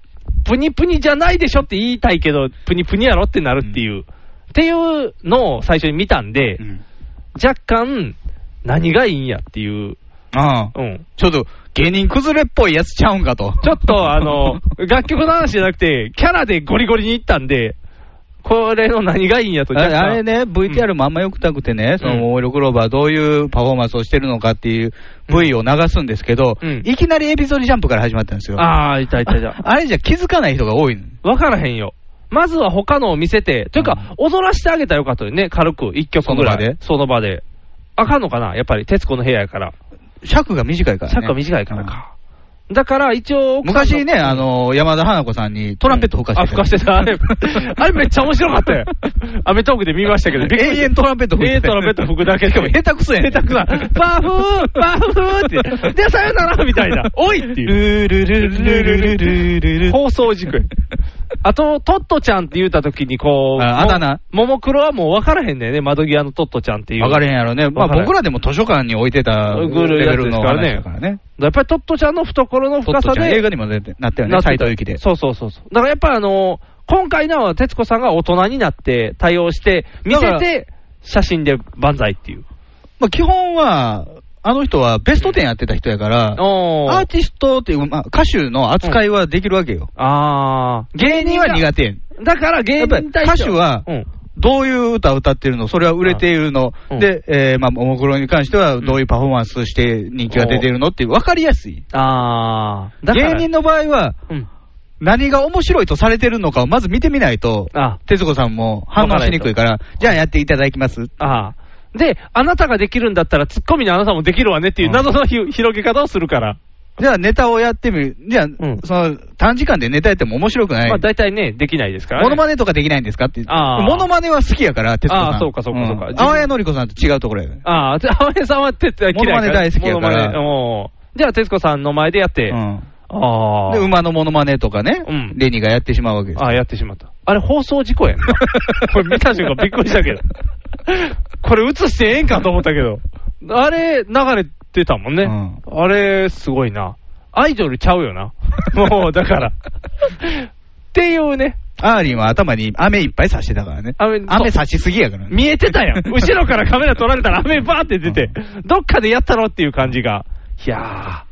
[SPEAKER 3] プニプニじゃないでしょって言いたいけど、プニプニやろってなるっていう、っていうのを最初に見たんで、若干、何がいいんやっていう。
[SPEAKER 4] ああ、ちょっと、芸人崩れっぽいやつちゃうんかと。
[SPEAKER 3] ちょっと
[SPEAKER 4] [LAUGHS]
[SPEAKER 3] あの、楽曲の話じゃなくて、キャラでゴリゴリに行ったんで、これの何がいいんやと、
[SPEAKER 4] あれ
[SPEAKER 3] 若干
[SPEAKER 4] あれね、VTR もあんま良くなくてね、そのモールクローバーはどういうパフォーマンスをしてるのかっていう V を流すんですけど、いきなりエピソードジャンプから始まったんですよ。
[SPEAKER 3] ああ、いたいたいた。
[SPEAKER 4] あれじゃ気づかない人が多いの
[SPEAKER 3] わからへんよ。まずは他のを見せて、というか、踊らせてあげたらよかったよね、軽く、一曲ぐらい。その場で。あかんのかな、やっぱり、徹子の部屋やから。
[SPEAKER 4] 尺が短いからね。
[SPEAKER 3] 尺が短いからか。だから、一応、奥さんと
[SPEAKER 4] 昔ね、あの、山田花子さんにトランペット吹かして
[SPEAKER 3] あ、吹かしてた。あれ、あれめっちゃ面白
[SPEAKER 4] [LAUGHS]
[SPEAKER 3] かったよ。アメトークで見ましたけど、
[SPEAKER 4] 永遠トランペット吹い
[SPEAKER 3] 永
[SPEAKER 4] てた
[SPEAKER 3] 遠トランペット吹くだけで。
[SPEAKER 4] しかも下手くそやね
[SPEAKER 3] 下手くそ。パフーパフーって。で、さよならみた
[SPEAKER 4] [LAUGHS]
[SPEAKER 3] いな。おいっていう。ルルルルルルルル放送軸。あと、トットちゃんって言った時にこう、
[SPEAKER 4] ああだ名
[SPEAKER 3] ももクロはもう分からへんだよね、窓際のトットちゃんっていう。
[SPEAKER 4] わかれへんやろね。まあ僕らでも図書館に置いてたレ
[SPEAKER 3] グ
[SPEAKER 4] ベ
[SPEAKER 3] ルーやつ
[SPEAKER 4] ル
[SPEAKER 3] です
[SPEAKER 4] の
[SPEAKER 3] から
[SPEAKER 4] 話
[SPEAKER 3] ね
[SPEAKER 4] だからね。
[SPEAKER 3] やっぱりトットちゃんの懐の
[SPEAKER 4] トッ
[SPEAKER 3] 深
[SPEAKER 4] ト
[SPEAKER 3] さ
[SPEAKER 4] ちゃん
[SPEAKER 3] で
[SPEAKER 4] 映画にも出てなったよ
[SPEAKER 3] な
[SPEAKER 4] ね、
[SPEAKER 3] ってた
[SPEAKER 4] 斎藤由貴で。
[SPEAKER 3] そうそうそうそう。だからやっぱりあの今回のは徹子さんが大人になって対応して、見せ
[SPEAKER 4] だから
[SPEAKER 3] て、写真で万歳っていう。
[SPEAKER 4] まあ基本は、あの人はベスト10やってた人やから、アーティストっていう、まあ、歌手の扱いはできるわけよ。
[SPEAKER 3] ああ。
[SPEAKER 4] 芸人は苦手やん。
[SPEAKER 3] だから芸人に対
[SPEAKER 4] 歌
[SPEAKER 3] して
[SPEAKER 4] 手は、どういう歌を歌ってるの、それは売れているの、で、えーまあ、ももクロに関しては、どういうパフォーマンスして人気が出てるのって分かりやすい。
[SPEAKER 3] あだから
[SPEAKER 4] 芸人の場合は、何が面白いとされてるのかをまず見てみないと、徹子さんも反応しにくいから、じゃあやっていただきます。
[SPEAKER 3] ああ。で、あなたができるんだったら、ツッコミのあなたもできるわねっていう謎のひ広げ方をするから。
[SPEAKER 4] じゃあネタをやってみる。じゃあ、その、短時間でネタやっても面白くない。
[SPEAKER 3] まあ大体ね、できないですからね。
[SPEAKER 4] モノマネとかできないんですかって。
[SPEAKER 3] あー
[SPEAKER 4] モノマネは好きやから、徹子さん。
[SPEAKER 3] あーそうかそうかそうか
[SPEAKER 4] ん淡谷のり子さんと違うところやね。
[SPEAKER 3] ああ、で浜根さんはて嫌い
[SPEAKER 4] モノマネ大好きやから
[SPEAKER 3] モノマネうんじゃあ、徹子さんの前でやって。ああ。
[SPEAKER 4] で、馬のモノマネとかね、レニーがやってしまうわけです。
[SPEAKER 3] ああ、やってしまった。あれ、放送事故 [LAUGHS] やんな。これ見た瞬間びっくりしたけど。これ映してええんかと思ったけど。あれ、流れてたもんね。あれ、すごいな。アイドルちゃうよ [LAUGHS] な。もう、だから。っていうね。
[SPEAKER 4] アーリンは頭に雨いっぱい差してたからね。
[SPEAKER 3] 雨
[SPEAKER 4] 雨差しすぎやからね。
[SPEAKER 3] 見えてたやん。後ろからカメラ撮られたら雨バーって出て、どっかでやったろっていう感じが。いやー、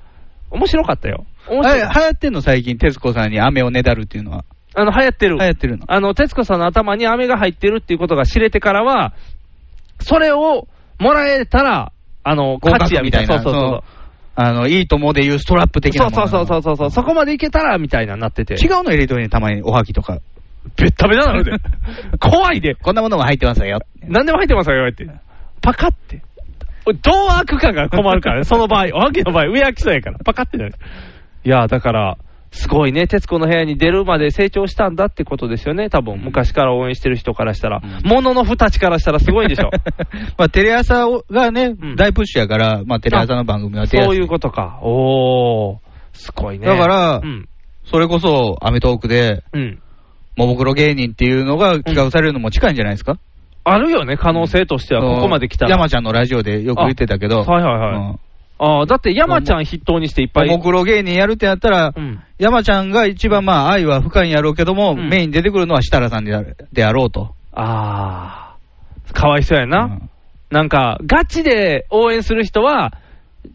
[SPEAKER 3] 面白かったよ。面
[SPEAKER 4] あ
[SPEAKER 3] 白
[SPEAKER 4] れ
[SPEAKER 3] い
[SPEAKER 4] 流行ってんの最近、徹子さんに雨をねだるっていうのは。
[SPEAKER 3] あの、流行ってる。
[SPEAKER 4] 流行ってるの。
[SPEAKER 3] あの、徹子さんの頭に飴が入ってるっていうことが知れてからは、それをもらえたら、あの、勝ちやみたいな。
[SPEAKER 4] 合格
[SPEAKER 3] そうそうそう。
[SPEAKER 4] あの、いいともでいうストラップ的なもの
[SPEAKER 3] そうそうそうそうそう。そこまでいけたら、みたいなな [LAUGHS] ってて。
[SPEAKER 4] 違うの入れといて、たまにおはぎとか。
[SPEAKER 3] べったべたなので。 [LAUGHS] 怖いで。
[SPEAKER 4] こんなものも入ってますよ。 [LAUGHS]
[SPEAKER 3] 何でも入ってますよ、って。パカって。どう開くかが困るから [LAUGHS] ね、その場合。おはぎの場合、上開きそうやから。パカってなる。いやー、だから、すごいね、徹子の部屋に出るまで成長したんだってことですよね、多分昔から応援してる人からしたら、もののふたちからしたらすごいでしょ、
[SPEAKER 4] まあ、テレ朝がね、大プッシュやから、まあ、テレ朝の番組は出やす
[SPEAKER 3] そういうことか、おー、すごいね。
[SPEAKER 4] だから、
[SPEAKER 3] うん
[SPEAKER 4] それこそ、アメトークで、
[SPEAKER 3] うん
[SPEAKER 4] ももクロ芸人っていうのが企画されるのも近いんじゃないですか、
[SPEAKER 3] あるよね、可能性としては、
[SPEAKER 4] そう
[SPEAKER 3] ここまで来たら。
[SPEAKER 4] 山ちゃんのラジオでよく言ってたけど、
[SPEAKER 3] あはいはいはい。
[SPEAKER 4] うん
[SPEAKER 3] あーだって山ちゃん筆頭にしていっぱい。
[SPEAKER 4] ももクロ芸人やるってなったら、山ちゃんが一番、まあ、愛は深いんやろうけども、メインに出てくるのは設楽さんであるであろうと。
[SPEAKER 3] ああ、かわいそうやな。なんか、ガチで応援する人は、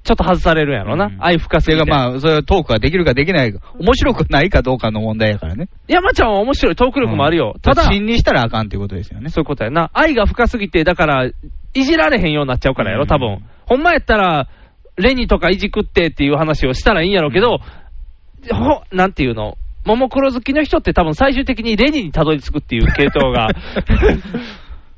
[SPEAKER 3] ちょっと外されるんやろな。愛深す
[SPEAKER 4] て
[SPEAKER 3] ぎ
[SPEAKER 4] いう
[SPEAKER 3] て。
[SPEAKER 4] か、まあ、それはトークができるかできないか、面白くないかどうかの問題やからね。
[SPEAKER 3] 山ちゃんは面白い、トーク力もあるよ。ただ、
[SPEAKER 4] 信任したらあかんっていうことですよね。
[SPEAKER 3] そういうことやな。愛が深すぎて、だから、いじられへんようになっちゃうからやろ、多分。ほんまやったら、レニとかいじくってっていう話をしたらいいんやろうけど、ほ、なんていうの、ももクロ好きの人って多分最終的にレニにたどり着くっていう系
[SPEAKER 4] [LAUGHS]
[SPEAKER 3] 統が。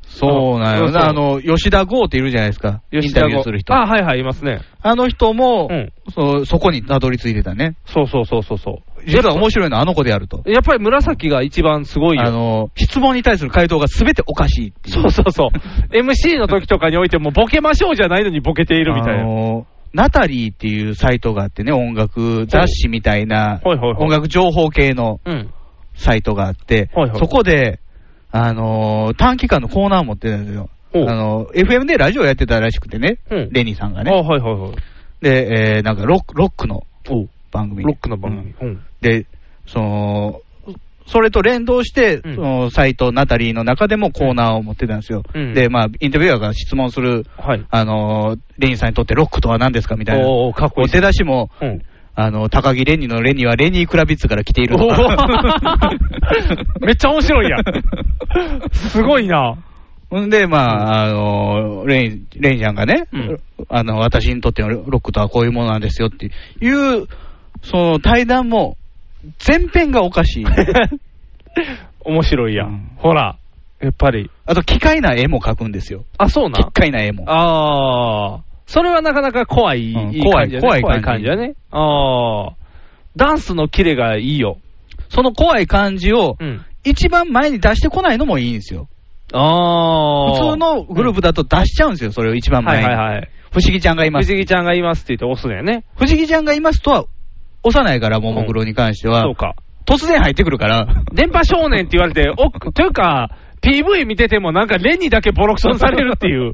[SPEAKER 4] そうなんよ
[SPEAKER 3] そうそう
[SPEAKER 4] な。あの、吉田剛っているじゃないですか。インタビューする人。
[SPEAKER 3] あ、はいはい、いますね。
[SPEAKER 4] あの人も、そうそこにたどり着いてたね。
[SPEAKER 3] そうそうそうそうそう。
[SPEAKER 4] 実は面白いのはあの子であると。
[SPEAKER 3] やっぱり紫が一番すごいよ。
[SPEAKER 4] あの、質問に対する回答が全ておかしいっていう
[SPEAKER 3] そうそうそう。MC の時とかにおいても、ボケましょうじゃないのにボケているみたい
[SPEAKER 4] あ
[SPEAKER 3] な。
[SPEAKER 4] のナタリーっていうサイトがあってね、音楽雑誌みたいな、
[SPEAKER 3] はいはいはい
[SPEAKER 4] 音楽情報系の
[SPEAKER 3] うん。
[SPEAKER 4] サイトがあって、
[SPEAKER 3] はいはい
[SPEAKER 4] そこで、あのー短期間のコーナーを持ってたんですよ。あのー FM でラジオやってたらしくてね、
[SPEAKER 3] うん
[SPEAKER 4] レニーさんがね。
[SPEAKER 3] あはいはいはい。
[SPEAKER 4] で、えーなんかロックロックの番組。
[SPEAKER 3] ロックの番組。うん。
[SPEAKER 4] で、その、それと連動して、そのサイト、ナタリーの中でもコーナーを持ってたんですよ。
[SPEAKER 3] うん
[SPEAKER 4] で、まあ、インタビュアーが質問する、あのーレニーさんにとってロックとは何ですかみたいな。
[SPEAKER 3] おーかっこいい
[SPEAKER 4] 出だしも、
[SPEAKER 3] うん
[SPEAKER 4] あの、高木レニーのレニーはレニー・クラビッツから来ているとか。
[SPEAKER 3] [LAUGHS]
[SPEAKER 4] [LAUGHS]
[SPEAKER 3] めっちゃ面白いやん。すごいな。
[SPEAKER 4] ほんで、まあ、あのーレニー、レニーちゃんがね、あの、私にとってのロックとはこういうものなんですよっていう、その対談も、全編がおか
[SPEAKER 3] [LAUGHS]
[SPEAKER 4] しい。
[SPEAKER 3] 面白いやん。ほら、やっぱり。
[SPEAKER 4] あと、奇怪な絵も描くんですよ。
[SPEAKER 3] あ、そうな
[SPEAKER 4] 奇
[SPEAKER 3] ん
[SPEAKER 4] 怪な絵も。
[SPEAKER 3] ああ。それはなかなか怖い、いい
[SPEAKER 4] 怖
[SPEAKER 3] 感
[SPEAKER 4] い
[SPEAKER 3] じやね。
[SPEAKER 4] 怖い
[SPEAKER 3] 怖
[SPEAKER 4] 感
[SPEAKER 3] い
[SPEAKER 4] じ
[SPEAKER 3] 感じだね。ああ。ダンスのキレがいいよ。
[SPEAKER 4] その怖い感じを、一番前に出してこないのもいいんですよ。
[SPEAKER 3] ああ。
[SPEAKER 4] 普通のグループだと出しちゃうんですよ、それを一番前に。
[SPEAKER 3] はいはいはい。
[SPEAKER 4] 不思議ちゃんがいます。
[SPEAKER 3] 藤木ちゃんがいますって言って押すのよね。
[SPEAKER 4] 不思議ちゃんがいますとは、押さないから、ももクロに関しては。
[SPEAKER 3] そうか。
[SPEAKER 4] 突然入ってくるから。
[SPEAKER 3] 電波少年って言われて、おというか、PV 見ててもなんかレニーだけボロクションされるっていう、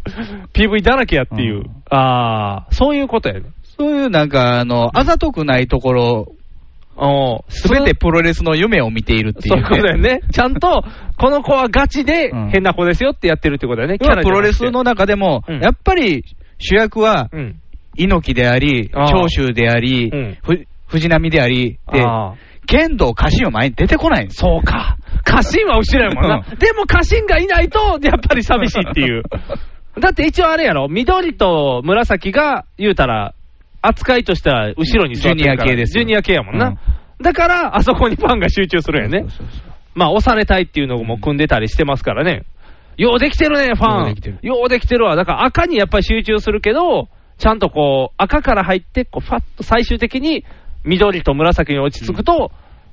[SPEAKER 3] PV だらけやっていう。ああ、そういうことやね。
[SPEAKER 4] そういうなんか、あの、あざとくないところ、すべてプロレスの夢を見ているっていう
[SPEAKER 3] そ
[SPEAKER 4] ね、
[SPEAKER 3] ういうことやね。ちゃんと、この子はガチで変な子ですよってやってるってことやね。キャラ
[SPEAKER 4] プ
[SPEAKER 3] じゃな
[SPEAKER 4] ロ
[SPEAKER 3] くて
[SPEAKER 4] レスの中でも、やっぱり主役は、猪木であり、
[SPEAKER 3] あー
[SPEAKER 4] 長州であり、ふ藤波であり、で
[SPEAKER 3] あー、
[SPEAKER 4] 剣道家臣は前に出てこない
[SPEAKER 3] そうか。家臣は後ろやもんな。でも家臣がいないと、やっぱり寂しいっていう。だって一応あれやろ、緑と紫が、言うたら、扱いとしては後ろに座ってる
[SPEAKER 4] ジ
[SPEAKER 3] から
[SPEAKER 4] ュニア系です
[SPEAKER 3] ジ
[SPEAKER 4] よ
[SPEAKER 3] ュニア系やもんな。だから、あそこにファンが集中するんやね。まあ、押されたいっていうのも組んでたりしてますからね。ようできてるね、ファン。ようできてるわ。だから赤にやっぱり集中するけど、ちゃんとこう、赤から入って、こう、ファッと最終的に緑と紫に落ち着くと、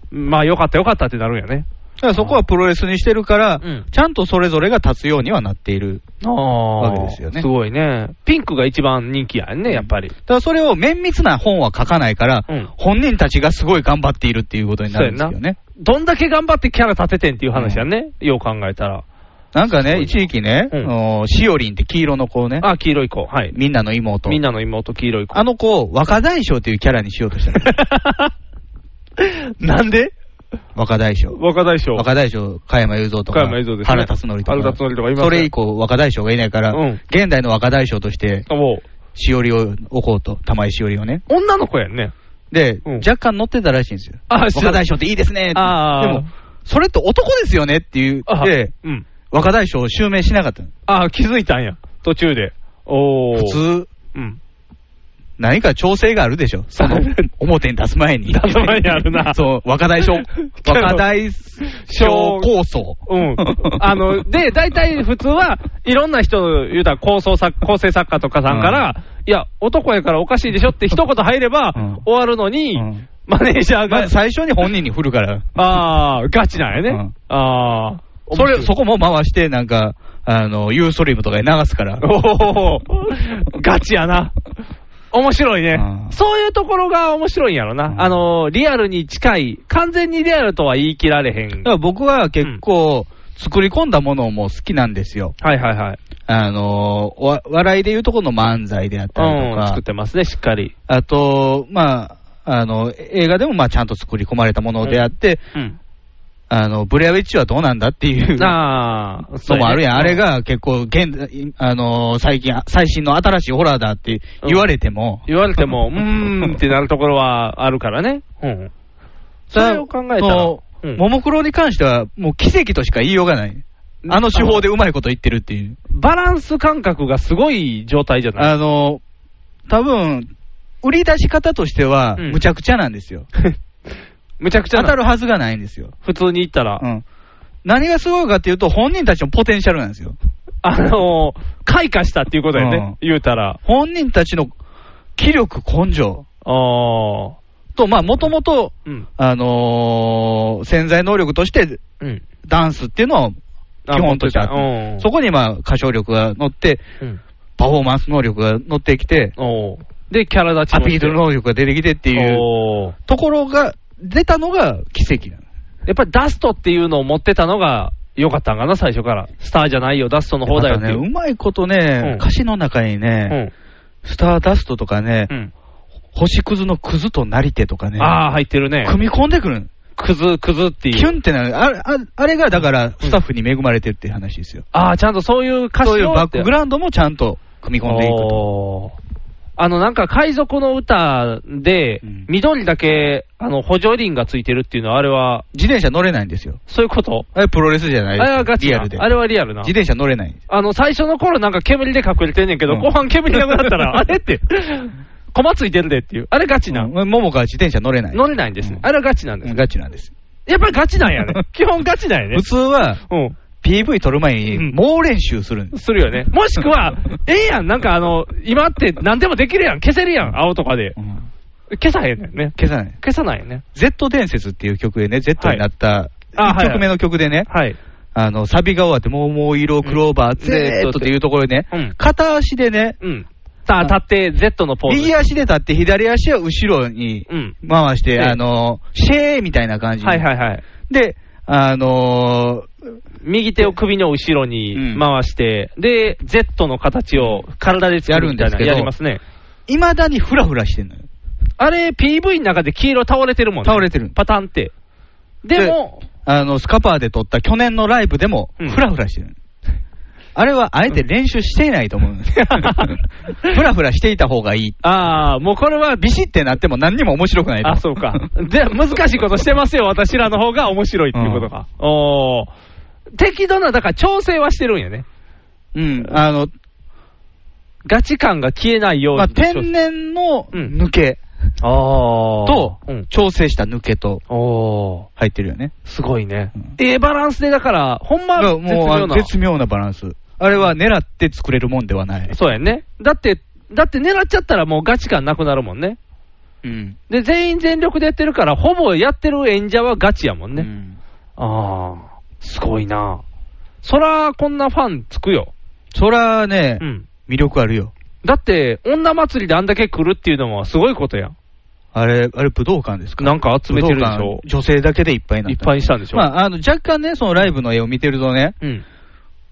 [SPEAKER 3] まあ、よかったよかったってなるんやね。
[SPEAKER 4] だからそこはプロレスにしてるから、ちゃんとそれぞれが立つようにはなっている。
[SPEAKER 3] わ
[SPEAKER 4] けですよね
[SPEAKER 3] すごいね。ピンクが一番人気やね、やっぱり。
[SPEAKER 4] だからそれを綿密な本は書かないから、本人たちがすごい頑張っているっていうことになるんですよ
[SPEAKER 3] そう
[SPEAKER 4] ね。
[SPEAKER 3] どんだけ頑張ってキャラ立ててんっていう話やね、よう考えたら。
[SPEAKER 4] なんかね、一時期ね、あのしおりんって黄色の子ね。
[SPEAKER 3] あ、黄色い子。はい。
[SPEAKER 4] みんなの妹。
[SPEAKER 3] みんなの妹、黄色い子。
[SPEAKER 4] あの子を若大将というキャラにしようとしたの
[SPEAKER 3] [LAUGHS]
[SPEAKER 4] なんで若大将。
[SPEAKER 3] 若大将。
[SPEAKER 4] 若大将、加山雄三とか、
[SPEAKER 3] 加山雄三ですね
[SPEAKER 4] 原辰徳とか、
[SPEAKER 3] 原辰徳とかいますね
[SPEAKER 4] それ以降、若大将がいないから、現代の若大将として、しおりを置こうと、玉井しおりをね。
[SPEAKER 3] 女の子やんね。
[SPEAKER 4] で、若干乗ってたらしいんですよ。
[SPEAKER 3] あそう
[SPEAKER 4] 若大将っていいですねって。で
[SPEAKER 3] あー
[SPEAKER 4] も、それって男ですよねって言って、若大将を襲名しなかったの
[SPEAKER 3] あ気づいたんや。途中で。お
[SPEAKER 4] 普通、
[SPEAKER 3] うん
[SPEAKER 4] 何か調整があるでしょ、そ
[SPEAKER 3] [LAUGHS]
[SPEAKER 4] の表に出す前に。出
[SPEAKER 3] す前にあるな
[SPEAKER 4] そう、若大
[SPEAKER 3] [LAUGHS]
[SPEAKER 4] 将、若大将構想。
[SPEAKER 3] うん。あの、で、大体普通はいろんな人の、言うたら構想作、構成作家とかさんから、いや、男やからおかしいでしょって一言入れば、終わるのに、マネージャー
[SPEAKER 4] ま
[SPEAKER 3] が
[SPEAKER 4] ず、最初に本人に振るから。
[SPEAKER 3] ああ、ガチなんやね。ああ。
[SPEAKER 4] それ、そこも回して、なんか、あの、ユーストリームとかに流すから。
[SPEAKER 3] おお、ガチやな。面白いね。そういうところが面白いんやろな。あの、リアルに近い、完全にリアルとは言い切られへん。
[SPEAKER 4] だから僕は結構、作り込んだものも好きなんですよ。
[SPEAKER 3] はいはいはい。
[SPEAKER 4] あのーわ笑いでいうとこの漫才であったりと
[SPEAKER 3] うん、
[SPEAKER 4] か、
[SPEAKER 3] 作ってますね、しっかり。
[SPEAKER 4] あと、まあ、あの、映画でもまあちゃんと作り込まれたものであって、
[SPEAKER 3] うん。
[SPEAKER 4] あの、ブレアウィッチはどうなんだっていう
[SPEAKER 3] ああ、
[SPEAKER 4] のもあるやん。あれ
[SPEAKER 3] が。
[SPEAKER 4] が結構現、あのー最近、最新の新しいホラーだって言われても、
[SPEAKER 3] 言われても、うーんってなるところはあるからね。うん。それを考えたら。
[SPEAKER 4] もうももクロに関しては、もう奇跡としか言いようがない。あの手法でうまいこと言ってるっていう。
[SPEAKER 3] バランス感覚がすごい状態じゃない
[SPEAKER 4] あの、多分売り出し方としては、むちゃくちゃなんですよ。
[SPEAKER 3] [LAUGHS] むちゃくちゃ
[SPEAKER 4] 当たるはずがないんですよ。
[SPEAKER 3] 普通に言ったら。
[SPEAKER 4] うん。何がすごいかっていうと、本人たちのポテンシャルなんですよ。
[SPEAKER 3] あのー、開花したっていうことやね、言うたら。
[SPEAKER 4] 本人たちの気力、根性。
[SPEAKER 3] あ
[SPEAKER 4] と、まあ、もともと、
[SPEAKER 3] うん
[SPEAKER 4] あのー潜在能力として、
[SPEAKER 3] うん。
[SPEAKER 4] ダンスっていうのは
[SPEAKER 3] あ
[SPEAKER 4] 基本としてあっ
[SPEAKER 3] 持ってたう
[SPEAKER 4] て
[SPEAKER 3] ん、
[SPEAKER 4] そこにまあ歌唱力が乗って、
[SPEAKER 3] うん
[SPEAKER 4] パフォーマンス能力が乗ってきて、
[SPEAKER 3] で、キャラ立ち
[SPEAKER 4] ア
[SPEAKER 3] もして
[SPEAKER 4] ピール能力が出てきてっていうところが出たのが奇跡なの。
[SPEAKER 3] やっぱりダストっていうのを持ってたのが良かったんかな、最初から。スターじゃないよ、ダストの方だよって
[SPEAKER 4] ま
[SPEAKER 3] い
[SPEAKER 4] た
[SPEAKER 3] う。
[SPEAKER 4] ね、うまいことね、
[SPEAKER 3] うん
[SPEAKER 4] 歌詞の中にね、スターダストとかね、星屑のクズとなりてとかね、
[SPEAKER 3] ああ、入ってるね。
[SPEAKER 4] 組み込んでくるの
[SPEAKER 3] くず、くずっていう。
[SPEAKER 4] キュンってなる。あれああれがだから、スタッフに恵まれてるっていう話ですよ。
[SPEAKER 3] ああ、ちゃんとそういう歌詞を
[SPEAKER 4] そういうバックグ
[SPEAKER 3] ラ
[SPEAKER 4] ラウンドもちゃんと組み込んでいく
[SPEAKER 3] と。あの、なんか、海賊の歌で、緑だけ、あの、補助輪がついてるっていうのは、あれは、
[SPEAKER 4] 自転車乗れないんですよ。
[SPEAKER 3] そういうこと
[SPEAKER 4] あれプロレスじゃないです
[SPEAKER 3] あれはガチ
[SPEAKER 4] リ
[SPEAKER 3] な
[SPEAKER 4] アルで。
[SPEAKER 3] あれはリアルな
[SPEAKER 4] 自転車乗れない。
[SPEAKER 3] あの、最初の頃なんか煙で隠れてんねんけど、
[SPEAKER 4] うん
[SPEAKER 3] 後半煙なくなっ
[SPEAKER 4] [LAUGHS]
[SPEAKER 3] たら、あれって、コマついてるでっていう。あれガチな。
[SPEAKER 4] ももかは自転車乗れない。
[SPEAKER 3] 乗れないんですね。あれはガチなんです。
[SPEAKER 4] ガチなんです。
[SPEAKER 3] やっぱりガチなんやね。基本ガチなんやね。
[SPEAKER 4] 普通は、PV 撮る前に猛練習するんです。
[SPEAKER 3] するよね。もしくは、ええやん、なんかあの、今って何でもできるやん。消せるやん、青とかで。消さへんねんね。
[SPEAKER 4] 消さない。
[SPEAKER 3] 消さないよね。
[SPEAKER 4] Z 伝説っていう曲でね、Z になった、
[SPEAKER 3] あはい
[SPEAKER 4] 1曲目の曲でね、あの、サビが終わって、もう、もう、色、クローバー、
[SPEAKER 3] うん
[SPEAKER 4] Z っていうところでね、片足でね、
[SPEAKER 3] さあ、立って、Z のポーズ。
[SPEAKER 4] 右足で立って、左足は後ろに回して、
[SPEAKER 3] ええ
[SPEAKER 4] あの、シェーみたいな感じで
[SPEAKER 3] はいはいはい。
[SPEAKER 4] で、あの
[SPEAKER 3] 右手を首の後ろに回して、で、Z の形を体で作るみたい
[SPEAKER 4] やるんです
[SPEAKER 3] な
[SPEAKER 4] けど
[SPEAKER 3] やりますね。
[SPEAKER 4] いまだにフラフラしてんのよ。
[SPEAKER 3] あれ、PV の中で黄色倒れてるもんね。倒れ
[SPEAKER 4] てる。
[SPEAKER 3] パタンって。でも、
[SPEAKER 4] あの、スカパーで撮った去年のライブでも、フラフラしてる。あれはあえて練習していないと思
[SPEAKER 3] [LAUGHS]
[SPEAKER 4] う。フラフラしていた方がいい。
[SPEAKER 3] ああ、もうこれは
[SPEAKER 4] ビシってなっても何にも面白くないと。
[SPEAKER 3] あ、そうか。 [LAUGHS] で、難しいことしてますよ、私らの方が面白いっていうことか。おー適度な、だから調整はしてるんやね。
[SPEAKER 4] [LAUGHS] うん、あの、
[SPEAKER 3] ガチ感が消えないように。
[SPEAKER 4] まあ、天然の抜け
[SPEAKER 3] あ
[SPEAKER 4] と、調整した抜けと入ってるよね。
[SPEAKER 3] すごいね。ええバランスで、だから、ほんま
[SPEAKER 4] だから
[SPEAKER 3] 絶
[SPEAKER 4] もうあ
[SPEAKER 3] 妙
[SPEAKER 4] の
[SPEAKER 3] な。
[SPEAKER 4] 絶妙なバランス。あれは狙って作れるもんではない。
[SPEAKER 3] そうやね。だって、だって狙っちゃったらもうガチ感なくなるもんね。
[SPEAKER 4] うん。
[SPEAKER 3] で、全員全力でやってるから、ほぼやってる演者はガチやもんね。ああ、すごいな。そら、こんなファンつくよ。
[SPEAKER 4] そらね、
[SPEAKER 3] うん、
[SPEAKER 4] 魅力あるよ。
[SPEAKER 3] だって、女祭りであんだけ来るっていうのはすごいことやん。
[SPEAKER 4] あれ、あれ武道館ですか
[SPEAKER 3] なんか集めてるでし
[SPEAKER 4] 武道
[SPEAKER 3] ょ。
[SPEAKER 4] 館女性だけでいっぱいになっ。
[SPEAKER 3] いったぱいにしたんでしょ。
[SPEAKER 4] まあ、あの、若干ね、そのライブの絵を見てるとね、
[SPEAKER 3] うん。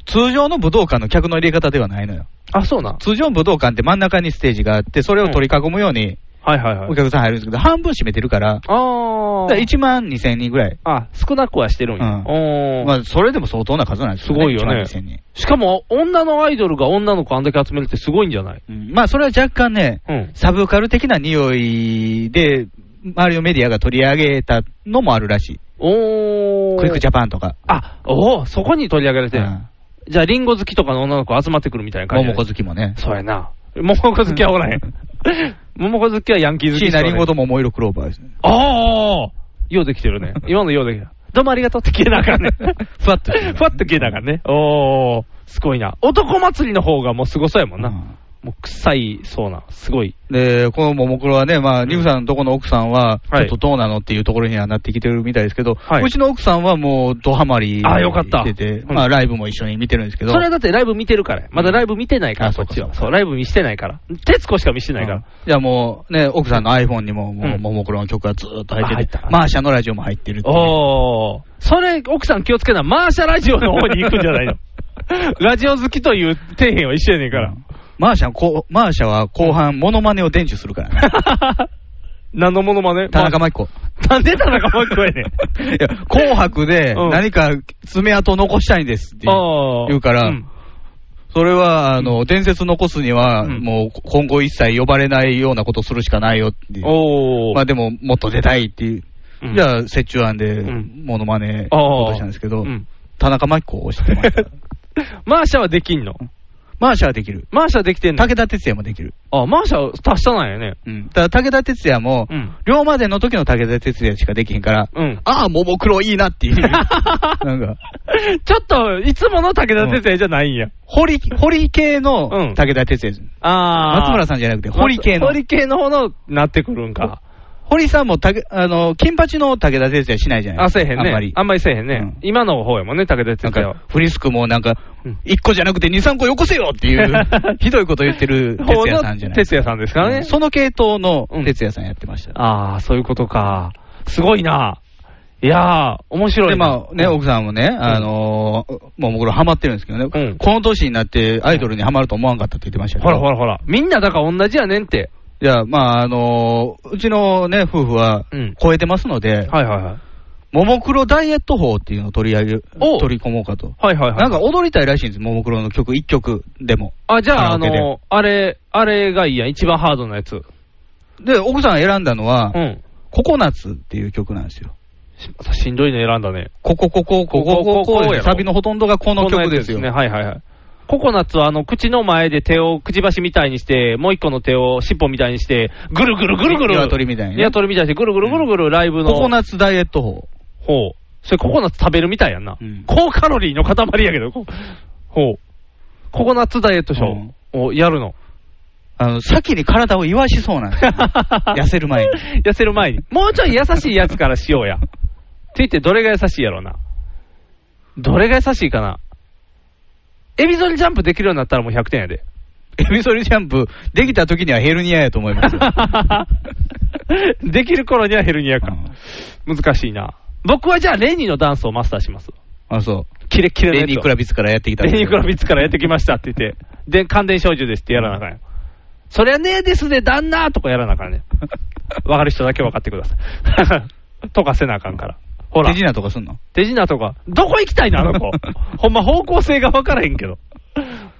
[SPEAKER 4] 通常の武道館の客の入れ方ではないのよ。
[SPEAKER 3] あ、そうなん。
[SPEAKER 4] 通常の武道館って真ん中にステージがあって、それを取り囲むように
[SPEAKER 3] はいはいはい。
[SPEAKER 4] お客さん入るんですけど、半分閉めてるから、
[SPEAKER 3] ああ。
[SPEAKER 4] 1万2000人ぐらい。
[SPEAKER 3] あ、少なくはしてるんや。
[SPEAKER 4] うん
[SPEAKER 3] おー
[SPEAKER 4] まあ、それでも相当な数なんです
[SPEAKER 3] すごいよ
[SPEAKER 4] 1
[SPEAKER 3] ね
[SPEAKER 4] 万2000人。
[SPEAKER 3] しかも、女のアイドルが女の子あんだけ集めるってすごいんじゃない
[SPEAKER 4] うんまあ、それは若干ね、
[SPEAKER 3] うん。
[SPEAKER 4] サブカル的な匂いで、周りのメディアが取り上げたのもあるらしい。
[SPEAKER 3] おー。
[SPEAKER 4] クイックジャパンとか。
[SPEAKER 3] あ、おー、そこに取り上げられてる。
[SPEAKER 4] うん
[SPEAKER 3] じゃあ、リンゴ好きとかの女の子集まってくるみたいな感
[SPEAKER 4] モ
[SPEAKER 3] じ。
[SPEAKER 4] モコ好きもね。
[SPEAKER 3] そうやな。モモコ好きはおらへん。モモコ好きはヤンキー好き
[SPEAKER 4] シー
[SPEAKER 3] しか
[SPEAKER 4] ナ
[SPEAKER 3] おらへ
[SPEAKER 4] リ
[SPEAKER 3] ん
[SPEAKER 4] ンゴとも桃色クローバーですね。
[SPEAKER 3] ああようできてるね。今のようできた。どうもありがとうって消えなあかんね。
[SPEAKER 4] [LAUGHS] ふわっと消えなあかん
[SPEAKER 3] ふわっと消えなあかんね。おー、すごいな。男祭りの方がもうすごそうやもんな。もう臭いそうな、すごい。
[SPEAKER 4] で、このももクロはね、まあ、リムさんのとこの奥さんは、ちょ
[SPEAKER 3] は
[SPEAKER 4] っ
[SPEAKER 3] い
[SPEAKER 4] とどうなのっていうところにはなってきてるみたいですけど、
[SPEAKER 3] はいう
[SPEAKER 4] ちの奥さんはもう、ドハマり
[SPEAKER 3] あよかった
[SPEAKER 4] してて、
[SPEAKER 3] うん
[SPEAKER 4] まあ、ライブも一緒に見てるんですけど、
[SPEAKER 3] それはだってライブ見てるから。まだライブ見てないから、
[SPEAKER 4] あ
[SPEAKER 3] そ
[SPEAKER 4] そ
[SPEAKER 3] っ
[SPEAKER 4] っか
[SPEAKER 3] ちは。そう、ライブ見してないから。徹子しか見してないから。
[SPEAKER 4] じゃあもう、ね、奥さんの iPhone にも、もう、
[SPEAKER 3] うん
[SPEAKER 4] ももクロの曲がずーっと入
[SPEAKER 3] あ入
[SPEAKER 4] っ
[SPEAKER 3] っ
[SPEAKER 4] て
[SPEAKER 3] てた
[SPEAKER 4] て、マーシャのラジオも入ってるっていう
[SPEAKER 3] おー、それ、奥さん気をつけな、マーシャラジオの方に行くんじゃない [LAUGHS] の。ラジオ好きという底辺は一緒やねんから。
[SPEAKER 4] マーシャこう、マーシャは後半、モノマネを伝授する
[SPEAKER 3] [LAUGHS]
[SPEAKER 4] からね。
[SPEAKER 3] 何のものまね
[SPEAKER 4] 田中真紀子。
[SPEAKER 3] なんで田中真紀子やねん。
[SPEAKER 4] いや、紅白で
[SPEAKER 3] うん
[SPEAKER 4] 何か爪痕を残したいんですっていう
[SPEAKER 3] あー
[SPEAKER 4] 言うから
[SPEAKER 3] ん
[SPEAKER 4] それは、あの、伝説残すには、
[SPEAKER 3] うん
[SPEAKER 4] もう今後一切呼ばれないようなことするしかないよっていう。
[SPEAKER 3] おー。
[SPEAKER 4] まあでも、もっと出たいっていう。
[SPEAKER 3] うん
[SPEAKER 4] じゃあ、折衷案で
[SPEAKER 3] ん、
[SPEAKER 4] モノマネ、
[SPEAKER 3] あー
[SPEAKER 4] ことしたんですけど
[SPEAKER 3] う、ん
[SPEAKER 4] 田中真紀子をしてま
[SPEAKER 3] [LAUGHS]
[SPEAKER 4] した。
[SPEAKER 3] マーシャはできんの
[SPEAKER 4] マーシャはできる。
[SPEAKER 3] マーシャできてんの
[SPEAKER 4] 武田鉄矢もできる。
[SPEAKER 3] あ、マーシャ達したなんやね。
[SPEAKER 4] うん。ただ、武田鉄矢も
[SPEAKER 3] う、ん。
[SPEAKER 4] 龍馬伝の時の武田鉄矢しかできへんから、
[SPEAKER 3] うん。
[SPEAKER 4] ああ、ももクロいいなって
[SPEAKER 3] [LAUGHS]
[SPEAKER 4] いう。なんか、
[SPEAKER 3] ちょっと、いつもの武田鉄矢じゃないんや。
[SPEAKER 4] 堀、堀系
[SPEAKER 3] うん
[SPEAKER 4] の武田鉄矢です。
[SPEAKER 3] あ
[SPEAKER 4] 松村さんじゃなくて、堀系の。
[SPEAKER 3] 堀系の方のなってくるんか。
[SPEAKER 4] 堀さんもたけ、あの、金八の武田鉄矢しないじゃない
[SPEAKER 3] あ、
[SPEAKER 4] です
[SPEAKER 3] せ
[SPEAKER 4] か。
[SPEAKER 3] えへんね。
[SPEAKER 4] あんまり。
[SPEAKER 3] せえへん
[SPEAKER 4] う
[SPEAKER 3] ね
[SPEAKER 4] ん。
[SPEAKER 3] 今の方やもんね、武田
[SPEAKER 4] なん
[SPEAKER 3] 鉄矢は
[SPEAKER 4] か。、フリスクもなんか
[SPEAKER 3] うん、
[SPEAKER 4] 1個じゃなくて2、3個よこせよって
[SPEAKER 3] [LAUGHS]
[SPEAKER 4] いう、ひどいこと言ってる哲
[SPEAKER 3] 方
[SPEAKER 4] 也さんじゃないで
[SPEAKER 3] の哲
[SPEAKER 4] す
[SPEAKER 3] 也さんですからね。
[SPEAKER 4] その系統の哲也さんやってました。
[SPEAKER 3] ああ、そういうことか。すごいな。いやー、面白い
[SPEAKER 4] で、
[SPEAKER 3] な。
[SPEAKER 4] まあね、奥さんもね、あのー、もう僕らハマってるんですけどね、
[SPEAKER 3] うん
[SPEAKER 4] この年になってアイドルにハマると思わんかったって言ってましたけ
[SPEAKER 3] ほ
[SPEAKER 4] ど。
[SPEAKER 3] らほらほら。みんなだから同じやねんって。
[SPEAKER 4] いや、まあ、あのーうちのね、夫婦は
[SPEAKER 3] うん
[SPEAKER 4] 超えてますので、
[SPEAKER 3] はいはいはい。
[SPEAKER 4] ももクロダイエット法っていうのを取り上げ、
[SPEAKER 3] お
[SPEAKER 4] 取り込もうかと。
[SPEAKER 3] はいはいはい。
[SPEAKER 4] なんか踊りたいらしいんです、ももクロの曲、1曲でも。
[SPEAKER 3] あ、じゃあ、あ
[SPEAKER 4] カラオケで
[SPEAKER 3] の、あれ、あれがいいやん。一番ハードなやつ。う
[SPEAKER 4] で、奥さん選んだのは、
[SPEAKER 3] ん。
[SPEAKER 4] ココナッツっていう曲なんですよ。
[SPEAKER 3] ししんどいの選んだね。
[SPEAKER 4] コココココココ
[SPEAKER 3] ココ
[SPEAKER 4] コ
[SPEAKER 3] コ
[SPEAKER 4] コ
[SPEAKER 3] やろ
[SPEAKER 4] サビのほとんどがこの
[SPEAKER 3] こんなや
[SPEAKER 4] 曲
[SPEAKER 3] つ
[SPEAKER 4] ですよ。
[SPEAKER 3] ね。はいはいはい。ココナッツはあの、口の前で手をくちばしみたいにして、もう一個の手を尻尾みたいにして、ぐるぐるぐるぐる。
[SPEAKER 4] 鶏みたいにね
[SPEAKER 3] 鶏みたいにして、ぐるぐるぐるぐるライブの。
[SPEAKER 4] ココナッツダイエット法。
[SPEAKER 3] ほう。それココナッツ食べるみたいやんな。
[SPEAKER 4] うん
[SPEAKER 3] 高カロリーの塊やけど。こほう。ココナッツダイエットショ
[SPEAKER 4] うん
[SPEAKER 3] ーをやるの。
[SPEAKER 4] あの、先に体を言わしそうなんですよ [LAUGHS] 痩せる前に。
[SPEAKER 3] [LAUGHS] 痩せる前に。もうちょい優しいやつからしようや。って言って、どれが優しいやろうな。どれが優しいかな。エビゾリジャンプできるようになったらもう100点やで。 [LAUGHS]
[SPEAKER 4] エビソリジャンプ、できた時にはヘルニアやと思いますよ。
[SPEAKER 3] できる頃にはヘルニアか。難しいな。僕はじゃあ、レニーのダンスをマスターします。
[SPEAKER 4] あ、そ
[SPEAKER 3] キレッキ
[SPEAKER 4] う。
[SPEAKER 3] レ
[SPEAKER 4] レ
[SPEAKER 3] のやつを
[SPEAKER 4] ニー・クラビッツからやってきた。
[SPEAKER 3] レニークラビッツからやってきましたって言って、で、感電症状ですってやらなあかんよ。そりゃねえですね、旦那とかやらなあかんね。わかる人だけ分かってください。 [LAUGHS] とかせなあかんから。ほら
[SPEAKER 4] 手、品とかすんの
[SPEAKER 3] 手品とか、どこ行きたいのあの
[SPEAKER 4] [LAUGHS]
[SPEAKER 3] 子。ほんま方向性が分からへんけど。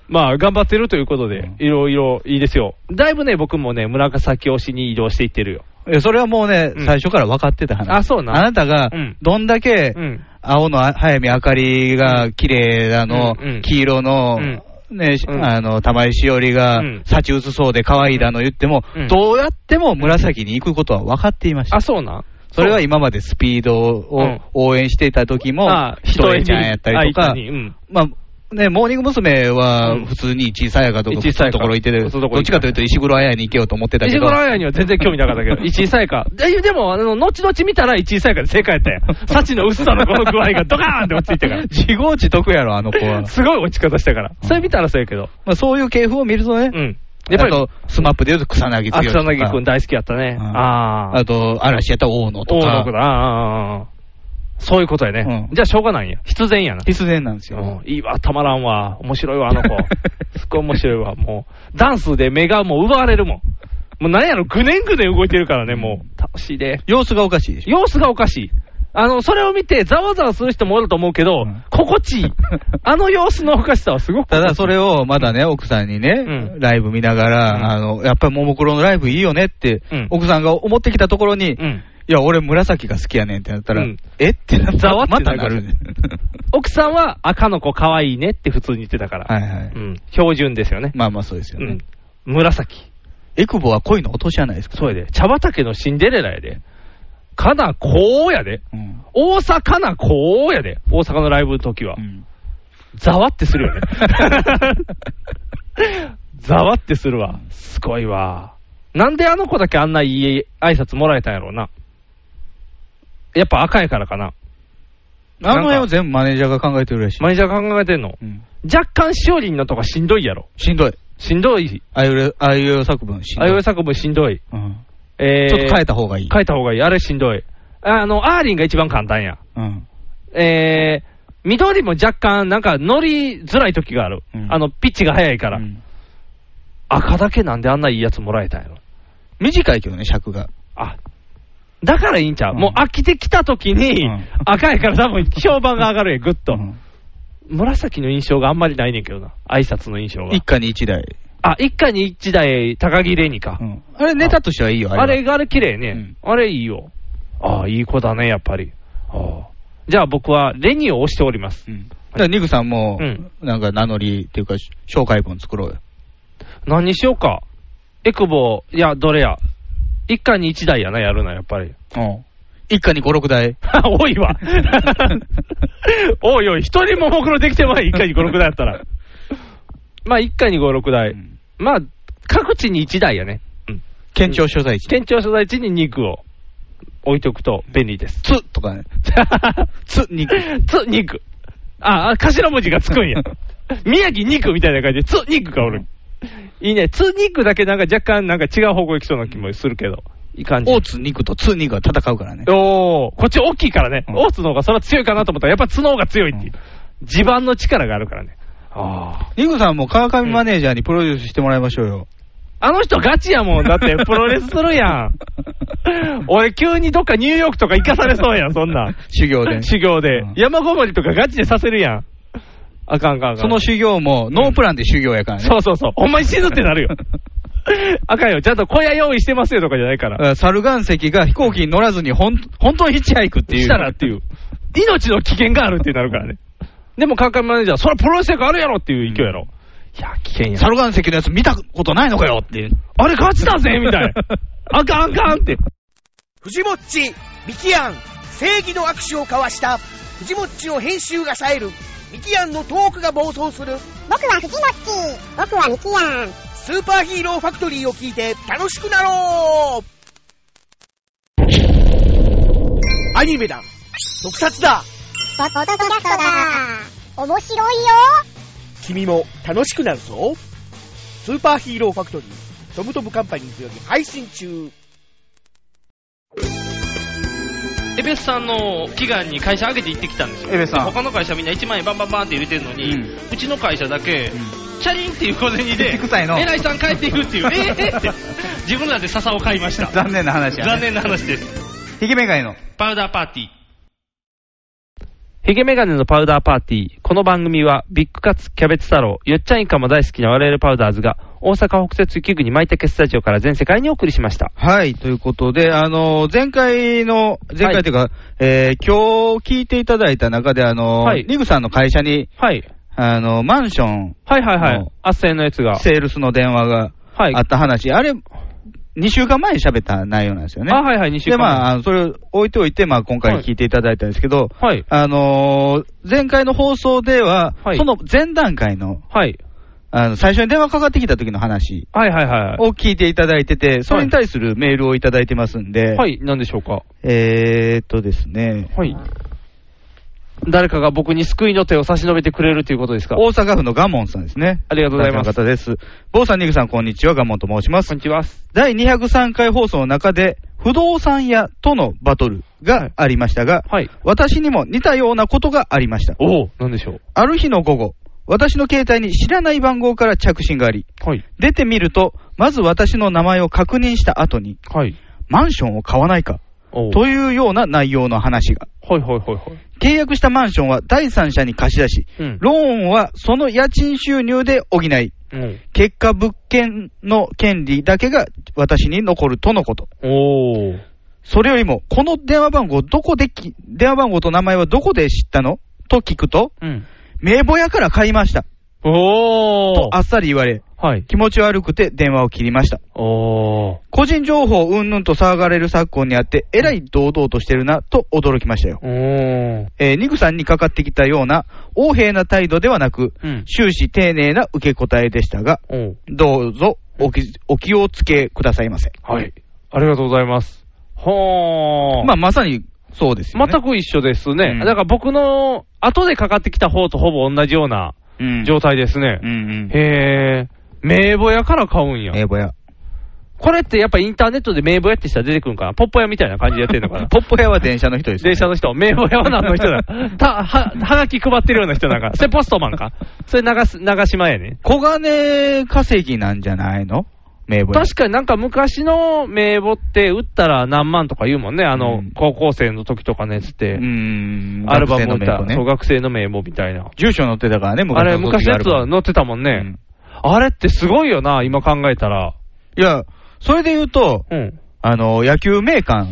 [SPEAKER 3] まあ、頑張ってるということで
[SPEAKER 4] ん、
[SPEAKER 3] いろいろいいですよ。だいぶね、僕もね、村崎推しに移動していってるよ。
[SPEAKER 4] いや、それはもうね、
[SPEAKER 3] うん
[SPEAKER 4] 最初から分かってた話。
[SPEAKER 3] あそうなん
[SPEAKER 4] あなたが
[SPEAKER 3] うん、
[SPEAKER 4] どんだけ、
[SPEAKER 3] うん。
[SPEAKER 4] 青のあ早見あかりが綺麗だの、
[SPEAKER 3] うんうん
[SPEAKER 4] 黄色の、
[SPEAKER 3] うん
[SPEAKER 4] ね、し
[SPEAKER 3] うん
[SPEAKER 4] あの、玉井しおりが
[SPEAKER 3] うん、
[SPEAKER 4] 幸薄そうで可愛いだの言っても、
[SPEAKER 3] うん
[SPEAKER 4] どうやっても紫に行くことは分かっていました。
[SPEAKER 3] あ、そうなん
[SPEAKER 4] それは今までスピード
[SPEAKER 3] う
[SPEAKER 4] を
[SPEAKER 3] ん
[SPEAKER 4] 応援していた時も
[SPEAKER 3] あ、
[SPEAKER 4] ひとえちゃんやったりと
[SPEAKER 3] あ
[SPEAKER 4] か
[SPEAKER 3] いい、にうん
[SPEAKER 4] まあ、ね、モーニング娘。は普通に小さいやかとか、
[SPEAKER 3] 小さい
[SPEAKER 4] ところいてる、どっちかというと石黒彩に行けようと思ってたけど、
[SPEAKER 3] 石黒彩には全然興味なか [LAUGHS] ったけど、一位さやか。ででも、あの、後々見たら一位さやかで正解やったやん。サチの薄さのこの具合がドカーンって落ちていったから。
[SPEAKER 4] [LAUGHS] 自業自得やろ、あの子
[SPEAKER 3] [LAUGHS]
[SPEAKER 4] は。
[SPEAKER 3] すごい落ち方したから。それ見たらそうやけど。
[SPEAKER 4] まあ、そういう系譜を見るとね、
[SPEAKER 3] やっぱり
[SPEAKER 4] あと、スマップでいうと草薙剛
[SPEAKER 3] あ
[SPEAKER 4] と
[SPEAKER 3] 草
[SPEAKER 4] か
[SPEAKER 3] 薙君大好きやったね。ああ。
[SPEAKER 4] あと、嵐やったら大野と
[SPEAKER 3] 大野
[SPEAKER 4] か
[SPEAKER 3] 君、だ。ああああ。そういうことやね。じゃあしょうがないんや。必然やな。
[SPEAKER 4] 必然なんですよ。
[SPEAKER 3] うんいいわ、たまらんわ。面白いわ、あの [LAUGHS] 子。すっごい面白いわ、もう。ダンスで目がもう奪われるもん。もうなんやろ、ぐねんぐねん動いてるからね、もう。楽しいで。
[SPEAKER 4] 様子がおかしいでし
[SPEAKER 3] 様子がおかしい。あの、それを見て、ざわざわする人もおると思うけど、心地いい。
[SPEAKER 4] [LAUGHS]
[SPEAKER 3] あの様子のおかしさはすごく。
[SPEAKER 4] ただそれをまだね、奥さんにね、ライブ見ながら、あの、やっぱりももクロのライブいいよねって、奥さんが思ってきたところに、いや、俺紫が好きやねんってなったら、
[SPEAKER 3] うん
[SPEAKER 4] えってなった
[SPEAKER 3] ざわ
[SPEAKER 4] ら、
[SPEAKER 3] って
[SPEAKER 4] ま
[SPEAKER 3] なる
[SPEAKER 4] たなるね。 [LAUGHS]
[SPEAKER 3] 奥さんは赤の子可愛いねって普通に言ってたから。
[SPEAKER 4] はいはい。
[SPEAKER 3] うん。標準ですよね。
[SPEAKER 4] まあまあそうですよね。
[SPEAKER 3] うん。紫。
[SPEAKER 4] エクボは恋の落とし穴ですか
[SPEAKER 3] そうやで。茶畑のシンデレラやで。かなこうやで。大阪なこうやで。大阪のライブの時は。ざわってするよね。 [LAUGHS] ざわってするわ。すごいわ。なんであの子だけあんないい挨拶もらえたんやろうな。やっぱ赤いからかな。
[SPEAKER 4] あの辺は全部マネージャーが考えてるらしい。
[SPEAKER 3] マネージャーが考えてんの、若干しおりんのとかしんどいやろ。
[SPEAKER 4] しんどい。
[SPEAKER 3] しんどい。
[SPEAKER 4] あいうえ、あいうえお作文しんど
[SPEAKER 3] あ
[SPEAKER 4] い。
[SPEAKER 3] よえ作文しんどい。
[SPEAKER 4] うん
[SPEAKER 3] えー
[SPEAKER 4] ちょっと変えた方がいい。
[SPEAKER 3] 変えた方がいい。あれしんどい。あの、アーリンが一番簡単や。
[SPEAKER 4] うん。
[SPEAKER 3] えー、緑も若干、なんか乗りづらい時がある。あの、ピッチが速いから、赤だけなんであんないいやつもらえたんやろ。
[SPEAKER 4] 短いけどね、尺が。
[SPEAKER 3] あ、だからいいんちゃう、もう飽きてきた時に、赤いから多分評判が上がるやん、ぐっと。紫の印象があんまりないねんけどな。挨拶の印象が。
[SPEAKER 4] 一家に一台。
[SPEAKER 3] あ、一家に一台、高木レニか。
[SPEAKER 4] あれ、ネタとしてはいいよ、あれ
[SPEAKER 3] あ
[SPEAKER 4] は。
[SPEAKER 3] れが、あれ綺麗ね。あれいいよ。ああ、いい子だね、やっぱり。ああじゃあ僕は、レニを押しております。
[SPEAKER 4] だからニグさんも、なんか名乗りっていうか、紹介文作ろうよ。
[SPEAKER 3] 何にしようか。エクボ、いや、どれや。一家に一台やな、やるな、やっぱり。
[SPEAKER 4] うん。一家に5、6台。
[SPEAKER 3] [LAUGHS] 多いわ。おいおい、一人ももクロできてまい、一家に5、6台やったら。まあ、一家に5、6台。まあ、各地に1台やね。
[SPEAKER 4] 県庁所在地。
[SPEAKER 3] 県庁所在地に肉を置いておくと便利 [LAUGHS] です。
[SPEAKER 4] つとかね。
[SPEAKER 3] つ、肉。つ、肉。あ、あ頭文字がつくん [LAUGHS] や。宮城肉みたいな感じで、つ、肉がおる。いいね。つ、肉だけなんか若干なんか違う方向行きそうな気もするけど。いい感じ。
[SPEAKER 4] 大津肉と津肉は戦うからね。
[SPEAKER 3] おー、こっち大きいからね。大津の方がそれは強いかなと思ったら、やっぱ津の方が強いっていう。地盤の力があるからね。
[SPEAKER 4] ニグさんも川上マネージャーにプロデュースしてもらいましょうよ。
[SPEAKER 3] あの人ガチやもん。
[SPEAKER 4] [LAUGHS]
[SPEAKER 3] だって、プロレスするやん。俺、急にどっかニューヨークとか行かされそうやん、そんなん。
[SPEAKER 4] 修行で。
[SPEAKER 3] [LAUGHS] 修行で。山ごもりとかガチでさせるやん。あかんあかんあかん。
[SPEAKER 4] その修行も、ノープランで修行やからね。
[SPEAKER 3] そうそうそう。ほんまに死ぬって
[SPEAKER 4] [LAUGHS]
[SPEAKER 3] なるよ。あかんよ。ちゃんと小屋用意してますよとかじゃないから。
[SPEAKER 4] あ猿岩石が飛行機に乗らずに、ほん、本当にヒッチハイクっていう。
[SPEAKER 3] したらっていう。命の危険があるってなるからね。でも、カンカンマネージャー、それプロレスやからあるやろっていう勢いやろ。いや、危険や。
[SPEAKER 4] 猿岩石のやつ見たことないのかよっていう。
[SPEAKER 3] あれ勝ちだぜみたいな。あかんあかんって。
[SPEAKER 13] 藤もっち、ミキアン、正義の握手を交わした、藤もっちを編集が冴える、ミキアンのトークが暴走する、僕は藤もっち、僕はミキアン、スーパーヒーローファクトリーを聞いて楽しくなろうアニメだ特撮だ
[SPEAKER 12] ポッドキャストだ面白いよ
[SPEAKER 13] 君も楽しくなるぞスーパーヒーローファクトリー、トムトムカンパニーズより配信中
[SPEAKER 3] エベスさんの祈願に会社上げて行ってきたんですよ。
[SPEAKER 4] エベスさん
[SPEAKER 3] で他の会社みんな1万円バンバンバンって入れてるのに、うちの会社だけ、チャリンっていう小銭で、
[SPEAKER 4] 口臭いの
[SPEAKER 3] 偉いさん帰っていくっていう、えー、って、自分らで笹を買いました。
[SPEAKER 4] 残念な話やね
[SPEAKER 3] [LAUGHS] 残念な話です。
[SPEAKER 4] ひげめがいの。
[SPEAKER 3] パウダーパーティー。ヒゲメガネのパウダーパーティー。この番組は、ビッグカツ、キャベツ太郎、よっちゃんイカも大好きな我々パウダーズが、大阪北節雪国舞茸スタジオから全世界にお送りしました。
[SPEAKER 4] はい、ということで、あの、前回の、前回というか、えー今日聞いていただいた中で、あの、
[SPEAKER 3] はい
[SPEAKER 4] ニグさんの会社に、
[SPEAKER 3] はい。
[SPEAKER 4] あの、マンション、
[SPEAKER 3] はいはいはい。あっせんのやつが。
[SPEAKER 4] セールスの電話が
[SPEAKER 3] はい
[SPEAKER 4] あった話、あれ、 2週間前に喋った内容なんですよね。
[SPEAKER 3] あはいはい二週
[SPEAKER 4] で、
[SPEAKER 3] 間前
[SPEAKER 4] まああの、それを置いておいて、まあ、今回聞いていただいたんですけど、
[SPEAKER 3] はい
[SPEAKER 4] あのー前回の放送では、その前段階の、あの最初に電話かかってきた時の話
[SPEAKER 3] はいはいはい。
[SPEAKER 4] を聞いていただいてて、それに対するメールをいただいてますんで、
[SPEAKER 3] はい、なんでしょうか。
[SPEAKER 4] えーっとですね、
[SPEAKER 3] はい。誰かが僕に救いの手を差し伸べてくれるということですか
[SPEAKER 4] 大阪府のガモンさんですね。
[SPEAKER 3] ありがとうございます
[SPEAKER 4] 大阪の方です。坊さん、ニグさん、こんにちは。ガモンと申します。こんに
[SPEAKER 3] ちは。
[SPEAKER 4] 第203回放送の中で、不動産屋とのバトルがありましたが、私にも似たようなことがありました。
[SPEAKER 3] おお、なんでしょう。
[SPEAKER 4] ある日の午後、私の携帯に知らない番号から着信があり、出てみると、まず私の名前を確認した後に、マンションを買わないか、
[SPEAKER 3] おう
[SPEAKER 4] というような内容の話が。
[SPEAKER 3] はいはいはいはい。
[SPEAKER 4] 契約したマンションは第三者に貸し出し、
[SPEAKER 3] うん
[SPEAKER 4] ローンはその家賃収入で補い、
[SPEAKER 3] うん。
[SPEAKER 4] 結果、物件の権利だけが私に残るとのこと。
[SPEAKER 3] おー。
[SPEAKER 4] それよりも、この電話番号、どこでき、電話番号と名前はどこで知ったのと聞くと、
[SPEAKER 3] うん。
[SPEAKER 4] 名簿屋から買いました。
[SPEAKER 3] おー。
[SPEAKER 4] とあっさり言われ、気持ち悪くて電話を切りました。
[SPEAKER 3] おー。
[SPEAKER 4] 個人情報うんぬんと騒がれる昨今にあって、えらい堂々としてるなと驚きましたよ。えーニグさんにかかってきたような、横柄な態度ではなく、終始丁寧な受け答えでしたが、どうぞお気お気をつけくださいませ。
[SPEAKER 3] はい。ありがとうございます。はー。
[SPEAKER 4] まあ、まさにそうですよね。
[SPEAKER 3] 全く一緒ですね。
[SPEAKER 4] うん
[SPEAKER 3] だから僕の後でかかってきた方とほぼ同じような
[SPEAKER 4] うん
[SPEAKER 3] 状態ですね。へー。名簿屋から買うんや。
[SPEAKER 4] 名簿屋。
[SPEAKER 3] これってやっぱインターネットで名簿屋って人は出てくるんかなポッポ屋みたいな感じでやってるの
[SPEAKER 4] [LAUGHS]
[SPEAKER 3] かな
[SPEAKER 4] ポッポ屋は電車の人です、
[SPEAKER 3] 電車の人。名簿屋は何の人 [LAUGHS] だた、は、はがき配ってるような人 [LAUGHS] なんか。それポストマンか。それ長す、長島やね。
[SPEAKER 4] 小金稼ぎなんじゃないの名簿屋。
[SPEAKER 3] 確かになんか昔の名簿って売ったら何万とか言うもんね。あの、高校生の時とかのやつって。
[SPEAKER 4] うん
[SPEAKER 3] アルバム売っ
[SPEAKER 4] 学生の名
[SPEAKER 3] た
[SPEAKER 4] 簿ね
[SPEAKER 3] そう学生の名簿みたいな。
[SPEAKER 4] 住所載ってたからね、昔
[SPEAKER 3] あれ、
[SPEAKER 4] の時
[SPEAKER 3] 昔のやつは載ってたもんね。あれってすごいよな、今考えたら。
[SPEAKER 4] いや、それで言うと、あの、野球名鑑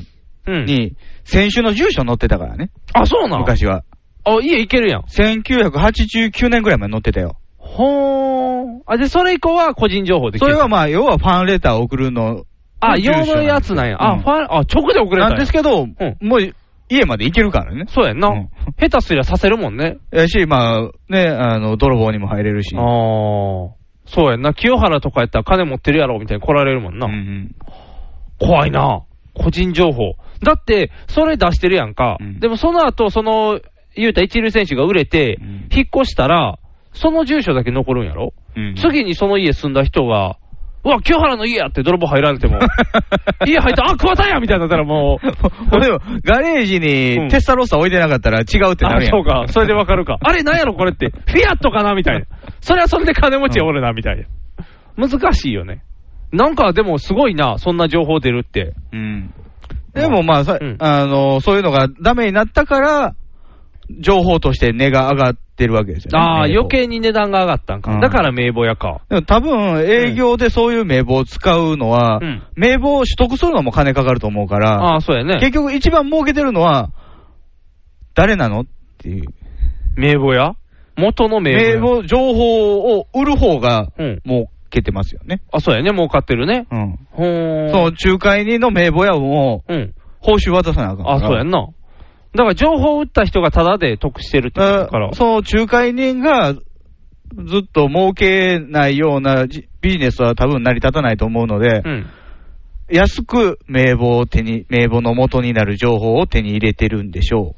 [SPEAKER 4] に、選手の住所載ってたからね。
[SPEAKER 3] あ、そうなん
[SPEAKER 4] 昔は。
[SPEAKER 3] あ、家行けるやん。
[SPEAKER 4] 1989年ぐらいまで載ってたよ。
[SPEAKER 3] ほーん。あ、で、それ以降は個人情報で
[SPEAKER 4] それはまあ、要はファンレターを送るの。
[SPEAKER 3] あ、
[SPEAKER 4] 住所
[SPEAKER 3] 用のやつなんや。あ、
[SPEAKER 4] うん
[SPEAKER 3] ファン、あ、直で送れたん
[SPEAKER 4] な
[SPEAKER 3] や
[SPEAKER 4] んですけど、もう、家まで行けるからね。
[SPEAKER 3] そうやんな。下手すりゃさせるもんね。
[SPEAKER 4] やし、まあ、ね、あの、泥棒にも入れるし。
[SPEAKER 3] あー。そうやんな。清原とかやったら金持ってるやろ、みたいに来られるもんな。怖いな。個人情報。だって、それ出してるやんか。でもその後、その、言うたら一流選手が売れて、引っ越したら、その住所だけ残るんやろ、
[SPEAKER 4] [LAUGHS]
[SPEAKER 3] 次にその家住んだ人が、うわ、清原の家やって泥棒入られて [LAUGHS] も、家入った、あ、桑田やみたいになったらもう、 [LAUGHS]
[SPEAKER 4] でも、ガレージにテスタロッサ置いてなかったら違うってな
[SPEAKER 3] あ、
[SPEAKER 4] るやん。
[SPEAKER 3] そうか、それでわか
[SPEAKER 4] [LAUGHS]
[SPEAKER 3] るか。あれ、なんやろ、これって。フィアットかなみたいな。それはそれで金持ちおるな、みたいな。難しいよね。なんか、でもすごいな、そんな情報出るって。
[SPEAKER 4] うん。でもまあ、さあの、そういうのがダメになったから、情報として値が上がってるわけですよね。
[SPEAKER 3] ああ、
[SPEAKER 4] 名簿
[SPEAKER 3] 余計に値段が上がったんか。
[SPEAKER 4] うん
[SPEAKER 3] だから名簿屋か。
[SPEAKER 4] でも多分、営業でそういう名簿を使うのは、名簿を取得するのも金かかると思うから、
[SPEAKER 3] ああ、そうやね。
[SPEAKER 4] 結局一番儲けてるのは、誰なのっていう。
[SPEAKER 3] 名簿屋元の名簿屋
[SPEAKER 4] 名簿、情報を売る方が、儲けてますよね。
[SPEAKER 3] あ、そうやね、儲かってるね。
[SPEAKER 4] うん。
[SPEAKER 3] ほーん。
[SPEAKER 4] その仲介人の名簿屋も、報酬渡さなあかんから。
[SPEAKER 3] あ、そうやんな。だから情報を売った人がタダで得してるってことだから。
[SPEAKER 4] そう、仲介人がずっと儲けないようなじビジネスは多分成り立たないと思うので、安く名簿を手に、名簿の元になる情報を手に入れてるんでしょ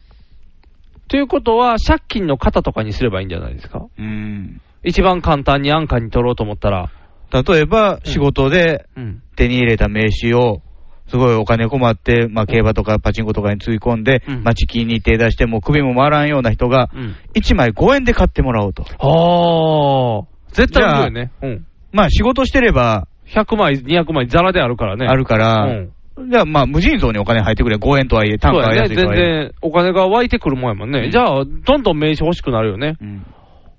[SPEAKER 3] ということは、借金の型とかにすればいいんじゃないですか。
[SPEAKER 4] う。うん。
[SPEAKER 3] 一番簡単に安価に取ろうと思ったら。
[SPEAKER 4] 例えば、仕事で
[SPEAKER 3] うん。
[SPEAKER 4] 手に入れた名刺を、すごいお金困って、まあ、競馬とかパチンコとかにつぎ込んで、待ち金に手出して、もう首も回らんような人が、1枚5円で買ってもらおうと。
[SPEAKER 3] ああ。絶対売るよね。うん。
[SPEAKER 4] まあ仕事してれば、
[SPEAKER 3] 100枚、200枚、ザラであるからね。
[SPEAKER 4] あるから、
[SPEAKER 3] うん
[SPEAKER 4] じゃあまあ無尽蔵にお金入ってくれ、5円とはいえ、単価は安いと
[SPEAKER 3] そう
[SPEAKER 4] は
[SPEAKER 3] や
[SPEAKER 4] いえ。
[SPEAKER 3] ね、全然お金が湧いてくるもんやもんね、
[SPEAKER 4] うん
[SPEAKER 3] じゃあ、どんどん名刺欲しくなるよね、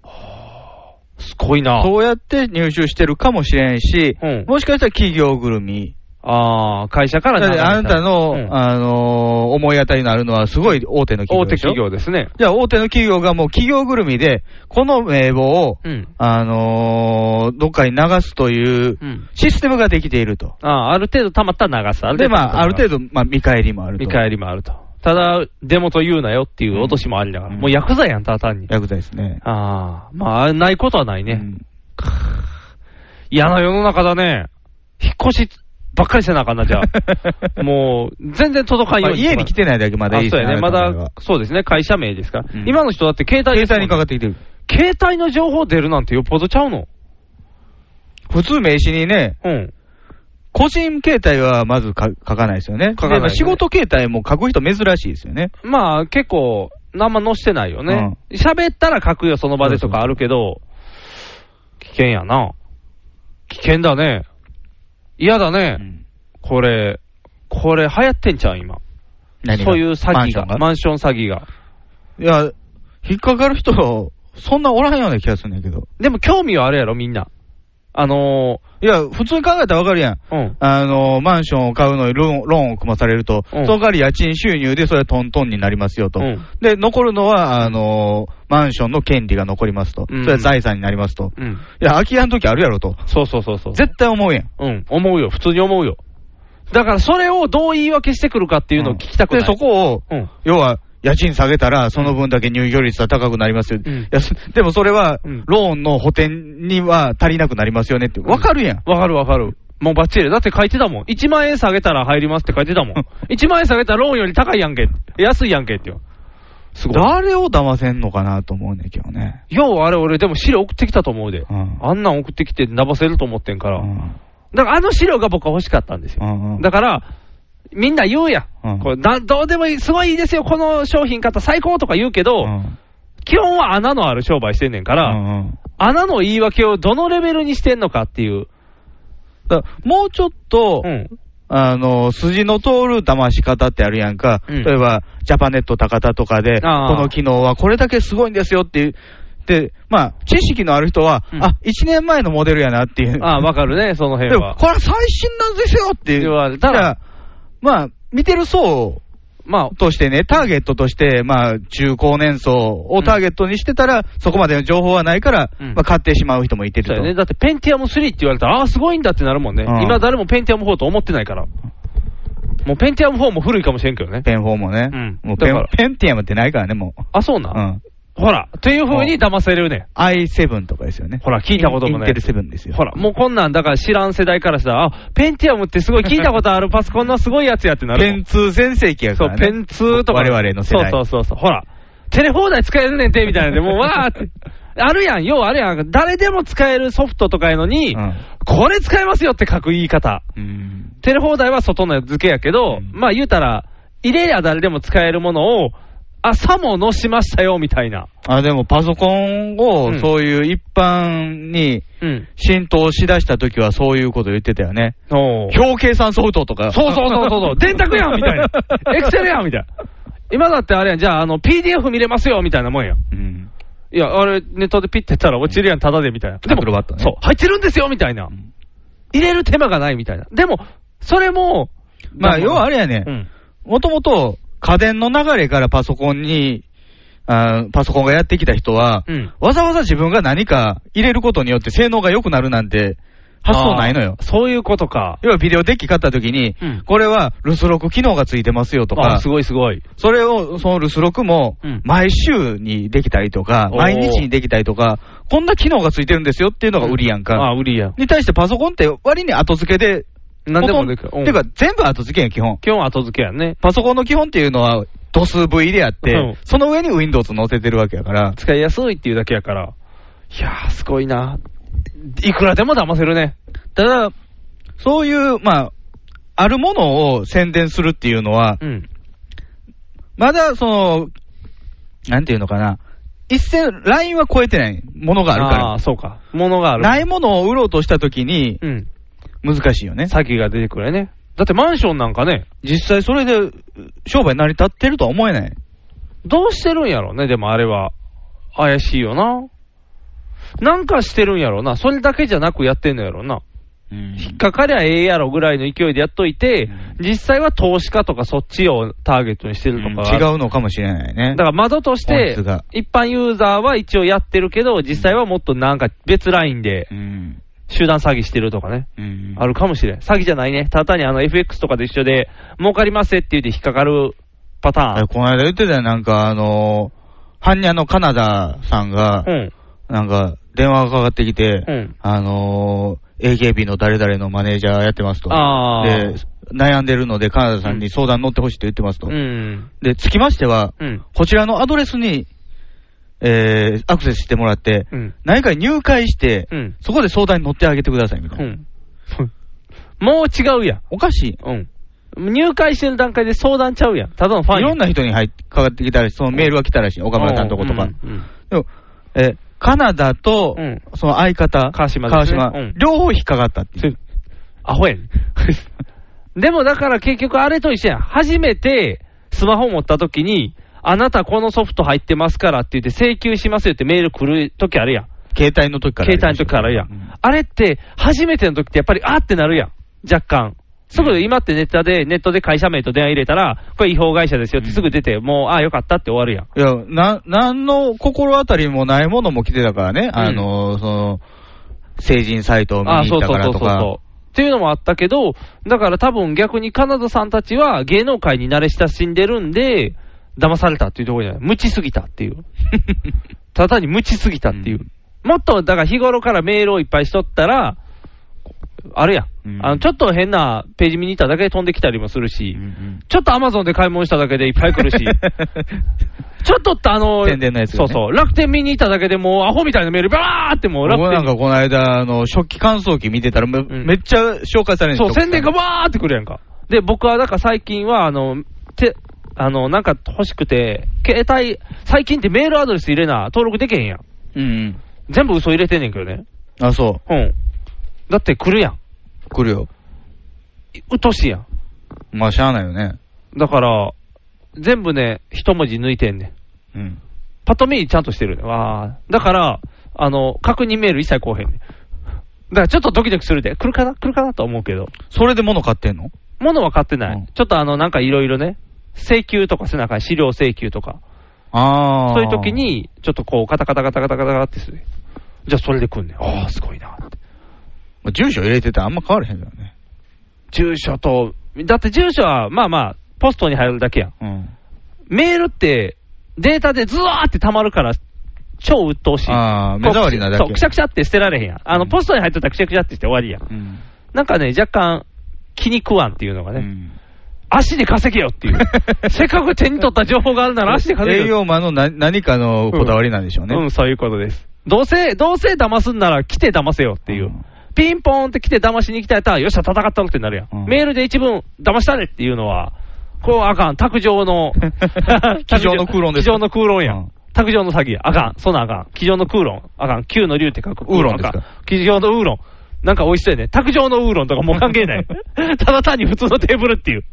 [SPEAKER 3] はあすごいな、
[SPEAKER 4] そうやって入手してるかもしれんし、もしかしたら企業ぐるみ
[SPEAKER 3] ああ、会社から
[SPEAKER 4] だってあなたの、
[SPEAKER 3] うん
[SPEAKER 4] あのー思い当たりのあるのは、すごい大手の企業
[SPEAKER 3] 大手
[SPEAKER 4] でしょ
[SPEAKER 3] 企業ですね。
[SPEAKER 4] じゃあ、大手の企業がもう企業ぐるみで、この名簿を、
[SPEAKER 3] うん
[SPEAKER 4] あのーどっかに流すというシステムができていると。
[SPEAKER 3] ああ、ある程度溜まったら流す。ある
[SPEAKER 4] で、
[SPEAKER 3] 程度溜
[SPEAKER 4] ま
[SPEAKER 3] まった
[SPEAKER 4] あ、
[SPEAKER 3] ら
[SPEAKER 4] あ
[SPEAKER 3] 流
[SPEAKER 4] る
[SPEAKER 3] す
[SPEAKER 4] 程度、まあ、見返りもあると。
[SPEAKER 3] 見返りもあると。ただ、デモと言うなよっていう脅しもありながら、もう薬剤やん、ただ単に。
[SPEAKER 4] 薬剤ですね。
[SPEAKER 3] ああ、まあ、ないことはないね。かー嫌な世の中だね。引っ越しばっかりせなあかんな、じゃ
[SPEAKER 4] [LAUGHS]
[SPEAKER 3] あ。もう、全然届かんように。
[SPEAKER 4] まあ家に来てないだけまだいいです
[SPEAKER 3] あそう
[SPEAKER 4] ね
[SPEAKER 3] やね。ま
[SPEAKER 4] あなたの場合
[SPEAKER 3] だ
[SPEAKER 4] は、
[SPEAKER 3] そうですね、会社名ですか。今の人だって携帯携帯にかか
[SPEAKER 4] ってきてる。
[SPEAKER 3] 携帯の情報出るなんてよっぽどちゃうの
[SPEAKER 4] 普通名刺にね、
[SPEAKER 3] うん。
[SPEAKER 4] 個人携帯はまずか書かないですよね。
[SPEAKER 3] かな
[SPEAKER 4] で
[SPEAKER 3] いね
[SPEAKER 4] まあ仕事携帯も書く人珍しいですよね。
[SPEAKER 3] まあ、結構、あんま載してないよね。喋、ったら書くよ、その場でとかあるけど、危険やな。危険だね。嫌だね、これ、これ流行ってんじゃん、今。
[SPEAKER 4] 何が
[SPEAKER 3] そういう詐
[SPEAKER 4] マン
[SPEAKER 3] 欺
[SPEAKER 4] ショ
[SPEAKER 3] が
[SPEAKER 4] ンが
[SPEAKER 3] マンション詐欺が。
[SPEAKER 4] いや、引っかかる人、そんなおらんような気がするんだけど。
[SPEAKER 3] でも興味はあるやろ、みんな。あの
[SPEAKER 4] いや、普通に考えたらわかるやん。
[SPEAKER 3] うん
[SPEAKER 4] あの、マンションを買うのにローンローンを組まされると、
[SPEAKER 3] うん
[SPEAKER 4] その代わり家賃収入でそれはトントンになりますよと。
[SPEAKER 3] うん
[SPEAKER 4] で、残るのは、あの、マンションの権利が残りますと。
[SPEAKER 3] うん
[SPEAKER 4] それは財産になりますと。
[SPEAKER 3] ー、うん。
[SPEAKER 4] いや、空き家の時あるやろと。
[SPEAKER 3] そうそうそうそう。
[SPEAKER 4] 絶対思うやん。
[SPEAKER 3] うん、思うよ、普通に思うよ。だからそれをどう言い訳してくるかっていうのを聞きたくない。
[SPEAKER 4] で、そこを、
[SPEAKER 3] うん
[SPEAKER 4] 要は、家賃下げたら、その分だけ入居率は高くなりますよ。いやそでもそれは、ローンの補填には足りなくなりますよねって。わかるやん。
[SPEAKER 3] わかるわかる。もうバッチリ。だって書いてたもん。1万円下げたら入りますって書いてたもん。1万円 [LAUGHS] 下げたらローンより高いやんけ。安いやんけってよ。すごい。
[SPEAKER 4] 誰を騙せんのかなと思うねんけどね。
[SPEAKER 3] ようあれ俺でも資料送ってきたと思うで。あんなん送ってきてなばせると思ってんから。だからあの資料が僕は欲しかったんですよ。だから、みんな言うやん。これなどうでもいい、すごいいいですよ、この商品買った最高とか言うけど、基本は穴のある商売してんねんから、穴の言い訳をどのレベルにしてんのかっていう。
[SPEAKER 4] だからもうちょっと、あの、筋の通る騙し方ってあるやんか。
[SPEAKER 3] うん
[SPEAKER 4] 例えば、ジャパネット高田とかで、こ
[SPEAKER 3] あー
[SPEAKER 4] の機能はこれだけすごいんですよっていう。で、まあ、知識のある人は、あ、1年前のモデルやなっていう。
[SPEAKER 3] ああ、わかるね、その辺
[SPEAKER 4] でも
[SPEAKER 3] は、。
[SPEAKER 4] これは最新なんですよっていう。
[SPEAKER 3] 言われたら
[SPEAKER 4] だからまあ、見てる層、
[SPEAKER 3] まあ、
[SPEAKER 4] としてね、ターゲットとして、まあ、中高年層をターゲットにしてたら、そこまでの情報はないから、まあ、買ってしまう人もいてる
[SPEAKER 3] そう
[SPEAKER 4] と。
[SPEAKER 3] やね。だって、ペンティアム3って言われたら、ああ、すごいんだってなるもんね。
[SPEAKER 4] うん
[SPEAKER 3] 今、誰もペンティアム4と思ってないから。もう、ペンティアム4も古いかもしれんけどね。
[SPEAKER 4] ペン4もね。もう
[SPEAKER 3] だ
[SPEAKER 4] ペ
[SPEAKER 3] から
[SPEAKER 4] ンペンティアムってないからね、もう。
[SPEAKER 3] あ、そうな。
[SPEAKER 4] うん。
[SPEAKER 3] ほら、という風に騙せるね。
[SPEAKER 4] i7 とかですよね。
[SPEAKER 3] ほら、聞いたこともない
[SPEAKER 4] インインテル7ですよ。
[SPEAKER 3] ほら、もうこんなん、だから知らん世代からしたら、あ、ペンティアムってすごい、聞いたこと [LAUGHS] あるパソコンのすごいやつやってなるも
[SPEAKER 4] ペ
[SPEAKER 3] ん。
[SPEAKER 4] ン2全盛期やか
[SPEAKER 3] そう
[SPEAKER 4] ら、、ね。
[SPEAKER 3] ペン2とか。
[SPEAKER 4] 我々の世代。
[SPEAKER 3] そうそうそうそう。ほら、テレ放題使えるねんて、みたいなんで、もうわー [LAUGHS] って。あるやん、ようあるやん。誰でも使えるソフトとかやのに、これ使えますよって書く言い方。テレ放題は外の付けやけど、まあ言うたら、入れりゃ誰でも使えるものを、あ、さものしましたよ、みたいな。
[SPEAKER 4] あ、でもパソコンを、
[SPEAKER 3] うん
[SPEAKER 4] そういう一般に
[SPEAKER 3] うん。
[SPEAKER 4] 浸透しだした時はそういうこと言ってたよね。
[SPEAKER 3] おう
[SPEAKER 4] 表計算ソフトとか。
[SPEAKER 3] そうそうそうそうそう、電卓やんみたいな、エクセルやんみたいな、今だってあれやん、じゃああの、PDF 見れますよみたいなもんや、いや、あれ、ネットでピッてやったら落ちるやん、ただでみたいな、でも、そう、入ってるんですよみたいな、入れる手間がないみたいな、でも、それも、
[SPEAKER 4] まあ、要はあれや
[SPEAKER 3] う
[SPEAKER 4] ね
[SPEAKER 3] ん、
[SPEAKER 4] もともと家電の流れからパソコンに、あーパソコンがやってきた人は、
[SPEAKER 3] うん
[SPEAKER 4] わざわざ自分が何か入れることによって性能が良くなるなんて発想ないのよ。
[SPEAKER 3] そういうことか、
[SPEAKER 4] 要はビデオデッキ買った時に、
[SPEAKER 3] うん
[SPEAKER 4] これは留守録機能がついてますよと
[SPEAKER 3] あ
[SPEAKER 4] か
[SPEAKER 3] す、ごいすごい、
[SPEAKER 4] それを、その留守録も
[SPEAKER 3] うん、
[SPEAKER 4] 毎週にできたりとか、
[SPEAKER 3] おー
[SPEAKER 4] 毎日にできたりとか、こんな機能がついてるんですよっていうのが売りやんか。
[SPEAKER 3] あ売りやん、
[SPEAKER 4] に対してパソコンって割に後付けで、
[SPEAKER 3] 何でもできる
[SPEAKER 4] ほと
[SPEAKER 3] うん
[SPEAKER 4] んていうか全部後付けやん、基本。
[SPEAKER 3] 基本後付けやんね、
[SPEAKER 4] パソコンの基本っていうのは、ドス V であって、
[SPEAKER 3] うん
[SPEAKER 4] その上に Windows 載せてるわけやから。
[SPEAKER 3] 使いやすいっていうだけやから、いやー、すごいな、いくらでも騙せるね、
[SPEAKER 4] ただ、そういう、まあ、あるものを宣伝するっていうのは、
[SPEAKER 3] うん、
[SPEAKER 4] まだその、なんていうのかな、一線、ラインは超えてないものがあるから
[SPEAKER 3] あー、そうか、ものがある。
[SPEAKER 4] ないものを売ろうとしたときに、
[SPEAKER 3] うん
[SPEAKER 4] 難しいよね。
[SPEAKER 3] 詐欺が出てくるよね。だってマンションなんかね、
[SPEAKER 4] 実際それでう商売成り立ってるとは思えない。
[SPEAKER 3] どうしてるんやろね、でもあれは。怪しいよな。なんかしてるんやろな。それだけじゃなくやってんのやろな。引っかかりゃええやろぐらいの勢いでやっといて、実際は投資家とかそっちをターゲットにしてるとか、
[SPEAKER 4] 違うのかもしれないね。
[SPEAKER 3] だから窓として
[SPEAKER 4] 本質が、
[SPEAKER 3] 一般ユーザーは一応やってるけど、実際はもっとなんか別ラインで、集団詐欺してるとかね、あるかもしれん。詐欺じゃないね。ただ単にあの FX とかと一緒で、儲かりますって言って引っかかるパターン。
[SPEAKER 4] この間言ってたよ、なんか、あのー、般若のカナダさんが、なんか、電話がかかってきて、あのー、AKB の誰々のマネージャーやってますと。
[SPEAKER 3] あー
[SPEAKER 4] で、悩んでるので、カナダさんに相談乗ってほしいと言ってますと。
[SPEAKER 3] うん。
[SPEAKER 4] で、つきましては、
[SPEAKER 3] うん。
[SPEAKER 4] こちらのアドレスに、えーアクセスしてもらって、何か入会して、そこで相談に乗ってあげてくださいみたいな。 [LAUGHS]
[SPEAKER 3] もう違うやん。
[SPEAKER 4] おかしい。
[SPEAKER 3] 入会してる段階で相談ちゃうやん。ただのファン
[SPEAKER 4] いろんな人に入っかかってきたらしい、そのメールが来たらしい、岡村さんのとことか。でも、えーカナダと、その相方、川島
[SPEAKER 3] ですねうん
[SPEAKER 4] 両方引っかかったっていう。
[SPEAKER 3] アホ
[SPEAKER 4] [LAUGHS]
[SPEAKER 3] やねんでもだから結局あれと一緒やん。初めてスマホ持った時に、あなたこのソフト入ってますからって言って請求しますよってメール来る時あるやん。
[SPEAKER 4] 携帯の時からあり
[SPEAKER 3] 携帯の時からあるやん。あれって初めての時ってやっぱりあーってなるやん。若干。すぐ今ってネットで、ネットで会社名と電話入れたら、これ違法会社ですよってすぐ出て、もう、ああ、よかったって終わるや
[SPEAKER 4] い
[SPEAKER 3] ん。
[SPEAKER 4] や、な、なんの心当たりもないものも来てたからね、あの、その、成人サイトを見
[SPEAKER 3] ああ
[SPEAKER 4] に行ったからと
[SPEAKER 3] そうそうそうそう
[SPEAKER 4] か
[SPEAKER 3] そ。うっていうのもあったけど、だから多分逆にカナダさんたちは芸能界に慣れ親しんでるんで、騙されたっていうところじゃない。無知すぎたっていう。 [LAUGHS] ただに無知すぎたっていう。もっと、だから日頃からメールをいっぱいしとったら、あれや、あのちょっと変なページ見に行っただけで飛んできたりもするし、ちょっとアマゾンで買い物しただけでいっぱ
[SPEAKER 4] [LAUGHS]
[SPEAKER 3] い来るし、ちょっとってあの、
[SPEAKER 4] 宣伝のやつが
[SPEAKER 3] そ
[SPEAKER 4] ね
[SPEAKER 3] うそう、楽天見に行っただけでもうアホみたいなメール、バーってもう楽
[SPEAKER 4] [LAUGHS] 僕な
[SPEAKER 3] 天
[SPEAKER 4] んかこの間、あの、食器乾燥機見てたらめ、めっちゃ紹介されるんです
[SPEAKER 3] そう、
[SPEAKER 4] よ
[SPEAKER 3] 宣伝がわーってくるやんか。で、僕はだから最近は、あの、て、あの、なんか欲しくて、携帯、最近ってメールアドレス入れな、登録できへんやん。
[SPEAKER 4] うん。
[SPEAKER 3] 全部嘘入れてんねんけどね。
[SPEAKER 4] あ、そ
[SPEAKER 3] うん。だって来るやん。
[SPEAKER 4] う。来るよ。
[SPEAKER 3] うとしいやん。
[SPEAKER 4] まあ、しゃあないよね。
[SPEAKER 3] だから、全部ね、一文字抜いてんねん。
[SPEAKER 4] うん。
[SPEAKER 3] パッと見ちゃんとしてるね。わー。だから、あの、確認メール一切来おへんねん。だからちょっとドキドキするで。来るかな来るかなとは思うけど。
[SPEAKER 4] それで物買ってんの
[SPEAKER 3] 物は買ってない。ちょっとあの、なんかいろいろね、請求とか背中、資料請求とか、
[SPEAKER 4] ああ。
[SPEAKER 3] そういう時。に、ちょっとこう、カタカタカタカタカタカタってする。じゃあそれで来んねん。ああ、すごいなって。
[SPEAKER 4] 住所入れてたらあんま変わらへんだよね。
[SPEAKER 3] 住所と、だって住所は、まあまあ、ポストに入るだけやん。
[SPEAKER 4] うん。
[SPEAKER 3] メールって、データでズワーって溜まるから、超鬱陶しい。
[SPEAKER 4] あー目障りなだけ
[SPEAKER 3] そう、くしゃくしゃって捨てられへんやん。あの、ポストに入っとったらくしゃくしゃってして終わりやん。
[SPEAKER 4] うん。
[SPEAKER 3] なんかね、若干、気に食わんっていうのがね、足で稼げよ
[SPEAKER 4] [LAUGHS]
[SPEAKER 3] っていう、せっかく手に取った情報があるなら足で稼げ
[SPEAKER 4] 営
[SPEAKER 3] よ、
[SPEAKER 4] 業マンのな何かのこだわりなんでしょうね。
[SPEAKER 3] うん、そういうことです。どうせ、どうせ騙すんなら来て騙せよっていう、ピンポーンって来て騙しに来たやったら、よっしゃ、戦ったろってなるやん,、メールで一文、騙したれっていうのは、これはあかん、卓
[SPEAKER 4] [LAUGHS]
[SPEAKER 3] 上の、
[SPEAKER 4] 机上の空論です
[SPEAKER 3] 机上の空論やん。卓上の詐欺や。あかん。そんなんあかん。机上の空論。あかん。球の竜って書く。
[SPEAKER 4] ウーロンですか
[SPEAKER 3] あん机上のウーロン。なんか美味しそうやね。卓上のウーロンとかもう関
[SPEAKER 4] [LAUGHS]
[SPEAKER 3] 係ない。ただ単に普通のテーブルっていう。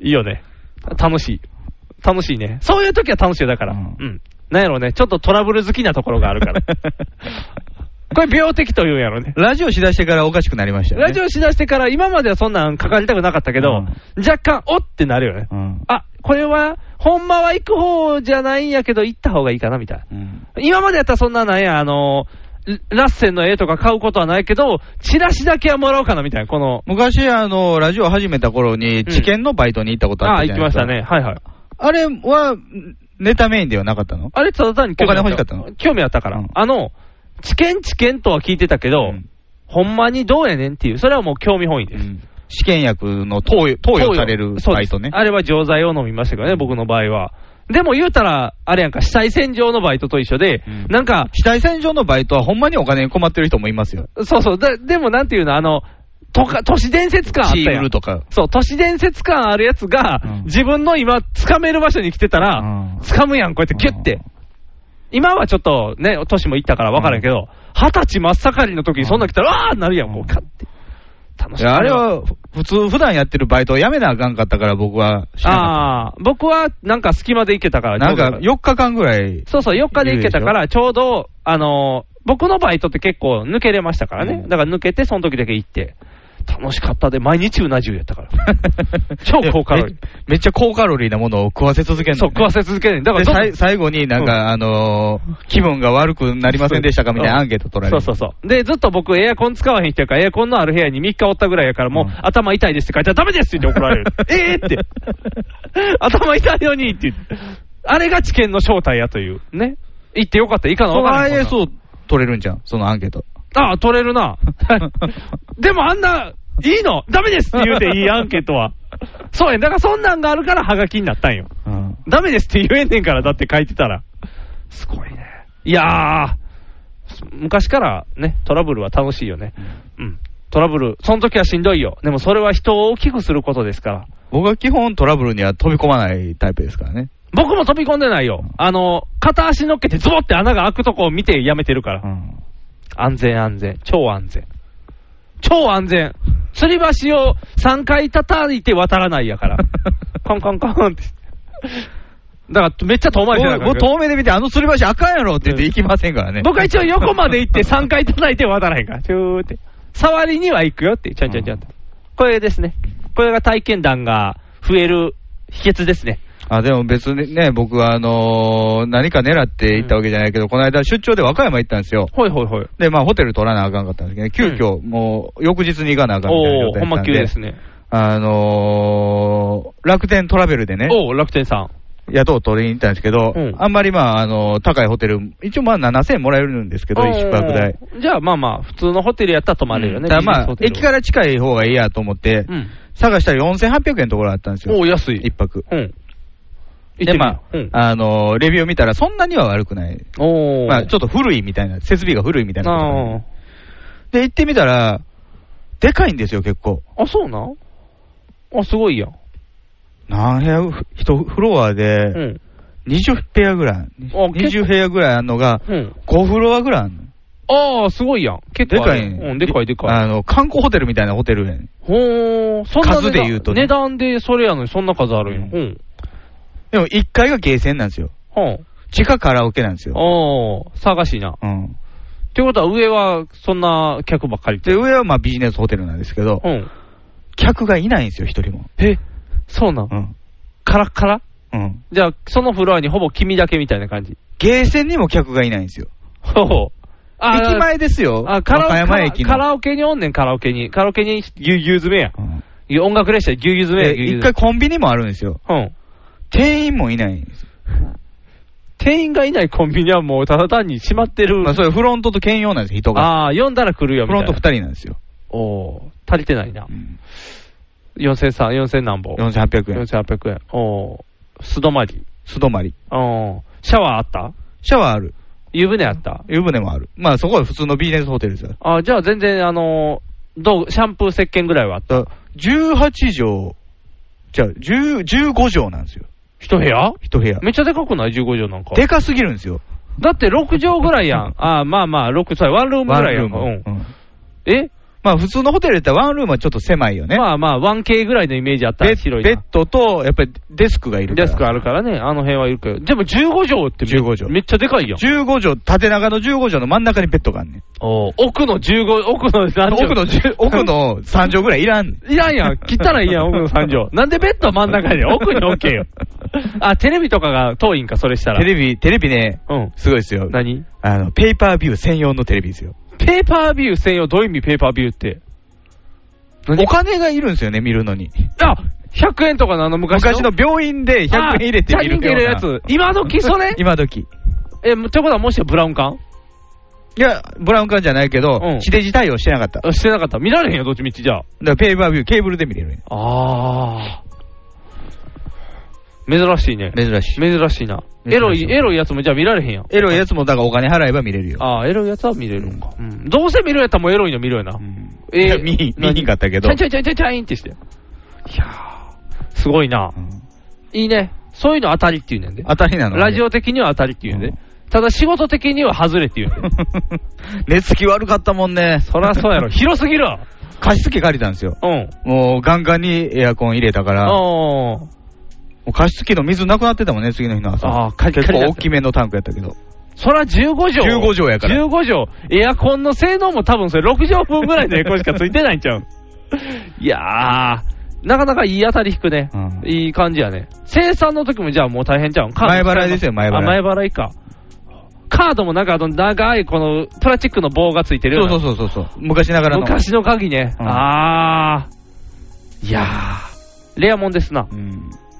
[SPEAKER 3] いいよね。楽しい。楽しいね。そういう時は楽しいよ、だから。うん。なんやろうね。ちょっとトラブル好きなところがあ
[SPEAKER 4] [LAUGHS]
[SPEAKER 3] るから。これ病的というんやろね。
[SPEAKER 4] ラジオしだしてからおかしくなりましたよね。
[SPEAKER 3] ラジオしだしてから、今まではそんなんかかりたくなかったけど、若干、おってなるよね。あ、これは、ほんまは行く方じゃないんやけど、行った方がいいかな、みたいな。今までやったらそんななんや、あの、ラッセンの絵とか買うことはないけど、チラシだけはもらおうかな、みたいな、この。
[SPEAKER 4] 昔、あの、ラジオ始めた頃に、知見のバイトに行ったことあっ
[SPEAKER 3] あ
[SPEAKER 4] た
[SPEAKER 3] あ、
[SPEAKER 4] じ
[SPEAKER 3] 行
[SPEAKER 4] ゃ
[SPEAKER 3] き
[SPEAKER 4] ない
[SPEAKER 3] ま
[SPEAKER 4] で
[SPEAKER 3] し
[SPEAKER 4] すか。
[SPEAKER 3] たね。はいはい。
[SPEAKER 4] あれは、ネタメインではなかったの
[SPEAKER 3] あれ、ただ単に興味あ
[SPEAKER 4] お金欲しかったの
[SPEAKER 3] 興味あったから。あの、知見知見とは聞いてたけど、ほんまにどうやねんっていう、それはもう興味本位です。
[SPEAKER 4] 試験薬の投与投与される
[SPEAKER 3] そう
[SPEAKER 4] バ
[SPEAKER 3] で
[SPEAKER 4] イ
[SPEAKER 3] す
[SPEAKER 4] トね。
[SPEAKER 3] あれは錠剤を飲みましたからね、僕の場合は。でも言うたら、あれやんか、死体洗浄のバイトと一緒で、なんか、
[SPEAKER 4] 死体洗浄のバイトはほんまにお金に困ってる人もいますよ。
[SPEAKER 3] そうそう、だでもなんていうの、あの、とか都市伝説感あった
[SPEAKER 4] シー
[SPEAKER 3] や
[SPEAKER 4] ブ
[SPEAKER 3] ん
[SPEAKER 4] ル。とか。
[SPEAKER 3] そう、都市伝説感あるやつが、自分の今、掴める場所に来てたら、掴むやん、こうやってギュッて。今はちょっとね、年もいったから分からんけど、二十歳真っ盛りの時にそんなん来たら、わーってなるやん、もう、かって。楽
[SPEAKER 4] い
[SPEAKER 3] しい
[SPEAKER 4] やあれは、普通、普段やってるバイトをやめなあかんかったから僕はしなかっ
[SPEAKER 3] ああ、僕はなんか隙間で行けたから、
[SPEAKER 4] た。なん
[SPEAKER 3] ちょう
[SPEAKER 4] か
[SPEAKER 3] ど
[SPEAKER 4] 4日間ぐらい。
[SPEAKER 3] そうそう、4日で行けたから、ちょうど、あのー僕のバイトって結構抜けれましたからね。だから抜けて、その時だけ行って。楽しかったで、毎日うな重やったから。 [LAUGHS] 超高カロリー。
[SPEAKER 4] [LAUGHS] めっちゃ高カロリーなものを食わせ続けるの、
[SPEAKER 3] そう、食わせ続ける。だから
[SPEAKER 4] で
[SPEAKER 3] どんどん
[SPEAKER 4] さい最後になんか、あのー気分が悪くなりませんでしたかみたいなアンケート取られ
[SPEAKER 3] そ
[SPEAKER 4] る。
[SPEAKER 3] うそうそう。で、ずっと僕、エアコン使わへん人やから、エアコンのある部屋に3日おったぐらいやから、もう、頭痛いですって書いたら、ダメですって言って怒ら
[SPEAKER 4] [LAUGHS]
[SPEAKER 3] れる。ええって。頭痛いのにって言って。あれが知見の正体やという。ね。行ってよかった、いかなわからない。
[SPEAKER 4] そう ISO 取れるんじゃん、そのアンケート。
[SPEAKER 3] ああ、取れ
[SPEAKER 4] [LAUGHS]
[SPEAKER 3] るな。でもあんな、いいのダメですって言うていいアンケートは。そうやん。だからそんなんがあるからハガキになったんよ。ダメですって言えんねんから、だって書いてたら。すごいね。いやー、昔からね、トラブルは楽しいよね。うん。トラブル、その時はしんどいよ。でもそれは人を大きくすることですから。
[SPEAKER 4] 僕は基本トラブルには飛び込まないタイプですからね。
[SPEAKER 3] 僕も飛び込んでないよ。あの、片足乗っけてズボって穴が開くとこを見てやめてるから。安全安全。超安全。超安全。吊り橋を3回叩いて渡らないや [LAUGHS] から。コンコンコンって。だからめっちゃ遠回りじゃない
[SPEAKER 4] 僕僕遠目で見て、あの吊り橋あかんやろって言って行きませんからね。
[SPEAKER 3] 僕は一応横まで行って3回叩いて渡らへんから。チューって。触りには行くよって。ちゃんちゃんちゃんと。これですね。これが体験談が増える秘訣ですね。
[SPEAKER 4] [LAUGHS] あでも別にね、僕はあのー何か狙って行ったわけじゃないけど、この間、出張で和歌山行ったんですよ。
[SPEAKER 3] ほいほいほい。
[SPEAKER 4] で、まあ、ホテル取らなあかんかったんですけど、急遽、もう翌日に行かなあかんみたいな
[SPEAKER 3] お
[SPEAKER 4] 状
[SPEAKER 3] ー、
[SPEAKER 4] 態
[SPEAKER 3] ほん
[SPEAKER 4] だった
[SPEAKER 3] ま
[SPEAKER 4] んで、
[SPEAKER 3] 急ですね。
[SPEAKER 4] あのー楽天トラベルでね、
[SPEAKER 3] おー、楽天さん。
[SPEAKER 4] 宿を取りに行ったんですけど、
[SPEAKER 3] うん
[SPEAKER 4] あんまりまあ、あのー高いホテル、一応まあ7000円もらえるんですけど、
[SPEAKER 3] うん
[SPEAKER 4] 一宿泊代。
[SPEAKER 3] じゃあまあまあ、普通のホテルやったら泊まれるよね。。
[SPEAKER 4] だからまあ、駅からら近い方がいいやと思って、
[SPEAKER 3] うん。
[SPEAKER 4] 探したら4800円のところだったんですよ。
[SPEAKER 3] おー、安い。
[SPEAKER 4] 一泊。
[SPEAKER 3] うん。
[SPEAKER 4] で、まあ、
[SPEAKER 3] うん
[SPEAKER 4] あのーレビュー見たら、そんなには悪くない。
[SPEAKER 3] おー。
[SPEAKER 4] まあ、ちょっと古いみたいな、設備が古いみたいなことなんで
[SPEAKER 3] あ
[SPEAKER 4] で、行ってみたら、でかいんですよ、結構。
[SPEAKER 3] あ、そうなんあ、すごいやん。
[SPEAKER 4] 何部屋、一フロア
[SPEAKER 3] う
[SPEAKER 4] で、
[SPEAKER 3] ん。
[SPEAKER 4] 20部屋ぐらい、20部屋ぐらいあんのが、
[SPEAKER 3] うん。
[SPEAKER 4] 5フロアぐらいあんの。
[SPEAKER 3] ああ、すごいやん。結
[SPEAKER 4] で
[SPEAKER 3] 構あ
[SPEAKER 4] かい
[SPEAKER 3] る。
[SPEAKER 4] ね
[SPEAKER 3] うん、でかいでかい。
[SPEAKER 4] あの、観光ホテルみたいなホテルやねん
[SPEAKER 3] ほー、そんな値段
[SPEAKER 4] 数で言うとね
[SPEAKER 3] 値段でそれやのにそんな数あるんや。うん。
[SPEAKER 4] でも、1階がゲーセンなんですよ。
[SPEAKER 3] ほ
[SPEAKER 4] 地下カラオケなんです
[SPEAKER 3] う
[SPEAKER 4] よ。
[SPEAKER 3] おー、探しいな。
[SPEAKER 4] うん。
[SPEAKER 3] ということは上はそんな客ばっかりって。
[SPEAKER 4] で、上はまあビジネスホテルなんですけど、
[SPEAKER 3] うん。
[SPEAKER 4] 客がいないんですよ、一人も。
[SPEAKER 3] え、そうなん
[SPEAKER 4] うん。
[SPEAKER 3] カラッカラ
[SPEAKER 4] うん。
[SPEAKER 3] じゃあ、そのフロアにほぼ君だけみたいな感じ。
[SPEAKER 4] ゲーセンにも客がいないんですよ。
[SPEAKER 3] ほうほう。あ
[SPEAKER 4] 駅前ですよ。
[SPEAKER 3] あ、カラオ
[SPEAKER 4] 和歌
[SPEAKER 3] ケ。
[SPEAKER 4] 山駅の。
[SPEAKER 3] カラオケにおんねん、カラオケに。カラオケにぎゅうぎゅう詰めや。いや音楽列車ぎゅうぎゅう詰めや、ぎゅうぎゅ
[SPEAKER 4] 一
[SPEAKER 3] う
[SPEAKER 4] 回
[SPEAKER 3] 詰
[SPEAKER 4] コンビニもあるんですよ。
[SPEAKER 3] め。うん。
[SPEAKER 4] 店員もいないんです
[SPEAKER 3] 店員がいないコンビニはもうただ単に閉まってる。
[SPEAKER 4] まあ、それフロントと兼用なんです、人が。
[SPEAKER 3] ああ、読んだら来るよみ
[SPEAKER 4] フ
[SPEAKER 3] たい
[SPEAKER 4] ロ
[SPEAKER 3] な。
[SPEAKER 4] ント2人なんですよ。
[SPEAKER 3] おおー足りてないな。4300、4000何本。
[SPEAKER 4] 4800円。
[SPEAKER 3] 4800円。おお素泊まり。
[SPEAKER 4] 素泊まり。
[SPEAKER 3] おおシャワーあった
[SPEAKER 4] シャワーある。
[SPEAKER 3] 湯船あった
[SPEAKER 4] 湯船もある。まあ、そこは普通のビジネスホテルですよ。
[SPEAKER 3] あーじゃあ全然、あのーどう、シャンプー石鹸ぐらいはあった。
[SPEAKER 4] だ18畳、じゃあ、10 15畳なんですよ。
[SPEAKER 3] 一部屋
[SPEAKER 4] 一部屋。
[SPEAKER 3] めっちゃでかくない ?15 畳なんか。
[SPEAKER 4] でかすぎるんですよ。
[SPEAKER 3] だって6畳ぐらいやん。あーまあまあ、6、そうやワンルームぐらいやんか。
[SPEAKER 4] ワ
[SPEAKER 3] う
[SPEAKER 4] ンル
[SPEAKER 3] ん
[SPEAKER 4] ーム。
[SPEAKER 3] え
[SPEAKER 4] まあ、普通のホテルだったらワンルームはちょっと狭いよね。
[SPEAKER 3] まあまあ、1K ぐらいのイメージあったら
[SPEAKER 4] ベ
[SPEAKER 3] 広
[SPEAKER 4] ッ
[SPEAKER 3] いな
[SPEAKER 4] ベッドと、やっぱりデスクがいるから。
[SPEAKER 3] デスクあるからね、あの辺はいるけど。でも15畳ってめ
[SPEAKER 4] 15畳
[SPEAKER 3] めっちゃでかいやん。
[SPEAKER 4] 15畳、縦長の15畳の真ん中にベッドがあんねん。
[SPEAKER 3] おー奥の15、奥の3畳。
[SPEAKER 4] [LAUGHS] 奥の10、奥の3畳ぐらいいらんねん。
[SPEAKER 3] いらんやん。切ったらいいやん、奥の3畳。 [LAUGHS] なんでベッド真ん中に奥に置け [LAUGHS] よ。あ、テレビとかが遠いんか、それしたら。
[SPEAKER 4] テレビ、テレビね、
[SPEAKER 3] うん。
[SPEAKER 4] すごいですよ。
[SPEAKER 3] 何
[SPEAKER 4] あの、ペーパービュー専用のテレビですよ。
[SPEAKER 3] ペーパービュー専用、どういう意味ペーパービューって。何
[SPEAKER 4] お金がいるんですよね、見るのに。
[SPEAKER 3] あ !100 円とかのあの昔の。
[SPEAKER 4] 昔の病院で100円入れて
[SPEAKER 3] あ
[SPEAKER 4] 見るような
[SPEAKER 3] 100円入れるやつ。今時そ
[SPEAKER 4] [LAUGHS]
[SPEAKER 3] れ
[SPEAKER 4] 今時。
[SPEAKER 3] え、ってことはもしやブラウン管
[SPEAKER 4] いや、ブラウン管じゃないけど、地デジ対応してなかった。だか
[SPEAKER 3] あしてなかった。見られへんよ、どっちみちじゃあ。
[SPEAKER 4] らペーパービュー、ケーブルで見れるね
[SPEAKER 3] あー。珍しいね。
[SPEAKER 4] 珍しい。
[SPEAKER 3] 珍しいな。
[SPEAKER 4] 珍しい
[SPEAKER 3] エロい、エロいやつもじゃあ見られへんやん。
[SPEAKER 4] エロいやつも、だからお金払えば見れるよ。
[SPEAKER 3] あー、エロいやつは見れるんか。うん。どうせ見るやったらもうエロいの見るよな。え
[SPEAKER 4] いや
[SPEAKER 3] え
[SPEAKER 4] 見ひん見ひんかったけど
[SPEAKER 3] チャイチャイチャイチャイチャインってして。いやー、すごいな。いいね。そういうの当たりって言うねんで。
[SPEAKER 4] 当たりなのね [LAUGHS]
[SPEAKER 3] ラジオ的には当たりって言うねんで。ただ仕事的には外れって言うねんで。
[SPEAKER 4] 寝つき悪かったもんね。
[SPEAKER 3] そらそうやろ。広すぎるわ
[SPEAKER 4] 貸し付け借りたんですよ。
[SPEAKER 3] うん。
[SPEAKER 4] もうガンガンにエアコン入れたから、も
[SPEAKER 3] おー。
[SPEAKER 4] う加湿器の水なくなってたもんね、次の日の朝。
[SPEAKER 3] あーカリカリ
[SPEAKER 4] 結
[SPEAKER 3] だった
[SPEAKER 4] 構大きめのタンクやったけど。
[SPEAKER 3] そら15畳。
[SPEAKER 4] 15畳やから
[SPEAKER 3] 15畳。エアコンの性能も多分それ6畳分ぐらいのエアコンしかついてないんちゃういやー、なかなかいい当たり引くね。いい感じやね。生産の時もじゃあもう大変ちゃうんカード
[SPEAKER 4] 前払いですよ前払い
[SPEAKER 3] あ、前払いか。カードもなんかあの長いこのプラスチックの棒がついてるよな
[SPEAKER 4] そうそうそうそう。昔ながらの。
[SPEAKER 3] 昔の鍵ね。
[SPEAKER 4] うん
[SPEAKER 3] あー。いやー。レアもんですな。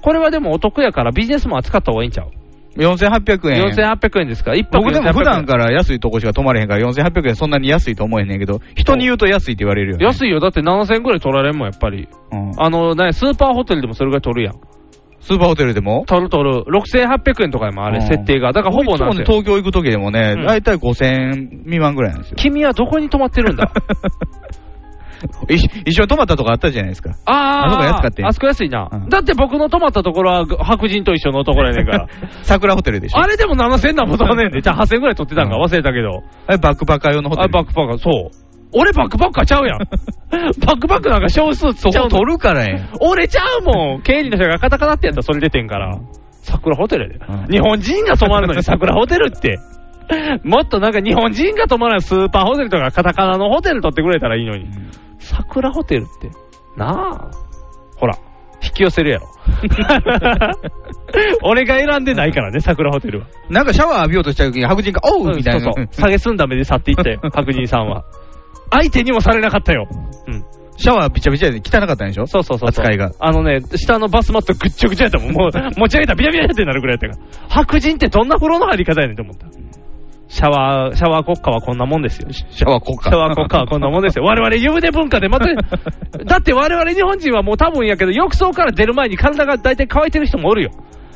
[SPEAKER 3] これはでもお得やからビジネスマンは使った方がいいんちゃう
[SPEAKER 4] 4800円。
[SPEAKER 3] 4800円ですか一泊
[SPEAKER 4] 僕でも
[SPEAKER 3] 4800
[SPEAKER 4] 普段から安いとこしか泊まれへんから4800円そんなに安いと思えへんねんけど、人に言うと安いって言われるよね。
[SPEAKER 3] 安いよ。だって7000円ぐらい取られんもん、やっぱり。あの、ね、スーパーホテルでもそれぐらい取るやん。
[SPEAKER 4] スーパーホテルでも
[SPEAKER 3] 取る取る。6800円とかやもん、あれ、
[SPEAKER 4] うん
[SPEAKER 3] 設定が。だからほぼなん
[SPEAKER 4] いつもね
[SPEAKER 3] ですよ。
[SPEAKER 4] 東京行く時でもね
[SPEAKER 3] うん、
[SPEAKER 4] 大体5000円未満ぐらいなんですよ。
[SPEAKER 3] 君はどこに泊まってるんだ
[SPEAKER 4] [LAUGHS] 一一緒に泊まったとこあったじゃないですか。
[SPEAKER 3] あー。
[SPEAKER 4] あそこ安かったよ
[SPEAKER 3] あそこ安いな。だって僕の泊まったところは白人と一緒のところやねんから。
[SPEAKER 4] 桜ホテルでしょ。
[SPEAKER 3] あれでも7000なんも取らねえんで。じゃあ8000円ぐらい取ってたんか、忘れたけど。
[SPEAKER 4] あれバックパッカー用のホテル。
[SPEAKER 3] あ、バックパッカー、そう。俺バックパッカー
[SPEAKER 4] [LAUGHS]
[SPEAKER 3] ちゃうやん。バックパックなんか少数つっちゃうの
[SPEAKER 4] そこ取るからやん。
[SPEAKER 3] 俺ちゃうもん。経理の人がカタカタってやったらそれ出てんから。桜ホテルやで。日本人が泊まるのに桜ホテルって。もっとなんか日本人が泊まらないスーパーホテルとかカタカナのホテル取ってくれたらいいのに。桜ホテルって。なあ。ほら、引き寄せるや [LAUGHS] ろ。俺が選んでないからね、桜ホテルは。
[SPEAKER 4] なんかシャワー浴びようとした時に白人が、おうみたいな
[SPEAKER 3] そう。そう。下げすんだ目で去ってい [LAUGHS] ったよ、白人さんは。相手にもされなかったよ。うん。
[SPEAKER 4] シャワーびちゃびちゃで汚かったんでしょそうそうそう扱いが。
[SPEAKER 3] あのね、下のバスマットぐっちゃぐちゃやった [LAUGHS] もん。もう、持ち上げたらビラビラってなるぐらいやったから。白人ってどんな風呂の入り方やねんと思った。シャワー、シャワー国家はこんなもんですよ。シ
[SPEAKER 4] ャワー国家
[SPEAKER 3] シャワー国家はこんなもんですよ。我々湯船文化
[SPEAKER 4] [LAUGHS]
[SPEAKER 3] でまた、だって我々日本人はもう多分やけど、浴槽から出る前に体が大体乾いてる人もおるよ。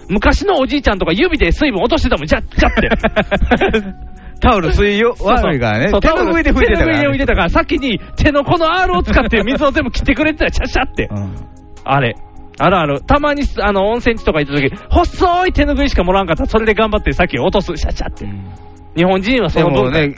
[SPEAKER 3] 昔のおじいちゃんとか指で水分落としてたもん、じゃっちゃって。
[SPEAKER 4] [LAUGHS] タオル水よ悪いからね
[SPEAKER 3] そう
[SPEAKER 4] 手の上で拭いてたからね
[SPEAKER 3] 手の上で拭いてたから、先に手のこの R を使って水を全部切ってくれてたら、シャシャって。あれ。あるある。たまに、あの、温泉地とか行った時、細い手ぬぐいしかもらわんかったら、それで頑張って先を落とす。シャシャって。日本人はそ
[SPEAKER 4] で
[SPEAKER 3] の
[SPEAKER 4] も
[SPEAKER 3] 文化。
[SPEAKER 4] ね、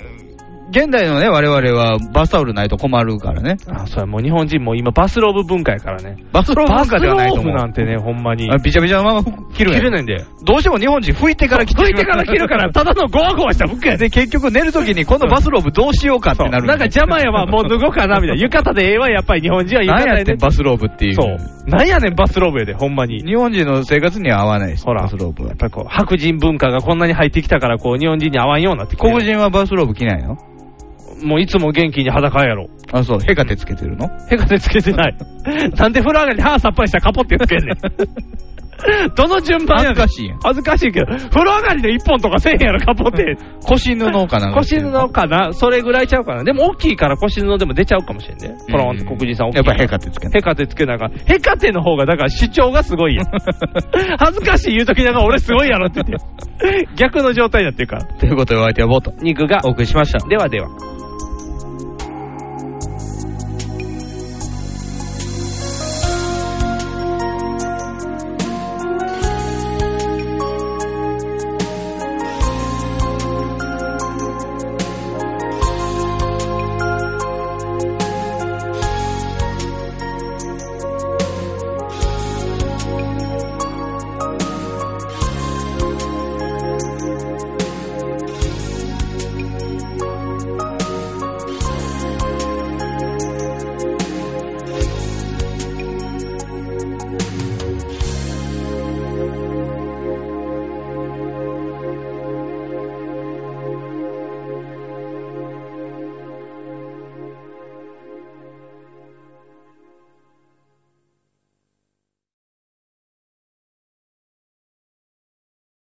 [SPEAKER 4] 現代のね、我々はバスタオルないと困るからね。
[SPEAKER 3] あ、そうや、もう日本人も今バスローブ文化やからね。
[SPEAKER 4] バスローブ文化ではないと思う
[SPEAKER 3] バスローブなんてね、ほんまに。
[SPEAKER 4] あびちゃびちゃのまま服着るやん
[SPEAKER 3] 着れないんで。
[SPEAKER 4] どうしても日本人拭いてから着て
[SPEAKER 3] 拭いてから着るからただのゴワゴワした服
[SPEAKER 4] [LAUGHS]
[SPEAKER 3] や
[SPEAKER 4] で、結局寝るときにこのバスローブどうしようかってなる。
[SPEAKER 3] なんか邪魔やわ、もう脱ごうか
[SPEAKER 4] [LAUGHS]
[SPEAKER 3] な、みたいな。浴衣でええわ、やっぱり日本人は浴
[SPEAKER 4] なん
[SPEAKER 3] 衣
[SPEAKER 4] や
[SPEAKER 3] で、
[SPEAKER 4] ってんバスローブっていう。
[SPEAKER 3] そう。なんやねん、バスローブやで、ほんまに。
[SPEAKER 4] 日本人の生活には合わないです。
[SPEAKER 3] ほら
[SPEAKER 4] バスローブは。やっ
[SPEAKER 3] ぱりこう白人文化がこんなに入ってきたから、こう、日本人に合わんようになってきてる
[SPEAKER 4] 黒人はバスローブ着ないの
[SPEAKER 3] もういつも元気に裸
[SPEAKER 4] [LAUGHS]
[SPEAKER 3] やろ。
[SPEAKER 4] あ、そう。ヘカテつけてるの
[SPEAKER 3] ヘカテつけてない。なんで風呂上がりに歯さっぱりしたらカポってつけんねん。
[SPEAKER 4] [LAUGHS]
[SPEAKER 3] どの順番やねん。恥ずかしいやん。恥ずかしいけど、風呂上がりの一本とかせえへんやろ、カポって。
[SPEAKER 4] 腰布かなんか着
[SPEAKER 3] 腰
[SPEAKER 4] てるの。
[SPEAKER 3] 布かなそれぐらいちゃうかな。でも大きいから腰布でも出ちゃうかもしれんね。ポロンって黒人さん大きい。
[SPEAKER 4] やっぱヘカテつけない。
[SPEAKER 3] ヘカテつけなあかん。ヘカテの方が、だから主張がすごい
[SPEAKER 4] [LAUGHS]
[SPEAKER 3] やん。恥ずかしい言うときながら俺すごいやろって言って。逆の状態になってるから。
[SPEAKER 4] ということでお相手はボート。
[SPEAKER 3] 肉が
[SPEAKER 4] お送りしました。
[SPEAKER 3] ではでは。